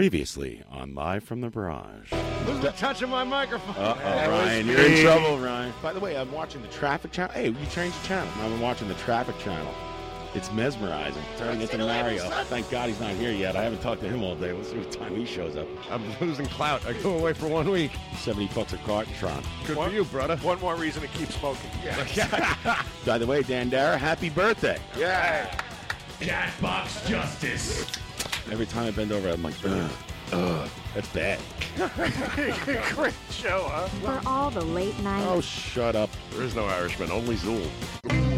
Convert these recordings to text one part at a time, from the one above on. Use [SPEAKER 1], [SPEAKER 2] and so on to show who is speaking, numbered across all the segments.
[SPEAKER 1] Previously on Live from the Barrage.
[SPEAKER 2] Who's been touching my microphone?
[SPEAKER 1] Uh oh,
[SPEAKER 2] That was
[SPEAKER 1] Ryan,
[SPEAKER 2] me.
[SPEAKER 1] you're in trouble, Ryan.
[SPEAKER 3] By the way, I'm watching the traffic channel. Hey, you changed the channel. I've been watching the traffic channel. It's mesmerizing. Turning into Mario. Thank God he's not here yet. I haven't talked to him all day. Let's see what time he shows up.
[SPEAKER 2] I'm losing clout. I go away for one week.
[SPEAKER 3] 70 bucks a cartron.
[SPEAKER 2] Good for you, brother.
[SPEAKER 4] One more reason to keep smoking.
[SPEAKER 3] By the way, Dandara, happy birthday.
[SPEAKER 4] Yeah.
[SPEAKER 5] Jackbox Justice.
[SPEAKER 3] Every time I bend over, I'm like, ugh, ugh, that's bad.
[SPEAKER 4] Great show, huh?
[SPEAKER 6] For all the late night.
[SPEAKER 3] Oh, shut up.
[SPEAKER 2] There is no Irishman, only Zool.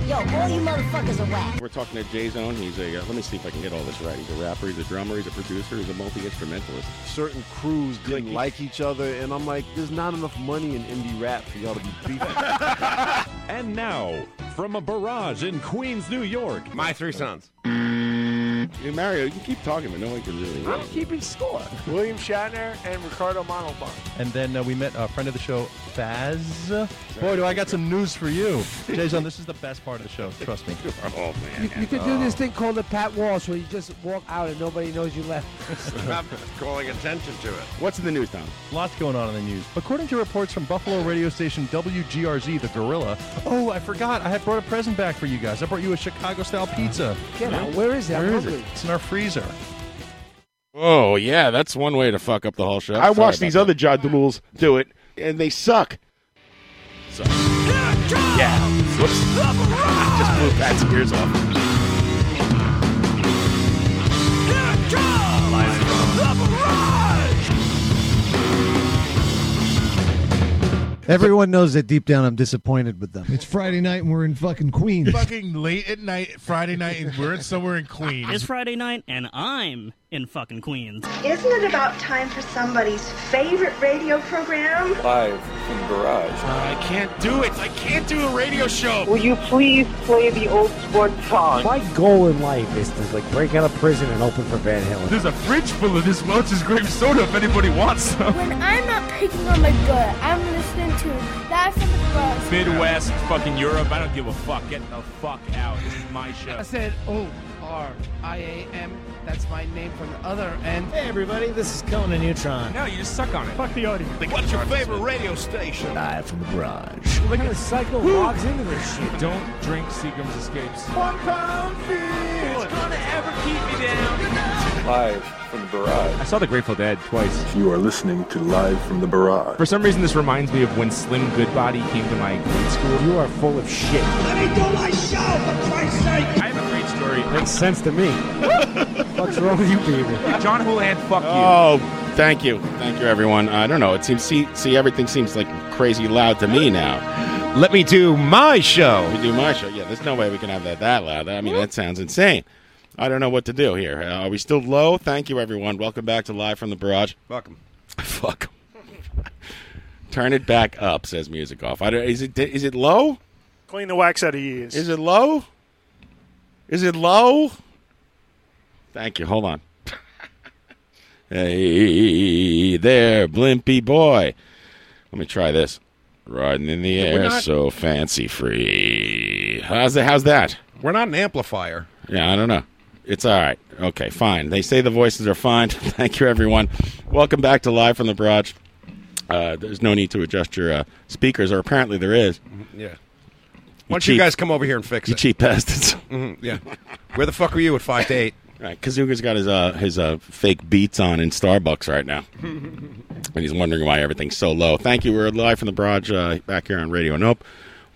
[SPEAKER 7] Yo, all you motherfuckers are whack.
[SPEAKER 3] We're talking to Jay Zone. He's a, uh, let me see if I can get all this right. He's a rapper, he's a drummer, he's a producer, he's a multi-instrumentalist.
[SPEAKER 2] Certain crews didn't
[SPEAKER 3] Clicky.
[SPEAKER 2] like each other, and I'm like, there's not enough money in indie rap for y'all to be beefing.
[SPEAKER 5] And now, from a barrage in Queens, New York,
[SPEAKER 2] my three sons.
[SPEAKER 3] Hey, Mario, you can keep talking, but no one can really
[SPEAKER 4] I'm keeping score. William Shatner and Ricardo Montalban.
[SPEAKER 8] And then uh, we met a friend of the show, Faz. Boy, do I got some news for you. Jason, this is the best part of the show. Trust me.
[SPEAKER 3] Oh,
[SPEAKER 9] You, you
[SPEAKER 3] man.
[SPEAKER 9] could do this thing called the Pat Walsh where you just walk out and nobody knows you left.
[SPEAKER 2] Stop calling attention to it.
[SPEAKER 3] What's in the news, Tom?
[SPEAKER 8] Lots going on in the news. According to reports from Buffalo radio station WGRZ, the Gorilla. Oh, I forgot. I had brought a present back for you guys. I brought you a Chicago style pizza.
[SPEAKER 9] Get out. Where is that?
[SPEAKER 8] Where is
[SPEAKER 9] hungry.
[SPEAKER 8] it? It's in our freezer.
[SPEAKER 1] Oh, yeah, that's one way to fuck up the whole show.
[SPEAKER 3] I
[SPEAKER 1] Sorry
[SPEAKER 3] watched
[SPEAKER 1] about
[SPEAKER 3] these
[SPEAKER 1] that.
[SPEAKER 3] other Ja Rules do it, and they suck. Just blew Pat's ears off.
[SPEAKER 10] Everyone knows that deep down I'm disappointed with them. It's Friday night and we're in fucking Queens.
[SPEAKER 11] fucking late at night, Friday night, and we're in somewhere in Queens.
[SPEAKER 12] It's Friday night, and I'm in fucking Queens.
[SPEAKER 7] Isn't it about time for somebody's favorite radio program?
[SPEAKER 4] Live from the garage.
[SPEAKER 1] I can't do it. I can't do a radio show.
[SPEAKER 9] Will you please play the old sport song? My goal in life is to like break out of prison and open for Van Halen.
[SPEAKER 5] There's a fridge full of this Welch's grape soda if anybody wants some.
[SPEAKER 7] When I'm not picking on my gut, I'm listening to Live from the Garage.
[SPEAKER 5] Midwest, fucking Europe, I don't give a fuck. Get the fuck out. This is my show.
[SPEAKER 9] said O R I A M. That's my name from the other end. Oh, Hey everybody, this is Conan Neutron.
[SPEAKER 5] No, you just suck on it. Fuck the audience.
[SPEAKER 4] What's your favorite radio station?
[SPEAKER 9] Ah,
[SPEAKER 10] Live from the garage.
[SPEAKER 9] Look at the cycle logs into this shit.
[SPEAKER 5] Don't drink Seagram's Escapes.
[SPEAKER 4] Live from the
[SPEAKER 5] I
[SPEAKER 4] garage.
[SPEAKER 5] saw The Grateful Dead twice.
[SPEAKER 4] You are listening to Live from the Barrage.
[SPEAKER 5] For some reason, this reminds me of when Slim Goodbody came to my grade school.
[SPEAKER 9] You are full of shit.
[SPEAKER 5] I have a great story.
[SPEAKER 9] Makes sense to me. What's wrong with you, baby?
[SPEAKER 5] John Houlihan, fuck you.
[SPEAKER 1] Oh, thank you. Thank you, everyone. I don't know. It seems, see, see, everything seems like crazy loud to me now.
[SPEAKER 2] Let me do my show.
[SPEAKER 1] We do my show. Yeah, there's no way we can have that that loud. I mean, that sounds insane. I don't know what to do here. Uh, are we still low? Thank you, everyone. Welcome back to Live from the Barrage.
[SPEAKER 2] Welcome.
[SPEAKER 1] Fuck. Turn it back up, says Music Off. I don't, is, it, is it low?
[SPEAKER 4] Clean the wax out of your ears.
[SPEAKER 1] Is it low? Is it low? Thank you. Hold on. hey there, Blimpy boy. Let me try this. Riding in the air,
[SPEAKER 2] not-
[SPEAKER 1] so fancy free. How's that? How's that?
[SPEAKER 2] We're not an amplifier.
[SPEAKER 1] Yeah, I don't know. It's all right. Okay, fine. They say the voices are fine. Thank you, everyone. Welcome back to Live from the Barrage. Uh, there's no need to adjust your uh, speakers, or apparently there is.
[SPEAKER 2] Mm, Yeah. Why don't
[SPEAKER 1] cheat.
[SPEAKER 2] you guys come over here and fix
[SPEAKER 1] You
[SPEAKER 2] it?
[SPEAKER 1] cheap bastards.
[SPEAKER 2] Mhm, Yeah. Where the fuck were you at five to eight?
[SPEAKER 1] Right, Kazuga's got his uh, his uh, fake beats on in Starbucks right now, and he's wondering why everything's so low. Thank you. We're live from the barrage uh, back here on Radio Nope.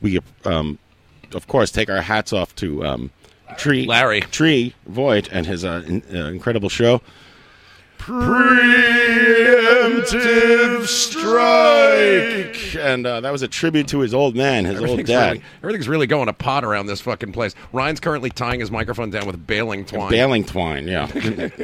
[SPEAKER 1] We, um, of course, take our hats off to um, Tree
[SPEAKER 2] Larry.
[SPEAKER 1] Tree Void and his uh, in, uh, incredible show. Preemptive strike, and uh, that was a tribute to his old man, his old
[SPEAKER 2] Everything's
[SPEAKER 1] dad.
[SPEAKER 2] really, everything's really going to pot around this fucking place. Ryan's currently tying his microphone down with baling twine.
[SPEAKER 1] Bailing twine, yeah.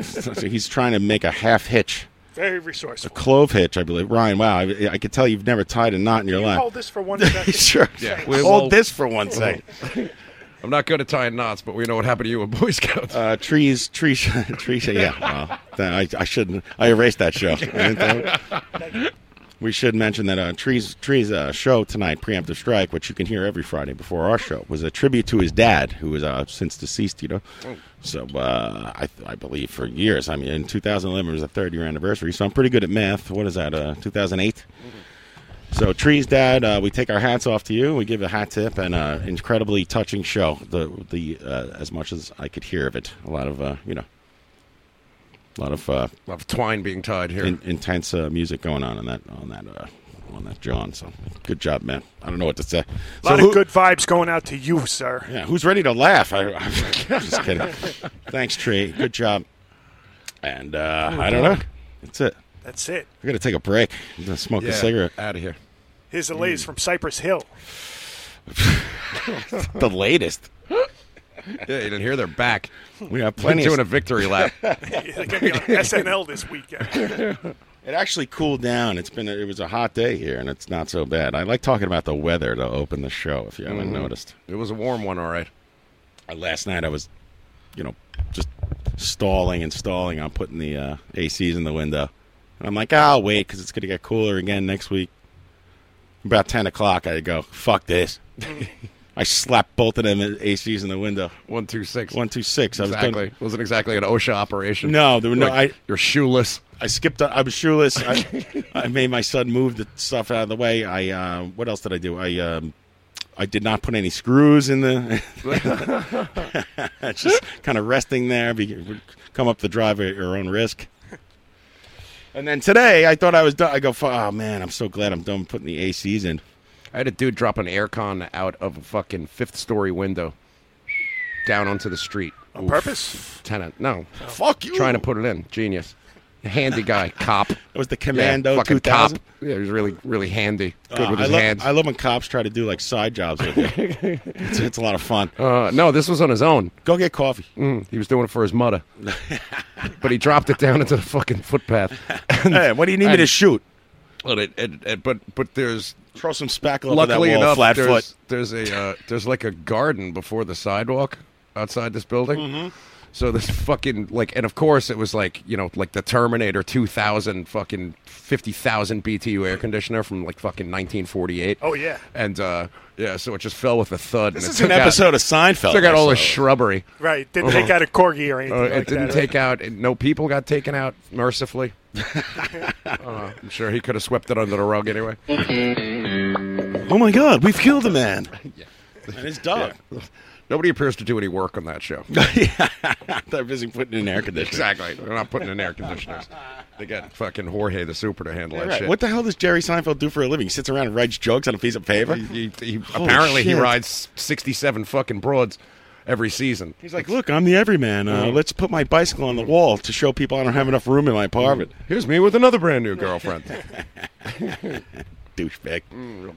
[SPEAKER 1] so he's trying to make a half hitch.
[SPEAKER 4] Very resourceful.
[SPEAKER 1] clove hitch, I believe. Ryan, wow, I, I could tell you've never tied a knot in your
[SPEAKER 4] Can you
[SPEAKER 1] life.
[SPEAKER 4] hold this for one second?
[SPEAKER 1] sure.
[SPEAKER 2] Yeah.
[SPEAKER 1] Hold
[SPEAKER 2] Well-
[SPEAKER 1] this for one second.
[SPEAKER 2] I'm not good at tying knots, but we know what happened to you in Boy Scouts.
[SPEAKER 1] Uh, trees, trees, trees. Yeah. Wow. Then I, I shouldn't. I erased that show. I didn't think- We should mention that uh, Tree's, Tree's uh, show tonight, Preemptive Strike, which you can hear every Friday before our show, was a tribute to his dad, who is uh, since deceased, you know. So uh, I, I believe for years, I mean, in 2011 it was a third year anniversary, so I'm pretty good at math. What is that, uh, 2008? So, Tree's dad, uh, we take our hats off to you. We give a hat tip and uh, incredibly touching show. The the uh, as much as I could hear of it, a lot of uh, you know, a lot of uh,
[SPEAKER 2] lot of twine being tied here.
[SPEAKER 1] in, intense uh, music going on on that on that uh, on that John. So, good job, man. I don't know what to say.
[SPEAKER 4] A lot
[SPEAKER 1] so who-
[SPEAKER 4] of good vibes going out to you, sir.
[SPEAKER 1] Yeah, who's ready to laugh? I, I'm just kidding. Thanks, Tree. Good job. And uh,
[SPEAKER 4] Oh,
[SPEAKER 1] I don't
[SPEAKER 4] dog.
[SPEAKER 1] know. That's it.
[SPEAKER 4] That's it.
[SPEAKER 1] We're gonna take a break. I'm gonna smoke
[SPEAKER 2] Yeah,
[SPEAKER 1] a cigarette.
[SPEAKER 2] Out of here.
[SPEAKER 4] Here's the
[SPEAKER 1] Hmm.
[SPEAKER 4] latest from Cypress Hill.
[SPEAKER 1] The latest.
[SPEAKER 2] Yeah, you didn't hear their back.
[SPEAKER 1] We have
[SPEAKER 2] Been
[SPEAKER 1] plenty of-
[SPEAKER 2] doing a victory lap.
[SPEAKER 4] They're going to be on SNL this weekend.
[SPEAKER 1] It actually cooled down. It's been a, it was a hot day here, and it's not so bad. I like talking about the weather to open the show. If you haven't
[SPEAKER 2] Mhm.
[SPEAKER 1] noticed, Uh,
[SPEAKER 2] it was a warm one, all right.
[SPEAKER 1] Last night I was, you know, just stalling and stalling on putting the uh, ACs in the window, and I'm like, I'll wait because it's going to get cooler again next week. About ten o'clock, I go, fuck this. I slapped both of them ACs in the window.
[SPEAKER 2] One two six.
[SPEAKER 1] One two six. I was
[SPEAKER 2] Exactly.
[SPEAKER 1] done.
[SPEAKER 2] It wasn't exactly an OSHA operation.
[SPEAKER 1] No, there were no.
[SPEAKER 2] Like,
[SPEAKER 1] I,
[SPEAKER 2] you're shoeless.
[SPEAKER 1] I skipped. I was shoeless. I, I made my son move the stuff out of the way. I uh, what else did I do? I um, I did not put any screws in the. It's just kind of resting there. Be, come up the drive at your own risk. And then today, I thought I was done. I go, "Fu- oh man, I'm so glad I'm done putting the ACs in.
[SPEAKER 2] I had a dude drop an aircon out of a fucking fifth story window down onto the street. On
[SPEAKER 4] purpose?
[SPEAKER 2] Tenant. No.
[SPEAKER 1] Oh. Fuck you.
[SPEAKER 2] Trying to put it in. Genius. Handy guy. Cop. It
[SPEAKER 1] was the Commando
[SPEAKER 2] yeah, fucking
[SPEAKER 1] 2000?
[SPEAKER 2] cop. Yeah, he was really, really handy. Good
[SPEAKER 1] Uh,
[SPEAKER 2] with
[SPEAKER 1] I
[SPEAKER 2] his
[SPEAKER 1] love,
[SPEAKER 2] hands.
[SPEAKER 1] I love when cops try to do like side jobs with you. it's, it's a lot of fun.
[SPEAKER 2] Uh, no, this was on his own.
[SPEAKER 1] Go get coffee.
[SPEAKER 2] Mm, he was doing it for his mother. but he dropped it down into the fucking footpath.
[SPEAKER 1] hey, what do you need me to shoot?
[SPEAKER 2] But, it, it, it- but, but there's
[SPEAKER 1] Throw some spackle over that
[SPEAKER 2] luckily
[SPEAKER 1] wall,
[SPEAKER 2] enough,
[SPEAKER 1] flat
[SPEAKER 2] there's,
[SPEAKER 1] foot.
[SPEAKER 2] there's a uh, there's like a garden before the sidewalk outside this building.
[SPEAKER 1] Mm-hmm.
[SPEAKER 2] So this fucking like, and of course it was like you know like the Terminator 2000 fucking 50,000 BTU air conditioner from like fucking 1948.
[SPEAKER 4] Oh, yeah.
[SPEAKER 2] and uh, yeah, so it just fell with a thud.
[SPEAKER 1] This
[SPEAKER 2] and it
[SPEAKER 1] is an
[SPEAKER 2] took out-
[SPEAKER 1] episode of Seinfeld
[SPEAKER 2] Took out all
[SPEAKER 1] I
[SPEAKER 2] the
[SPEAKER 1] saw.
[SPEAKER 2] shrubbery. Oh.
[SPEAKER 4] Right. Didn't take out a corgi or anything
[SPEAKER 2] Uh,
[SPEAKER 4] like
[SPEAKER 2] it didn't
[SPEAKER 4] that,
[SPEAKER 2] take out. and No people got taken out, mercifully. Uh, I'm sure he could have swept it under the rug anyway.
[SPEAKER 1] Oh my God, we've killed a man. And his dog.
[SPEAKER 2] Nobody appears to do any work on that show.
[SPEAKER 1] They're busy putting in air conditioning.
[SPEAKER 2] Exactly. They're not putting in air conditioners. They got fucking Jorge the Super to handle that
[SPEAKER 1] Right.
[SPEAKER 2] shit.
[SPEAKER 1] What the hell does Jerry Seinfeld do for a living? He sits around and writes jokes on a piece of paper.
[SPEAKER 2] He, he- Apparently, he rides 67 fucking broads every season.
[SPEAKER 1] He's like, look, I'm the everyman.
[SPEAKER 2] Mm-hmm.
[SPEAKER 1] Uh, let's put my bicycle on the wall to show people I don't have enough room in my apartment.
[SPEAKER 2] Mm-hmm. Here's me with another brand new girlfriend.
[SPEAKER 1] Douchebag.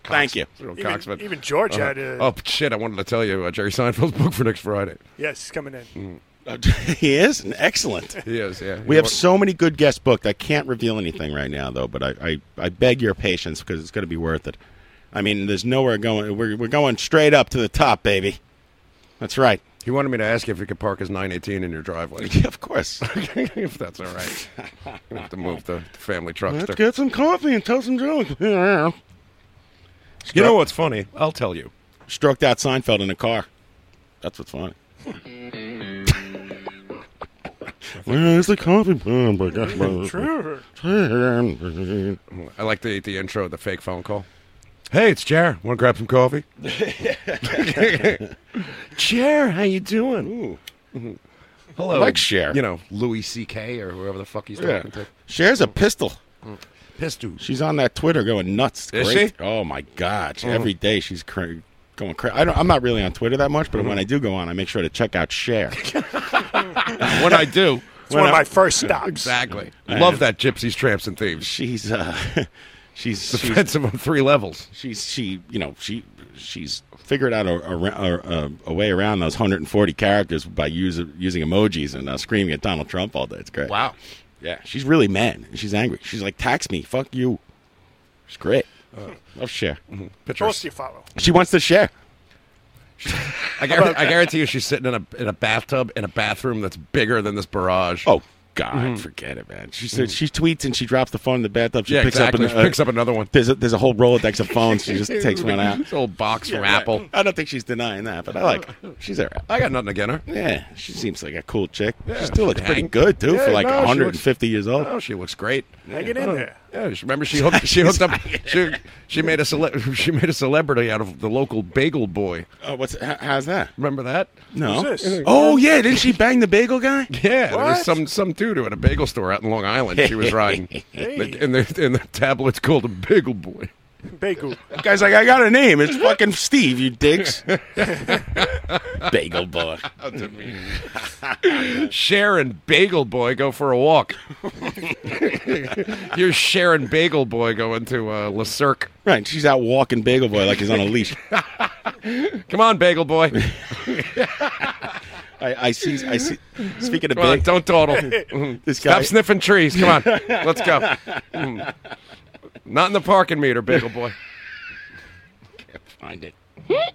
[SPEAKER 2] Thank you. Mm, Real
[SPEAKER 4] Even-
[SPEAKER 2] cocksman.
[SPEAKER 4] even George
[SPEAKER 2] Uh,
[SPEAKER 4] had a-
[SPEAKER 2] Oh, shit. I wanted to tell you about Jerry Seinfeld's book for next Friday.
[SPEAKER 4] Yes, he's coming in.
[SPEAKER 1] he is excellent.
[SPEAKER 2] He is, yeah.
[SPEAKER 1] We
[SPEAKER 2] You
[SPEAKER 1] have
[SPEAKER 2] know,
[SPEAKER 1] so many good guests booked. I can't reveal anything right now, though. But I, I, I beg your patience because it's going to be worth it. I mean, there's nowhere going. We're, we're going straight up to the top, baby. That's right.
[SPEAKER 2] He wanted me to ask you if he could park his 918 in your driveway.
[SPEAKER 1] of course.
[SPEAKER 2] if that's all right. I'm gonna have to move the, the family
[SPEAKER 1] Let's
[SPEAKER 2] truckster.
[SPEAKER 1] get some coffee and tell some jokes.
[SPEAKER 2] You know what's funny? I'll tell you.
[SPEAKER 1] Stroked out Seinfeld in a car. That's what's funny. Where's the coffee? Oh, my gosh, my-
[SPEAKER 4] Trevor.
[SPEAKER 2] I like the the intro, the fake phone call. Hey, it's Jer. Want to grab some coffee? Jer, how you doing? Ooh. Hello.
[SPEAKER 1] I like Cher.
[SPEAKER 2] You know, Louis C.K. or whoever the fuck he's
[SPEAKER 1] Yeah.
[SPEAKER 2] talking to.
[SPEAKER 1] Cher's a pistol.
[SPEAKER 2] Pistol.
[SPEAKER 1] She's on that Twitter going nuts.
[SPEAKER 2] Is
[SPEAKER 1] Great.
[SPEAKER 2] she?
[SPEAKER 1] Oh my god! She-
[SPEAKER 2] Mhm.
[SPEAKER 1] Every day she's cra- going crazy. I don't, I'm not really on Twitter that much, but
[SPEAKER 2] Mm-hmm.
[SPEAKER 1] when I do go on, I make sure to check out Cher.
[SPEAKER 2] What I do.
[SPEAKER 4] It's one of my first stops.
[SPEAKER 2] Exactly.
[SPEAKER 1] I
[SPEAKER 2] Love
[SPEAKER 1] am.
[SPEAKER 2] that Gypsies, Tramps, and Thieves.
[SPEAKER 1] She's uh, she's she's-
[SPEAKER 2] Defensive on three levels.
[SPEAKER 1] she's she you know she she's figured out a, a, a, a, a way around those 140 characters by using using emojis and uh, screaming at Donald Trump all day. It's great.
[SPEAKER 2] Wow.
[SPEAKER 1] Yeah, she's really mad. She's angry. She's like, "Tax me, fuck you." She's great.
[SPEAKER 2] Uh,
[SPEAKER 1] Love Cher.
[SPEAKER 2] mm-hmm.
[SPEAKER 4] Who else do you follow?
[SPEAKER 1] She wants to share.
[SPEAKER 2] I guarantee, I guarantee you she's sitting in a in a bathtub in a bathroom that's bigger than this barrage. Mm-hmm.
[SPEAKER 1] Oh, God, forget it, man. She said she tweets and she drops the phone in the bathtub. She
[SPEAKER 2] Mm. Yeah,
[SPEAKER 1] picks
[SPEAKER 2] exactly.
[SPEAKER 1] up
[SPEAKER 2] She picks up another one.
[SPEAKER 1] There's a, there's a whole Rolodex of phones. She just takes one out.
[SPEAKER 2] This old box
[SPEAKER 1] Yeah,
[SPEAKER 2] from
[SPEAKER 1] right.
[SPEAKER 2] Apple.
[SPEAKER 1] I don't think she's denying that, but I like. Her. She's all right.
[SPEAKER 2] I got nothing against her.
[SPEAKER 1] Yeah, she seems like a cool chick.
[SPEAKER 2] Yeah.
[SPEAKER 1] she still looks pretty
[SPEAKER 2] Hang-
[SPEAKER 1] good too
[SPEAKER 2] Yeah,
[SPEAKER 1] for like
[SPEAKER 2] no, she
[SPEAKER 1] 150 years old.
[SPEAKER 2] Oh, she looks great. Oh.
[SPEAKER 4] Hang it in there.
[SPEAKER 2] Yeah, she- remember she hooked, she hooked up. She, she made a cele- she made a celebrity out of the local bagel boy.
[SPEAKER 1] Oh, what's how, how's that?
[SPEAKER 2] Remember that?
[SPEAKER 1] No. Who's this? Oh, yeah, didn't she bang the bagel guy?
[SPEAKER 2] Yeah, there
[SPEAKER 1] What?
[SPEAKER 2] was some some dude at a bagel store out in Long Island. She was riding, and the and the tabloid's called him Bagel Boy.
[SPEAKER 4] Bagel.
[SPEAKER 1] Guy's like, I got a name. It's fucking Steve. You dicks. Bagel boy.
[SPEAKER 2] Sharon Bagel Boy, go for a walk. You're Sharon Bagel Boy going to uh, Le Cirque.
[SPEAKER 1] Right, she's out walking Bagel Boy like he's on a leash.
[SPEAKER 2] Come on, Bagel Boy.
[SPEAKER 1] I, I see. I see. Speaking of
[SPEAKER 2] Come on,
[SPEAKER 1] big,
[SPEAKER 2] don't dawdle. Mhm.
[SPEAKER 1] This
[SPEAKER 2] Stop
[SPEAKER 1] guy-
[SPEAKER 2] sniffing trees. Come on, let's go. Mhm. Not in the parking meter, Bagel Boy.
[SPEAKER 1] find it.
[SPEAKER 2] What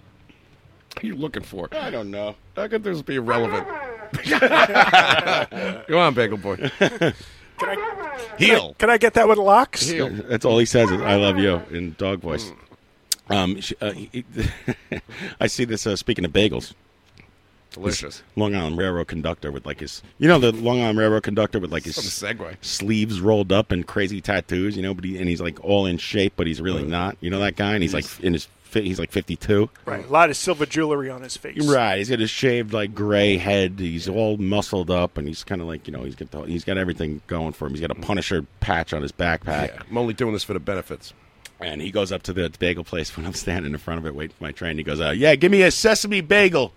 [SPEAKER 2] are you looking for?
[SPEAKER 1] I don't know.
[SPEAKER 2] How could this be irrelevant? Come on, Bagel Boy. Heel.
[SPEAKER 4] Can I get that with locks?
[SPEAKER 2] Heel.
[SPEAKER 1] That's all he says is "I love you" in dog
[SPEAKER 2] Mm.
[SPEAKER 1] voice. Um, she, uh, he, he- I see this. Uh, speaking of bagels,
[SPEAKER 2] Delicious.
[SPEAKER 1] Long Island Railroad conductor with like his, you know, the Long Island Railroad conductor with like his
[SPEAKER 2] Some segue.
[SPEAKER 1] sleeves rolled up and crazy tattoos, you know, but he, and he's like all in shape, but he's
[SPEAKER 2] Mm.
[SPEAKER 1] really not. You know that guy, and he's like in his, fi- he's like fifty two.
[SPEAKER 4] Right. A lot of silver jewelry on his face.
[SPEAKER 1] Right, he's got a shaved like gray head. He's all muscled up, and he's kind of like you know he's got the, he's got everything going for him. He's got a Punisher patch on his backpack,
[SPEAKER 2] Yeah, I'm only doing this for the benefits.
[SPEAKER 1] and he goes up to the bagel place when I'm standing in front of it waiting for my train. He goes, uh, "Yeah, give me a sesame bagel,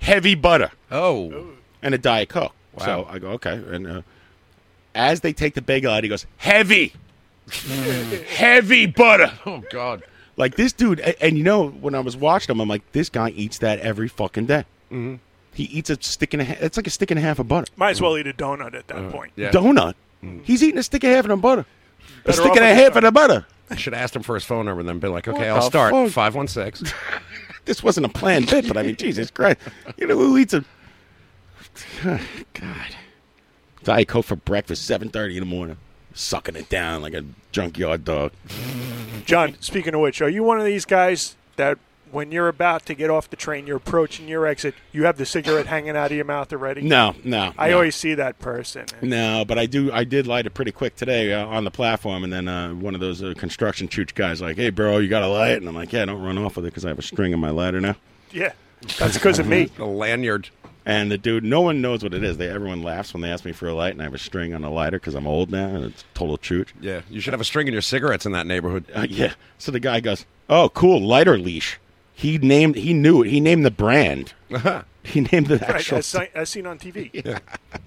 [SPEAKER 1] heavy butter,
[SPEAKER 2] Oh,
[SPEAKER 1] and a diet coke." So
[SPEAKER 2] Wow.
[SPEAKER 1] I go, "Okay." And uh, as they take the bagel out, he goes, "Heavy, heavy butter."
[SPEAKER 2] Mm. oh God.
[SPEAKER 1] Like this dude, a- and you know, when I was watching him, I'm like, this guy eats that every fucking day.
[SPEAKER 2] Mm-hmm.
[SPEAKER 1] He eats a stick and a half. It's like a stick and a half of butter.
[SPEAKER 4] Might as well eat a donut at that point.
[SPEAKER 2] Yeah. Mm.
[SPEAKER 1] Donut. He's eating a stick and a half of the butter. A
[SPEAKER 2] Better
[SPEAKER 1] stick
[SPEAKER 2] off
[SPEAKER 1] and a
[SPEAKER 2] with
[SPEAKER 1] half of the butter.
[SPEAKER 2] I should have asked him for his phone number and then been like, okay,
[SPEAKER 1] What
[SPEAKER 2] I'll
[SPEAKER 1] the
[SPEAKER 2] start.
[SPEAKER 1] fuck?
[SPEAKER 2] Five one six.
[SPEAKER 1] This wasn't a planned bit, but I mean, Jesus Christ. You know who eats a. God. Diet Coke for breakfast, 7.30 in the morning. Sucking it down like a junkyard dog.
[SPEAKER 4] John, speaking of which, are you one of these guys that when you're about to get off the train, you're approaching your exit, you have the cigarette hanging out of your mouth already?
[SPEAKER 1] No, no.
[SPEAKER 4] I
[SPEAKER 1] no.
[SPEAKER 4] always see that person.
[SPEAKER 1] No, but I do. I did light it pretty quick today uh, on the platform, and then uh, one of those uh, construction chooch guys like, "Hey, bro, you got a light?" And I'm like, "Yeah, don't run off with it because I have a string in my lighter now."
[SPEAKER 4] Yeah. That's because of me.
[SPEAKER 2] A lanyard.
[SPEAKER 1] And the dude, no one knows what it is. They everyone laughs when they ask me for a light, and I have a string on a lighter because I'm old now, and it's total chooch.
[SPEAKER 2] Yeah, you should have a string in your cigarettes in that neighborhood.
[SPEAKER 1] Uh, yeah. So the guy goes, "Oh, cool, lighter leash." He named. He knew it. He named the brand. He named the
[SPEAKER 4] Right,
[SPEAKER 1] actual.
[SPEAKER 4] as, si- as seen on TV.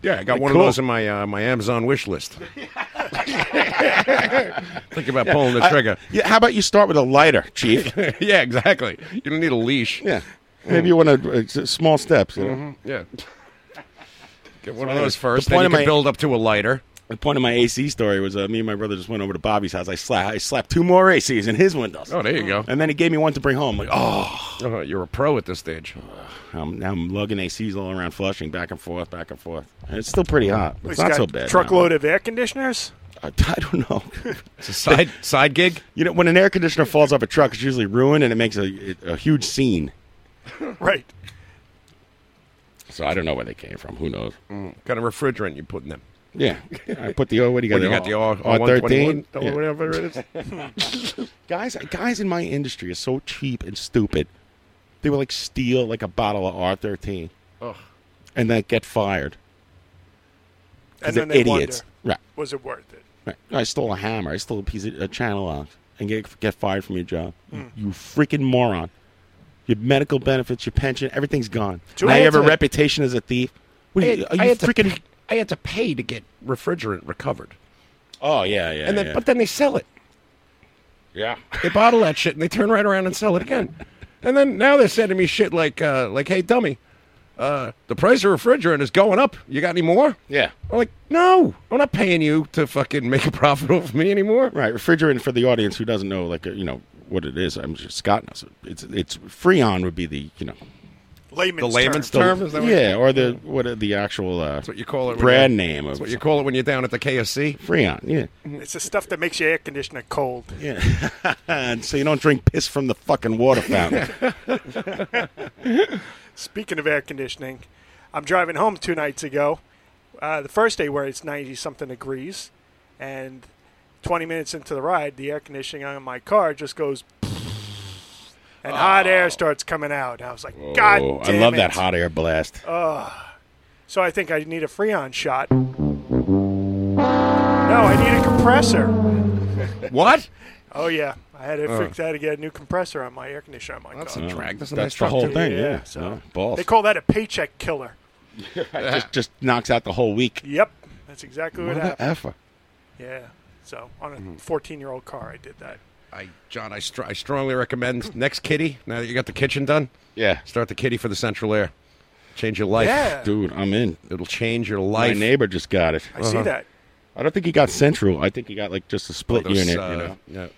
[SPEAKER 2] Yeah, I got
[SPEAKER 1] Like,
[SPEAKER 2] one
[SPEAKER 1] cool.
[SPEAKER 2] of those in my uh, my Amazon wish list. Think about pulling the
[SPEAKER 1] I-
[SPEAKER 2] trigger.
[SPEAKER 1] yeah. How about you start with a lighter, chief?
[SPEAKER 2] yeah, exactly. You don't need a leash.
[SPEAKER 1] yeah. Maybe you want to uh, small steps. You know?
[SPEAKER 2] Yeah. Get one of
[SPEAKER 1] anyway,
[SPEAKER 2] those first.
[SPEAKER 1] the
[SPEAKER 2] Then
[SPEAKER 1] point
[SPEAKER 2] you
[SPEAKER 1] of
[SPEAKER 2] can
[SPEAKER 1] my-
[SPEAKER 2] build up to a lighter.
[SPEAKER 1] The point of my AC story was uh, me and my brother just went over to Bobby's house. I slapped, I slapped two more ACs in his windows.
[SPEAKER 2] Oh, there you go.
[SPEAKER 1] And then he gave me one to bring home. Like, oh,
[SPEAKER 2] Oh, you're a pro at this stage.
[SPEAKER 1] I'm, now I'm lugging ACs all around Flushing, back and forth, back and forth. And it's still pretty hot. But it's
[SPEAKER 4] He's
[SPEAKER 1] not
[SPEAKER 4] got
[SPEAKER 1] so bad.
[SPEAKER 4] Truckload of air conditioners.
[SPEAKER 1] now. I, I don't know.
[SPEAKER 2] It's a side side gig.
[SPEAKER 1] you know, when an air conditioner falls off a truck, it's usually ruined and it makes a, a huge scene.
[SPEAKER 4] Right.
[SPEAKER 1] So I don't know where they came from. Who knows?
[SPEAKER 2] What kind of refrigerant you put in them?
[SPEAKER 1] Yeah. I put the, oh, what do you got?
[SPEAKER 2] When you got the R
[SPEAKER 1] R-
[SPEAKER 2] R121,
[SPEAKER 1] R13? Yeah.
[SPEAKER 2] whatever it is.
[SPEAKER 4] Hmm.
[SPEAKER 1] guys guys in my industry are so cheap and stupid. They would like steal like a bottle of R thirteen, and then get fired. 'Cause
[SPEAKER 4] And then
[SPEAKER 1] they're
[SPEAKER 4] they
[SPEAKER 1] idiots.
[SPEAKER 4] wonder,
[SPEAKER 1] Right,
[SPEAKER 4] was it worth it?
[SPEAKER 1] right. I stole a hammer. I stole a piece of a channel lock, and get get fired from your job.
[SPEAKER 2] Hmm.
[SPEAKER 1] You freaking moron! Your medical benefits, your pension, everything's gone.
[SPEAKER 4] Dude,
[SPEAKER 1] now
[SPEAKER 4] I
[SPEAKER 1] you
[SPEAKER 4] had
[SPEAKER 1] have a
[SPEAKER 2] to-
[SPEAKER 1] reputation as a thief. What are you, are you freaking?
[SPEAKER 2] To, I had to pay to get refrigerant recovered,
[SPEAKER 1] oh yeah, yeah.
[SPEAKER 2] and then
[SPEAKER 1] yeah.
[SPEAKER 2] but then they sell it.
[SPEAKER 1] yeah.
[SPEAKER 2] They bottle that shit and they turn right around and sell it again. And then now they're sending me shit like, uh, like, hey, dummy, uh, the price of refrigerant is going up. You got any more?
[SPEAKER 1] Yeah.
[SPEAKER 2] I'm like, no, I'm not paying you to fucking make a profit off me anymore.
[SPEAKER 1] Right, refrigerant for the audience who doesn't know, like uh, you know what it is. I'm sure Scott knows. It's it's Freon would be the you know
[SPEAKER 4] Layman's
[SPEAKER 2] the layman's
[SPEAKER 1] The-
[SPEAKER 2] term. is that what-
[SPEAKER 1] yeah, or the what are the actual uh,
[SPEAKER 2] That's what you call it. when
[SPEAKER 1] brand
[SPEAKER 2] you're-
[SPEAKER 1] name
[SPEAKER 2] That's
[SPEAKER 1] of
[SPEAKER 2] what you call it when you're down at the KFC.
[SPEAKER 1] Freon. Yeah,
[SPEAKER 4] It's the stuff that makes your air conditioner cold.
[SPEAKER 1] Yeah. and so you don't drink piss from the fucking water fountain.
[SPEAKER 4] Speaking of air conditioning, I'm driving home two nights ago. Uh, the first day where it's 90 something degrees, and 20 minutes into the ride, the air conditioning on my car just goes, and hot air starts coming out. I was like, God,
[SPEAKER 1] Oh, I
[SPEAKER 4] damn
[SPEAKER 1] love
[SPEAKER 4] it.
[SPEAKER 1] that hot air blast.
[SPEAKER 4] Ugh. so I think I need a Freon shot. No, I need a compressor.
[SPEAKER 2] What?
[SPEAKER 4] Oh yeah, I had to
[SPEAKER 1] Oh.
[SPEAKER 4] fix. I had to get a new compressor on my air conditioner on my car.
[SPEAKER 1] Oh, that's the whole thing. Yeah, No, balls.
[SPEAKER 4] They call that a paycheck killer.
[SPEAKER 1] just, just knocks out the whole week.
[SPEAKER 4] Yep, that's exactly what,
[SPEAKER 1] Mother
[SPEAKER 4] happened.
[SPEAKER 1] effer.
[SPEAKER 4] Yeah. So on a 14 year old car, I did that.
[SPEAKER 2] I, John, I, str- I strongly recommend next kitty. Now that you got the kitchen done,
[SPEAKER 1] yeah,
[SPEAKER 2] start the kitty for the central air. Change your life,
[SPEAKER 4] Yeah.
[SPEAKER 1] dude. I'm in.
[SPEAKER 2] It'll change your life. Uh-huh.
[SPEAKER 1] My neighbor just got it.
[SPEAKER 4] I see that.
[SPEAKER 1] I don't think he got central. I think he got like just a split
[SPEAKER 2] those,
[SPEAKER 1] unit.
[SPEAKER 2] uh,
[SPEAKER 1] you know.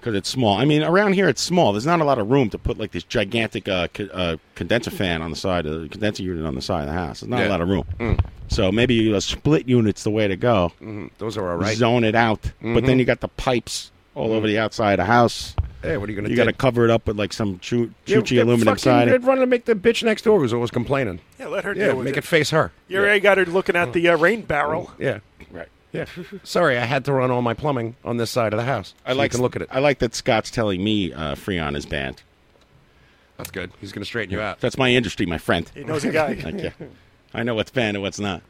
[SPEAKER 1] Because it's small. I mean, around here it's small. There's not a lot of room to put like this gigantic uh, co- uh, condenser fan on the side of the condenser unit on the side of the house. There's not
[SPEAKER 2] Yeah.
[SPEAKER 1] a lot of room.
[SPEAKER 2] Mm.
[SPEAKER 1] So maybe a split unit's the way to go.
[SPEAKER 2] Mhm. Those are all right.
[SPEAKER 1] Zone it out. But
[SPEAKER 2] Mhm.
[SPEAKER 1] then you got the pipes all over the outside of the house.
[SPEAKER 2] Hey, what are you gonna
[SPEAKER 1] You got to
[SPEAKER 2] do?
[SPEAKER 1] cover it up with like some chu-
[SPEAKER 2] Yeah,
[SPEAKER 1] chuchy
[SPEAKER 2] yeah,
[SPEAKER 1] aluminum
[SPEAKER 2] fucking-
[SPEAKER 1] siding.
[SPEAKER 2] They'd run and make the bitch next door who's always complaining.
[SPEAKER 4] Yeah, let her
[SPEAKER 2] Yeah,
[SPEAKER 4] deal with
[SPEAKER 2] make
[SPEAKER 4] it.
[SPEAKER 2] it face her.
[SPEAKER 4] You already got her looking at the uh, rain barrel.
[SPEAKER 2] Yeah.
[SPEAKER 1] Right.
[SPEAKER 2] Yeah. Sorry, I had to run all my plumbing on this side of the house.
[SPEAKER 1] I
[SPEAKER 2] so
[SPEAKER 1] like
[SPEAKER 2] you can look at it.
[SPEAKER 1] I like that Scott's telling me uh, Freon is banned.
[SPEAKER 2] That's good. He's going to straighten you out.
[SPEAKER 1] That's my industry, my friend.
[SPEAKER 2] He knows a guy.
[SPEAKER 1] Thank you. I know what's banned and what's not.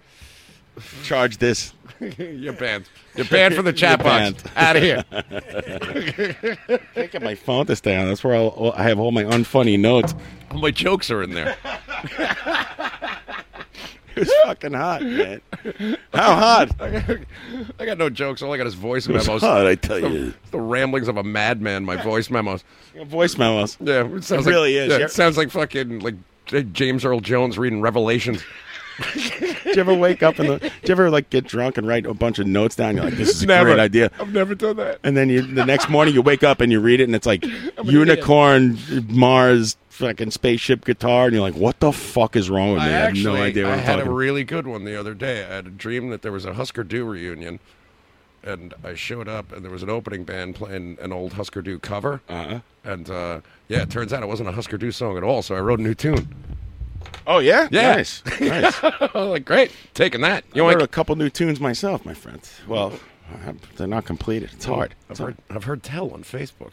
[SPEAKER 1] Charge this.
[SPEAKER 2] You're banned. You're banned from the chat
[SPEAKER 1] You're
[SPEAKER 2] box.
[SPEAKER 1] banned.
[SPEAKER 2] Out of here.
[SPEAKER 1] Can't get my phone to stay on. That's where I'll, all- I have all my unfunny notes.
[SPEAKER 2] All my jokes are in there.
[SPEAKER 1] It was fucking hot, man. How hot?
[SPEAKER 2] I got no jokes. All I got is voice
[SPEAKER 1] It was
[SPEAKER 2] memos.
[SPEAKER 1] hot, I tell
[SPEAKER 2] The-
[SPEAKER 1] you.
[SPEAKER 2] the ramblings of a madman. My voice memos.
[SPEAKER 1] voice memos.
[SPEAKER 2] Yeah, it, sounds
[SPEAKER 1] It
[SPEAKER 2] like-
[SPEAKER 1] really is.
[SPEAKER 2] yeah,
[SPEAKER 1] You're-
[SPEAKER 2] it sounds like fucking like uh, James Earl Jones reading Revelations.
[SPEAKER 1] Did you ever wake up and did you ever like get drunk and write a bunch of notes down? You're like, this is a great idea.
[SPEAKER 2] I've never done that.
[SPEAKER 1] And then you, the next morning you wake up and you read it and it's like unicorn Mars fucking spaceship guitar and you're like, what the fuck is wrong with me?
[SPEAKER 2] I
[SPEAKER 1] I,
[SPEAKER 2] actually,
[SPEAKER 1] have no idea what
[SPEAKER 2] I
[SPEAKER 1] am
[SPEAKER 2] had
[SPEAKER 1] talking.
[SPEAKER 2] a really good one the other day. I had a dream that there was a Husker Du reunion, and I showed up, and there was an opening band playing an old Husker Du cover.
[SPEAKER 1] Uh-huh.
[SPEAKER 2] And uh, yeah, it turns out it wasn't a Husker Du song at all. So I wrote a new tune.
[SPEAKER 1] oh yeah,
[SPEAKER 2] Yeah.
[SPEAKER 1] nice, nice.
[SPEAKER 2] I'm like, great, taking that.
[SPEAKER 1] You I wrote a couple new tunes myself, my friend. Well, I- they're not completed. It's hard.
[SPEAKER 2] I've heard, I've heard tell on Facebook.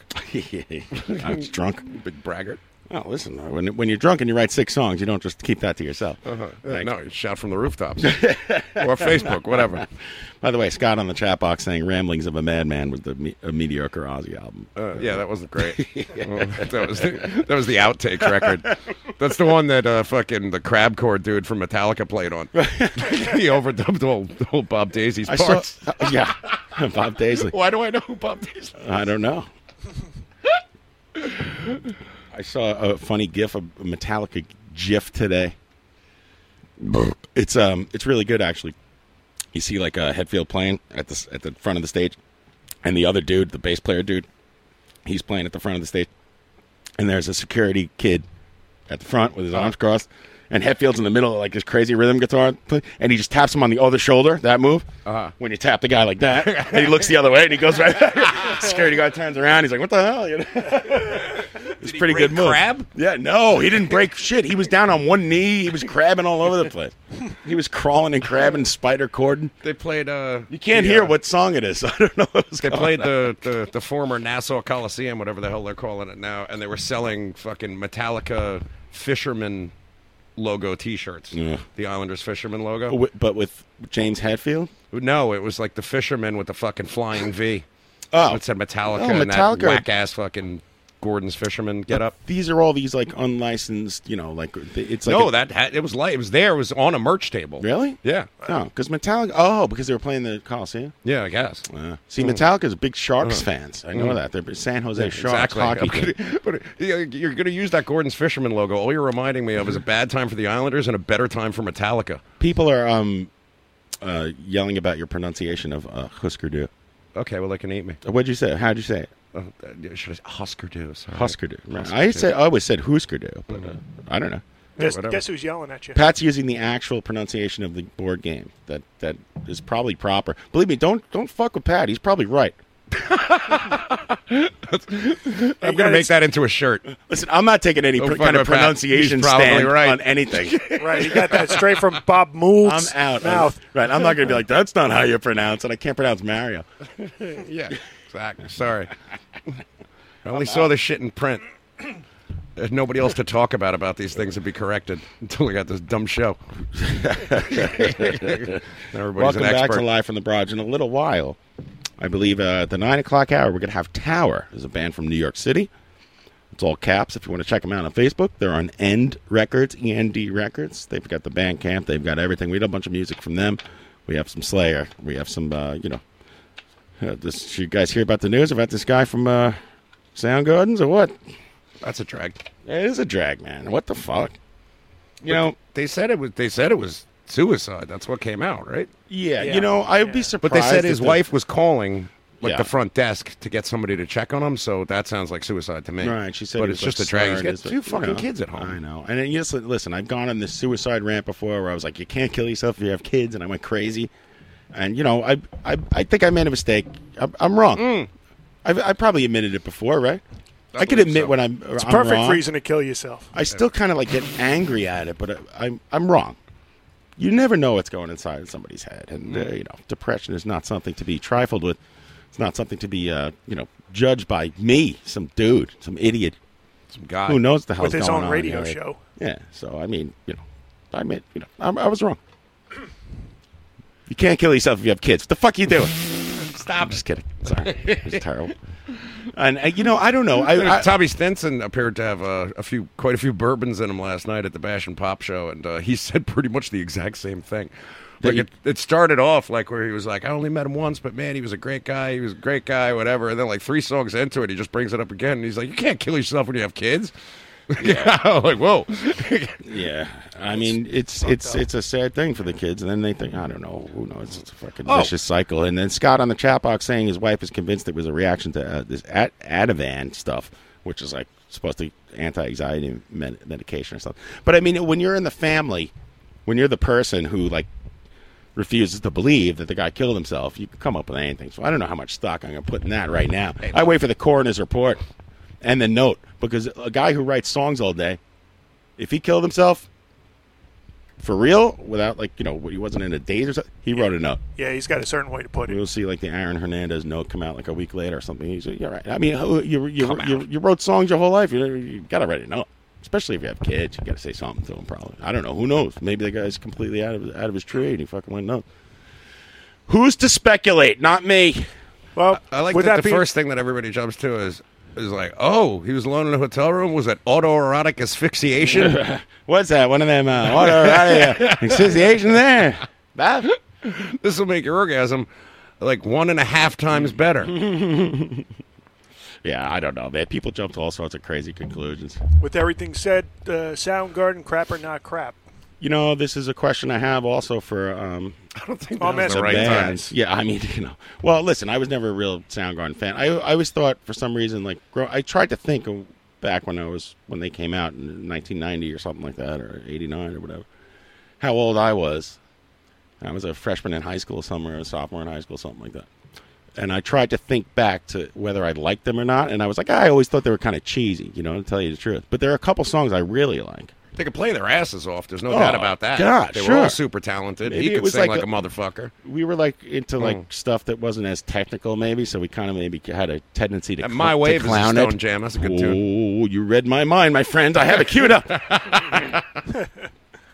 [SPEAKER 1] I was drunk.
[SPEAKER 2] Big braggart.
[SPEAKER 1] Oh, listen, when, when you're drunk and you write six songs, you don't just keep that to yourself.
[SPEAKER 2] Uh-huh. Yeah,
[SPEAKER 1] Thanks.
[SPEAKER 2] no, you shout from the rooftops or Facebook, whatever.
[SPEAKER 1] By the way, Scott on the chat box saying "Ramblings of a Madman" with the me- a mediocre Ozzy album.
[SPEAKER 2] Uh, yeah, that wasn't great. that was the, that was the outtake record. That's the one that uh, fucking the crab core dude from Metallica played on. he overdubbed all, all Bob Daisy's
[SPEAKER 1] I saw, uh,
[SPEAKER 2] parts.
[SPEAKER 1] yeah, Bob Daisley.
[SPEAKER 2] Why do I know who Bob Daisy?
[SPEAKER 1] I don't know. I saw a funny GIF, a Metallica GIF today. It's um, it's really good actually. You see like a Headfield playing at the s- at the front of the stage, and the other dude, the bass player dude, he's playing at the front of the stage, and there's a security kid at the front
[SPEAKER 2] Uh-huh.
[SPEAKER 1] with his arms crossed, and Hetfield's in the middle of like this crazy rhythm guitar, play, and he just taps him on the other shoulder. That move. Uh-huh. When you tap the guy like that, and he looks the other way, and he goes right. security guard turns around. He's like, "What the hell?" You know? it's pretty good move. Crab? Yeah. No, he didn't break shit. He was down on one knee. He was crabbing all over the place. He was crawling and crabbing, spider cording.
[SPEAKER 2] They played. Uh,
[SPEAKER 1] You can't
[SPEAKER 2] the,
[SPEAKER 1] hear
[SPEAKER 2] uh,
[SPEAKER 1] what song it is. I don't know. What it's
[SPEAKER 2] They
[SPEAKER 1] called.
[SPEAKER 2] played the, the, the former Nassau Coliseum, whatever the hell they're calling it now, and they were selling fucking Metallica fisherman logo T-shirts.
[SPEAKER 1] Yeah.
[SPEAKER 2] The Islanders fisherman logo.
[SPEAKER 1] Wi- but with James Hetfield.
[SPEAKER 2] No, it was like the fisherman with the fucking flying V.
[SPEAKER 1] Oh.
[SPEAKER 2] it said Metallica,
[SPEAKER 1] Oh,
[SPEAKER 2] and that
[SPEAKER 1] Metallica.
[SPEAKER 2] whack ass fucking Gordon's fisherman get up.
[SPEAKER 1] These are all these like unlicensed. You know, like it's like
[SPEAKER 2] no,
[SPEAKER 1] a-
[SPEAKER 2] that had, it was light. It was there. It was on a merch table.
[SPEAKER 1] Really?
[SPEAKER 2] Yeah.
[SPEAKER 1] No, because Metallica. Oh, because they were playing the Coliseum. Uh,
[SPEAKER 2] Yeah, I guess.
[SPEAKER 1] See, Metallica's big Sharks
[SPEAKER 2] Mhm.
[SPEAKER 1] fans. I know
[SPEAKER 2] Mhm.
[SPEAKER 1] that they're big San Jose
[SPEAKER 2] Yeah,
[SPEAKER 1] Sharks hockey.
[SPEAKER 2] I'm
[SPEAKER 1] team.
[SPEAKER 2] gonna- but you're- you're going to use that Gordon's fisherman logo. All you're reminding me of is a bad time for the Islanders and a better time for Metallica.
[SPEAKER 1] People are um, uh, yelling about your pronunciation of uh, Husker Du.
[SPEAKER 2] Okay, well they can eat me.
[SPEAKER 1] Uh, What'd you say? How'd you say it?
[SPEAKER 2] Uh, uh, should I, Husker Du. Sorry.
[SPEAKER 1] Husker Du. Right.
[SPEAKER 2] Husker
[SPEAKER 1] I
[SPEAKER 2] Du. Mm-hmm.
[SPEAKER 1] said uh, I always said Husker Du, but uh, I don't know.
[SPEAKER 4] Guess, guess who's yelling at you?
[SPEAKER 1] Pat's using the actual pronunciation of the board game. That that is probably proper. Believe me, don't don't fuck with Pat. He's probably right.
[SPEAKER 2] I'm gonna make that into a shirt.
[SPEAKER 1] Listen, I'm not taking any
[SPEAKER 2] Don't
[SPEAKER 1] pr-
[SPEAKER 2] fuck
[SPEAKER 1] kind of
[SPEAKER 2] with Pat.
[SPEAKER 1] pronunciation
[SPEAKER 2] He's probably
[SPEAKER 1] stand
[SPEAKER 2] right.
[SPEAKER 1] on anything.
[SPEAKER 4] right, you got that straight from Bob Mould's
[SPEAKER 1] I'm out.
[SPEAKER 4] mouth.
[SPEAKER 1] Right, I'm not going to be like that's not how you pronounce it. I can't pronounce Mario.
[SPEAKER 2] yeah, exactly. Sorry. I only saw this shit in print. There's nobody else to talk about about these things and be corrected until we got this dumb show. Everybody's an
[SPEAKER 1] Welcome back
[SPEAKER 2] expert.
[SPEAKER 1] to Live from the Barrage. In a little while, I believe uh, at the 9 o'clock hour, we're going to have Tower. There's a band from New York City. It's all caps. If you want to check them out on Facebook, they're on End Records, END Records. They've got the band camp. They've got everything. We had a bunch of music from them. We have some Slayer. We have some, uh, you know, uh, this. Did you guys hear about the news about this guy from uh, Soundgardens or what?
[SPEAKER 2] That's a drag.
[SPEAKER 1] It is a drag, man. What the fuck?
[SPEAKER 2] You know, they said it was. They said it was suicide. That's what came out, right?
[SPEAKER 1] Yeah, you know, I'd be
[SPEAKER 2] But
[SPEAKER 1] surprised.
[SPEAKER 2] they said
[SPEAKER 1] if
[SPEAKER 2] his
[SPEAKER 1] the-
[SPEAKER 2] wife was calling like
[SPEAKER 1] Yeah.
[SPEAKER 2] the front desk to get somebody to check on him. So that sounds like suicide to me.
[SPEAKER 1] Right, she said,
[SPEAKER 2] but
[SPEAKER 1] he
[SPEAKER 2] it's
[SPEAKER 1] was,
[SPEAKER 2] just
[SPEAKER 1] like,
[SPEAKER 2] a drag. He's
[SPEAKER 1] scarred
[SPEAKER 2] got
[SPEAKER 1] as a-
[SPEAKER 2] two fucking
[SPEAKER 1] you know,
[SPEAKER 2] kids at home.
[SPEAKER 1] I know. And then, yes, li- listen, I've gone on this suicide rant before, where I was like, you can't kill yourself if you have kids, and I went crazy. And you know, I I, I think I made a mistake. I'm, I'm wrong.
[SPEAKER 2] Mm.
[SPEAKER 1] I've, I probably admitted it before, right? I, can
[SPEAKER 4] believe
[SPEAKER 1] admit
[SPEAKER 4] so.
[SPEAKER 1] when I'm.
[SPEAKER 4] It's a
[SPEAKER 1] I'm
[SPEAKER 4] perfect
[SPEAKER 1] wrong.
[SPEAKER 4] reason to kill yourself.
[SPEAKER 1] I still kind of like get angry at it, but I, I'm I'm wrong. You never know what's going inside of somebody's head, and uh,
[SPEAKER 4] Mm-hmm.
[SPEAKER 1] you know, depression is not something to be trifled with. It's not something to be uh, you know judged by me, some dude, some idiot,
[SPEAKER 2] some guy
[SPEAKER 1] who knows the
[SPEAKER 4] With
[SPEAKER 1] hell's
[SPEAKER 4] his
[SPEAKER 1] going
[SPEAKER 4] own
[SPEAKER 1] on
[SPEAKER 4] radio
[SPEAKER 1] here.
[SPEAKER 4] show.
[SPEAKER 1] Yeah, so I mean, you know, I mean, you know, I, I was wrong. You can't kill yourself if you have kids. What the fuck you doing? Stop. Just kidding. Sorry, it was terrible. And uh, you know, I don't know. I, I,
[SPEAKER 2] Tommy Stinson appeared to have uh, a few, quite a few bourbons in him last night at the Bash and Pop show, and uh, he said pretty much the exact same thing. Like it, it started off like where he was like, "I only met him once, but man, he was a great guy. He was a great guy, whatever." And then like three songs into it, he just brings it up again, and he's like, "You can't kill yourself when you have kids." Yeah, like whoa.
[SPEAKER 1] Yeah, I mean it's it's it's a sad thing for the kids, and then they think I don't know, who knows? It's a fucking
[SPEAKER 2] Oh.
[SPEAKER 1] vicious cycle. And then Scott on the chat box saying his wife is convinced it was a reaction to uh, this At- Ativan stuff, which is like supposed to be anti-anxiety med- medication or something. But I mean, when you're in the family, when you're the person who like refuses to believe that the guy killed himself, you can come up with anything. So I don't know how much stock I'm going to put in that right now. I wait for the coroner's report and the note because a guy who writes songs all day, if he killed himself for real, without like you know he wasn't in a daze or something, he wrote a note.
[SPEAKER 4] Yeah, he's got a certain way to put it.
[SPEAKER 1] We'll see like the Aaron Hernandez note come out like a week later or something. He's like, yeah, right. I mean, who- you you you, you wrote songs your whole life. You, you got to write a note. Especially if you have kids, you got to say something to them. Probably, I don't know. Who knows? Maybe the guy's completely out of out of his tree and he fucking went nuts. Who's to speculate? Not me.
[SPEAKER 4] Well,
[SPEAKER 2] I like that, the first thing that everybody jumps to is is like, oh, he was alone in a hotel room. Was that autoerotic asphyxiation?
[SPEAKER 1] What's that? One of them uh, autoerotic uh, asphyxiation there.
[SPEAKER 2] This will make your orgasm like one and a half times better.
[SPEAKER 1] yeah, I don't know, man. People jump to all sorts of crazy conclusions.
[SPEAKER 4] With everything said, uh, Soundgarden, crap or not crap?
[SPEAKER 1] You know, this is a question I have also for um,
[SPEAKER 2] I don't think
[SPEAKER 4] Well, I'm
[SPEAKER 1] the
[SPEAKER 4] asking you
[SPEAKER 1] bands.
[SPEAKER 4] guys.
[SPEAKER 1] Yeah, I mean, you know. Well, listen, I was never a real Soundgarden fan. I, I always thought for some reason, like, grow, I tried to think of back when I was when they came out in 1990 or something like that, or 89 or whatever, how old I was. I was a freshman in high school, somewhere, or a sophomore in high school, something like that. And I tried to think back to whether I liked them or not, and I was like, "Ah, I always thought they were kind of cheesy, you know, to tell you the truth. But there are a couple songs I really like.
[SPEAKER 2] They could play their asses off. There's no
[SPEAKER 1] Oh,
[SPEAKER 2] doubt about that.
[SPEAKER 1] God,
[SPEAKER 2] they
[SPEAKER 1] sure.
[SPEAKER 2] were all super talented.
[SPEAKER 1] Maybe
[SPEAKER 2] he
[SPEAKER 1] it
[SPEAKER 2] could
[SPEAKER 1] was
[SPEAKER 2] sing like,
[SPEAKER 1] like a-
[SPEAKER 2] a, motherfucker.
[SPEAKER 1] we were like into like
[SPEAKER 2] Mm.
[SPEAKER 1] stuff that wasn't as technical, maybe. So we kind of maybe had a tendency to.
[SPEAKER 2] And
[SPEAKER 1] cl-
[SPEAKER 2] My
[SPEAKER 1] to
[SPEAKER 2] Wave is a
[SPEAKER 1] clown
[SPEAKER 2] Stone
[SPEAKER 1] it.
[SPEAKER 2] Jam. That's a good
[SPEAKER 1] oh,
[SPEAKER 2] tune.
[SPEAKER 1] you read my mind, my friend. I have it queued up.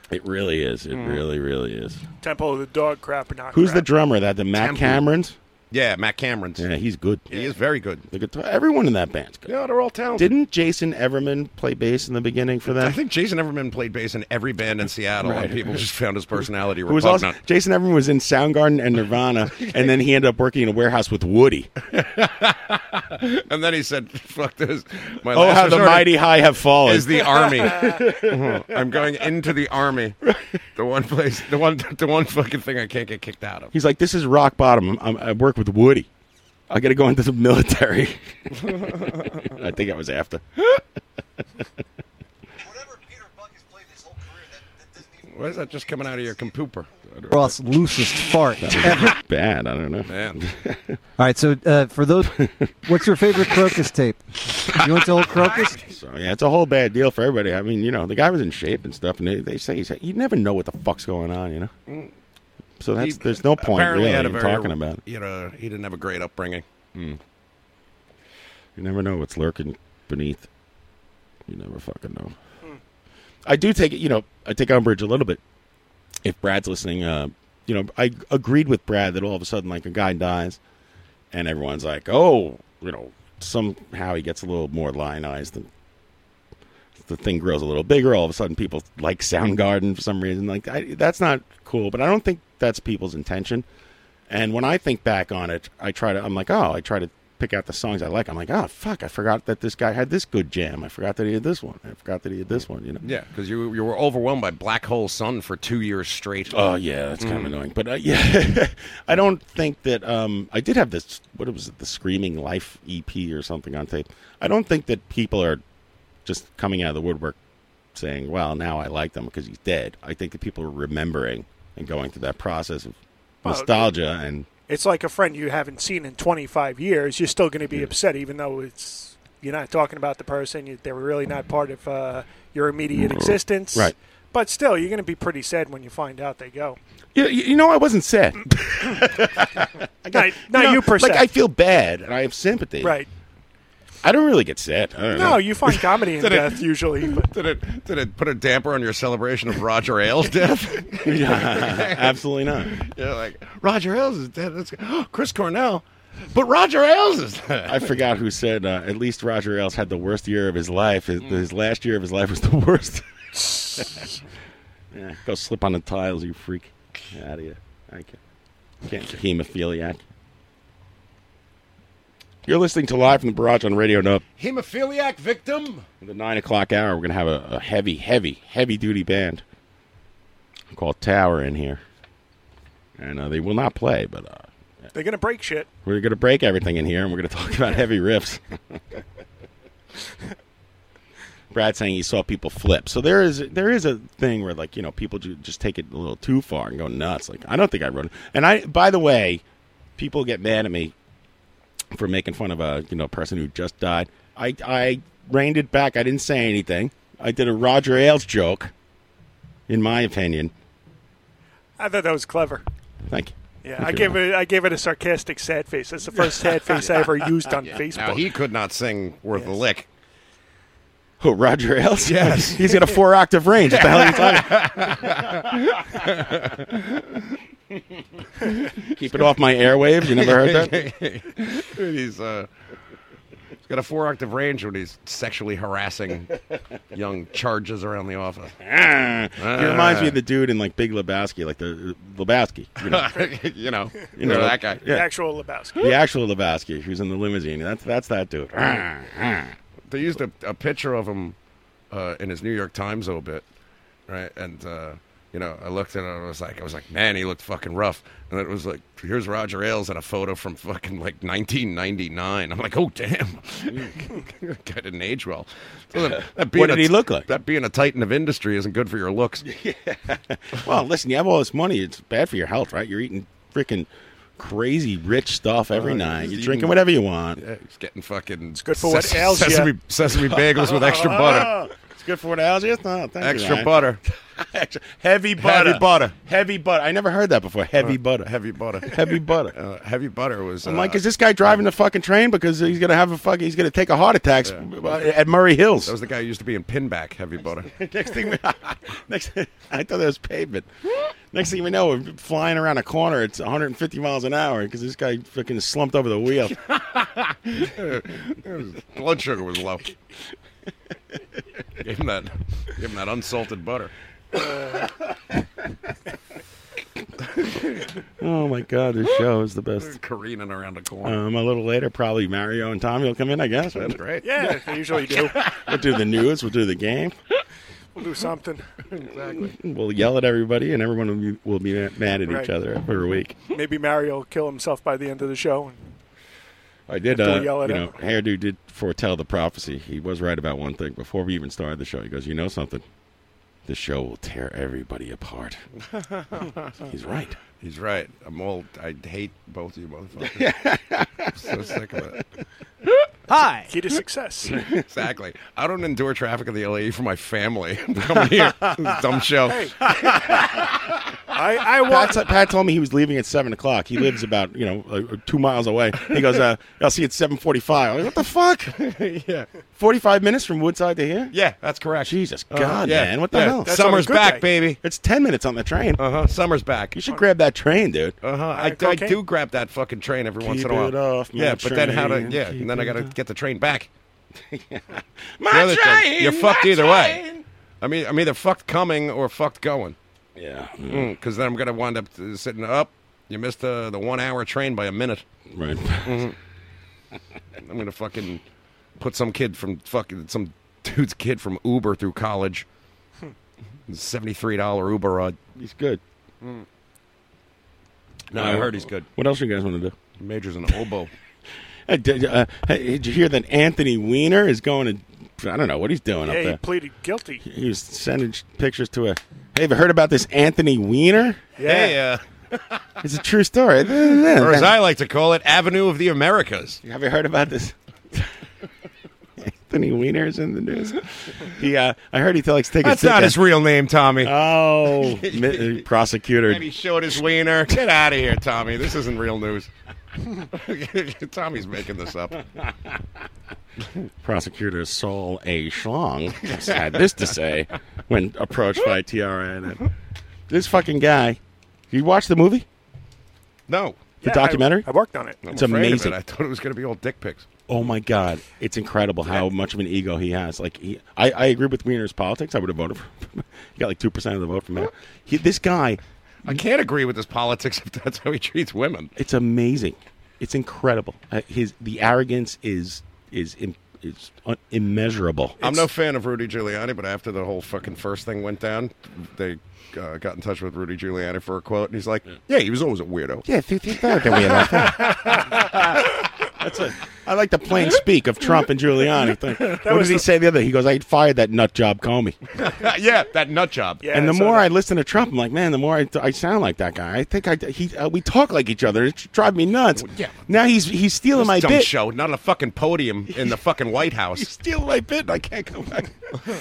[SPEAKER 1] it really is. It
[SPEAKER 2] Hmm.
[SPEAKER 4] Mm.
[SPEAKER 1] really, really is.
[SPEAKER 4] Temple of the Dog, crap or not
[SPEAKER 1] Who's the
[SPEAKER 4] crap?
[SPEAKER 1] drummer? That the Matt
[SPEAKER 4] Temple.
[SPEAKER 1] Camerons?
[SPEAKER 2] Yeah, Matt Cameron's.
[SPEAKER 1] Yeah, he's good.
[SPEAKER 2] He is very good.
[SPEAKER 1] The guitar. Everyone in that band's good.
[SPEAKER 2] Yeah, they're all talented.
[SPEAKER 1] Didn't Jason Everman play bass in the beginning for
[SPEAKER 2] I
[SPEAKER 1] them?
[SPEAKER 2] think Jason Everman played bass in every band in Seattle,
[SPEAKER 1] Right.
[SPEAKER 2] and people just found his personality
[SPEAKER 1] Who was also
[SPEAKER 2] repugnant.
[SPEAKER 1] Jason Everman was in Soundgarden and Nirvana, and then he ended up working in a warehouse with Woody.
[SPEAKER 2] and then he said, "Fuck this." My
[SPEAKER 1] oh,
[SPEAKER 2] last
[SPEAKER 1] how the
[SPEAKER 2] resort
[SPEAKER 1] mighty high have fallen!
[SPEAKER 2] Is the army? Uh-huh. I'm going into the army. The one place, the one, the one fucking thing I can't get kicked out of.
[SPEAKER 1] He's like, this is rock bottom. I'm, i I work with Woody. I got to go into the military. I think I was after.
[SPEAKER 2] Why is that just coming out of your compooper?
[SPEAKER 10] Roth's loosest fart ever.
[SPEAKER 1] Bad. I don't know.
[SPEAKER 2] Man.
[SPEAKER 10] All right, so uh, for those, what's your favorite crocus tape? You went to old crocus?
[SPEAKER 1] So yeah, it's a whole bad deal for everybody. I mean, you know, the guy was in shape and stuff, and they, they say he's you never know what the fuck's going on, you know. So that's
[SPEAKER 2] Mm. He
[SPEAKER 1] there's no point
[SPEAKER 2] apparently
[SPEAKER 1] really
[SPEAKER 2] had a
[SPEAKER 1] in
[SPEAKER 2] very-
[SPEAKER 1] talking about it. Hmm.
[SPEAKER 2] You know, he didn't have a great upbringing.
[SPEAKER 1] You never know what's lurking beneath. You never fucking know.
[SPEAKER 2] Hmm.
[SPEAKER 1] I do take it, you know, I take umbrage a little bit. If Brad's listening, uh, you know, I agreed with Brad that all of a sudden, like, a guy dies and everyone's like, oh, you know, somehow he gets a little more lionized and the thing grows a little bigger. All of a sudden, people like Soundgarden for some reason. Like, I, that's not cool, but I don't think that's people's intention. And when I think back on it, I try to, I'm like, oh, I try to pick out the songs I like. I'm like, oh, fuck, I forgot that this guy had this good jam. I forgot that he had this one. I forgot that he had this one, you know?
[SPEAKER 2] Yeah, because you you were overwhelmed by Black Hole Sun for two years straight. Hmm.
[SPEAKER 1] Oh yeah, that's kind of annoying. But uh, yeah, I don't think that um, I did have this. What was it? The Screaming Life EP or something on tape. I don't think that people are just coming out of the woodwork saying, "Well, now I like them because he's dead." I think that people are remembering and going through that process of
[SPEAKER 4] Well,
[SPEAKER 1] nostalgia and
[SPEAKER 4] It's like a friend you haven't seen in 25 years. You're still going to be upset, even though it's you're not talking about the person. You, they were really not part of uh, your immediate existence.
[SPEAKER 1] Right.
[SPEAKER 4] But still, you're going to be pretty sad when you find out they go.
[SPEAKER 1] You, you know, I wasn't sad. I
[SPEAKER 4] got, now you per
[SPEAKER 1] Like I feel bad and I have sympathy.
[SPEAKER 4] Right.
[SPEAKER 1] I don't really get sad. I don't
[SPEAKER 4] No,
[SPEAKER 1] know.
[SPEAKER 4] you find comedy in
[SPEAKER 2] Did it-
[SPEAKER 4] death usually. But
[SPEAKER 2] Did it did it put a damper on your celebration of Roger Ailes' death?
[SPEAKER 1] Yeah, absolutely not.
[SPEAKER 2] Yeah, like Roger Ailes is dead. That's Chris Cornell, but Roger Ailes is dead.
[SPEAKER 1] I forgot who said uh, at least Roger Ailes had the worst year of his life. His, his last year of his life was the worst. yeah, go slip on the tiles, you freak. Get out of here. I can't, can't hemophiliac. You're listening to Live from the Barrage on Radio Nope.
[SPEAKER 2] Hemophiliac victim.
[SPEAKER 1] In the nine o'clock hour, we're gonna have a, a heavy, heavy, heavy duty band called Tower in here, and uh, they will not play, but uh,
[SPEAKER 4] they're going to break shit.
[SPEAKER 1] we're gonna break everything in here, and we're gonna talk about heavy riffs. Brad saying he saw people flip, so there is there is a thing where like you know people ju- just take it a little too far and go nuts. Like I don't think I wrote it. And I, by the way, people get mad at me for making fun of a you know person who just died. I I reined it back. I didn't say anything. I did a Roger Ailes joke, in my opinion.
[SPEAKER 4] I thought that was clever.
[SPEAKER 1] Thank you.
[SPEAKER 4] Yeah,
[SPEAKER 1] Thank
[SPEAKER 4] I
[SPEAKER 1] you.
[SPEAKER 4] gave it. I gave it a sarcastic sad face. That's the first sad face I ever used on
[SPEAKER 2] Yeah.
[SPEAKER 4] Facebook.
[SPEAKER 2] Now he could not sing worth a lick.
[SPEAKER 1] Who, Roger Ailes?
[SPEAKER 2] Yes.
[SPEAKER 1] He's got a four octave range. What the hell are you talking Keep it off my airwaves. You never heard that?
[SPEAKER 2] Dude, he's uh, he's got a four octave range when he's sexually harassing young charges around the office. Ah.
[SPEAKER 1] he reminds me of the dude in like Big Lebowski, like the Lebowski. You know,
[SPEAKER 2] you know,
[SPEAKER 1] You know,
[SPEAKER 2] that guy.
[SPEAKER 1] yeah.
[SPEAKER 4] The actual Lebowski.
[SPEAKER 1] the actual Lebowski who's in the limousine. That's that's that dude.
[SPEAKER 2] Ah.
[SPEAKER 1] Ah.
[SPEAKER 2] They used a, a picture of him uh, in his New York Times obit, right? And uh, you know, I looked at it and I was like, I was like, man, he looked fucking rough. And it was like, here's Roger Ailes in a photo from fucking like 1999. I'm like, oh damn, guy didn't age well. So that, that being
[SPEAKER 1] did
[SPEAKER 2] a-
[SPEAKER 1] he look like?
[SPEAKER 2] That being a titan of industry isn't good for your looks.
[SPEAKER 1] Well, listen, you have all this money. It's bad for your health, right? You're eating freaking crazy rich stuff every
[SPEAKER 2] Oh,
[SPEAKER 1] night.
[SPEAKER 2] he's
[SPEAKER 1] You're
[SPEAKER 2] eating-
[SPEAKER 1] drinking whatever you want.
[SPEAKER 2] Yeah, he's getting fucking. eh, It's
[SPEAKER 4] good for what ails ya.
[SPEAKER 2] sesame, sesame bagels with
[SPEAKER 4] Oh.
[SPEAKER 2] extra butter.
[SPEAKER 1] It's good for what else? Yes, no, thank you,
[SPEAKER 2] Extra
[SPEAKER 1] Ryan.
[SPEAKER 2] butter.
[SPEAKER 1] Extra- heavy butter.
[SPEAKER 2] Heavy butter. Uh,
[SPEAKER 1] Heavy butter. I never heard that before. Heavy butter.
[SPEAKER 2] Heavy butter.
[SPEAKER 1] Heavy butter.
[SPEAKER 2] Uh, heavy butter was.
[SPEAKER 1] I'm
[SPEAKER 2] uh,
[SPEAKER 1] like, is this guy driving the fucking train because he's gonna have a fucking he's gonna take a heart attack uh, at Murray Hills?
[SPEAKER 2] That was the guy who used to be in Pinback, Heavy Butter.
[SPEAKER 1] next thing, we, next I thought that was pavement. Next thing we know, we're flying around a corner. It's 150 miles an hour because this guy fucking slumped over the wheel.
[SPEAKER 2] Blood sugar was low. gave him that, gave him that unsalted butter.
[SPEAKER 1] oh my god, this show is the best.
[SPEAKER 2] Careening around a corner.
[SPEAKER 1] Um, a little later, probably Mario and Tommy will come in. I guess. Right?
[SPEAKER 2] Great.
[SPEAKER 4] Yeah, they usually do.
[SPEAKER 1] We'll do the news. We'll do the game.
[SPEAKER 4] We'll do something.
[SPEAKER 2] Exactly.
[SPEAKER 1] We'll yell at everybody, and everyone will be, will be mad at
[SPEAKER 4] Right.
[SPEAKER 1] each other for a week.
[SPEAKER 4] Maybe Mario will kill himself by the end of the show.
[SPEAKER 1] I did,
[SPEAKER 4] Don't
[SPEAKER 1] uh, you
[SPEAKER 4] yell at
[SPEAKER 1] know,
[SPEAKER 4] him.
[SPEAKER 1] Hairdo did foretell the prophecy. He was right about one thing. Before we even started the show, he goes, "You know something? The show will tear everybody apart. He's right.
[SPEAKER 2] He's right. I'm old. I hate both of you motherfuckers. I'm so sick of it.
[SPEAKER 4] Hi. Key to success.
[SPEAKER 2] exactly. I don't endure traffic in the LA for my family. I'm coming here. This dumb show.
[SPEAKER 4] I, I
[SPEAKER 1] Pat, Pat told me he was leaving at seven o'clock. He lives about you know uh, two miles away. He goes, uh, "I'll see you at seven forty-five. Like, what the fuck? yeah, forty-five minutes from Woodside to here.
[SPEAKER 2] Yeah, that's correct.
[SPEAKER 1] Jesus
[SPEAKER 2] Uh,
[SPEAKER 1] God,
[SPEAKER 2] yeah.
[SPEAKER 1] man, what the
[SPEAKER 2] Yeah.
[SPEAKER 1] hell?
[SPEAKER 2] That's Summer's on a good back, day.
[SPEAKER 1] baby. It's ten minutes on the train.
[SPEAKER 2] Uh huh. Summer's back.
[SPEAKER 1] You should grab that train, dude.
[SPEAKER 2] Uh huh. I, I
[SPEAKER 1] cocaine?
[SPEAKER 2] do grab that fucking train every once in a
[SPEAKER 1] Keep
[SPEAKER 2] while.
[SPEAKER 1] it off my
[SPEAKER 2] yeah, but then how to?
[SPEAKER 1] train,
[SPEAKER 2] Yeah,
[SPEAKER 1] keep
[SPEAKER 2] and then I
[SPEAKER 1] it
[SPEAKER 2] got to
[SPEAKER 1] off.
[SPEAKER 2] get the train back.
[SPEAKER 1] My
[SPEAKER 2] The other thing,
[SPEAKER 1] train,
[SPEAKER 2] You're
[SPEAKER 1] my
[SPEAKER 2] fucked either way.
[SPEAKER 1] train.
[SPEAKER 2] I'm either, I'm either fucked coming or fucked going.
[SPEAKER 1] Yeah.
[SPEAKER 2] Because then I'm gonna wind up uh, sitting up. You missed uh, the one hour train by a minute. Mm-hmm.
[SPEAKER 1] Right.
[SPEAKER 2] I'm gonna fucking put some kid from fucking some dude's kid from Uber through college. Seventy three dollar Uber ride.
[SPEAKER 1] Hmm. He's good.
[SPEAKER 2] Mm. No, I heard he's good.
[SPEAKER 1] What else you guys want to do?
[SPEAKER 2] Majors in oboe.
[SPEAKER 1] Hey, did, uh, hey, did you hear that Anthony Weiner is going to? I don't know what he's doing
[SPEAKER 4] Yeah,
[SPEAKER 1] up
[SPEAKER 4] he
[SPEAKER 1] there.
[SPEAKER 4] pleaded guilty.
[SPEAKER 1] He was sending pictures to a. Hey, have you heard about this Anthony Weiner?
[SPEAKER 2] Hey,
[SPEAKER 1] uh. It's a true story.
[SPEAKER 2] or as I like to call it, Avenue of the Americas.
[SPEAKER 1] Have you heard about this? Anthony Weiner is in the news. He, uh, I heard he likes tickets.
[SPEAKER 2] That's not his real name, Tommy.
[SPEAKER 1] Oh, mi- uh, prosecutor.
[SPEAKER 2] And he showed his wiener. Get out of here, Tommy. This isn't real news. Tommy's making this up.
[SPEAKER 1] Prosecutor Saul A. Schlong had this to say when approached by TRN. This fucking guy. You watch the movie?
[SPEAKER 2] No.
[SPEAKER 1] The documentary?
[SPEAKER 4] I, I worked on it.
[SPEAKER 1] It's amazing.
[SPEAKER 2] I thought it was going to be all dick pics.
[SPEAKER 1] Oh my God, it's incredible how much of an ego he has. Like, he, I, I agree with Wiener's politics. I would have voted for him. he got like two percent of the vote from him. He, this guy,
[SPEAKER 2] I can't agree with his politics if that's how he treats women.
[SPEAKER 1] it's amazing. It's incredible. Uh, His the arrogance is is im- is un- immeasurable.
[SPEAKER 2] I'm no fan of Rudy Giuliani, but after the whole fucking first thing went down, they uh, got in touch with Rudy Giuliani for a quote, and he's like, "Yeah, he was always a weirdo."
[SPEAKER 1] Yeah, think that we That's a, I like the plain speak of Trump and Giuliani. Think-
[SPEAKER 2] That
[SPEAKER 1] What
[SPEAKER 2] was
[SPEAKER 1] did he
[SPEAKER 2] the-
[SPEAKER 1] say the other? He goes, "I fired that nut job, Comey."
[SPEAKER 2] yeah, that nut job.
[SPEAKER 1] and the more I listen to Trump, I'm like, man, the more I, I sound like that guy. I think I he uh, we talk like each other. It drives me nuts.
[SPEAKER 2] yeah.
[SPEAKER 1] Now he's he's stealing
[SPEAKER 2] This
[SPEAKER 1] my
[SPEAKER 2] dumb
[SPEAKER 1] bit.
[SPEAKER 2] show, not on a fucking podium in the fucking White House.
[SPEAKER 1] Stealing my bit. I can't come back.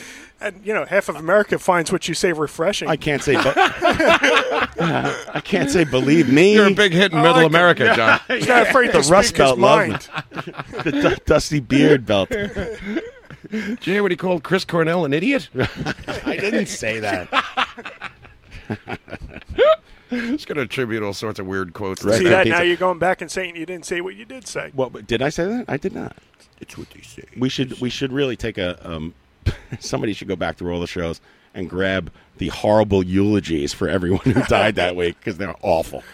[SPEAKER 4] And you know, half of America finds what you say refreshing.
[SPEAKER 1] I can't say. But, Uh, I can't say. Believe me.
[SPEAKER 2] You're a big hit in
[SPEAKER 4] I
[SPEAKER 2] Middle
[SPEAKER 4] like it.
[SPEAKER 2] America,
[SPEAKER 4] Yeah.
[SPEAKER 2] John.
[SPEAKER 4] He's not afraid to
[SPEAKER 1] the
[SPEAKER 4] speak
[SPEAKER 1] Rust
[SPEAKER 4] his
[SPEAKER 1] Belt loved
[SPEAKER 4] mind.
[SPEAKER 1] it. the du- dusty beard belt.
[SPEAKER 2] Did you hear what he called Chris Cornell an idiot?
[SPEAKER 1] I didn't say that.
[SPEAKER 2] He's going to attribute all sorts of weird quotes.
[SPEAKER 1] Right.
[SPEAKER 4] See
[SPEAKER 1] Right.
[SPEAKER 4] that
[SPEAKER 1] Pizza.
[SPEAKER 4] now you're going back and saying you didn't say what you did say.
[SPEAKER 1] What did I say that? I did not.
[SPEAKER 2] It's what they say.
[SPEAKER 1] We should we should really take a um, somebody should go back through all the shows and grab the horrible eulogies for everyone who died that week because they're awful.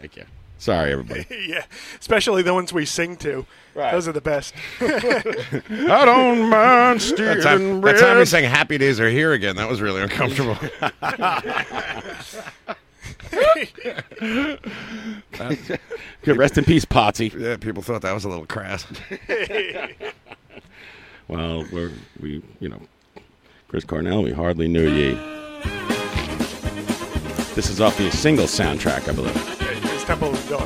[SPEAKER 1] Thank you. Sorry, everybody.
[SPEAKER 4] yeah, especially the ones we sing to. Those are the best.
[SPEAKER 1] I don't mind
[SPEAKER 2] That time, that time we sang "Happy Days Are Here" again. That was really uncomfortable.
[SPEAKER 1] Good, rest in peace, Potsy.
[SPEAKER 2] yeah, people thought that was a little crass.
[SPEAKER 1] Well, we're, we you know, Chris Cornell, we hardly knew ye. This is off the single soundtrack, I believe.
[SPEAKER 4] it's Temple of the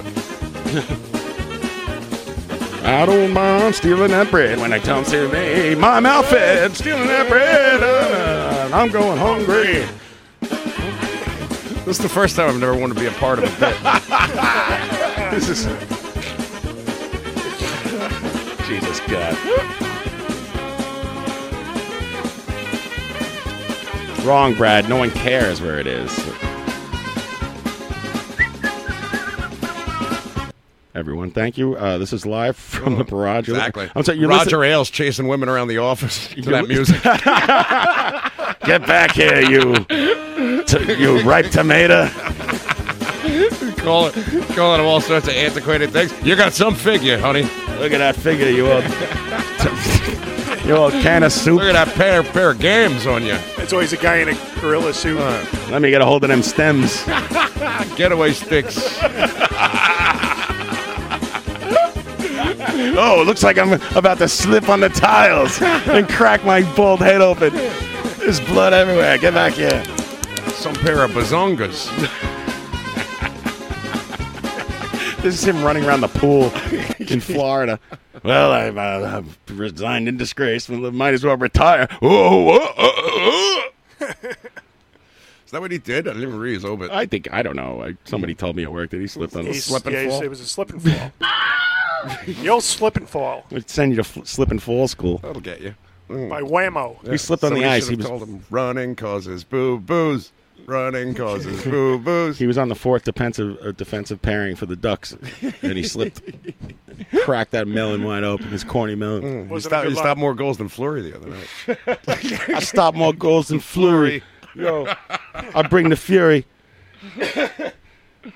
[SPEAKER 4] Dog.
[SPEAKER 1] I don't mind stealing that bread when I tell them to hey, my mouth fed, stealing that bread, uh, I'm going hungry.
[SPEAKER 2] this is the first time I've never wanted to be a part of a bit.
[SPEAKER 1] This is Jesus God. Wrong, Brad. No one cares where it is. Everyone, thank you. Uh, this is live from the barrage.
[SPEAKER 2] Exactly.
[SPEAKER 1] I'm sorry, you're
[SPEAKER 2] Roger Ailes chasing women around the office to that music.
[SPEAKER 1] listening- Get back here, you, t- you ripe tomato.
[SPEAKER 2] calling, calling him all sorts of antiquated things. You got some figure, honey.
[SPEAKER 1] Look at that figure, you old, you old can of soup.
[SPEAKER 2] Look at that pair pair of games on you.
[SPEAKER 4] It's always a guy in a gorilla suit.
[SPEAKER 1] Let me get a hold of them stems.
[SPEAKER 2] Getaway sticks.
[SPEAKER 1] Oh, it looks like I'm about to slip on the tiles and crack my bald head open. There's blood everywhere. Get back here.
[SPEAKER 2] Some pair of bazongas.
[SPEAKER 1] This is him running around the pool in Florida. Well, I, uh, I've resigned in disgrace. Well, I might as well retire. Whoa, whoa, whoa, whoa.
[SPEAKER 2] Is that what he did? I didn't even read his obit.
[SPEAKER 1] I think I don't know. I, somebody told me at work that he slipped on.
[SPEAKER 4] He's- yeah, he's- It was a slip and fall. the old slip and fall
[SPEAKER 1] We'd send you to fl- slip and fall school.
[SPEAKER 2] That'll get you.
[SPEAKER 4] by Whammo.
[SPEAKER 1] He slipped on the
[SPEAKER 2] Somebody
[SPEAKER 1] ice.
[SPEAKER 2] should
[SPEAKER 1] He
[SPEAKER 2] have
[SPEAKER 1] was-
[SPEAKER 2] told him running causes boo boos. Running causes boo boos.
[SPEAKER 1] He was on the fourth defensive uh, defensive pairing for the Ducks, and he slipped, cracked that melon wide open. His corny melon.
[SPEAKER 2] He stopped, he stopped more goals than Flurry the other night.
[SPEAKER 1] I stop more goals than Flurry. Yo, I bring the fury.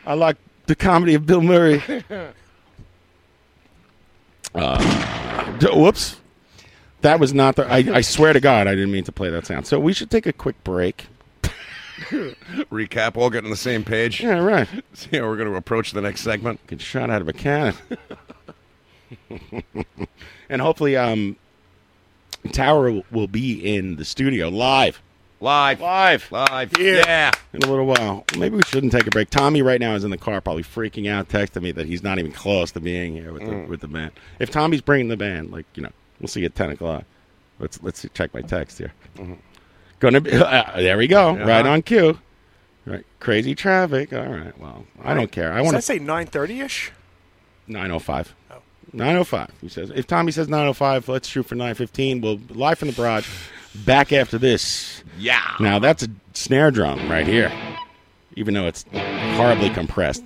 [SPEAKER 1] I like the comedy of Bill Murray. Uh, d- whoops. That was not the. I, I swear to God, I didn't mean to play that sound. So we should take a quick break.
[SPEAKER 2] Recap, all get on the same page.
[SPEAKER 1] Yeah, right.
[SPEAKER 2] See how we're going to approach the next segment.
[SPEAKER 1] Get shot out of a cannon. and hopefully, um, Tower will- will be in the studio live.
[SPEAKER 2] Live.
[SPEAKER 1] Live.
[SPEAKER 2] Live.
[SPEAKER 4] Yeah.
[SPEAKER 1] In a little while. Maybe we shouldn't take a break. Tommy right now is in the car, probably freaking out, texting me that he's not even close to being here with the, with the band. If Tommy's bringing the band, like you know, we'll see you at ten o'clock. Let's let's check my text here. Gonna be uh, there. We go.
[SPEAKER 2] Uh-huh.
[SPEAKER 1] Right on cue. Right, crazy traffic. All right. Well, I don't care. I
[SPEAKER 4] Does
[SPEAKER 1] want
[SPEAKER 4] that say 9:30 ish?
[SPEAKER 1] Nine oh five. Nine oh five. He says. If Tommy says nine oh five, let's shoot for nine fifteen. We'll live from the barrage. Back after this.
[SPEAKER 2] Yeah.
[SPEAKER 1] Now that's a snare drum right here. Even though it's horribly compressed.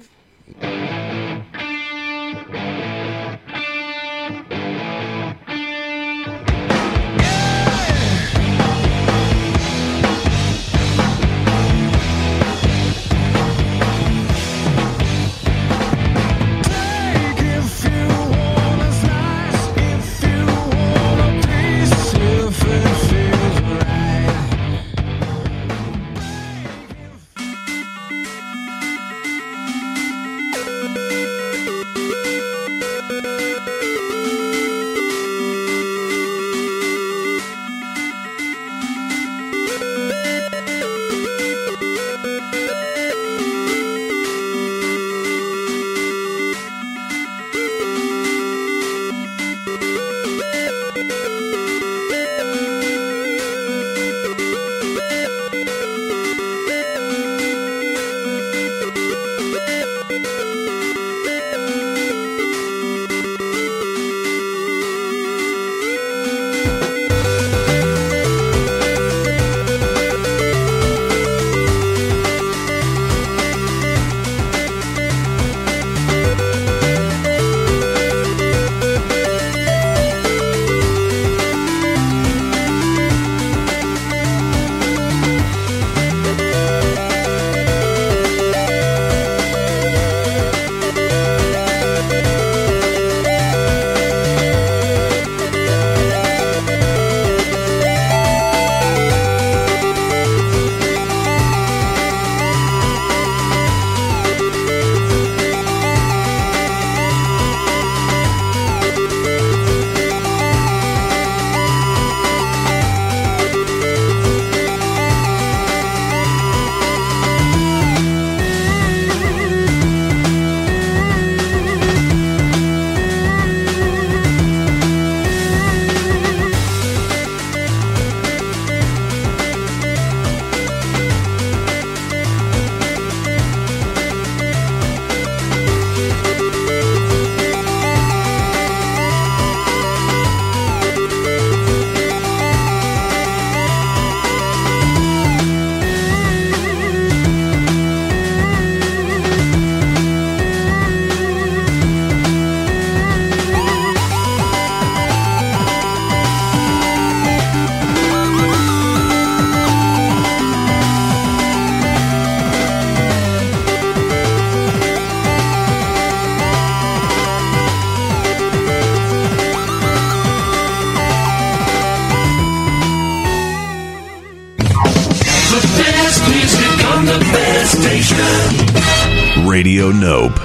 [SPEAKER 13] The best music on the best station.
[SPEAKER 14] Radio Nope.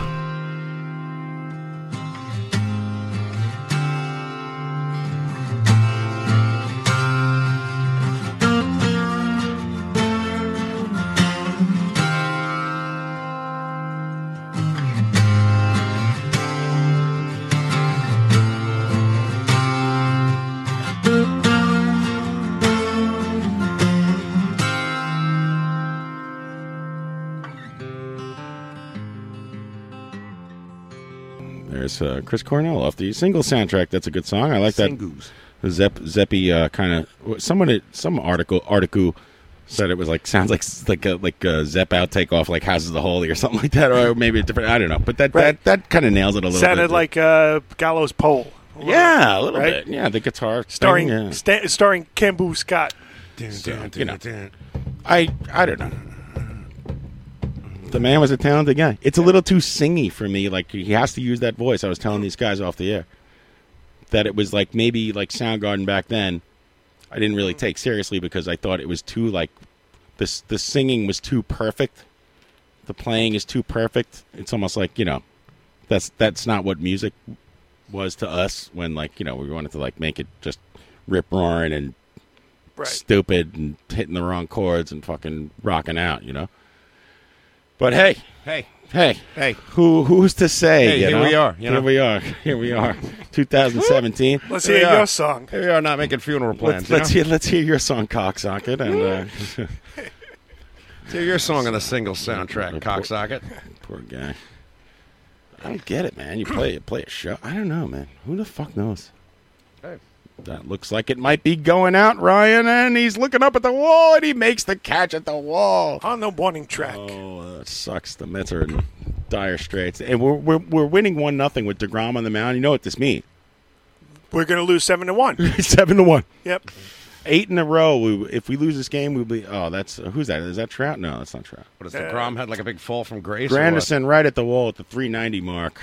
[SPEAKER 13] Thank
[SPEAKER 1] Chris uh, Chris Cornell off the single soundtrack. That's a good song. I like that.
[SPEAKER 2] Singles.
[SPEAKER 1] Zepp Zeppy uh, kind of someone at some article article said it was like sounds like like a, like a Zepp outtake off like Houses of the Holy or something like that or maybe a different I don't know but that that, that kind of nails it a little
[SPEAKER 4] Sounded
[SPEAKER 1] bit.
[SPEAKER 4] like uh, Gallows Pole. A little
[SPEAKER 1] yeah a little
[SPEAKER 4] right?
[SPEAKER 1] bit yeah the guitar thing,
[SPEAKER 4] starring
[SPEAKER 1] yeah.
[SPEAKER 4] sta- starring Cambu Scott.
[SPEAKER 1] So, you know, I I don't know. The man was a talented guy. It's a little too singy for me. Like he has to use that voice. I was telling these guys off the air that it was like maybe like Soundgarden back then. I didn't really take seriously because I thought it was too like this. The singing was too perfect. The playing is too perfect. It's almost like you know, that's that's not what music was to us when like you know we wanted to like make it just rip roaring and stupid and hitting the wrong chords and fucking rocking out, you know. But hey,
[SPEAKER 2] Hey.
[SPEAKER 1] hey,
[SPEAKER 2] Hey.
[SPEAKER 1] who who's to say?
[SPEAKER 2] Hey,
[SPEAKER 1] you
[SPEAKER 2] here
[SPEAKER 1] know?
[SPEAKER 2] we are, you
[SPEAKER 1] here
[SPEAKER 2] know?
[SPEAKER 1] we are. Here we are. 2017.
[SPEAKER 4] Let's
[SPEAKER 1] Here
[SPEAKER 4] hear
[SPEAKER 1] we are.
[SPEAKER 4] your song.
[SPEAKER 2] Here we are not making funeral plans.
[SPEAKER 1] Let's, let's hear let's hear your song, cocksocket, and uh,
[SPEAKER 2] let's hear your song on the single soundtrack, cocksocket.
[SPEAKER 1] Poor guy. I don't get it, man. You play you play a show. I don't know, man. Who the fuck knows?
[SPEAKER 2] Hey.
[SPEAKER 1] That looks like it might be going out, Ryan, and he's looking up at the wall, and he makes the catch at the wall
[SPEAKER 4] on the warning track.
[SPEAKER 1] Oh, that sucks. The Mets are in dire straits, and we're we're, we're winning one nothing with Degrom on the mound. You know what this means?
[SPEAKER 4] We're gonna lose seven to one.
[SPEAKER 1] Seven to one,
[SPEAKER 4] Yep.
[SPEAKER 1] eight in a row. We, if we lose this game, we'll be oh, that's who's that? Is that Trout? No, that's not Trout.
[SPEAKER 2] What is the Grom had like a big fall from grace? or what?
[SPEAKER 1] Granderson right at the wall at the 390 mark.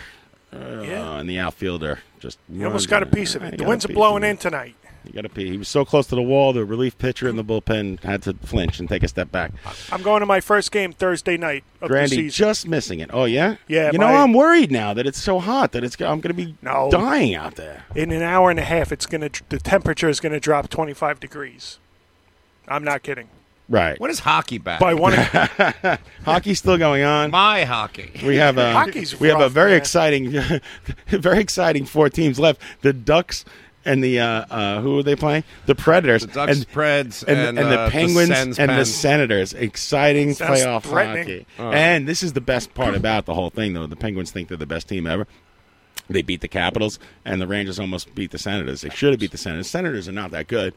[SPEAKER 1] Uh,
[SPEAKER 4] Yeah.
[SPEAKER 1] And the outfielder just.
[SPEAKER 4] You almost got a piece of it. The wind's blowing in tonight.
[SPEAKER 1] You got a piece. He was so close to the wall, the relief pitcher in the bullpen had to flinch and take a step back.
[SPEAKER 4] I'm going to my first game Thursday night of the
[SPEAKER 1] Grandy
[SPEAKER 4] season.
[SPEAKER 1] just missing it. Oh yeah,
[SPEAKER 4] Yeah,
[SPEAKER 1] You know
[SPEAKER 4] my-
[SPEAKER 1] I'm worried now that it's so hot that it's I'm going to be
[SPEAKER 4] No.
[SPEAKER 1] dying out there.
[SPEAKER 4] In an hour and a half, it's gonna the temperature is gonna drop 25 degrees. I'm not kidding.
[SPEAKER 1] Right.
[SPEAKER 2] When is hockey back?
[SPEAKER 4] By one,
[SPEAKER 1] Hockey's still going on.
[SPEAKER 2] My hockey.
[SPEAKER 1] We have a
[SPEAKER 4] Hockey's
[SPEAKER 1] we have a
[SPEAKER 4] rough,
[SPEAKER 1] very
[SPEAKER 4] man.
[SPEAKER 1] exciting, very exciting four teams left. The Ducks and the uh, uh, who are they playing? The Predators,
[SPEAKER 2] The Ducks,
[SPEAKER 1] and,
[SPEAKER 2] Preds,
[SPEAKER 1] and,
[SPEAKER 2] and,
[SPEAKER 1] the
[SPEAKER 2] uh, the
[SPEAKER 1] Penguins
[SPEAKER 2] Sens,
[SPEAKER 1] and the
[SPEAKER 2] Pens.
[SPEAKER 1] Senators. Exciting
[SPEAKER 2] Sounds
[SPEAKER 1] playoff
[SPEAKER 2] threatening.
[SPEAKER 1] hockey.
[SPEAKER 2] Uh.
[SPEAKER 1] And this is the best part about the whole thing, though. The Penguins think they're the best team ever. They beat the Capitals, and the Rangers almost beat the Senators. They should have beat the Senators. Senators are not that good,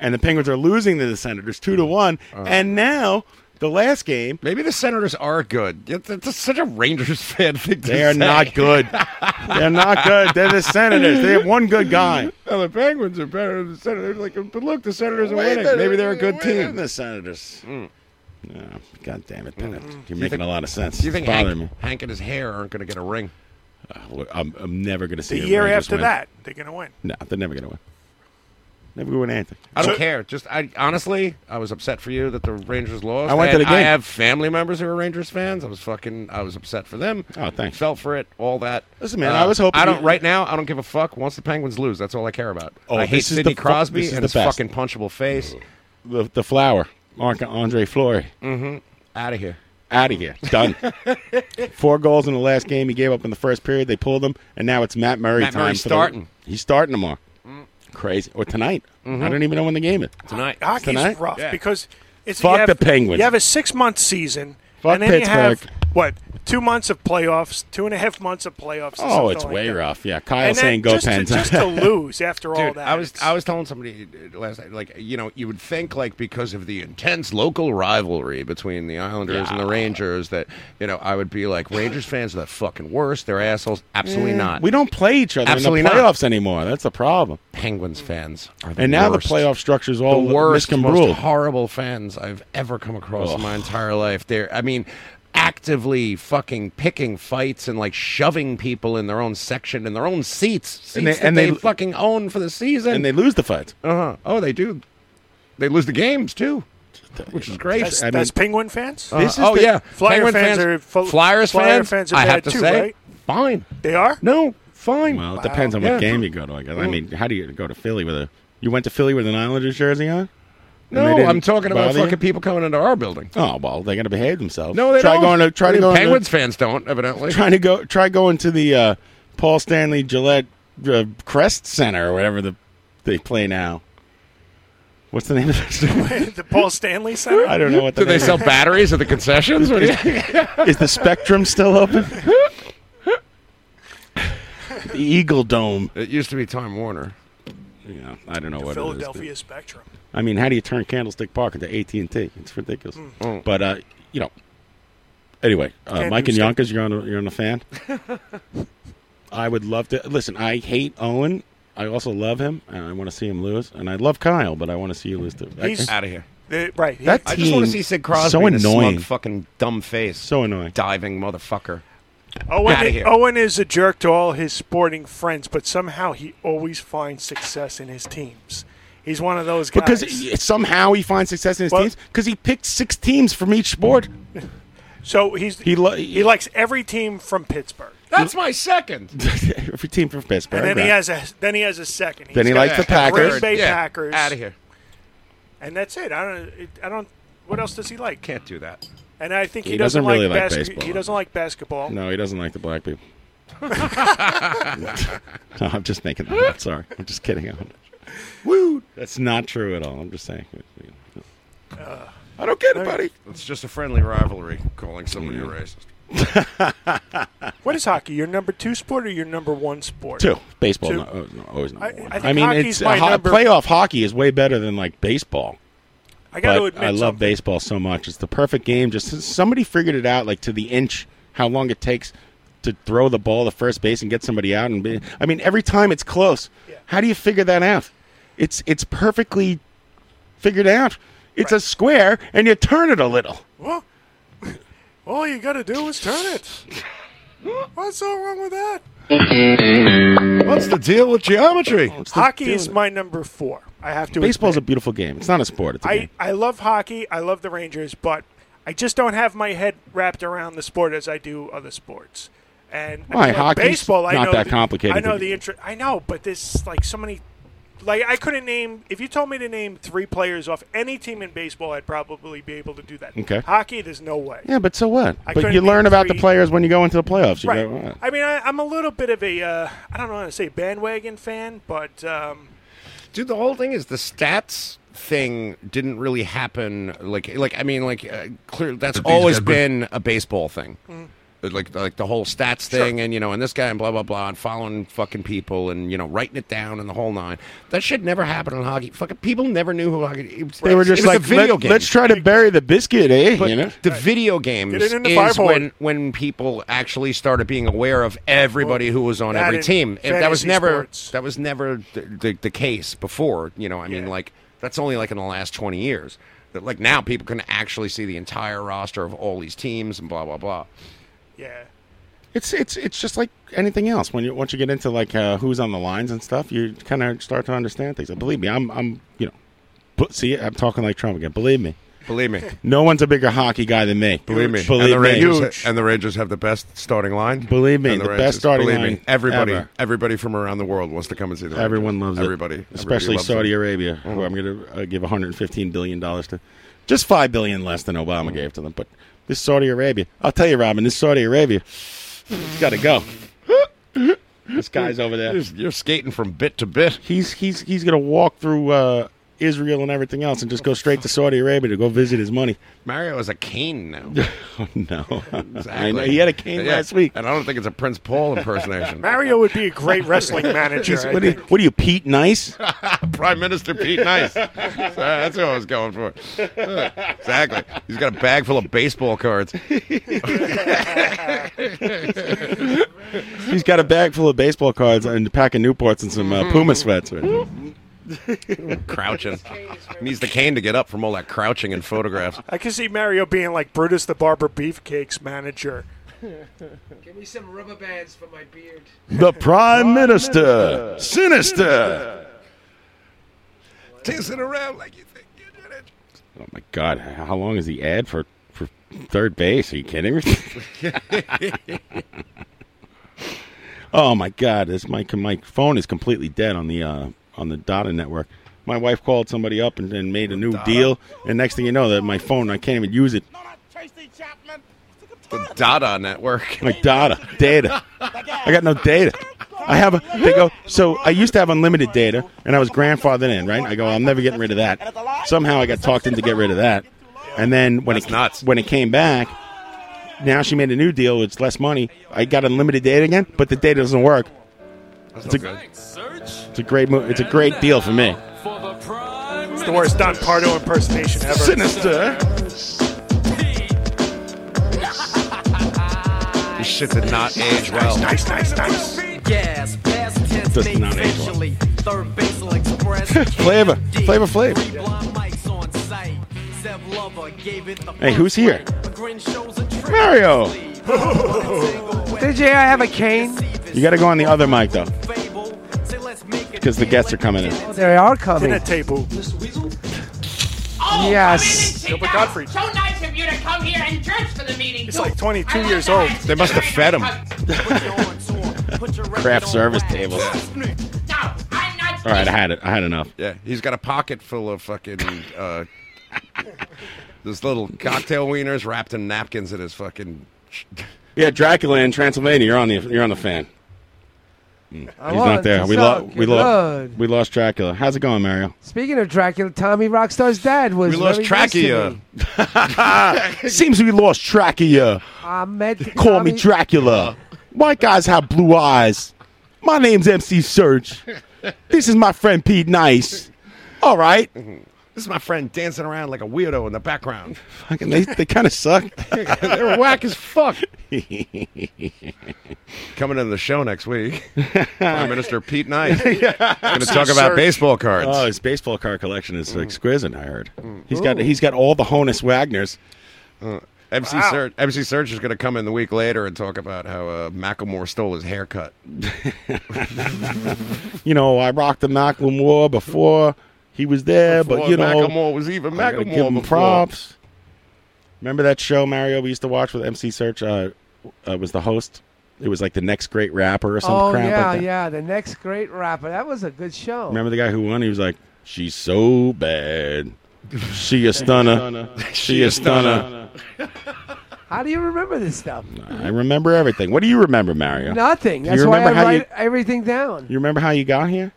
[SPEAKER 1] and the Penguins are losing to the Senators two to one. and now the last game,
[SPEAKER 2] maybe the Senators are good. It's, it's such a Rangers fan thing. To
[SPEAKER 1] They are
[SPEAKER 2] say.
[SPEAKER 1] not good. They're not good. They're the Senators. They have one good guy.
[SPEAKER 2] Well, the Penguins are better than the Senators. Like, but look, the Senators are
[SPEAKER 1] Wait,
[SPEAKER 2] winning.
[SPEAKER 1] they're-
[SPEAKER 2] Maybe they're a good
[SPEAKER 1] they're
[SPEAKER 2] team.
[SPEAKER 1] The Senators. Oh, God damn it, Bennett. You're
[SPEAKER 2] Hmm. You
[SPEAKER 1] making
[SPEAKER 2] think-
[SPEAKER 1] a lot of sense.
[SPEAKER 2] Do you think
[SPEAKER 1] it's bothering
[SPEAKER 2] Hank,
[SPEAKER 1] me.
[SPEAKER 2] Hank and his hair aren't going to get a ring?
[SPEAKER 1] Uh, I'm, I'm never going to see
[SPEAKER 4] the
[SPEAKER 1] the
[SPEAKER 4] year
[SPEAKER 1] Rangers
[SPEAKER 4] after
[SPEAKER 1] win.
[SPEAKER 4] that, they're gonna win.
[SPEAKER 1] No, they're never going to win. Never going to win anything.
[SPEAKER 2] I don't care. Just I honestly, I was upset for you that the Rangers lost.
[SPEAKER 1] I went to
[SPEAKER 2] And
[SPEAKER 1] the game.
[SPEAKER 2] I have family members who are Rangers fans. I was fucking. I was upset for them.
[SPEAKER 1] Oh, thanks.
[SPEAKER 2] Felt for it. All that. Uh,
[SPEAKER 1] Listen, man, I was hoping
[SPEAKER 2] I don't.
[SPEAKER 1] you-
[SPEAKER 2] Right now, I don't give a fuck. Once the Penguins lose, that's all I care about.
[SPEAKER 1] Oh,
[SPEAKER 2] I hate
[SPEAKER 1] this is
[SPEAKER 2] Sidney
[SPEAKER 1] the fu-
[SPEAKER 2] Crosby
[SPEAKER 1] this is
[SPEAKER 2] and
[SPEAKER 1] the
[SPEAKER 2] his
[SPEAKER 1] best.
[SPEAKER 2] fucking punchable face.
[SPEAKER 1] The, the flower, Marc Andre Fleury.
[SPEAKER 2] Mm-hmm. Out of here.
[SPEAKER 1] Out of here. Done. Four goals in the last game. He gave up in the first period. They pulled him, and now it's Matt Murray
[SPEAKER 2] Matt
[SPEAKER 1] time.
[SPEAKER 2] Murray's
[SPEAKER 1] for the-
[SPEAKER 2] starting.
[SPEAKER 1] he's starting tomorrow.
[SPEAKER 2] Mm.
[SPEAKER 1] Crazy. Or tonight. I don't even know when the game is.
[SPEAKER 2] Tonight.
[SPEAKER 4] Hockey's
[SPEAKER 1] Tonight?
[SPEAKER 4] rough
[SPEAKER 1] Yeah.
[SPEAKER 4] because it's
[SPEAKER 1] Fuck
[SPEAKER 4] you have,
[SPEAKER 1] the Penguins.
[SPEAKER 4] You have a six month season,
[SPEAKER 1] Fuck
[SPEAKER 4] and then you have
[SPEAKER 1] Pittsburgh.
[SPEAKER 4] what two months of playoffs, two and a half months of playoffs. or
[SPEAKER 1] Oh,
[SPEAKER 4] something
[SPEAKER 1] it's
[SPEAKER 4] like
[SPEAKER 1] way
[SPEAKER 4] that.
[SPEAKER 1] rough. Yeah,
[SPEAKER 4] And
[SPEAKER 1] Kyle's
[SPEAKER 4] then
[SPEAKER 1] saying go
[SPEAKER 4] just
[SPEAKER 1] Pens.
[SPEAKER 4] To, just to lose after all
[SPEAKER 2] Dude,
[SPEAKER 4] that.
[SPEAKER 2] I was I was telling somebody uh, last night, like you know, you would think like because of the intense local rivalry between the Islanders and the Rangers that you know I would be like Rangers fans are the fucking worst. They're assholes. Absolutely
[SPEAKER 1] Eh,
[SPEAKER 2] not.
[SPEAKER 1] We don't play each other
[SPEAKER 2] Absolutely
[SPEAKER 1] in the
[SPEAKER 2] not.
[SPEAKER 1] playoffs anymore. That's the problem.
[SPEAKER 2] Penguins fans are the
[SPEAKER 1] and now
[SPEAKER 2] worst.
[SPEAKER 1] the playoff structure is
[SPEAKER 2] the
[SPEAKER 1] all
[SPEAKER 2] worst, most
[SPEAKER 1] miscombruled.
[SPEAKER 2] horrible fans I've ever come across in my entire life. They're, I mean, actively fucking picking fights and like shoving people in their own section in their own seats, seats
[SPEAKER 1] And they-
[SPEAKER 2] that
[SPEAKER 1] and
[SPEAKER 2] they,
[SPEAKER 1] they-
[SPEAKER 2] fucking own for the season.
[SPEAKER 1] and they lose the fights.
[SPEAKER 2] uh huh. Oh, they do. They lose the games too, which is great.
[SPEAKER 4] That's,
[SPEAKER 2] I mean-
[SPEAKER 4] that's Penguin fans.
[SPEAKER 2] Uh, oh yeah,
[SPEAKER 4] Flyer
[SPEAKER 2] Penguin
[SPEAKER 4] fans, are fo-
[SPEAKER 2] Flyers
[SPEAKER 4] Flyer
[SPEAKER 2] fans.
[SPEAKER 4] fans are
[SPEAKER 2] I
[SPEAKER 4] bad
[SPEAKER 2] have to
[SPEAKER 4] too,
[SPEAKER 2] say,
[SPEAKER 4] right?
[SPEAKER 2] fine.
[SPEAKER 4] They are.
[SPEAKER 2] No, fine.
[SPEAKER 1] Well, it depends on what
[SPEAKER 2] Yeah.
[SPEAKER 1] game you go to. I, guess. I mean, how do you go to Philly with a? You went to Philly with an Islanders jersey on? And they
[SPEAKER 2] No,
[SPEAKER 1] didn't
[SPEAKER 2] I'm talking about
[SPEAKER 1] bother you?
[SPEAKER 2] fucking people coming into our building.
[SPEAKER 1] Oh well, they're going to behave themselves.
[SPEAKER 2] No, they
[SPEAKER 1] try
[SPEAKER 2] don't.
[SPEAKER 1] Going to, try
[SPEAKER 2] I mean,
[SPEAKER 1] to go
[SPEAKER 2] Penguins
[SPEAKER 1] To,
[SPEAKER 2] fans don't, evidently.
[SPEAKER 1] trying to go. Try going to the uh, Paul Stanley Gillette uh, Crest Center or whatever the they play now. What's the name of it?
[SPEAKER 4] the Paul Stanley Center.
[SPEAKER 1] I don't know what. The
[SPEAKER 2] Do they
[SPEAKER 1] name
[SPEAKER 2] sell
[SPEAKER 1] is.
[SPEAKER 2] batteries at the concessions? What do you-
[SPEAKER 1] Is the Spectrum still open? the Eagle Dome.
[SPEAKER 2] It used to be Time Warner.
[SPEAKER 1] Yeah, I don't know
[SPEAKER 4] The
[SPEAKER 1] what it is.
[SPEAKER 4] Philadelphia
[SPEAKER 1] dude.
[SPEAKER 4] Spectrum.
[SPEAKER 1] I mean, how do you turn Candlestick Park into AT and T? It's ridiculous.
[SPEAKER 2] Mm. Oh.
[SPEAKER 1] But uh, you know, anyway, uh,
[SPEAKER 3] Can't
[SPEAKER 1] Mike
[SPEAKER 3] do
[SPEAKER 1] and
[SPEAKER 3] stuff.
[SPEAKER 1] Yonkers, you're on a, you're on a fan. I would love to listen. I hate Owen. I also love him, and I want to see him lose. And I love Kyle, but I want to see you lose too.
[SPEAKER 4] He's-
[SPEAKER 1] I,
[SPEAKER 4] Outta here. Uh, right. he-
[SPEAKER 2] I just want to see Sid Crosby.
[SPEAKER 1] so
[SPEAKER 2] in a
[SPEAKER 1] annoying.
[SPEAKER 2] Smug, fucking dumb face.
[SPEAKER 1] So annoying.
[SPEAKER 2] Diving motherfucker. Outta
[SPEAKER 4] Owen,
[SPEAKER 2] here.
[SPEAKER 4] Owen is a jerk to all his sporting friends, but somehow he always finds success in his teams. He's one of those guys.
[SPEAKER 1] because he- somehow he finds success in his teams because he picked six teams from each sport.
[SPEAKER 4] so he's
[SPEAKER 1] He lo-
[SPEAKER 4] he likes every team from Pittsburgh.
[SPEAKER 2] That's my second.
[SPEAKER 1] every team from Pittsburgh.
[SPEAKER 4] And then he
[SPEAKER 1] right.
[SPEAKER 4] has a then he has a second.
[SPEAKER 1] Then he
[SPEAKER 4] got
[SPEAKER 1] likes the Packers.
[SPEAKER 4] Green Bay
[SPEAKER 1] Yeah,
[SPEAKER 4] Packers.
[SPEAKER 2] outta here.
[SPEAKER 4] And that's it. I don't. it- I don't. What else does he like?
[SPEAKER 2] Can't do that.
[SPEAKER 4] And I think he,
[SPEAKER 1] He doesn't really like
[SPEAKER 4] basket-
[SPEAKER 1] baseball.
[SPEAKER 4] He doesn't like basketball.
[SPEAKER 1] No, he doesn't like the black people. No, I'm just making that up. Sorry. I'm just kidding. Woo! That's not true at all. I'm just saying.
[SPEAKER 2] I don't get it, buddy. It's just a friendly rivalry. Calling somebody a racist.
[SPEAKER 4] what is hockey? Your number two sport or your number one sport?
[SPEAKER 1] Two. Baseball,
[SPEAKER 4] Two.
[SPEAKER 1] no, oh, no, always number
[SPEAKER 4] I-
[SPEAKER 1] one.
[SPEAKER 4] I think
[SPEAKER 1] mean,
[SPEAKER 4] hockey's
[SPEAKER 1] it's
[SPEAKER 4] my
[SPEAKER 1] ho-
[SPEAKER 4] number-
[SPEAKER 1] playoff hockey is way better than like baseball.
[SPEAKER 4] I gotta
[SPEAKER 1] But
[SPEAKER 4] admit
[SPEAKER 1] I love
[SPEAKER 4] something.
[SPEAKER 1] baseball so much. It's the perfect game. Just somebody figured it out, like to the inch, how long it takes to throw the ball to first base and get somebody out. And be, I mean, every time it's close. How do you figure that out? It's it's perfectly figured out. It's a square, and you turn it a little.
[SPEAKER 4] Well, all you gotta do is turn it. What's so wrong with that?
[SPEAKER 2] What's the deal with geometry?
[SPEAKER 4] Hockey is my number four. I have to.
[SPEAKER 1] Baseball's a beautiful game. It's not a sport. It's a
[SPEAKER 4] I,
[SPEAKER 1] game.
[SPEAKER 4] I love hockey. I love the Rangers, but I just don't have my head wrapped around the sport as I do other sports. And I
[SPEAKER 1] Why,
[SPEAKER 4] mean, like
[SPEAKER 1] hockey's
[SPEAKER 4] baseball, I
[SPEAKER 1] not
[SPEAKER 4] know
[SPEAKER 1] that
[SPEAKER 4] the-
[SPEAKER 1] complicated
[SPEAKER 4] I know
[SPEAKER 1] to-
[SPEAKER 4] the interest. I know, but there's like so many. Like I couldn't name. If you told me to name three players off any team in baseball, I'd probably be able to do that.
[SPEAKER 1] Okay.
[SPEAKER 4] Hockey, there's no way.
[SPEAKER 1] Yeah, but so what?
[SPEAKER 4] I
[SPEAKER 1] but
[SPEAKER 4] couldn't
[SPEAKER 1] you learn
[SPEAKER 4] name
[SPEAKER 1] about the
[SPEAKER 4] three-
[SPEAKER 1] players when you go into the playoffs. You
[SPEAKER 4] Right.
[SPEAKER 1] go, "Oh."
[SPEAKER 4] I mean, I, I'm a little bit of a uh, I don't know how to say bandwagon fan, but um,
[SPEAKER 2] Dude, the whole thing is the stats thing didn't really happen. Like, like I mean, like uh, clear. That's
[SPEAKER 11] But these guys
[SPEAKER 2] always
[SPEAKER 11] were-
[SPEAKER 2] been a baseball thing. Uh,
[SPEAKER 11] Mhm.
[SPEAKER 2] Like, like the whole stats thing, and you know, and this guy, and blah blah blah, and following fucking people, and you know, writing it down, and the whole nine. That shit never happened in hockey. Fucking people never knew who hockey. It was,
[SPEAKER 1] They were
[SPEAKER 2] it
[SPEAKER 1] just
[SPEAKER 2] was a
[SPEAKER 1] like,
[SPEAKER 2] video
[SPEAKER 1] Let,
[SPEAKER 2] game.
[SPEAKER 1] let's try to bury the biscuit, eh?
[SPEAKER 2] But
[SPEAKER 1] you know?
[SPEAKER 2] the video games
[SPEAKER 1] Get it in the
[SPEAKER 2] is
[SPEAKER 1] fireboard.
[SPEAKER 2] when, when people actually started being aware of everybody who was on
[SPEAKER 1] that
[SPEAKER 2] every
[SPEAKER 1] and
[SPEAKER 2] team. If that was
[SPEAKER 1] fantasy
[SPEAKER 2] never that was never the, the, the case before. You know, I mean, like that's only like in the last twenty years. That like now people can actually see the entire roster of all these teams and blah blah blah.
[SPEAKER 4] yeah.
[SPEAKER 1] It's it's it's just like anything else. When you once you get into like uh, who's on the lines and stuff, you kind of start to understand things. And believe me, I'm I'm you know, but see, I'm talking like Trump again. Believe me,
[SPEAKER 2] Believe me.
[SPEAKER 1] no one's a bigger hockey guy than me.
[SPEAKER 2] Believe me,
[SPEAKER 1] believe
[SPEAKER 2] and the Rangers
[SPEAKER 1] me.
[SPEAKER 2] and the Rangers have the best starting line.
[SPEAKER 1] Believe me,
[SPEAKER 2] And
[SPEAKER 1] the best
[SPEAKER 2] Rangers-
[SPEAKER 1] starting
[SPEAKER 2] believe
[SPEAKER 1] line
[SPEAKER 2] Me, everybody,
[SPEAKER 1] ever.
[SPEAKER 2] everybody from around the world wants to come and see the. Rangers.
[SPEAKER 1] Everyone loves it.
[SPEAKER 2] everybody, Everybody
[SPEAKER 1] especially
[SPEAKER 2] loves
[SPEAKER 1] Saudi
[SPEAKER 2] it.
[SPEAKER 1] Arabia, who I'm going to uh, give 115 billion dollars to, just five billion less than Obama gave to them. But this Saudi Arabia, I'll tell you, Robin, this Saudi Arabia, it's got to go. this guy's over there.
[SPEAKER 2] You're- You're skating from bit to bit.
[SPEAKER 1] He's he's he's going to walk through uh, Israel and everything else, and just go straight to Saudi Arabia to go visit his money.
[SPEAKER 2] Mario is a cane now.
[SPEAKER 1] Oh, no, I
[SPEAKER 2] Exactly.
[SPEAKER 1] know he had a cane
[SPEAKER 2] Yeah,
[SPEAKER 1] last week.
[SPEAKER 2] And I don't think it's a Prince Paul impersonation.
[SPEAKER 4] Mario would be a great wrestling manager.
[SPEAKER 1] He's-
[SPEAKER 4] I
[SPEAKER 1] what, are you,
[SPEAKER 4] think.
[SPEAKER 1] what are you, Pete Nice?
[SPEAKER 2] Prime Minister Pete Nice. So that's what I was going for. Exactly. He's got a bag full of baseball cards.
[SPEAKER 1] He's got a bag full of baseball cards and a pack of Newports and some uh,
[SPEAKER 7] Mm-hmm.
[SPEAKER 1] Puma sweats. Right now.
[SPEAKER 2] Crouching. He needs the cane to get up from all that crouching and photographs.
[SPEAKER 4] I can see Mario being like Brutus the Barber Beefcake's manager.
[SPEAKER 15] Give me some rubber bands for my beard.
[SPEAKER 1] The Prime Minister, sinister.
[SPEAKER 2] Dancing around like you think.
[SPEAKER 1] Oh my God! How long is the ad for for third base? Are you kidding me? oh my God! This my my phone is completely dead on the uh, on the Data network. My wife called somebody up and, and made a new deal, and next thing you know, that my phone I can't even use it.
[SPEAKER 2] The Dada Network.
[SPEAKER 1] Like data, data. I got no data. I have. A, they go. So I used to have unlimited data, and I was grandfathered in, right? I go. I'm never getting rid of that. Somehow I got talked into get rid of that, and then when it when it came back, now she made a new deal. It's less money. I got unlimited data again, but the data doesn't work. It's a, it's a great move. It's a great deal for me.
[SPEAKER 4] It's the worst Don Pardo impersonation ever.
[SPEAKER 1] Sinister.
[SPEAKER 2] This shit did not age well.
[SPEAKER 4] Nice, nice, nice.
[SPEAKER 13] Yes, past tense
[SPEAKER 2] Does not age well.
[SPEAKER 13] facially. Third basal express.
[SPEAKER 1] Flavor, flavor, flavor. Hey, who's here? Mario.
[SPEAKER 9] DJ, I have a cane.
[SPEAKER 1] You got to go on the other mic though, because the guests are coming in.
[SPEAKER 9] Oh, they are coming.
[SPEAKER 4] Dinner table.
[SPEAKER 9] Yes.
[SPEAKER 4] Gilbert Gottfried.
[SPEAKER 16] So nice of you to come here and judge for the meeting.
[SPEAKER 4] It's like 22 years old.
[SPEAKER 1] They must have fed him. Craft service table. All right, I had it. I had enough.
[SPEAKER 2] Yeah, he's got a pocket full of fucking uh, those little cocktail wieners wrapped in napkins in his fucking.
[SPEAKER 1] Yeah, Dracula in Transylvania. You're on the you're on the fan. Mm. He's not
[SPEAKER 9] want
[SPEAKER 1] there.
[SPEAKER 9] to
[SPEAKER 1] We lost.
[SPEAKER 9] suck
[SPEAKER 1] We lost.
[SPEAKER 9] blood.
[SPEAKER 1] We lost Dracula. How's it going, Mario?
[SPEAKER 9] Speaking of Dracula, Tommy Rockstar's dad was.
[SPEAKER 1] We lost
[SPEAKER 9] very nice to
[SPEAKER 1] trachea.
[SPEAKER 9] me.
[SPEAKER 1] Seems we lost track of you.
[SPEAKER 9] I met.
[SPEAKER 1] Call
[SPEAKER 9] Tommy-
[SPEAKER 1] me Dracula. White guys have blue eyes. My name's MC Search. This is my friend Pete Nice. All right.
[SPEAKER 2] Mm-hmm. This is my friend dancing around like a weirdo in the background.
[SPEAKER 1] Fucking, they they kind of suck.
[SPEAKER 2] They're whack as fuck. Coming into the show next week, Prime Minister Pete Knight. Going to talk about baseball cards. Mm.
[SPEAKER 1] Oh, his baseball card collection is exquisite. I heard he's got he's got all the Honus Wagners.
[SPEAKER 2] MC
[SPEAKER 1] Wow.
[SPEAKER 2] Uh, Search, MC Search is going to come in the week later and talk about how uh, Macklemore stole his haircut.
[SPEAKER 1] You know, I rocked the Macklemore before he was there, but
[SPEAKER 2] Before
[SPEAKER 1] you know,
[SPEAKER 2] Macklemore was even
[SPEAKER 1] I gotta
[SPEAKER 2] Macklemore
[SPEAKER 1] give him
[SPEAKER 2] before.
[SPEAKER 1] props. Remember that show Mario we used to watch with MC Search? Uh, uh, was the host? It was like the next great rapper or some
[SPEAKER 9] oh
[SPEAKER 1] crap
[SPEAKER 9] yeah,
[SPEAKER 1] like that.
[SPEAKER 9] yeah. The next great rapper. That was a good show.
[SPEAKER 1] Remember the guy who won? He was like, "She's so bad, she a stunner, she a stunner."
[SPEAKER 9] How do you remember this stuff?
[SPEAKER 1] I remember everything. What do you remember, Mario?
[SPEAKER 9] Nothing.
[SPEAKER 1] Do
[SPEAKER 9] That's
[SPEAKER 1] you
[SPEAKER 9] why
[SPEAKER 1] remember
[SPEAKER 9] I
[SPEAKER 1] how
[SPEAKER 9] write everything down.
[SPEAKER 1] you, you remember how you got here?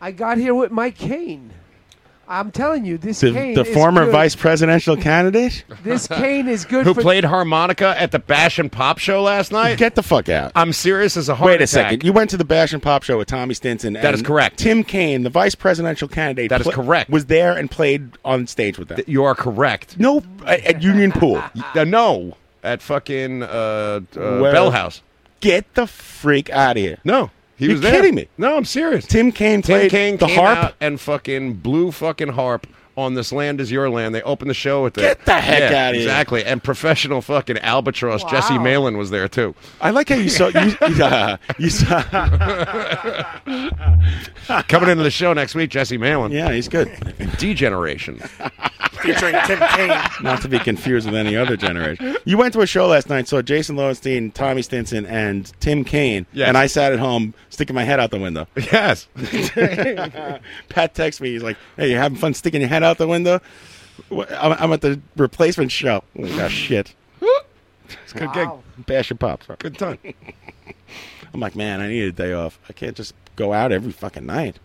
[SPEAKER 9] I got here with my cane. I'm telling you, this
[SPEAKER 1] The,
[SPEAKER 9] cane.
[SPEAKER 1] the
[SPEAKER 9] is
[SPEAKER 1] former
[SPEAKER 9] good.
[SPEAKER 1] vice presidential candidate.
[SPEAKER 9] This cane is good
[SPEAKER 2] Who
[SPEAKER 9] for.
[SPEAKER 2] played harmonica at the Bash and Pop show last night?
[SPEAKER 1] Get the fuck out.
[SPEAKER 2] I'm serious as a heart
[SPEAKER 1] Wait a
[SPEAKER 2] attack.
[SPEAKER 1] second. You went to the Bash and Pop show with Tommy Stinson.
[SPEAKER 2] That is
[SPEAKER 1] and
[SPEAKER 2] correct.
[SPEAKER 1] Tim Kaine, the vice presidential candidate,
[SPEAKER 2] That is
[SPEAKER 1] pla-
[SPEAKER 2] correct.
[SPEAKER 1] was there and played on stage with them.
[SPEAKER 2] You are correct.
[SPEAKER 1] No, at, at Union Pool.
[SPEAKER 2] Uh, no, at fucking uh, uh,
[SPEAKER 1] Where-
[SPEAKER 2] Bell House.
[SPEAKER 1] Get the freak out of here.
[SPEAKER 2] No, he
[SPEAKER 1] You're
[SPEAKER 2] was there.
[SPEAKER 1] kidding me.
[SPEAKER 2] No, I'm serious.
[SPEAKER 1] Tim
[SPEAKER 2] Tim
[SPEAKER 1] Kaine played
[SPEAKER 2] Kaine
[SPEAKER 1] the
[SPEAKER 2] came
[SPEAKER 1] harp.
[SPEAKER 2] out and fucking blew fucking harp on this land is your land. They opened the show with the
[SPEAKER 1] Get the heck
[SPEAKER 2] Yeah,
[SPEAKER 1] outta here.
[SPEAKER 2] exactly. And professional fucking albatross Jesse
[SPEAKER 1] Wow.
[SPEAKER 2] Malin was there too.
[SPEAKER 1] I like how you saw you, yeah, you saw.
[SPEAKER 2] Coming into the show next week, Jesse Malin.
[SPEAKER 1] Yeah, he's good.
[SPEAKER 2] Degeneration.
[SPEAKER 4] Featuring Tim Kaine.
[SPEAKER 1] Not to be confused with any other generation. You went to a show last night, saw Jason Lowenstein, Tommy Stinson, and Tim Kaine.
[SPEAKER 2] Yes.
[SPEAKER 1] And I sat at home sticking my head out the window.
[SPEAKER 2] Yes.
[SPEAKER 1] Pat texts me. He's like, "Hey, you having fun sticking your head out the window?" Wh- I'm, I'm at the replacement show. Oh gosh, shit!
[SPEAKER 2] It's a good gig.
[SPEAKER 1] Bash and pops.
[SPEAKER 2] Good time.
[SPEAKER 1] I'm like, man, I need a day off. I can't just go out every fucking night.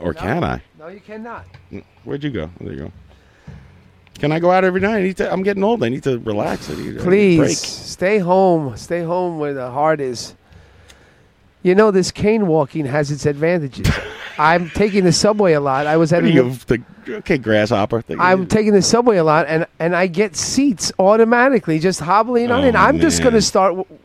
[SPEAKER 1] Or can I?
[SPEAKER 9] No, you cannot.
[SPEAKER 1] Where'd you go? There you go. Can I go out every night? I need to, I'm getting old. I need to relax. I need, I need a
[SPEAKER 9] Please
[SPEAKER 1] break.
[SPEAKER 9] stay home. Stay home where the heart is. You know this cane walking has its advantages. I'm taking the subway a lot. I was at
[SPEAKER 1] What are
[SPEAKER 9] an- e-
[SPEAKER 1] you, the, okay, grasshopper. Thing.
[SPEAKER 9] I'm taking the subway a lot, and and I get seats automatically just hobbling on
[SPEAKER 1] Oh,
[SPEAKER 9] in. I'm just going
[SPEAKER 1] man.
[SPEAKER 9] to start w-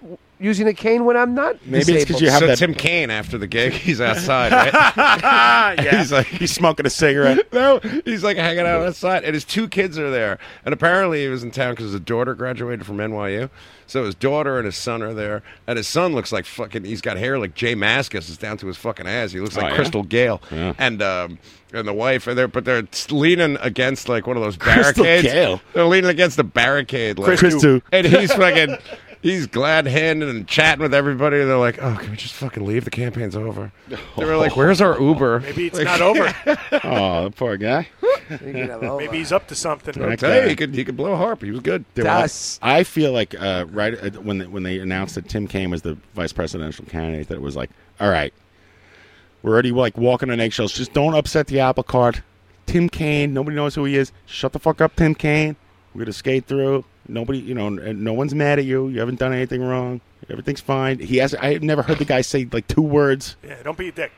[SPEAKER 9] w- using a cane when I'm not.
[SPEAKER 1] Maybe it's 'cause
[SPEAKER 9] disabled.
[SPEAKER 1] you have
[SPEAKER 2] so
[SPEAKER 1] that-
[SPEAKER 2] Tim Kaine after the gig, he's outside, right?
[SPEAKER 1] He's like he's smoking a cigarette.
[SPEAKER 2] no, he's like hanging out outside, and his two kids are there. And apparently, he was in town because his daughter graduated from NYU, so his daughter and his son are there. And his son looks like fucking. He's got hair like Jay Maskus. It's down to his fucking ass. He looks like
[SPEAKER 1] Oh, yeah?
[SPEAKER 2] Crystal Gale.
[SPEAKER 1] Yeah.
[SPEAKER 2] And um, and the wife are there, but they're leaning against like one of those
[SPEAKER 1] Crystal
[SPEAKER 2] barricades.
[SPEAKER 1] Gale.
[SPEAKER 2] They're leaning against the barricade. Like,
[SPEAKER 1] Christu.
[SPEAKER 2] and he's fucking. He's glad handed and chatting with everybody. And they're like, "Oh, can we just fucking leave? The campaign's over." They were like, "Where's our Uber?"
[SPEAKER 4] Maybe it's not over.
[SPEAKER 1] Oh, poor guy.
[SPEAKER 4] Maybe he's up to something.
[SPEAKER 1] That
[SPEAKER 2] Tell you,
[SPEAKER 1] guy.
[SPEAKER 2] he could he could blow a harp. He was good.
[SPEAKER 1] There were- I feel like uh, right uh, when they, when they announced that Tim Kaine was the vice presidential candidate, that it was like, all right, we're already like walking on eggshells. Just don't upset the apple cart. Tim Kaine, nobody knows who he is. Shut the fuck up, Tim Kaine. We're gonna skate through. Nobody, you know, and no one's mad at you. You haven't done anything wrong. Everything's fine. He has. I have never heard the guy say like two words.
[SPEAKER 4] Yeah, don't be a dick.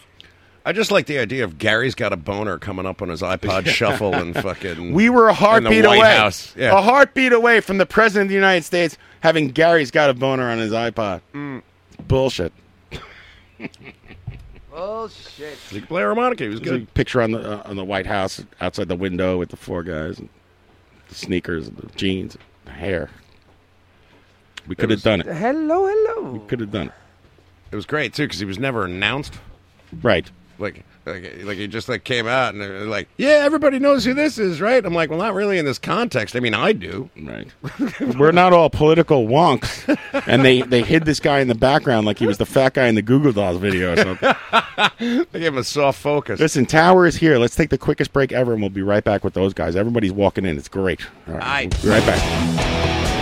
[SPEAKER 2] I just like the idea of Gary's got a boner coming up on his iPod shuffle and fucking.
[SPEAKER 1] We were a
[SPEAKER 2] in the
[SPEAKER 1] heartbeat
[SPEAKER 2] White
[SPEAKER 1] away.
[SPEAKER 2] House. Yeah.
[SPEAKER 1] A heartbeat away from the president of the United States having Gary's got a boner on his iPod.
[SPEAKER 2] Mm.
[SPEAKER 1] Bullshit.
[SPEAKER 9] Oh shit.
[SPEAKER 2] He could play harmonica. He was
[SPEAKER 1] There's a
[SPEAKER 2] good.
[SPEAKER 1] picture on the uh, on the White House outside the window with the four guys, and the sneakers, and the jeans, and the hair. We could have done it.
[SPEAKER 9] Hello, hello.
[SPEAKER 1] We could have done it.
[SPEAKER 2] It was great too because he was never announced.
[SPEAKER 1] Right.
[SPEAKER 2] Like, like, like he just like came out and they were like, yeah, everybody knows who this is, right? I'm like, well, not really in this context. I mean, I do.
[SPEAKER 1] Right. We're not all political wonks, and they they hid this guy in the background like he was the fat guy in the Google Dolls video or something.
[SPEAKER 2] they gave him a soft focus.
[SPEAKER 1] Listen, Tower is here. Let's take the quickest break ever, and we'll be right back with those guys. Everybody's walking in. It's great. All right. We'll be right back.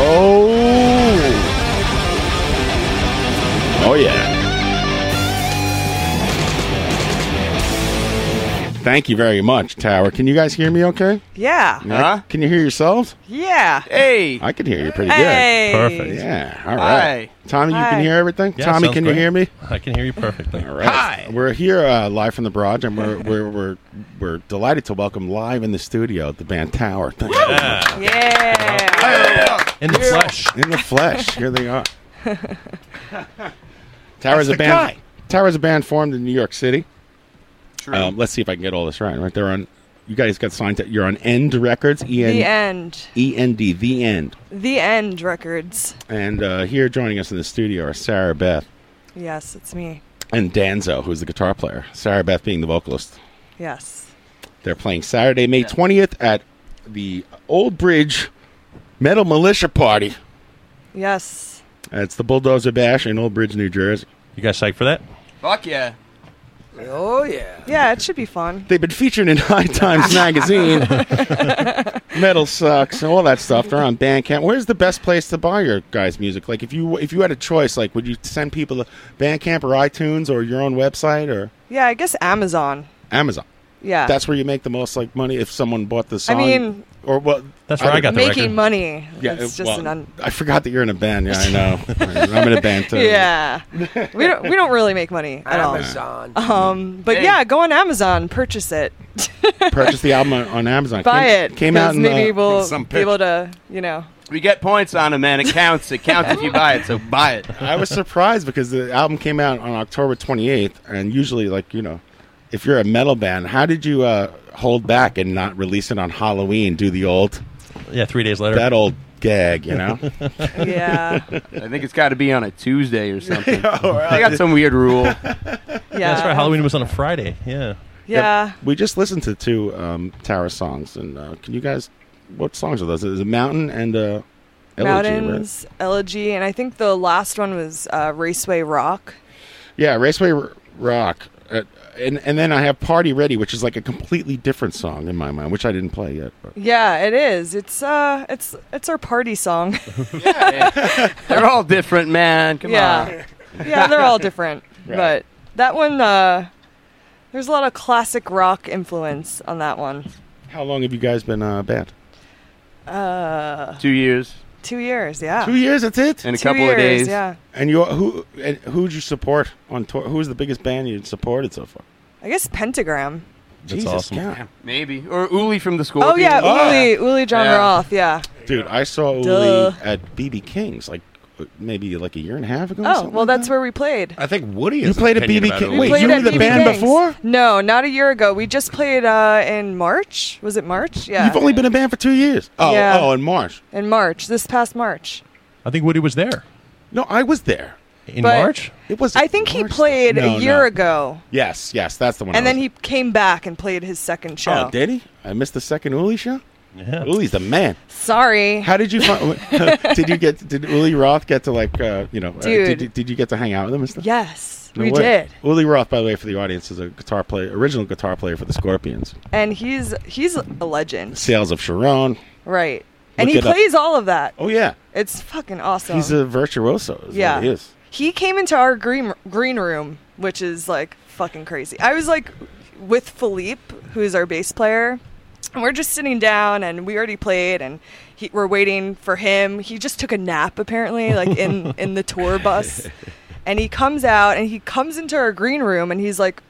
[SPEAKER 1] Oh. Oh, Thank you very much, Tower. Can you guys hear me okay?
[SPEAKER 8] Yeah.
[SPEAKER 1] Yeah? Can you hear yourselves?
[SPEAKER 8] Yeah.
[SPEAKER 1] Hey. I can hear you pretty
[SPEAKER 8] Hey.
[SPEAKER 1] good.
[SPEAKER 8] Perfect.
[SPEAKER 1] Yeah. All right.
[SPEAKER 8] Hi.
[SPEAKER 1] Tommy, you
[SPEAKER 8] Hi.
[SPEAKER 1] can hear everything?
[SPEAKER 8] Yeah,
[SPEAKER 1] Tommy,
[SPEAKER 8] sounds
[SPEAKER 1] can
[SPEAKER 8] great.
[SPEAKER 1] you hear me?
[SPEAKER 17] I can hear you perfectly.
[SPEAKER 1] All right. Hi. We're here uh, live from the barrage, and we're, we're, we're, we're delighted to welcome live in the studio the band Tower. Thank you.
[SPEAKER 8] Yeah.
[SPEAKER 17] In the flesh.
[SPEAKER 1] In the flesh. Here they are. Tower
[SPEAKER 8] That's
[SPEAKER 1] is a
[SPEAKER 8] the
[SPEAKER 1] band.
[SPEAKER 8] guy.
[SPEAKER 1] Tower is a band formed in New York City. Um, let's see if I can get all this right. Right there on. You guys got signed. To, you're on End Records. E N
[SPEAKER 7] The End.
[SPEAKER 1] E N D. The End.
[SPEAKER 7] The End Records.
[SPEAKER 1] And uh, here joining us in the studio are Sarah Beth
[SPEAKER 7] Yes, it's me.
[SPEAKER 1] and Danzo, who's the guitar player. Sarah Beth being the vocalist.
[SPEAKER 7] Yes.
[SPEAKER 1] They're playing Saturday, May 20th at the Old Bridge Metal Militia Party.
[SPEAKER 7] Yes.
[SPEAKER 1] It's the Bulldozer Bash in Old Bridge, New Jersey.
[SPEAKER 17] You guys psyched for that?
[SPEAKER 8] Fuck yeah.
[SPEAKER 7] Oh yeah. Yeah, it should be fun.
[SPEAKER 1] They've been featured in High Times magazine. Metal sucks, all that stuff. They're on Bandcamp. Where's the best place to buy your guys' music? Like, if you if you had a choice, like, would you send people to Bandcamp or iTunes or your own website or
[SPEAKER 7] Yeah, I guess Amazon.
[SPEAKER 1] Amazon?
[SPEAKER 7] Yeah.
[SPEAKER 1] that's where you make the most like money if someone bought the
[SPEAKER 7] I
[SPEAKER 1] song.
[SPEAKER 7] mean,
[SPEAKER 1] or well,
[SPEAKER 17] that's
[SPEAKER 7] making money.
[SPEAKER 1] Yeah,
[SPEAKER 7] it's
[SPEAKER 1] it-
[SPEAKER 7] just
[SPEAKER 1] well,
[SPEAKER 7] an un-
[SPEAKER 1] I forgot that you're in a band. Yeah, I know. I'm in a band too.
[SPEAKER 7] Yeah. we don't we don't really make money at
[SPEAKER 9] Amazon.
[SPEAKER 7] all. Um, but
[SPEAKER 1] Hey.
[SPEAKER 7] yeah, go on Amazon, purchase it,
[SPEAKER 1] Purchase the album on, on Amazon.
[SPEAKER 7] buy
[SPEAKER 1] Came-
[SPEAKER 7] it.
[SPEAKER 1] Came out
[SPEAKER 7] 'cause
[SPEAKER 1] in the-
[SPEAKER 7] maybe we'll be able to, you know.
[SPEAKER 5] We get points on them, man. It counts. It counts if you buy it, so buy it.
[SPEAKER 1] I was surprised because the album came out on October 28th, and usually, like you know, if you're a metal band, how did you uh, hold back and not release it on Halloween? Do the old,
[SPEAKER 17] yeah, three days later,
[SPEAKER 1] that old gag, you know?
[SPEAKER 7] Yeah.
[SPEAKER 5] I think it's got to be on a Tuesday or something. They got some weird rule.
[SPEAKER 17] That's right. Halloween was on a Friday. Yeah.
[SPEAKER 7] Yeah.
[SPEAKER 1] We just listened to two um, Tower songs, and uh, can you guys? What songs are those? Is it Mountain and uh, Elegy, right?
[SPEAKER 7] Mountains, Elegy, and I think the last one was uh, Raceway Rock.
[SPEAKER 1] Yeah, Raceway R- Rock. Uh, and and then I have Party Ready, which is like a completely different song in my mind, which I didn't play yet. But.
[SPEAKER 7] Yeah, it is. It's uh, it's it's our party song.
[SPEAKER 5] They're all different, man. Come
[SPEAKER 7] yeah,
[SPEAKER 5] on.
[SPEAKER 7] yeah, they're all different,
[SPEAKER 5] Right.
[SPEAKER 7] but that one, uh, there's a lot of classic rock influence on that one.
[SPEAKER 1] How long have you guys been uh, band?
[SPEAKER 7] Uh,
[SPEAKER 5] Two years.
[SPEAKER 7] two years, yeah.
[SPEAKER 1] Two years, that's it.
[SPEAKER 5] In
[SPEAKER 7] Ah.
[SPEAKER 5] a
[SPEAKER 7] Two couple of years, days. yeah.
[SPEAKER 1] And you who and who'd you support on tour? Who's the biggest band you supported so far?
[SPEAKER 7] I guess Pentagram.
[SPEAKER 1] Jesus God.
[SPEAKER 5] Maybe. Or Uli from the school.
[SPEAKER 7] Oh yeah, Uli, Uli John
[SPEAKER 5] Yeah.
[SPEAKER 7] Roth, yeah.
[SPEAKER 1] Dude, I saw Uli
[SPEAKER 7] Duh.
[SPEAKER 1] at BB King's like uh, maybe like a year and a half ago. or
[SPEAKER 7] Oh
[SPEAKER 1] something
[SPEAKER 7] well,
[SPEAKER 1] like
[SPEAKER 7] that's where we played.
[SPEAKER 1] that. I think Woody. You played at BB King. Wait,
[SPEAKER 7] played
[SPEAKER 1] you were
[SPEAKER 7] at
[SPEAKER 1] the
[SPEAKER 7] BB
[SPEAKER 1] band
[SPEAKER 7] Kings.
[SPEAKER 1] before?
[SPEAKER 7] No, not a year ago. We just played uh, in March. Was it March? Yeah.
[SPEAKER 1] You've only been a band for two years. Oh,
[SPEAKER 7] Yeah.
[SPEAKER 1] oh, in March.
[SPEAKER 7] in March, this past March.
[SPEAKER 17] I think Woody was there.
[SPEAKER 1] No, I was there.
[SPEAKER 17] In
[SPEAKER 7] But-
[SPEAKER 17] March?
[SPEAKER 1] It was.
[SPEAKER 7] I think he played
[SPEAKER 1] No,
[SPEAKER 7] a year
[SPEAKER 1] no.
[SPEAKER 7] ago,
[SPEAKER 1] Yes, yes, that's the one.
[SPEAKER 7] and
[SPEAKER 1] I
[SPEAKER 7] then
[SPEAKER 1] was-
[SPEAKER 7] he came back and played his second show.
[SPEAKER 1] Oh, did he? I missed the second Uli show. Yeah. Uli's the man.
[SPEAKER 7] Sorry.
[SPEAKER 1] How did you find? did you get? Did Uli Roth get to like? Uh, you know, uh, did,
[SPEAKER 7] Dude.
[SPEAKER 1] you- did you get to hang out with him and stuff?
[SPEAKER 7] Yes,
[SPEAKER 1] No
[SPEAKER 7] we
[SPEAKER 1] way.
[SPEAKER 7] did,
[SPEAKER 1] Uli Roth, by the way, for the audience, is a guitar player, original guitar player for the Scorpions.
[SPEAKER 7] and he's he's a legend,
[SPEAKER 1] Sales of Sharon.
[SPEAKER 7] right? And
[SPEAKER 1] Look
[SPEAKER 7] he
[SPEAKER 1] it up.
[SPEAKER 7] plays all of that.
[SPEAKER 1] Oh yeah,
[SPEAKER 7] It's fucking awesome.
[SPEAKER 1] he's a virtuoso. Is
[SPEAKER 7] Yeah.
[SPEAKER 1] what he is.
[SPEAKER 7] He came into our green green room, which is like fucking crazy. I was like with Philippe, who's our bass player, and we're just sitting down, and we already played, and he, we're waiting for him. He just took a nap apparently, like in in the tour bus, and he comes out and he comes into our green room, and he's like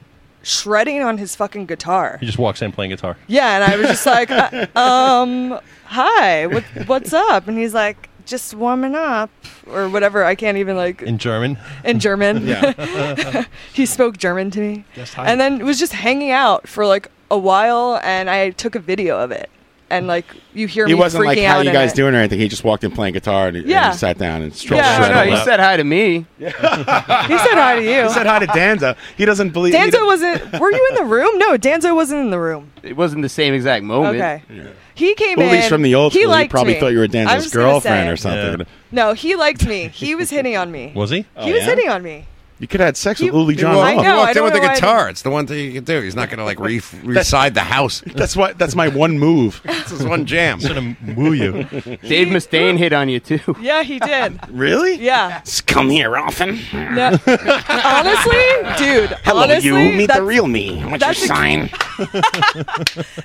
[SPEAKER 7] shredding on his fucking guitar.
[SPEAKER 17] He just walks in playing guitar.
[SPEAKER 7] Yeah, and I was just like, uh, um, hi, what, what's up? And he's like, just warming up or whatever. I can't even like
[SPEAKER 17] In German.
[SPEAKER 7] in German.
[SPEAKER 17] Yeah.
[SPEAKER 7] he spoke German to me.
[SPEAKER 17] Just hi.
[SPEAKER 7] And then was just hanging out for like a while and I took a video of it. And like you hear
[SPEAKER 1] He
[SPEAKER 7] me
[SPEAKER 1] wasn't
[SPEAKER 7] freaking
[SPEAKER 1] like
[SPEAKER 7] out
[SPEAKER 1] how you
[SPEAKER 7] in
[SPEAKER 1] guys
[SPEAKER 7] it.
[SPEAKER 1] doing or anything. He just walked in playing guitar and, and
[SPEAKER 7] Yeah.
[SPEAKER 1] sat down and
[SPEAKER 5] No,
[SPEAKER 1] strolled.
[SPEAKER 5] no, no, he said hi to me.
[SPEAKER 7] He said hi to you.
[SPEAKER 1] He said hi to Danza. He doesn't believe. he
[SPEAKER 7] Danzo
[SPEAKER 1] don't-
[SPEAKER 7] wasn't were you in the room? No, Danzo wasn't in the room.
[SPEAKER 5] It wasn't the same exact moment.
[SPEAKER 7] Okay. He came
[SPEAKER 1] Oh, Well,
[SPEAKER 7] in.
[SPEAKER 1] at least from the old
[SPEAKER 7] he
[SPEAKER 1] school, he
[SPEAKER 7] liked
[SPEAKER 1] probably
[SPEAKER 7] me.
[SPEAKER 1] thought you were
[SPEAKER 7] I
[SPEAKER 1] Danza's
[SPEAKER 7] was gonna
[SPEAKER 1] girlfriend
[SPEAKER 7] say.
[SPEAKER 1] or something.
[SPEAKER 7] No, he liked me. He was hitting on me.
[SPEAKER 1] Oh,
[SPEAKER 17] Was he?
[SPEAKER 7] he was hitting on me.
[SPEAKER 1] You could have had sex with Uli John.
[SPEAKER 2] Well, he
[SPEAKER 1] Roth.
[SPEAKER 2] walked in with a guitar. It's the one thing you can do. He's not going to like re- reside the house.
[SPEAKER 1] That's what. That's my one move.
[SPEAKER 2] this is one jam.
[SPEAKER 5] He's gonna woo you. Dave Mustaine hit on you too.
[SPEAKER 7] Yeah, he did.
[SPEAKER 1] Really?
[SPEAKER 7] Yeah.
[SPEAKER 1] Come here often.
[SPEAKER 7] No. honestly, dude.
[SPEAKER 1] Hello,
[SPEAKER 7] honestly,
[SPEAKER 1] you. Meet the
[SPEAKER 7] that's-
[SPEAKER 1] real me. What's your
[SPEAKER 7] that's ex-
[SPEAKER 1] sign?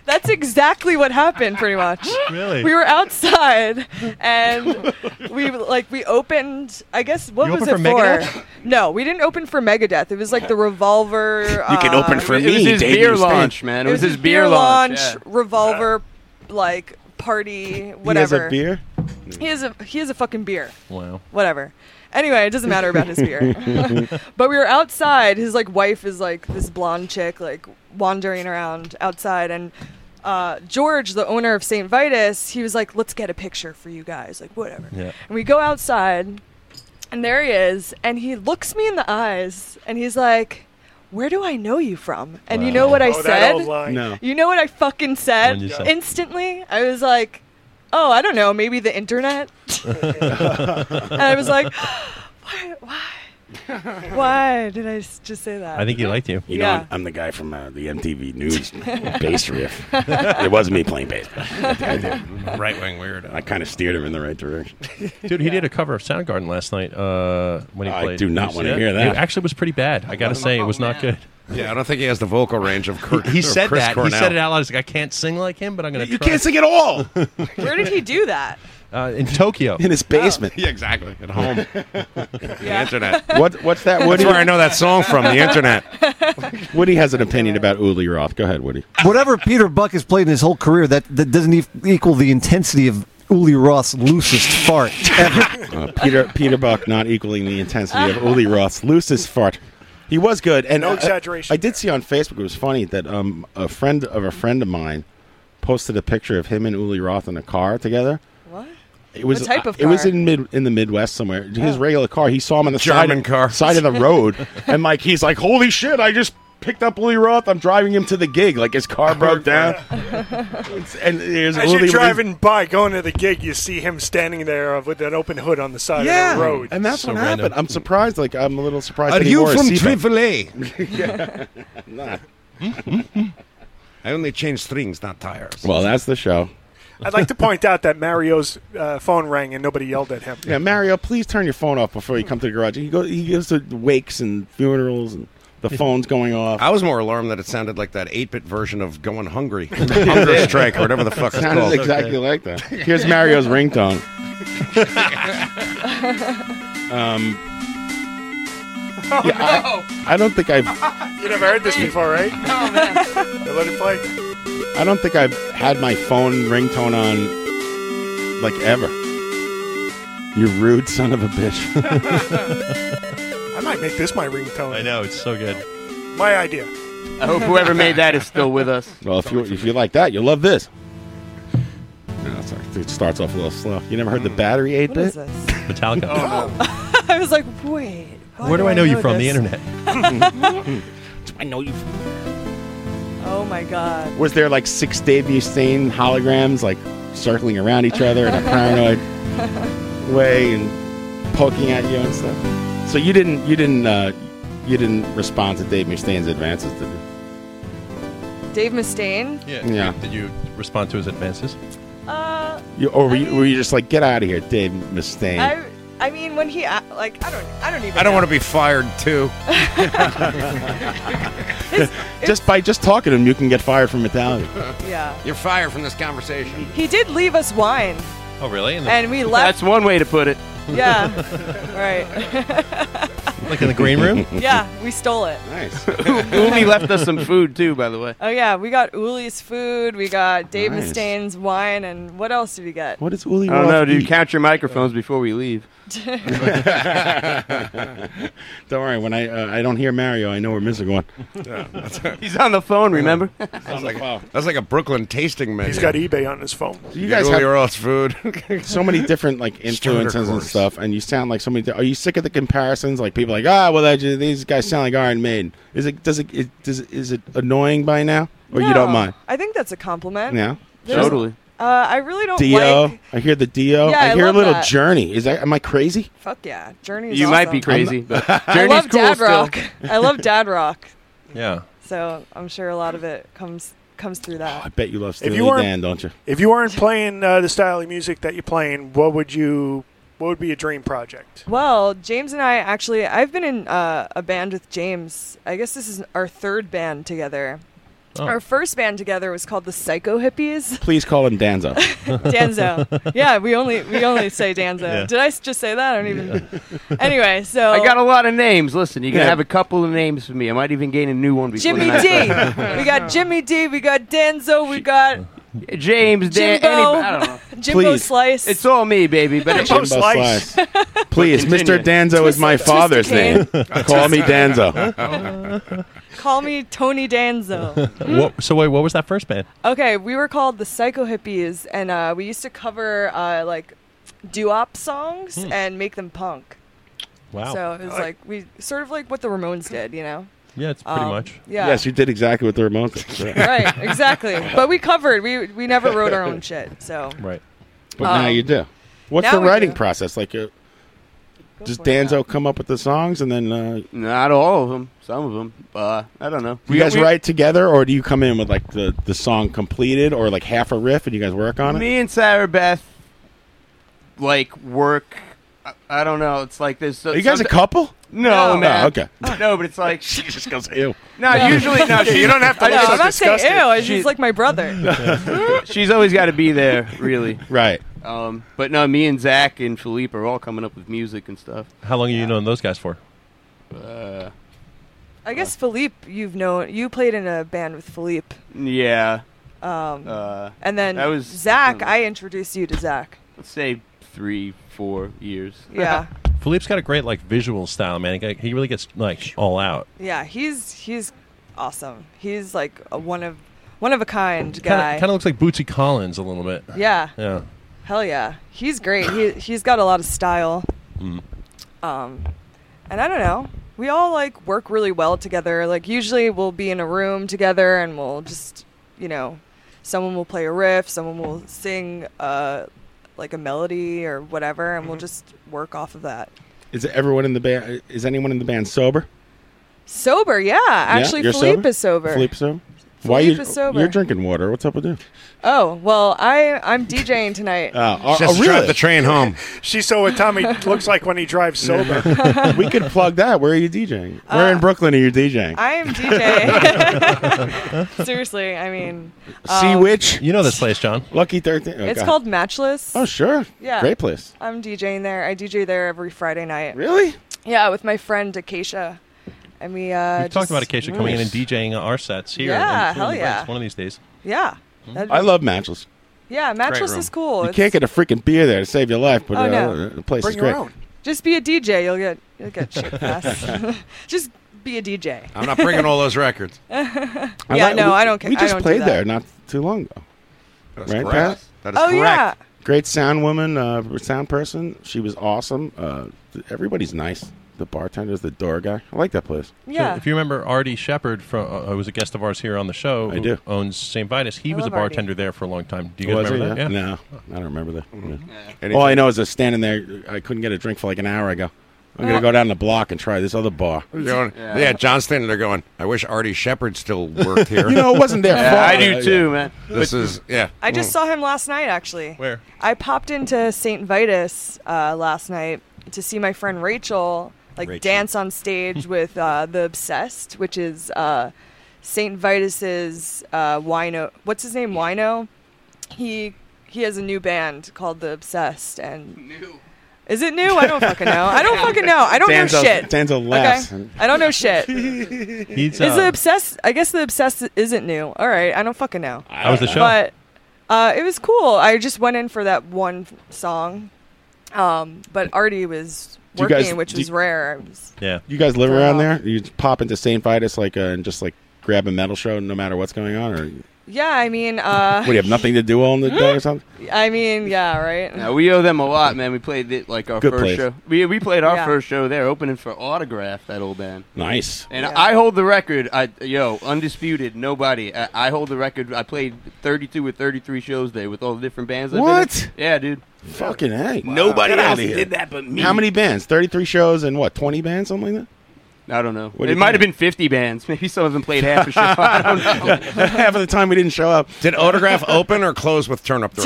[SPEAKER 7] That's exactly what happened, pretty much.
[SPEAKER 1] Really?
[SPEAKER 7] We were outside, and we like we opened. I guess what
[SPEAKER 1] You
[SPEAKER 7] was it
[SPEAKER 1] opened for Megadeth?
[SPEAKER 7] for? No, we didn't open for Megadeth. It was like the Revolver. uh,
[SPEAKER 1] You can open for Uh, It was me, his Dave beer Mustaine. launch, man. It was his beer launch, yeah.
[SPEAKER 7] Revolver, like party,
[SPEAKER 1] has a
[SPEAKER 7] whatever.
[SPEAKER 1] beer?
[SPEAKER 7] He has a he has a fucking beer.
[SPEAKER 1] Wow.
[SPEAKER 7] Whatever. Anyway, it doesn't matter about his beer. but we were outside. His like wife is like this blonde chick, like wandering around outside, and uh, George, the owner of St. Vitus, he was like, "Let's get a picture for you guys, like whatever."
[SPEAKER 16] Yeah.
[SPEAKER 7] And we go outside, and there he is, and he looks me in the eyes, and he's like, "Where do I know you from?" And you know what I
[SPEAKER 4] Oh, that
[SPEAKER 7] said?
[SPEAKER 4] old line. No.
[SPEAKER 7] You know what I fucking
[SPEAKER 4] What'd
[SPEAKER 7] said?
[SPEAKER 4] you say?
[SPEAKER 7] Instantly, I was like, "Oh, I don't know, maybe the internet." and I was like, why, why, why did I s- just say that?
[SPEAKER 1] You know,
[SPEAKER 7] yeah.
[SPEAKER 1] I'm, I'm the guy from uh, the MTV News bass riff. It was me playing bass.
[SPEAKER 2] Right wing weirdo.
[SPEAKER 1] I kind of steered him in the right direction.
[SPEAKER 8] Dude, he did a cover of Soundgarden last night uh, when he
[SPEAKER 1] I
[SPEAKER 8] played.
[SPEAKER 1] do not
[SPEAKER 8] You
[SPEAKER 1] wanna
[SPEAKER 8] see
[SPEAKER 1] hear that.
[SPEAKER 8] It actually was pretty bad. I gotta say, it was not good.
[SPEAKER 2] Yeah, I don't think he has the vocal range of Kurt.
[SPEAKER 8] He said
[SPEAKER 2] Chris
[SPEAKER 8] that.
[SPEAKER 2] Cornell.
[SPEAKER 8] He said it out loud. He's like, I can't sing like him, but I'm gonna.
[SPEAKER 2] You
[SPEAKER 8] try.
[SPEAKER 2] can't sing at all.
[SPEAKER 7] Where did he do that?
[SPEAKER 8] uh, in Tokyo,
[SPEAKER 1] in his basement.
[SPEAKER 2] Yeah, exactly. At home. The
[SPEAKER 7] Oh, Yeah.
[SPEAKER 2] internet.
[SPEAKER 1] What, what's that? Woody?
[SPEAKER 2] That's where I know that song from. The internet.
[SPEAKER 1] Woody has an opinion about Uli Roth. Go ahead, Woody.
[SPEAKER 10] Whatever Peter Buck has played in his whole career, that, that doesn't e- equal the intensity of Uli Roth's loosest fart ever.
[SPEAKER 1] Uh, Peter Peter Buck not equaling the intensity of Uli Roth's loosest fart. He was good, and
[SPEAKER 4] No
[SPEAKER 1] uh,
[SPEAKER 4] exaggeration
[SPEAKER 1] I, did see on Facebook it was funny that um, a friend of a friend of mine posted a picture of him and Uli Roth in a car together.
[SPEAKER 7] What?
[SPEAKER 1] It was uh,
[SPEAKER 7] What type of
[SPEAKER 1] it was
[SPEAKER 7] car? Oh.
[SPEAKER 1] in mid in the Midwest somewhere. His regular car. He saw him on the
[SPEAKER 2] German
[SPEAKER 1] side side of the road, and like he's like, "Holy shit! I just picked up Uli Roth. I'm driving him to the gig. Like his car broke down, and there's
[SPEAKER 4] As you're
[SPEAKER 1] Uli with his-
[SPEAKER 4] driving by, going to the gig, you see him standing there uh, with an open hood on the side
[SPEAKER 1] yeah,
[SPEAKER 4] of the road.
[SPEAKER 1] and that's what happened. I'm surprised. Like I'm a little surprised.
[SPEAKER 4] Are
[SPEAKER 1] that he
[SPEAKER 4] you
[SPEAKER 1] wore a
[SPEAKER 4] from
[SPEAKER 1] seatbelt.
[SPEAKER 2] Trivoli?
[SPEAKER 1] Nah. Hmm?
[SPEAKER 2] I only change strings, not tires.
[SPEAKER 1] Well, that's the show.
[SPEAKER 4] I'd like to point out that Mario's uh, phone rang and nobody yelled at him.
[SPEAKER 1] Yeah, Mario, please turn your phone off before you come to the garage. He goes, he goes to wakes and funerals, and the phone's going off.
[SPEAKER 2] I was more alarmed that it sounded like that 8 bit version of Going Hungry. Hunger Strike, or whatever the fuck it's
[SPEAKER 1] Sounded
[SPEAKER 2] called.
[SPEAKER 1] exactly like that. Here's Mario's ringtone. Um,
[SPEAKER 4] Oh,
[SPEAKER 1] yeah, I, I don't think I've
[SPEAKER 4] you never heard this before, right?
[SPEAKER 7] Oh,
[SPEAKER 5] Oh,
[SPEAKER 4] No, man. let it play.
[SPEAKER 1] I don't think I've had my phone ringtone on like ever. You rude son of a bitch.
[SPEAKER 4] I might make this my ringtone.
[SPEAKER 8] I know it's so good.
[SPEAKER 4] My idea.
[SPEAKER 5] I hope whoever made that is still with us.
[SPEAKER 1] well, if you if you like that, you'll love this. No, sorry, it starts off a little slow. You never heard the battery eight
[SPEAKER 7] What is
[SPEAKER 1] bit?
[SPEAKER 7] this?
[SPEAKER 8] Mm.
[SPEAKER 7] Oh,
[SPEAKER 8] Metallica.
[SPEAKER 7] I was like, wait. why
[SPEAKER 8] Where do I know you from? The
[SPEAKER 7] this?
[SPEAKER 8] internet.
[SPEAKER 1] I know you.
[SPEAKER 7] Oh my god.
[SPEAKER 1] Was there like six Dave Mustaine holograms like circling around each other in a paranoid way and poking at you and stuff? So you didn't you didn't uh, you didn't respond to Dave Mustaine's advances, did you?
[SPEAKER 7] Dave Mustaine.
[SPEAKER 8] Yeah.
[SPEAKER 1] Yeah.
[SPEAKER 8] Did you respond to his advances?
[SPEAKER 7] Uh,
[SPEAKER 1] you or were you, were you just like get out of here, Dave Mustaine?
[SPEAKER 7] I, I mean, when he a- like, I don't, I don't even.
[SPEAKER 2] I don't
[SPEAKER 7] know.
[SPEAKER 2] want to be fired, too.
[SPEAKER 1] just by just talking to him, you can get fired from Metallica.
[SPEAKER 7] Yeah.
[SPEAKER 2] You're fired from this conversation.
[SPEAKER 7] He did leave us wine,
[SPEAKER 8] Oh, really?
[SPEAKER 7] and we left.
[SPEAKER 5] That's one way to put it.
[SPEAKER 7] yeah. right.
[SPEAKER 8] Like in the green room?
[SPEAKER 7] yeah, we stole it.
[SPEAKER 1] Nice.
[SPEAKER 5] Umi left us some food too, by the way.
[SPEAKER 7] Oh yeah, we got Uli's food, we got Dave
[SPEAKER 5] Nice.
[SPEAKER 7] Mustaine's wine, and what else did we get?
[SPEAKER 1] What is Uli
[SPEAKER 5] I don't
[SPEAKER 1] Roth
[SPEAKER 5] know, dude.
[SPEAKER 1] eat?
[SPEAKER 5] Count your microphones before we leave.
[SPEAKER 1] don't worry, when I uh, I don't hear Mario, I know where Miz is going.
[SPEAKER 5] He's on the phone, remember?
[SPEAKER 2] That's like, that's like a Brooklyn tasting menu.
[SPEAKER 4] He's got eBay on his phone.
[SPEAKER 1] You guys
[SPEAKER 2] Julia
[SPEAKER 1] have-
[SPEAKER 2] Roth's food.
[SPEAKER 1] so many different like influences and stuff, and you sound like so many. di- Are you sick of the comparisons? Like people like, ah, well, that, these guys sound like Iron Maiden. Is it does it, it does it, is it annoying by now, or you
[SPEAKER 7] No,
[SPEAKER 1] don't mind?
[SPEAKER 7] I think that's a compliment.
[SPEAKER 1] Yeah,
[SPEAKER 7] There's- Uh, I really don't
[SPEAKER 1] Dio.
[SPEAKER 7] like.
[SPEAKER 1] I hear the Dio.
[SPEAKER 7] Yeah,
[SPEAKER 1] I
[SPEAKER 7] I
[SPEAKER 1] hear
[SPEAKER 7] love
[SPEAKER 1] a little
[SPEAKER 7] that.
[SPEAKER 1] Journey. Is that? Am I crazy?
[SPEAKER 7] Fuck yeah, Journey's.
[SPEAKER 5] You might be
[SPEAKER 7] awesome.
[SPEAKER 5] crazy, but
[SPEAKER 7] I
[SPEAKER 5] Journey's
[SPEAKER 7] love
[SPEAKER 5] cool
[SPEAKER 7] dad
[SPEAKER 5] still.
[SPEAKER 7] rock. I love dad rock.
[SPEAKER 8] Yeah.
[SPEAKER 7] So I'm sure a lot of it comes comes through that.
[SPEAKER 1] Oh, I bet you love
[SPEAKER 4] you
[SPEAKER 1] Steely
[SPEAKER 4] weren't-
[SPEAKER 1] Dan, don't you?
[SPEAKER 4] If you weren't playing uh, the style of music that you're playing, what would you? What would be a dream project?
[SPEAKER 7] Well, James and I actually, I've been in uh, a band with James. I guess this is our third band together.
[SPEAKER 1] Oh.
[SPEAKER 7] Our first band together was called the Psycho Hippies.
[SPEAKER 1] Please call him Danzo.
[SPEAKER 7] Danzo. yeah, we only we only say Danzo.
[SPEAKER 5] Yeah.
[SPEAKER 7] Did I s- just say that? I don't even. anyway, so
[SPEAKER 5] I got a lot of names. Listen, you can
[SPEAKER 7] Yeah.
[SPEAKER 5] have a couple of names for me. I might even gain a new one. Before
[SPEAKER 7] Jimmy
[SPEAKER 5] the
[SPEAKER 7] D.
[SPEAKER 5] night.
[SPEAKER 7] we got Jimmy D. We got Danzo. We got
[SPEAKER 5] James Dan.
[SPEAKER 7] Jimbo.
[SPEAKER 5] anybody- I don't know.
[SPEAKER 7] Jimbo Please. Slice.
[SPEAKER 5] It's all me, baby. But it's
[SPEAKER 1] Jimbo Slice. Please,
[SPEAKER 5] Continue.
[SPEAKER 1] Mr. Danzo is my
[SPEAKER 7] Twisted
[SPEAKER 1] father's
[SPEAKER 7] Cane.
[SPEAKER 1] name. Call me Danzo.
[SPEAKER 7] Call me Tony Danzo. Hmm.
[SPEAKER 8] What, so wait, what was that first band?
[SPEAKER 7] Okay, we were called the Psycho Hippies, and uh, we used to cover uh, like doo-wop songs
[SPEAKER 8] Hmm.
[SPEAKER 7] and make them punk.
[SPEAKER 1] Wow.
[SPEAKER 7] So it was like we sort of like what the Ramones did, you know?
[SPEAKER 8] Yeah, it's
[SPEAKER 7] pretty Um, much. yeah.
[SPEAKER 1] Yes, you did exactly what the Ramones did.
[SPEAKER 7] right, exactly. But we covered. We we never wrote our own shit. So
[SPEAKER 8] Right.
[SPEAKER 1] But now
[SPEAKER 7] Um,
[SPEAKER 1] you do. What's
[SPEAKER 7] now
[SPEAKER 1] the
[SPEAKER 7] we
[SPEAKER 1] writing
[SPEAKER 7] do.
[SPEAKER 1] process like? Uh, does
[SPEAKER 7] for
[SPEAKER 1] Danzo come up with the songs and then uh,
[SPEAKER 5] Not all of them. Some of them. Uh, I don't know.
[SPEAKER 1] you guys write together, or do you come in with like the, the song completed or like half a riff and you guys work on it?
[SPEAKER 5] Me and Sarah Beth, like work. I, I don't know. It's like this.
[SPEAKER 1] Are you guys a couple?
[SPEAKER 5] No,
[SPEAKER 1] No.
[SPEAKER 5] man.
[SPEAKER 1] Oh, okay.
[SPEAKER 5] No, but it's like
[SPEAKER 1] she just goes ew.
[SPEAKER 5] No, usually no.
[SPEAKER 7] Yeah,
[SPEAKER 5] she-
[SPEAKER 7] you don't have to
[SPEAKER 5] I
[SPEAKER 7] look
[SPEAKER 5] just-
[SPEAKER 7] so I'm not saying disgusted. ew, it's just like my brother.
[SPEAKER 5] she's always got to be there, really.
[SPEAKER 1] right.
[SPEAKER 5] Um, but no, me and Zach and Philippe are all coming up with music and stuff.
[SPEAKER 8] How long have you known those guys for?
[SPEAKER 5] Uh,
[SPEAKER 7] I guess Philippe, you've known you played in a band with Philippe,
[SPEAKER 5] yeah.
[SPEAKER 7] um,
[SPEAKER 5] Uh,
[SPEAKER 7] and then
[SPEAKER 5] that was
[SPEAKER 7] Zach. I introduced you to Zach.
[SPEAKER 5] let's say three, four years.
[SPEAKER 7] Yeah,
[SPEAKER 8] Philippe's got a great like visual style, man. He, he really gets like all out.
[SPEAKER 7] yeah. He's he's awesome. He's like a one of one of a kind guy.
[SPEAKER 8] Kind of looks like Bootsy Collins a little bit.
[SPEAKER 7] Yeah.
[SPEAKER 8] Yeah.
[SPEAKER 7] Hell yeah, he's great. He he's got a lot of style.
[SPEAKER 8] Mm.
[SPEAKER 7] Um, and I don't know. We all like work really well together. Like usually we'll be in a room together and we'll just, you know, someone will play a riff, someone will sing uh like a melody or whatever and we'll just work off of that.
[SPEAKER 1] Is everyone in the band? Is anyone in the band sober?
[SPEAKER 7] Sober, yeah. Actually
[SPEAKER 1] you're
[SPEAKER 7] Philippe is sober.
[SPEAKER 1] Philippe's sober. Why you?
[SPEAKER 7] Philippe is sober.
[SPEAKER 1] You're drinking water. What's up with you?
[SPEAKER 7] Oh, well, I I'm DJing tonight.
[SPEAKER 1] Uh,
[SPEAKER 2] She has to drive the train home.
[SPEAKER 4] She's so what Tommy looks like when he drives sober.
[SPEAKER 1] we could plug that. Where are you DJing? Where in Brooklyn are you DJing?
[SPEAKER 7] Uh, I am DJing. Seriously, I mean
[SPEAKER 1] sea
[SPEAKER 7] um,
[SPEAKER 1] Witch.
[SPEAKER 8] You know this place, John.
[SPEAKER 1] Lucky 13. oh,
[SPEAKER 7] It's
[SPEAKER 1] God.
[SPEAKER 7] called Matchless.
[SPEAKER 1] Oh, sure.
[SPEAKER 7] Yeah.
[SPEAKER 1] Great place.
[SPEAKER 7] I'm DJing there. I DJ there every Friday night.
[SPEAKER 1] Really?
[SPEAKER 7] Yeah, with my friend Acacia. And we uh
[SPEAKER 8] We've talked
[SPEAKER 7] just-
[SPEAKER 8] about Acacia coming in and DJing our sets here.
[SPEAKER 7] Yeah,
[SPEAKER 8] and
[SPEAKER 7] hell
[SPEAKER 8] the
[SPEAKER 7] yeah.
[SPEAKER 8] breaks One of these days.
[SPEAKER 7] Yeah. That'd
[SPEAKER 1] Hmm? I
[SPEAKER 7] be-
[SPEAKER 1] love Matchless.
[SPEAKER 7] Yeah, Matchless
[SPEAKER 8] room.
[SPEAKER 7] is cool.
[SPEAKER 1] You
[SPEAKER 7] It's-
[SPEAKER 1] can't get a freaking beer there to save your life, but
[SPEAKER 7] Oh,
[SPEAKER 1] uh,
[SPEAKER 7] no.
[SPEAKER 1] the place
[SPEAKER 7] Bring
[SPEAKER 1] is
[SPEAKER 7] your
[SPEAKER 1] great.
[SPEAKER 7] own. Just be a DJ, you'll get you'll get shit fast. just be a DJ.
[SPEAKER 2] I'm not bringing all those records.
[SPEAKER 1] I
[SPEAKER 7] yeah,
[SPEAKER 1] like-
[SPEAKER 7] no,
[SPEAKER 1] we-
[SPEAKER 7] I don't care.
[SPEAKER 1] We just
[SPEAKER 7] I don't
[SPEAKER 1] played
[SPEAKER 7] do that.
[SPEAKER 1] there not too long ago.
[SPEAKER 2] That's
[SPEAKER 1] right,
[SPEAKER 2] correct. That
[SPEAKER 1] Pat?
[SPEAKER 7] Oh yeah.
[SPEAKER 1] Great sound woman, uh, sound person. She was awesome. Uh, th- everybody's nice. The bartenders, the door guy. I like that place.
[SPEAKER 8] So
[SPEAKER 7] Yeah.
[SPEAKER 8] if you remember Artie Shepard, from uh, who was a guest of ours here on the show,
[SPEAKER 1] I
[SPEAKER 8] who
[SPEAKER 1] do.
[SPEAKER 8] owns St. Vitus. He
[SPEAKER 7] I
[SPEAKER 8] was a
[SPEAKER 7] love Artie.
[SPEAKER 8] bartender there for a long time. Do you guys
[SPEAKER 1] Was
[SPEAKER 8] remember
[SPEAKER 1] it?
[SPEAKER 8] that? Mm-hmm.
[SPEAKER 1] No, I don't remember that. No. All I know is I was standing there. I couldn't get a drink for like an hour. I go, I'm
[SPEAKER 7] Uh,
[SPEAKER 1] going to go down the block and try this other bar.
[SPEAKER 2] You're going- yeah. John's standing there going, I wish Artie Shepard still worked here.
[SPEAKER 1] You know, it wasn't their Yeah, fault.
[SPEAKER 5] I do too, man.
[SPEAKER 2] This is, yeah.
[SPEAKER 7] I
[SPEAKER 1] Mm.
[SPEAKER 7] just saw him last night actually.
[SPEAKER 8] Where?
[SPEAKER 7] I popped into St. Vitus uh, last night to see my friend Rachel like
[SPEAKER 8] Rachel.
[SPEAKER 7] dance on stage with uh, the Obsessed, which is uh, St. Vitus's uh, wino. What's his name? Wino. He he has a new band called the Obsessed, and new. Is it new? I don't fucking know. I don't fucking know. I don't know
[SPEAKER 1] Danzo-
[SPEAKER 7] shit.
[SPEAKER 1] Danzo laughs.
[SPEAKER 7] Okay? I don't know shit. is
[SPEAKER 8] He's, uh,
[SPEAKER 7] the obsessed? I guess the obsessed isn't new. All right, I don't fucking know.
[SPEAKER 8] How was the show?
[SPEAKER 7] But uh, it was cool. I just went in for that one song, um, but Artie was
[SPEAKER 1] Do you
[SPEAKER 7] working,
[SPEAKER 1] guys-
[SPEAKER 7] which
[SPEAKER 1] do
[SPEAKER 7] was
[SPEAKER 1] you-
[SPEAKER 7] rare. I was-
[SPEAKER 8] Yeah.
[SPEAKER 1] You guys live around there? You just pop into St. Vitus like uh, and just like grab a metal show no matter what's going on? or
[SPEAKER 7] Yeah, I mean, uh,
[SPEAKER 1] What, do you have nothing to do on the day or something?
[SPEAKER 7] I mean, yeah, right.
[SPEAKER 5] Yeah, we owe them a lot, man. We played it, like our
[SPEAKER 1] Good
[SPEAKER 5] first
[SPEAKER 1] place.
[SPEAKER 5] show. We, we played our
[SPEAKER 7] Yeah.
[SPEAKER 5] first show there, opening for Autograph, that old band.
[SPEAKER 1] Nice.
[SPEAKER 5] And I hold the record. I yo undisputed. Nobody. I, I hold the record. I played 32 or 33 shows there with all the different bands. I've been in.
[SPEAKER 1] What?
[SPEAKER 5] Yeah, dude.
[SPEAKER 1] Fucking hey.
[SPEAKER 5] Nobody
[SPEAKER 1] Get outta
[SPEAKER 5] else
[SPEAKER 1] here.
[SPEAKER 5] did that but me.
[SPEAKER 1] How many bands? 33 shows and what, 20 bands, something like
[SPEAKER 5] I don't know.
[SPEAKER 1] What do
[SPEAKER 5] it
[SPEAKER 1] you
[SPEAKER 5] might have been 50 bands. Maybe some of them played half a show. I don't know.
[SPEAKER 1] that? Half of the time we didn't show up.
[SPEAKER 2] Did Autograph open or close with Turn Up the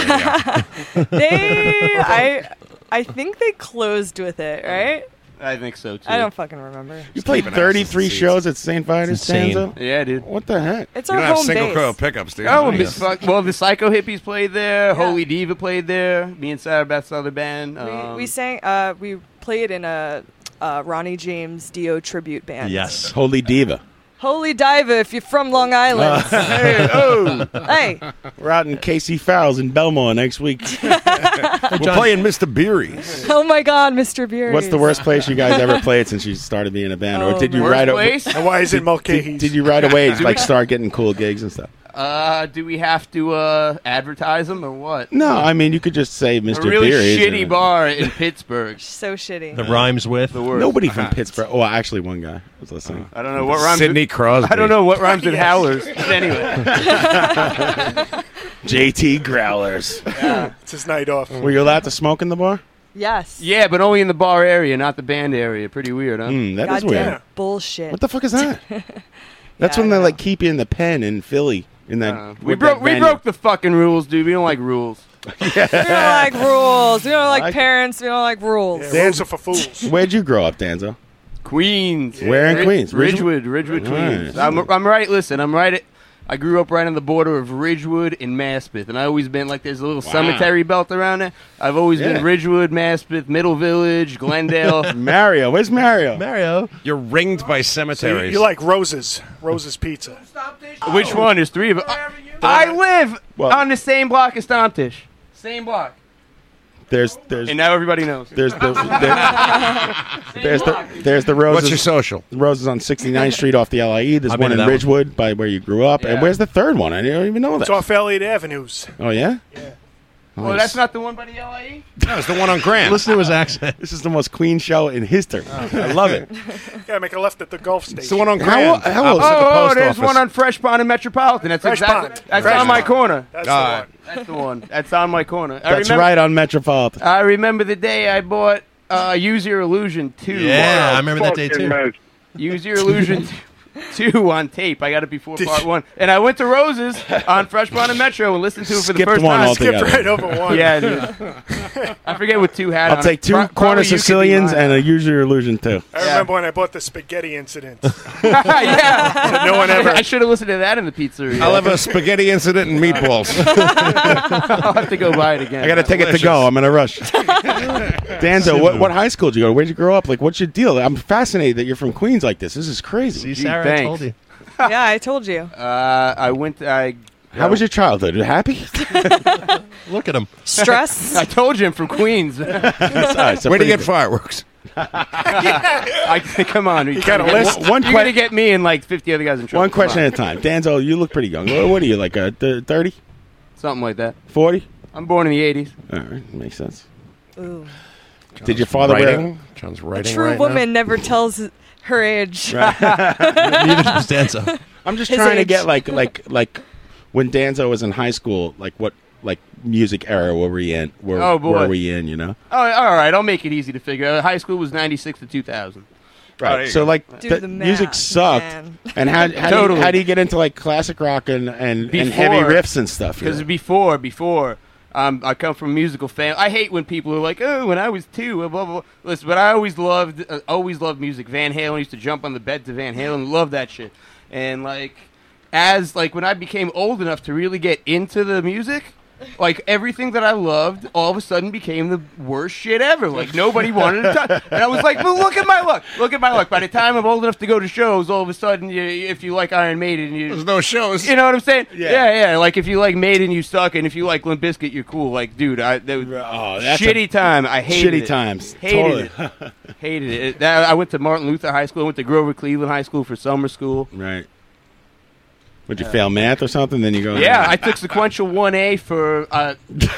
[SPEAKER 2] Radio?
[SPEAKER 7] They, I, I think they closed with it, right?
[SPEAKER 5] I think so too.
[SPEAKER 7] I don't fucking remember.
[SPEAKER 1] You played 33 shows at St. Vitus
[SPEAKER 5] insane.
[SPEAKER 1] Stanza?
[SPEAKER 5] Yeah, dude.
[SPEAKER 1] What the heck?
[SPEAKER 7] It's our home base.
[SPEAKER 2] pickups, dude.
[SPEAKER 5] Oh,
[SPEAKER 2] Nice.
[SPEAKER 5] Miss Fuck- well, the Psycho Hippies played there. Holy Diva played there. Me and Sarah Beth's other band. Um,
[SPEAKER 7] we sang. Uh, we played in a uh, Ronnie James Dio tribute band.
[SPEAKER 1] Yes. Holy Diva. Uh,
[SPEAKER 7] Holy diver, if you're from Long Island.
[SPEAKER 1] Hey, oh.
[SPEAKER 7] Hey.
[SPEAKER 1] We're out in Casey Fowles in Belmont next week. We're playing Mr. Beery's.
[SPEAKER 7] Oh my God, Mr. Beer.
[SPEAKER 1] What's the worst place you guys ever played since you started being a band?
[SPEAKER 7] Oh,
[SPEAKER 1] or did you
[SPEAKER 7] man.
[SPEAKER 1] right away?
[SPEAKER 5] Worst place? And why is it
[SPEAKER 1] Mulcahy's? Did, did you right away like start getting cool gigs and stuff?
[SPEAKER 5] uh, do we have to uh, advertise them or what?
[SPEAKER 1] No, I mean you could just say Mr.
[SPEAKER 5] A really
[SPEAKER 1] Beery's
[SPEAKER 5] shitty
[SPEAKER 1] and-
[SPEAKER 5] bar in Pittsburgh.
[SPEAKER 7] so shitty.
[SPEAKER 8] The rhymes with
[SPEAKER 5] the worst.
[SPEAKER 1] Nobody from Pittsburgh. Oh, actually, one guy was listening.
[SPEAKER 5] I don't know what rhymes.
[SPEAKER 1] Sidney
[SPEAKER 5] with-
[SPEAKER 1] Crosby.
[SPEAKER 5] I don't know what rhymes with
[SPEAKER 1] Yes.
[SPEAKER 5] howlers. But anyway.
[SPEAKER 1] JT Growlers.
[SPEAKER 4] It's his night off.
[SPEAKER 1] Were you allowed to smoke in the bar?
[SPEAKER 7] Yes.
[SPEAKER 5] Yeah, but only in the bar area, not the band area. Pretty weird, huh?
[SPEAKER 1] Mm, that is
[SPEAKER 7] Goddamn
[SPEAKER 1] weird.
[SPEAKER 7] Bullshit.
[SPEAKER 1] What the fuck is that? That's when they like keep you in the pen in Philly. In that
[SPEAKER 5] Uh, We
[SPEAKER 1] with
[SPEAKER 5] broke.
[SPEAKER 1] that
[SPEAKER 5] We
[SPEAKER 1] venue.
[SPEAKER 5] broke the fucking rules, dude. We don't like rules.
[SPEAKER 7] we don't like rules. We don't like parents. We don't like rules.
[SPEAKER 1] Dan's- Where'd you grow up, Danzo?
[SPEAKER 5] Queens.
[SPEAKER 1] Where in
[SPEAKER 5] Rid-
[SPEAKER 1] Queens?
[SPEAKER 5] Ridgewood, Ridgewood, Queens. I'm, I'm right. Listen, I'm right. At, I grew up right on the border of Ridgewood and Maspeth, and I always been like there's a little
[SPEAKER 1] Wow.
[SPEAKER 5] cemetery belt around it. I've always
[SPEAKER 1] Yeah.
[SPEAKER 5] been Ridgewood, Maspeth, Middle Village, Glendale.
[SPEAKER 1] Mario, where's Mario?
[SPEAKER 8] Mario,
[SPEAKER 2] you're ringed by
[SPEAKER 4] So you,
[SPEAKER 2] cemeteries.
[SPEAKER 4] you like roses, roses pizza.
[SPEAKER 5] Which one? There's three of. I, I live on the same block as Stomptish. Same block.
[SPEAKER 1] There's there's
[SPEAKER 5] And now everybody knows.
[SPEAKER 1] there's the there- there's the there's the roses.
[SPEAKER 2] What's your social?
[SPEAKER 1] Roses on 69th Street off the LIE. There's
[SPEAKER 2] I've been
[SPEAKER 1] one
[SPEAKER 2] to
[SPEAKER 1] in
[SPEAKER 2] that one.
[SPEAKER 1] Ridgewood by where you grew up. And
[SPEAKER 5] Yeah.
[SPEAKER 1] where's the third one? I don't even know
[SPEAKER 4] It's
[SPEAKER 1] that.
[SPEAKER 4] off Elliott Avenues.
[SPEAKER 1] Oh yeah.
[SPEAKER 5] Well, Oh, that's not the one by the LIE.
[SPEAKER 1] No, it's the one on Graham. Listen to his accent. This is the most Queen show in history. Oh, I love it.
[SPEAKER 4] Gotta make a left at the Gulf Station.
[SPEAKER 1] How, how old is
[SPEAKER 5] oh,
[SPEAKER 1] the
[SPEAKER 5] oh,
[SPEAKER 1] post
[SPEAKER 5] there's
[SPEAKER 1] office?
[SPEAKER 5] one on Fresh Pond and Metropolitan. That's
[SPEAKER 4] Fresh
[SPEAKER 5] exactly.
[SPEAKER 4] Pond.
[SPEAKER 5] That's
[SPEAKER 4] Fresh
[SPEAKER 5] on my
[SPEAKER 4] Pond.
[SPEAKER 5] corner.
[SPEAKER 4] That's the All one. right.
[SPEAKER 5] That's the one. That's on my corner. I
[SPEAKER 1] That's
[SPEAKER 5] remember,
[SPEAKER 1] right on Metropolitan.
[SPEAKER 5] I remember the day I bought uh, Use Your Illusion two.
[SPEAKER 8] Yeah,
[SPEAKER 5] Wow.
[SPEAKER 8] I remember that day, too. Fucking
[SPEAKER 5] Use Your Illusion two on tape. I got it before part one, and I went to Roses on Fresh Pond and Metro and listened to it for the
[SPEAKER 1] Skipped
[SPEAKER 5] first
[SPEAKER 1] one
[SPEAKER 5] time.
[SPEAKER 1] altogether. Skipped right
[SPEAKER 4] over one.
[SPEAKER 5] Yeah, dude. I forget what two had.
[SPEAKER 1] I'll
[SPEAKER 5] on
[SPEAKER 1] take
[SPEAKER 5] it.
[SPEAKER 1] two
[SPEAKER 5] Pro-
[SPEAKER 1] corner
[SPEAKER 5] probably You Could Be
[SPEAKER 1] Sicilians
[SPEAKER 5] Mine.
[SPEAKER 1] and a usual illusion too.
[SPEAKER 4] I remember when I bought the spaghetti incident.
[SPEAKER 5] yeah,
[SPEAKER 4] no one ever-
[SPEAKER 5] I should have listened to that in the pizzeria.
[SPEAKER 2] I'll have a spaghetti incident and meatballs.
[SPEAKER 5] I'll have to go buy it again.
[SPEAKER 1] I got to take it to go. I'm in a rush. Danzo, what, what high school did you go to? Where'd you grow up? Like, what's your deal? I'm fascinated that you're from Queens like this. This is crazy.
[SPEAKER 5] See, Sarah, I thanks. told you.
[SPEAKER 7] yeah, I told you.
[SPEAKER 5] Uh, I went. I
[SPEAKER 1] How was your childhood? Happy?
[SPEAKER 8] Look at him.
[SPEAKER 7] Stress.
[SPEAKER 5] I told you I'm from Queens.
[SPEAKER 2] Where do you get fireworks?
[SPEAKER 5] I, come on, you
[SPEAKER 1] got a list?
[SPEAKER 5] One,
[SPEAKER 1] One
[SPEAKER 5] you're gonna
[SPEAKER 1] que-
[SPEAKER 5] get me and like 50 other guys in trouble.
[SPEAKER 1] One
[SPEAKER 5] Come
[SPEAKER 1] question
[SPEAKER 5] on.
[SPEAKER 1] at a time. Danzo, you look pretty young. What what are you, like uh, th- 30,
[SPEAKER 5] Something like that.
[SPEAKER 1] 40?
[SPEAKER 5] I'm born in the 80s.
[SPEAKER 1] All right, makes sense.
[SPEAKER 7] Ooh.
[SPEAKER 1] Did your father wear...
[SPEAKER 2] Writing. John's
[SPEAKER 7] A
[SPEAKER 2] writing
[SPEAKER 7] true
[SPEAKER 2] right
[SPEAKER 7] woman never tells her age.
[SPEAKER 1] Right. Neither does Danzo. I'm just
[SPEAKER 7] His
[SPEAKER 1] trying to
[SPEAKER 7] age.
[SPEAKER 1] get like like like when Danzo was in high school, like what like music era were we in? Were,
[SPEAKER 5] Oh, boy.
[SPEAKER 1] were we in? You know,
[SPEAKER 5] Oh, all right, I'll make it easy to figure. out. High school was 96 to 2000.
[SPEAKER 1] so like
[SPEAKER 5] Do
[SPEAKER 1] the,
[SPEAKER 5] the
[SPEAKER 1] music
[SPEAKER 5] math,
[SPEAKER 1] sucked,
[SPEAKER 5] man.
[SPEAKER 1] and how how, do
[SPEAKER 5] Totally.
[SPEAKER 1] you, how do you get into like classic rock and and, and heavy riffs and stuff? you
[SPEAKER 5] Because
[SPEAKER 1] know?
[SPEAKER 5] before, before, um, I come from a musical family. I hate when people are like, "Oh, when I was two, blah blah." blah. Listen, but I always loved, uh, always loved music. Van Halen used to jump on the bed to Van Halen, love that shit. And like, as like when I became old enough to really get into the music. Like everything that I loved, all of a sudden became the worst shit ever. Like nobody wanted to touch. And I was like, "But look at my luck! Look at my luck!" By the time I'm old enough to go to shows, all of a sudden, you, if you like Iron Maiden, you, there's
[SPEAKER 2] no shows.
[SPEAKER 5] You know what I'm saying? Yeah. yeah, Like if you like Maiden, you suck, and if you like Limp Bizkit, you're cool. Like, dude, I that was
[SPEAKER 1] oh, that's
[SPEAKER 5] shitty
[SPEAKER 1] a-
[SPEAKER 5] time. I hated
[SPEAKER 1] Shitty
[SPEAKER 5] it.
[SPEAKER 1] times.
[SPEAKER 5] Hated
[SPEAKER 1] Totally.
[SPEAKER 5] it. hated it. It- that- I went to Martin Luther High School. I went to Grover Cleveland High School for summer school.
[SPEAKER 1] Right. Would you fail math or something? Then you go.
[SPEAKER 5] Yeah, I took sequential one A for. Uh, dude,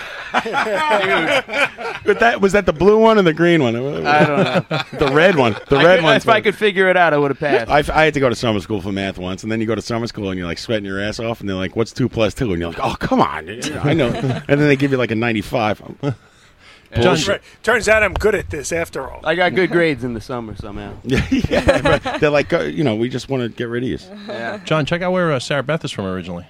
[SPEAKER 1] But that was that the blue one or the green one? I
[SPEAKER 5] don't know.
[SPEAKER 1] the red one. The
[SPEAKER 5] I
[SPEAKER 1] red
[SPEAKER 5] could-
[SPEAKER 1] one.
[SPEAKER 5] If I could figure it out, I would have passed.
[SPEAKER 1] I've, I had to go to summer school for math once, and then you go to summer school and you're like sweating your ass off, and they're like, "What's two plus two? And you're like, "Oh, come on, dude, I know." and then they give you like a 95. Bullshit.
[SPEAKER 4] Right. Turns out I'm good at this after all.
[SPEAKER 5] I got good grades in the summer somehow.
[SPEAKER 1] Yeah, yeah, right. They're like, uh, you know, we just want to get rid of you.
[SPEAKER 8] John, check out where uh, Sarah Beth is from originally.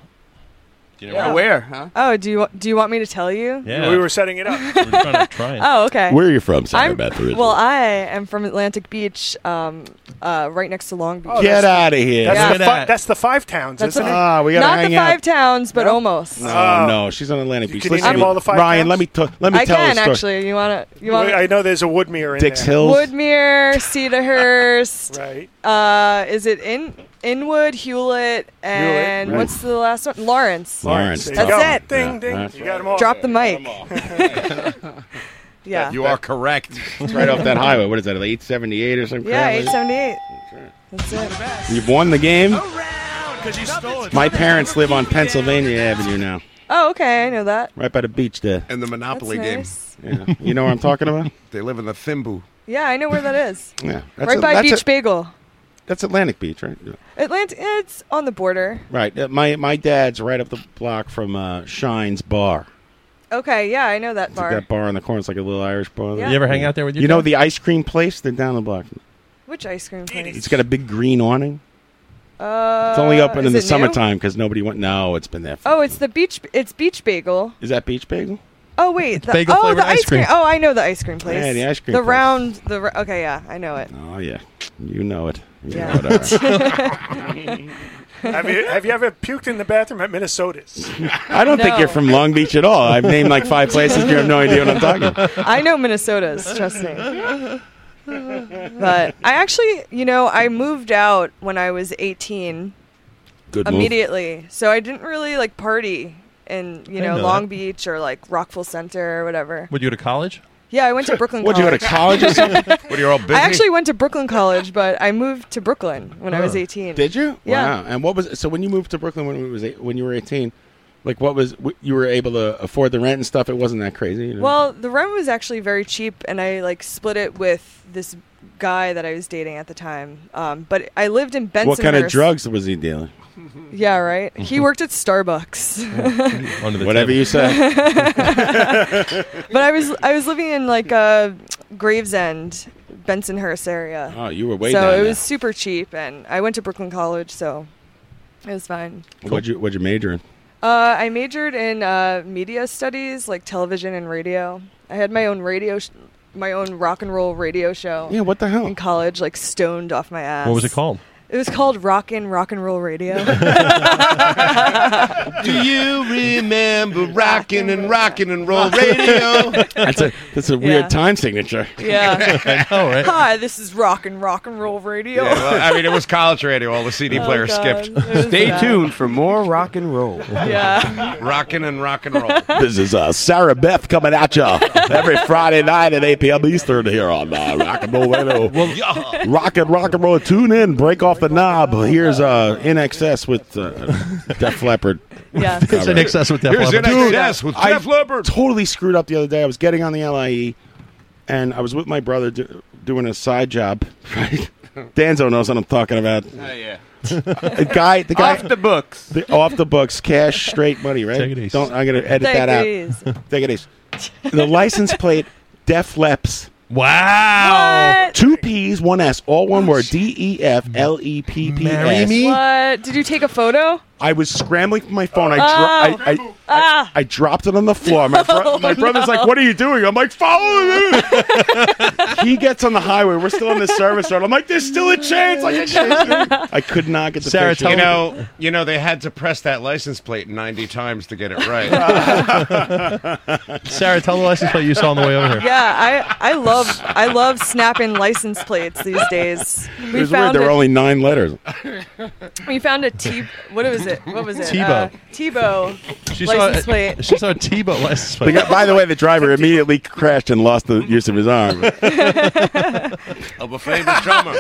[SPEAKER 5] Yeah, where? Huh?
[SPEAKER 7] Oh, do you do you want me to tell you?
[SPEAKER 8] Yeah.
[SPEAKER 4] We were setting it up.
[SPEAKER 7] Oh, okay.
[SPEAKER 1] Where are you from, Sarah
[SPEAKER 7] I'm-
[SPEAKER 1] Beth? originally?
[SPEAKER 7] Well, I am from Atlantic Beach, um, uh, right next to Long Beach.
[SPEAKER 1] Get out of here!
[SPEAKER 4] That's,
[SPEAKER 1] Look
[SPEAKER 4] the
[SPEAKER 1] at
[SPEAKER 4] fi-
[SPEAKER 1] that.
[SPEAKER 4] Oh, that's the five towns,
[SPEAKER 7] That's
[SPEAKER 4] isn't
[SPEAKER 7] what
[SPEAKER 4] it?
[SPEAKER 7] I-
[SPEAKER 1] Ah, we gotta
[SPEAKER 7] Not
[SPEAKER 1] hang
[SPEAKER 7] the
[SPEAKER 1] out.
[SPEAKER 7] five towns, but almost.
[SPEAKER 1] No, Oh, no, she's on Atlantic Beach.
[SPEAKER 4] Can you
[SPEAKER 1] Listen
[SPEAKER 4] name
[SPEAKER 1] to me.
[SPEAKER 4] all the five
[SPEAKER 1] Ryan,
[SPEAKER 4] towns?
[SPEAKER 1] let me t- let me
[SPEAKER 7] I
[SPEAKER 1] tell
[SPEAKER 7] can
[SPEAKER 1] this story.
[SPEAKER 7] actually. You wanna you
[SPEAKER 4] Well,
[SPEAKER 7] want?
[SPEAKER 4] I know there's a Woodmere in
[SPEAKER 1] Dix
[SPEAKER 4] there.
[SPEAKER 1] Hills.
[SPEAKER 7] Woodmere, Cedarhurst.
[SPEAKER 4] right.
[SPEAKER 7] Uh, is it in Inwood, Hewlett, and
[SPEAKER 1] Hewlett, right.
[SPEAKER 7] what's the last one? Lawrence.
[SPEAKER 1] Lawrence,
[SPEAKER 7] That's it.
[SPEAKER 1] there you go. Ding, Yeah, ding. that's
[SPEAKER 4] You got 'em all.
[SPEAKER 7] Drop the mic. yeah.
[SPEAKER 2] You are correct.
[SPEAKER 1] It's right off that highway. What is that? Eight seventy eight or something?
[SPEAKER 7] Yeah, 878. That's it.
[SPEAKER 1] You've won the game. My
[SPEAKER 7] Nothing's
[SPEAKER 1] parents live on Pennsylvania Avenue now,
[SPEAKER 7] Oh, okay. I know that.
[SPEAKER 1] right by the beach there.
[SPEAKER 2] And the Monopoly
[SPEAKER 7] That's
[SPEAKER 2] game.
[SPEAKER 7] nice.
[SPEAKER 1] Yeah. You know what I'm talking about?
[SPEAKER 2] They live in the Thimbu.
[SPEAKER 7] Yeah, I know where that is.
[SPEAKER 1] Yeah.
[SPEAKER 7] right
[SPEAKER 1] a-
[SPEAKER 7] by
[SPEAKER 1] that's
[SPEAKER 7] Beach
[SPEAKER 1] a-
[SPEAKER 7] Bagel.
[SPEAKER 1] That's Atlantic Beach, right? Yeah.
[SPEAKER 7] Atlanta, it's on the border.
[SPEAKER 1] Right. Uh, My my dad's right up the block from uh, Shine's Bar.
[SPEAKER 7] Okay, yeah, I know that
[SPEAKER 1] It's like
[SPEAKER 7] bar.
[SPEAKER 1] that bar in the corner. It's like a little Irish bar.
[SPEAKER 7] Yeah. You ever hang out there with your
[SPEAKER 1] You know
[SPEAKER 7] dad?
[SPEAKER 1] the ice cream place? They're down the block.
[SPEAKER 7] Which ice cream place?
[SPEAKER 1] It's got a big green awning.
[SPEAKER 7] Uh,
[SPEAKER 1] It's only open in
[SPEAKER 7] is
[SPEAKER 1] the
[SPEAKER 7] it new?
[SPEAKER 1] summertime because nobody went. No, it's been there. For,
[SPEAKER 7] Oh, it's the beach. It's Beach Bagel.
[SPEAKER 1] is that Beach Bagel?
[SPEAKER 7] Oh wait, the,
[SPEAKER 1] bagel
[SPEAKER 7] oh
[SPEAKER 1] flavored
[SPEAKER 7] the
[SPEAKER 1] ice
[SPEAKER 7] ice cream.
[SPEAKER 1] cream.
[SPEAKER 7] Oh, I know the ice cream place.
[SPEAKER 1] Yeah, the ice cream
[SPEAKER 7] The
[SPEAKER 1] place.
[SPEAKER 7] round. The ra- okay, yeah, I know it.
[SPEAKER 1] Oh yeah, you know it. You
[SPEAKER 7] Yeah.
[SPEAKER 1] know it, all right.
[SPEAKER 4] have you have you ever puked in the bathroom at Minnesota's?
[SPEAKER 1] I don't think you're from Long Beach at all. I've named like five places. You have no idea what I'm talking. about.
[SPEAKER 7] I know Minnesota's. Trust me. But I actually, you know, I moved out when I was 18
[SPEAKER 1] Good move.
[SPEAKER 7] immediately, so I didn't really like party in you
[SPEAKER 8] I
[SPEAKER 7] know,
[SPEAKER 8] know
[SPEAKER 7] Long
[SPEAKER 8] that.
[SPEAKER 7] Beach or like Rockville Center or whatever.
[SPEAKER 8] Would you go to college?
[SPEAKER 7] Yeah, I went to Brooklyn.
[SPEAKER 8] What'd you go to
[SPEAKER 1] college or something?
[SPEAKER 8] What, you're all
[SPEAKER 1] Oh,
[SPEAKER 8] busy?
[SPEAKER 7] I actually went to Brooklyn College, but I moved to Brooklyn when I was
[SPEAKER 1] Huh.
[SPEAKER 7] 18.
[SPEAKER 1] Oh. Did you?
[SPEAKER 7] Yeah.
[SPEAKER 1] Wow. And what was so when you moved to Brooklyn when it was eight, when you were eighteen? Like what was wh- you were able to afford the rent and stuff? It wasn't that crazy. You know?
[SPEAKER 7] Well, the rent was actually very cheap, and I like split it with this guy that I was dating at the time. Um, but I lived in Bensonhurst.
[SPEAKER 1] what kind of drugs was he dealing?
[SPEAKER 7] Yeah, right. He worked at Starbucks.
[SPEAKER 1] Whatever you say.
[SPEAKER 7] but I was I was living in like uh, Gravesend, Bensonhurst area.
[SPEAKER 1] Oh, you were way
[SPEAKER 7] So
[SPEAKER 1] down
[SPEAKER 7] it
[SPEAKER 1] there.
[SPEAKER 7] was super cheap, and I went to Brooklyn College, so it was fine.
[SPEAKER 1] What'd you What'd you major in?
[SPEAKER 7] Uh, I majored in uh, media studies, like television and radio. I had my own radio, sh- my own rock and roll radio show.
[SPEAKER 1] Yeah, what the hell?
[SPEAKER 7] In college, like stoned off my ass.
[SPEAKER 8] What was it called?
[SPEAKER 7] It was called Rockin' Rock and Roll Radio.
[SPEAKER 2] Do you remember rocking and rocking and roll radio?
[SPEAKER 1] That's a That's a
[SPEAKER 7] Yeah.
[SPEAKER 1] weird time signature.
[SPEAKER 7] yeah.
[SPEAKER 2] I know, right?
[SPEAKER 7] Hi, this is Rockin' Rock and Roll Radio.
[SPEAKER 2] Yeah, well, I mean, it was college radio. All the CD
[SPEAKER 7] Oh,
[SPEAKER 2] players
[SPEAKER 7] God.
[SPEAKER 2] skipped.
[SPEAKER 7] It was Stay bad. tuned
[SPEAKER 2] for more rock and roll.
[SPEAKER 7] Yeah.
[SPEAKER 2] Rockin' and rock and roll.
[SPEAKER 1] This is uh, Sarah Beth coming at you every Friday night at 8 p.m. Eastern here on uh, Rock and Roll Radio. rock and rock and roll. Tune in. Break off the knob. Here's uh, In Excess with uh, Def Leppard.
[SPEAKER 7] Yeah.
[SPEAKER 8] It's in excess with Def Here's Leppard. In Excess with Def
[SPEAKER 1] Leppard. Totally screwed up the other day. I was getting on the LIE, and I was with my brother do- doing a side job. Right? Danzo knows what I'm talking about.
[SPEAKER 5] Oh, yeah.
[SPEAKER 1] The guy, the guy
[SPEAKER 5] Off the books.
[SPEAKER 1] the- off the books, cash, straight money, right?
[SPEAKER 5] Take it easy.
[SPEAKER 1] Don't I'm gonna edit
[SPEAKER 5] Take
[SPEAKER 1] that out.
[SPEAKER 5] it easy.
[SPEAKER 1] Take it easy. The license plate, Def Leps.
[SPEAKER 8] Wow.
[SPEAKER 1] Two P's, one S, all one
[SPEAKER 5] Oh,
[SPEAKER 1] word. D E F L E P P S.
[SPEAKER 7] What? Did you take a photo?
[SPEAKER 1] I was scrambling for my phone. I,
[SPEAKER 5] Oh.
[SPEAKER 1] dro- I, I,
[SPEAKER 7] Ah.
[SPEAKER 1] I dropped it on the floor. My, bro-
[SPEAKER 7] No,
[SPEAKER 1] my brother's
[SPEAKER 7] no.
[SPEAKER 1] like, "What are you doing?" I'm like, "Follow me." he gets on the highway. We're still on the service road. I'm like, "There's still a chance." I can change it." I could not get the
[SPEAKER 2] Sarah,
[SPEAKER 1] picture.
[SPEAKER 2] you know, you know, they had to press that license plate 90 times to get it right.
[SPEAKER 8] Sarah, tell the license plate you saw on the way over here.
[SPEAKER 7] Yeah, I, I love I love snapping license plates these days.
[SPEAKER 1] it
[SPEAKER 7] We
[SPEAKER 1] was weird.
[SPEAKER 7] found
[SPEAKER 1] There were
[SPEAKER 7] a-
[SPEAKER 1] only nine letters.
[SPEAKER 7] We found a T. What was it? What was it?
[SPEAKER 1] Tebow.
[SPEAKER 7] Uh, Tebow. license plate.
[SPEAKER 8] She saw a T-Bow license
[SPEAKER 1] The guy- by the way, the driver immediately crashed and lost the use of his arm.
[SPEAKER 2] I'm a famous drummer,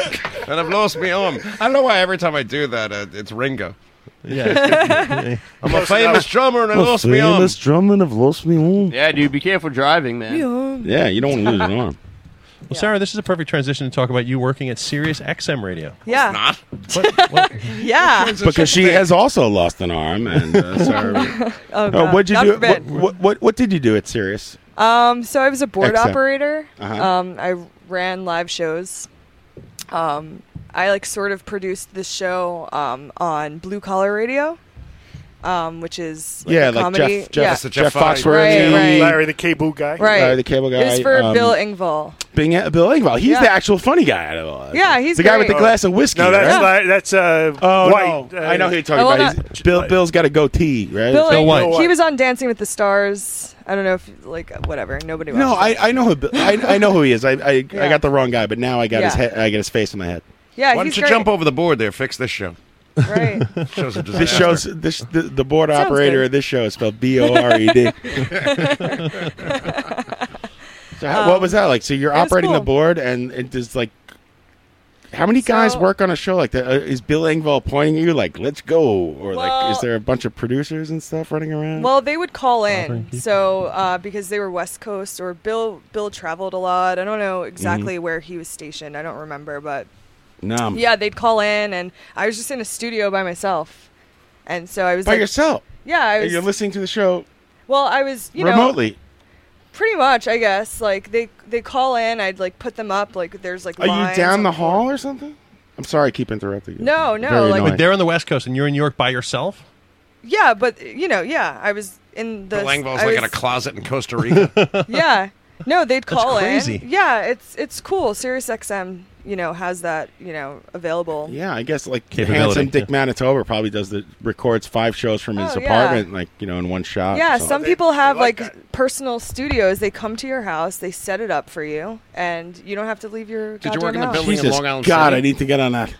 [SPEAKER 2] and I've lost my arm. I don't know why every time I do that, uh, it's Ringo.
[SPEAKER 5] Yeah.
[SPEAKER 2] I'm a famous drummer and I lost my arm.
[SPEAKER 1] Famous drummer and I've lost my arm.
[SPEAKER 5] Yeah, dude, be careful driving, man.
[SPEAKER 1] Yeah, you don't want to lose an arm.
[SPEAKER 8] Well, Sarah, this is a perfect transition to talk about you working at Sirius XM Radio.
[SPEAKER 7] Yeah. yeah.
[SPEAKER 1] Because she has also lost an arm. And uh, sorry.
[SPEAKER 7] Oh,
[SPEAKER 1] Uh,
[SPEAKER 7] God.
[SPEAKER 1] what'd you
[SPEAKER 7] God
[SPEAKER 1] do? What,
[SPEAKER 7] forbid.
[SPEAKER 1] what, what, what did you do at Sirius?
[SPEAKER 7] Um, so I was a board
[SPEAKER 1] Except-
[SPEAKER 7] operator.
[SPEAKER 1] Uh-huh.
[SPEAKER 7] Um, I ran live shows. Um, I like sort of produced this show um, on Blue Collar Radio, um, which is like a
[SPEAKER 1] Yeah, like
[SPEAKER 7] comedy.
[SPEAKER 1] Jeff- Jeff-
[SPEAKER 7] yeah.
[SPEAKER 1] Jeff
[SPEAKER 7] Right,
[SPEAKER 1] Foxworthy.
[SPEAKER 7] right.
[SPEAKER 4] Larry the Cable guy.
[SPEAKER 7] Right.
[SPEAKER 1] Larry the Cable
[SPEAKER 7] It was
[SPEAKER 1] Guy,
[SPEAKER 7] for
[SPEAKER 1] um,
[SPEAKER 7] Bill Engvall.
[SPEAKER 1] Being at Bill Engvall. He's
[SPEAKER 7] Yeah.
[SPEAKER 1] the actual funny guy out of all that.
[SPEAKER 7] Yeah, he's
[SPEAKER 1] uh, the guy with the
[SPEAKER 7] great.
[SPEAKER 1] glass of whiskey.
[SPEAKER 4] No, that's
[SPEAKER 1] right?
[SPEAKER 4] Larry- that's uh,
[SPEAKER 1] Oh
[SPEAKER 4] White.
[SPEAKER 1] no!
[SPEAKER 4] Uh,
[SPEAKER 1] I know who you're talking
[SPEAKER 7] Oh, well,
[SPEAKER 1] about.
[SPEAKER 7] not-
[SPEAKER 1] He's- Bill, Bill's got a goatee, right?
[SPEAKER 7] Bill Engvall. He was on Dancing with the Stars. I don't know if like whatever. Nobody.
[SPEAKER 1] No,
[SPEAKER 7] watched it.
[SPEAKER 1] I, I know who Bill- I, I know who he is. I I, I got the wrong guy, but now I got his
[SPEAKER 7] Yeah.
[SPEAKER 1] head. I got his face in my head.
[SPEAKER 7] Yeah,
[SPEAKER 2] Why
[SPEAKER 7] he's
[SPEAKER 2] don't you
[SPEAKER 7] great.
[SPEAKER 2] jump over the board there? Fix this show.
[SPEAKER 7] Right.
[SPEAKER 2] Show's a
[SPEAKER 1] This shows
[SPEAKER 2] disaster. Uh,
[SPEAKER 1] this the, the board
[SPEAKER 7] Sounds
[SPEAKER 1] operator
[SPEAKER 7] good.
[SPEAKER 1] of this show is spelled B O R E D. So how, what
[SPEAKER 7] Um,
[SPEAKER 1] was that like? So you're
[SPEAKER 7] it was
[SPEAKER 1] operating the
[SPEAKER 7] cool.
[SPEAKER 1] board, and it is like, how many guys
[SPEAKER 7] So-
[SPEAKER 1] work on a show like that? Uh, is Bill Engvall pointing at you like, "Let's go," or like, is
[SPEAKER 7] Well-
[SPEAKER 1] there a bunch of producers and stuff running around?
[SPEAKER 7] Well, they would call
[SPEAKER 1] Sovereign
[SPEAKER 7] in,
[SPEAKER 1] people.
[SPEAKER 7] so uh, because they were West Coast or Bill. Bill traveled a lot. I don't know exactly where he was stationed. I don't remember, but
[SPEAKER 1] Mm-hmm. no,
[SPEAKER 7] yeah, they'd call in, and I was just in a studio by myself, and so I was
[SPEAKER 1] by
[SPEAKER 7] like,
[SPEAKER 1] yourself.
[SPEAKER 7] Yeah, I
[SPEAKER 1] And
[SPEAKER 7] was.
[SPEAKER 1] you're listening to the show
[SPEAKER 7] well, I was you
[SPEAKER 1] remotely.
[SPEAKER 7] know pretty much, I guess. Like they they call in, I'd like put them up. Like there's like
[SPEAKER 1] Are you
[SPEAKER 7] lines
[SPEAKER 1] down
[SPEAKER 7] on
[SPEAKER 1] the hall or something? I'm sorry, I keep interrupting you.
[SPEAKER 7] No, no,
[SPEAKER 1] Very
[SPEAKER 7] like-
[SPEAKER 1] annoying.
[SPEAKER 8] But they're on the West Coast and you're in New York by yourself?
[SPEAKER 7] Yeah, but you know, yeah, I was in the.
[SPEAKER 2] Bill Engvall's
[SPEAKER 7] I
[SPEAKER 2] like
[SPEAKER 7] was-
[SPEAKER 2] in a closet in Costa Rica.
[SPEAKER 7] yeah. No, they'd
[SPEAKER 2] That's
[SPEAKER 7] call
[SPEAKER 2] crazy.
[SPEAKER 7] in. Yeah, it's it's cool. SiriusXM, you know, has that, you know, available.
[SPEAKER 1] Yeah, I guess like
[SPEAKER 8] Capability,
[SPEAKER 1] handsome Dick Manitoba probably does the records five shows from his
[SPEAKER 7] Oh, yeah.
[SPEAKER 1] apartment, like you know, in one shot.
[SPEAKER 7] Yeah,
[SPEAKER 1] so-
[SPEAKER 7] some people have like, personal studios. They come to your house, they set it up for you, and you don't have to leave your.
[SPEAKER 2] Did you
[SPEAKER 7] goddamn
[SPEAKER 2] work in the
[SPEAKER 7] house.
[SPEAKER 2] building in
[SPEAKER 1] Jesus
[SPEAKER 2] Long Island
[SPEAKER 1] God,
[SPEAKER 2] City?
[SPEAKER 1] I need to get on that.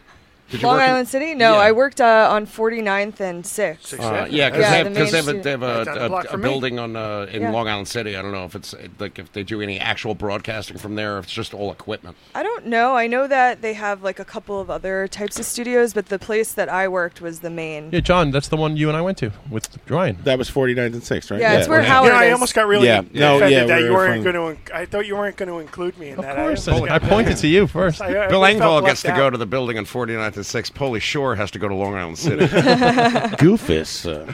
[SPEAKER 2] Did you
[SPEAKER 7] Long
[SPEAKER 2] work in-
[SPEAKER 7] Island City? No, I worked uh, on 49th and 6.
[SPEAKER 2] Uh, yeah, because
[SPEAKER 7] the
[SPEAKER 2] they,
[SPEAKER 7] main
[SPEAKER 2] have a,
[SPEAKER 7] stu-
[SPEAKER 2] they have
[SPEAKER 7] Right down
[SPEAKER 2] a,
[SPEAKER 7] the
[SPEAKER 2] a,
[SPEAKER 7] block
[SPEAKER 2] a
[SPEAKER 7] from me.
[SPEAKER 2] building on uh, in
[SPEAKER 7] Yeah.
[SPEAKER 2] Long Island City. I don't know if it's uh, like if they do any actual broadcasting from there, or if it's just all equipment.
[SPEAKER 7] I don't know. I know that they have like a couple of other types of studios, but the place that I worked was the main.
[SPEAKER 8] Yeah, John, that's the one you and I went to with Ryan.
[SPEAKER 1] That was 49th and 6, right?
[SPEAKER 7] Yeah, it's where Howard
[SPEAKER 4] You know, I
[SPEAKER 7] is.
[SPEAKER 4] almost got really
[SPEAKER 1] Yeah. No,
[SPEAKER 4] offended
[SPEAKER 1] yeah,
[SPEAKER 4] that
[SPEAKER 1] we
[SPEAKER 4] you
[SPEAKER 1] were
[SPEAKER 4] weren't
[SPEAKER 1] from-
[SPEAKER 4] going to. I thought you weren't going to include me in that.
[SPEAKER 8] Of course,
[SPEAKER 4] I,
[SPEAKER 8] I pointed to you first.
[SPEAKER 4] I- I
[SPEAKER 2] Bill
[SPEAKER 4] felt
[SPEAKER 2] Engvall
[SPEAKER 4] left
[SPEAKER 2] gets to
[SPEAKER 4] out.
[SPEAKER 2] go to the building on 49th and 6th. Polly Shore has to go to Long Island City.
[SPEAKER 1] Goofus, uh,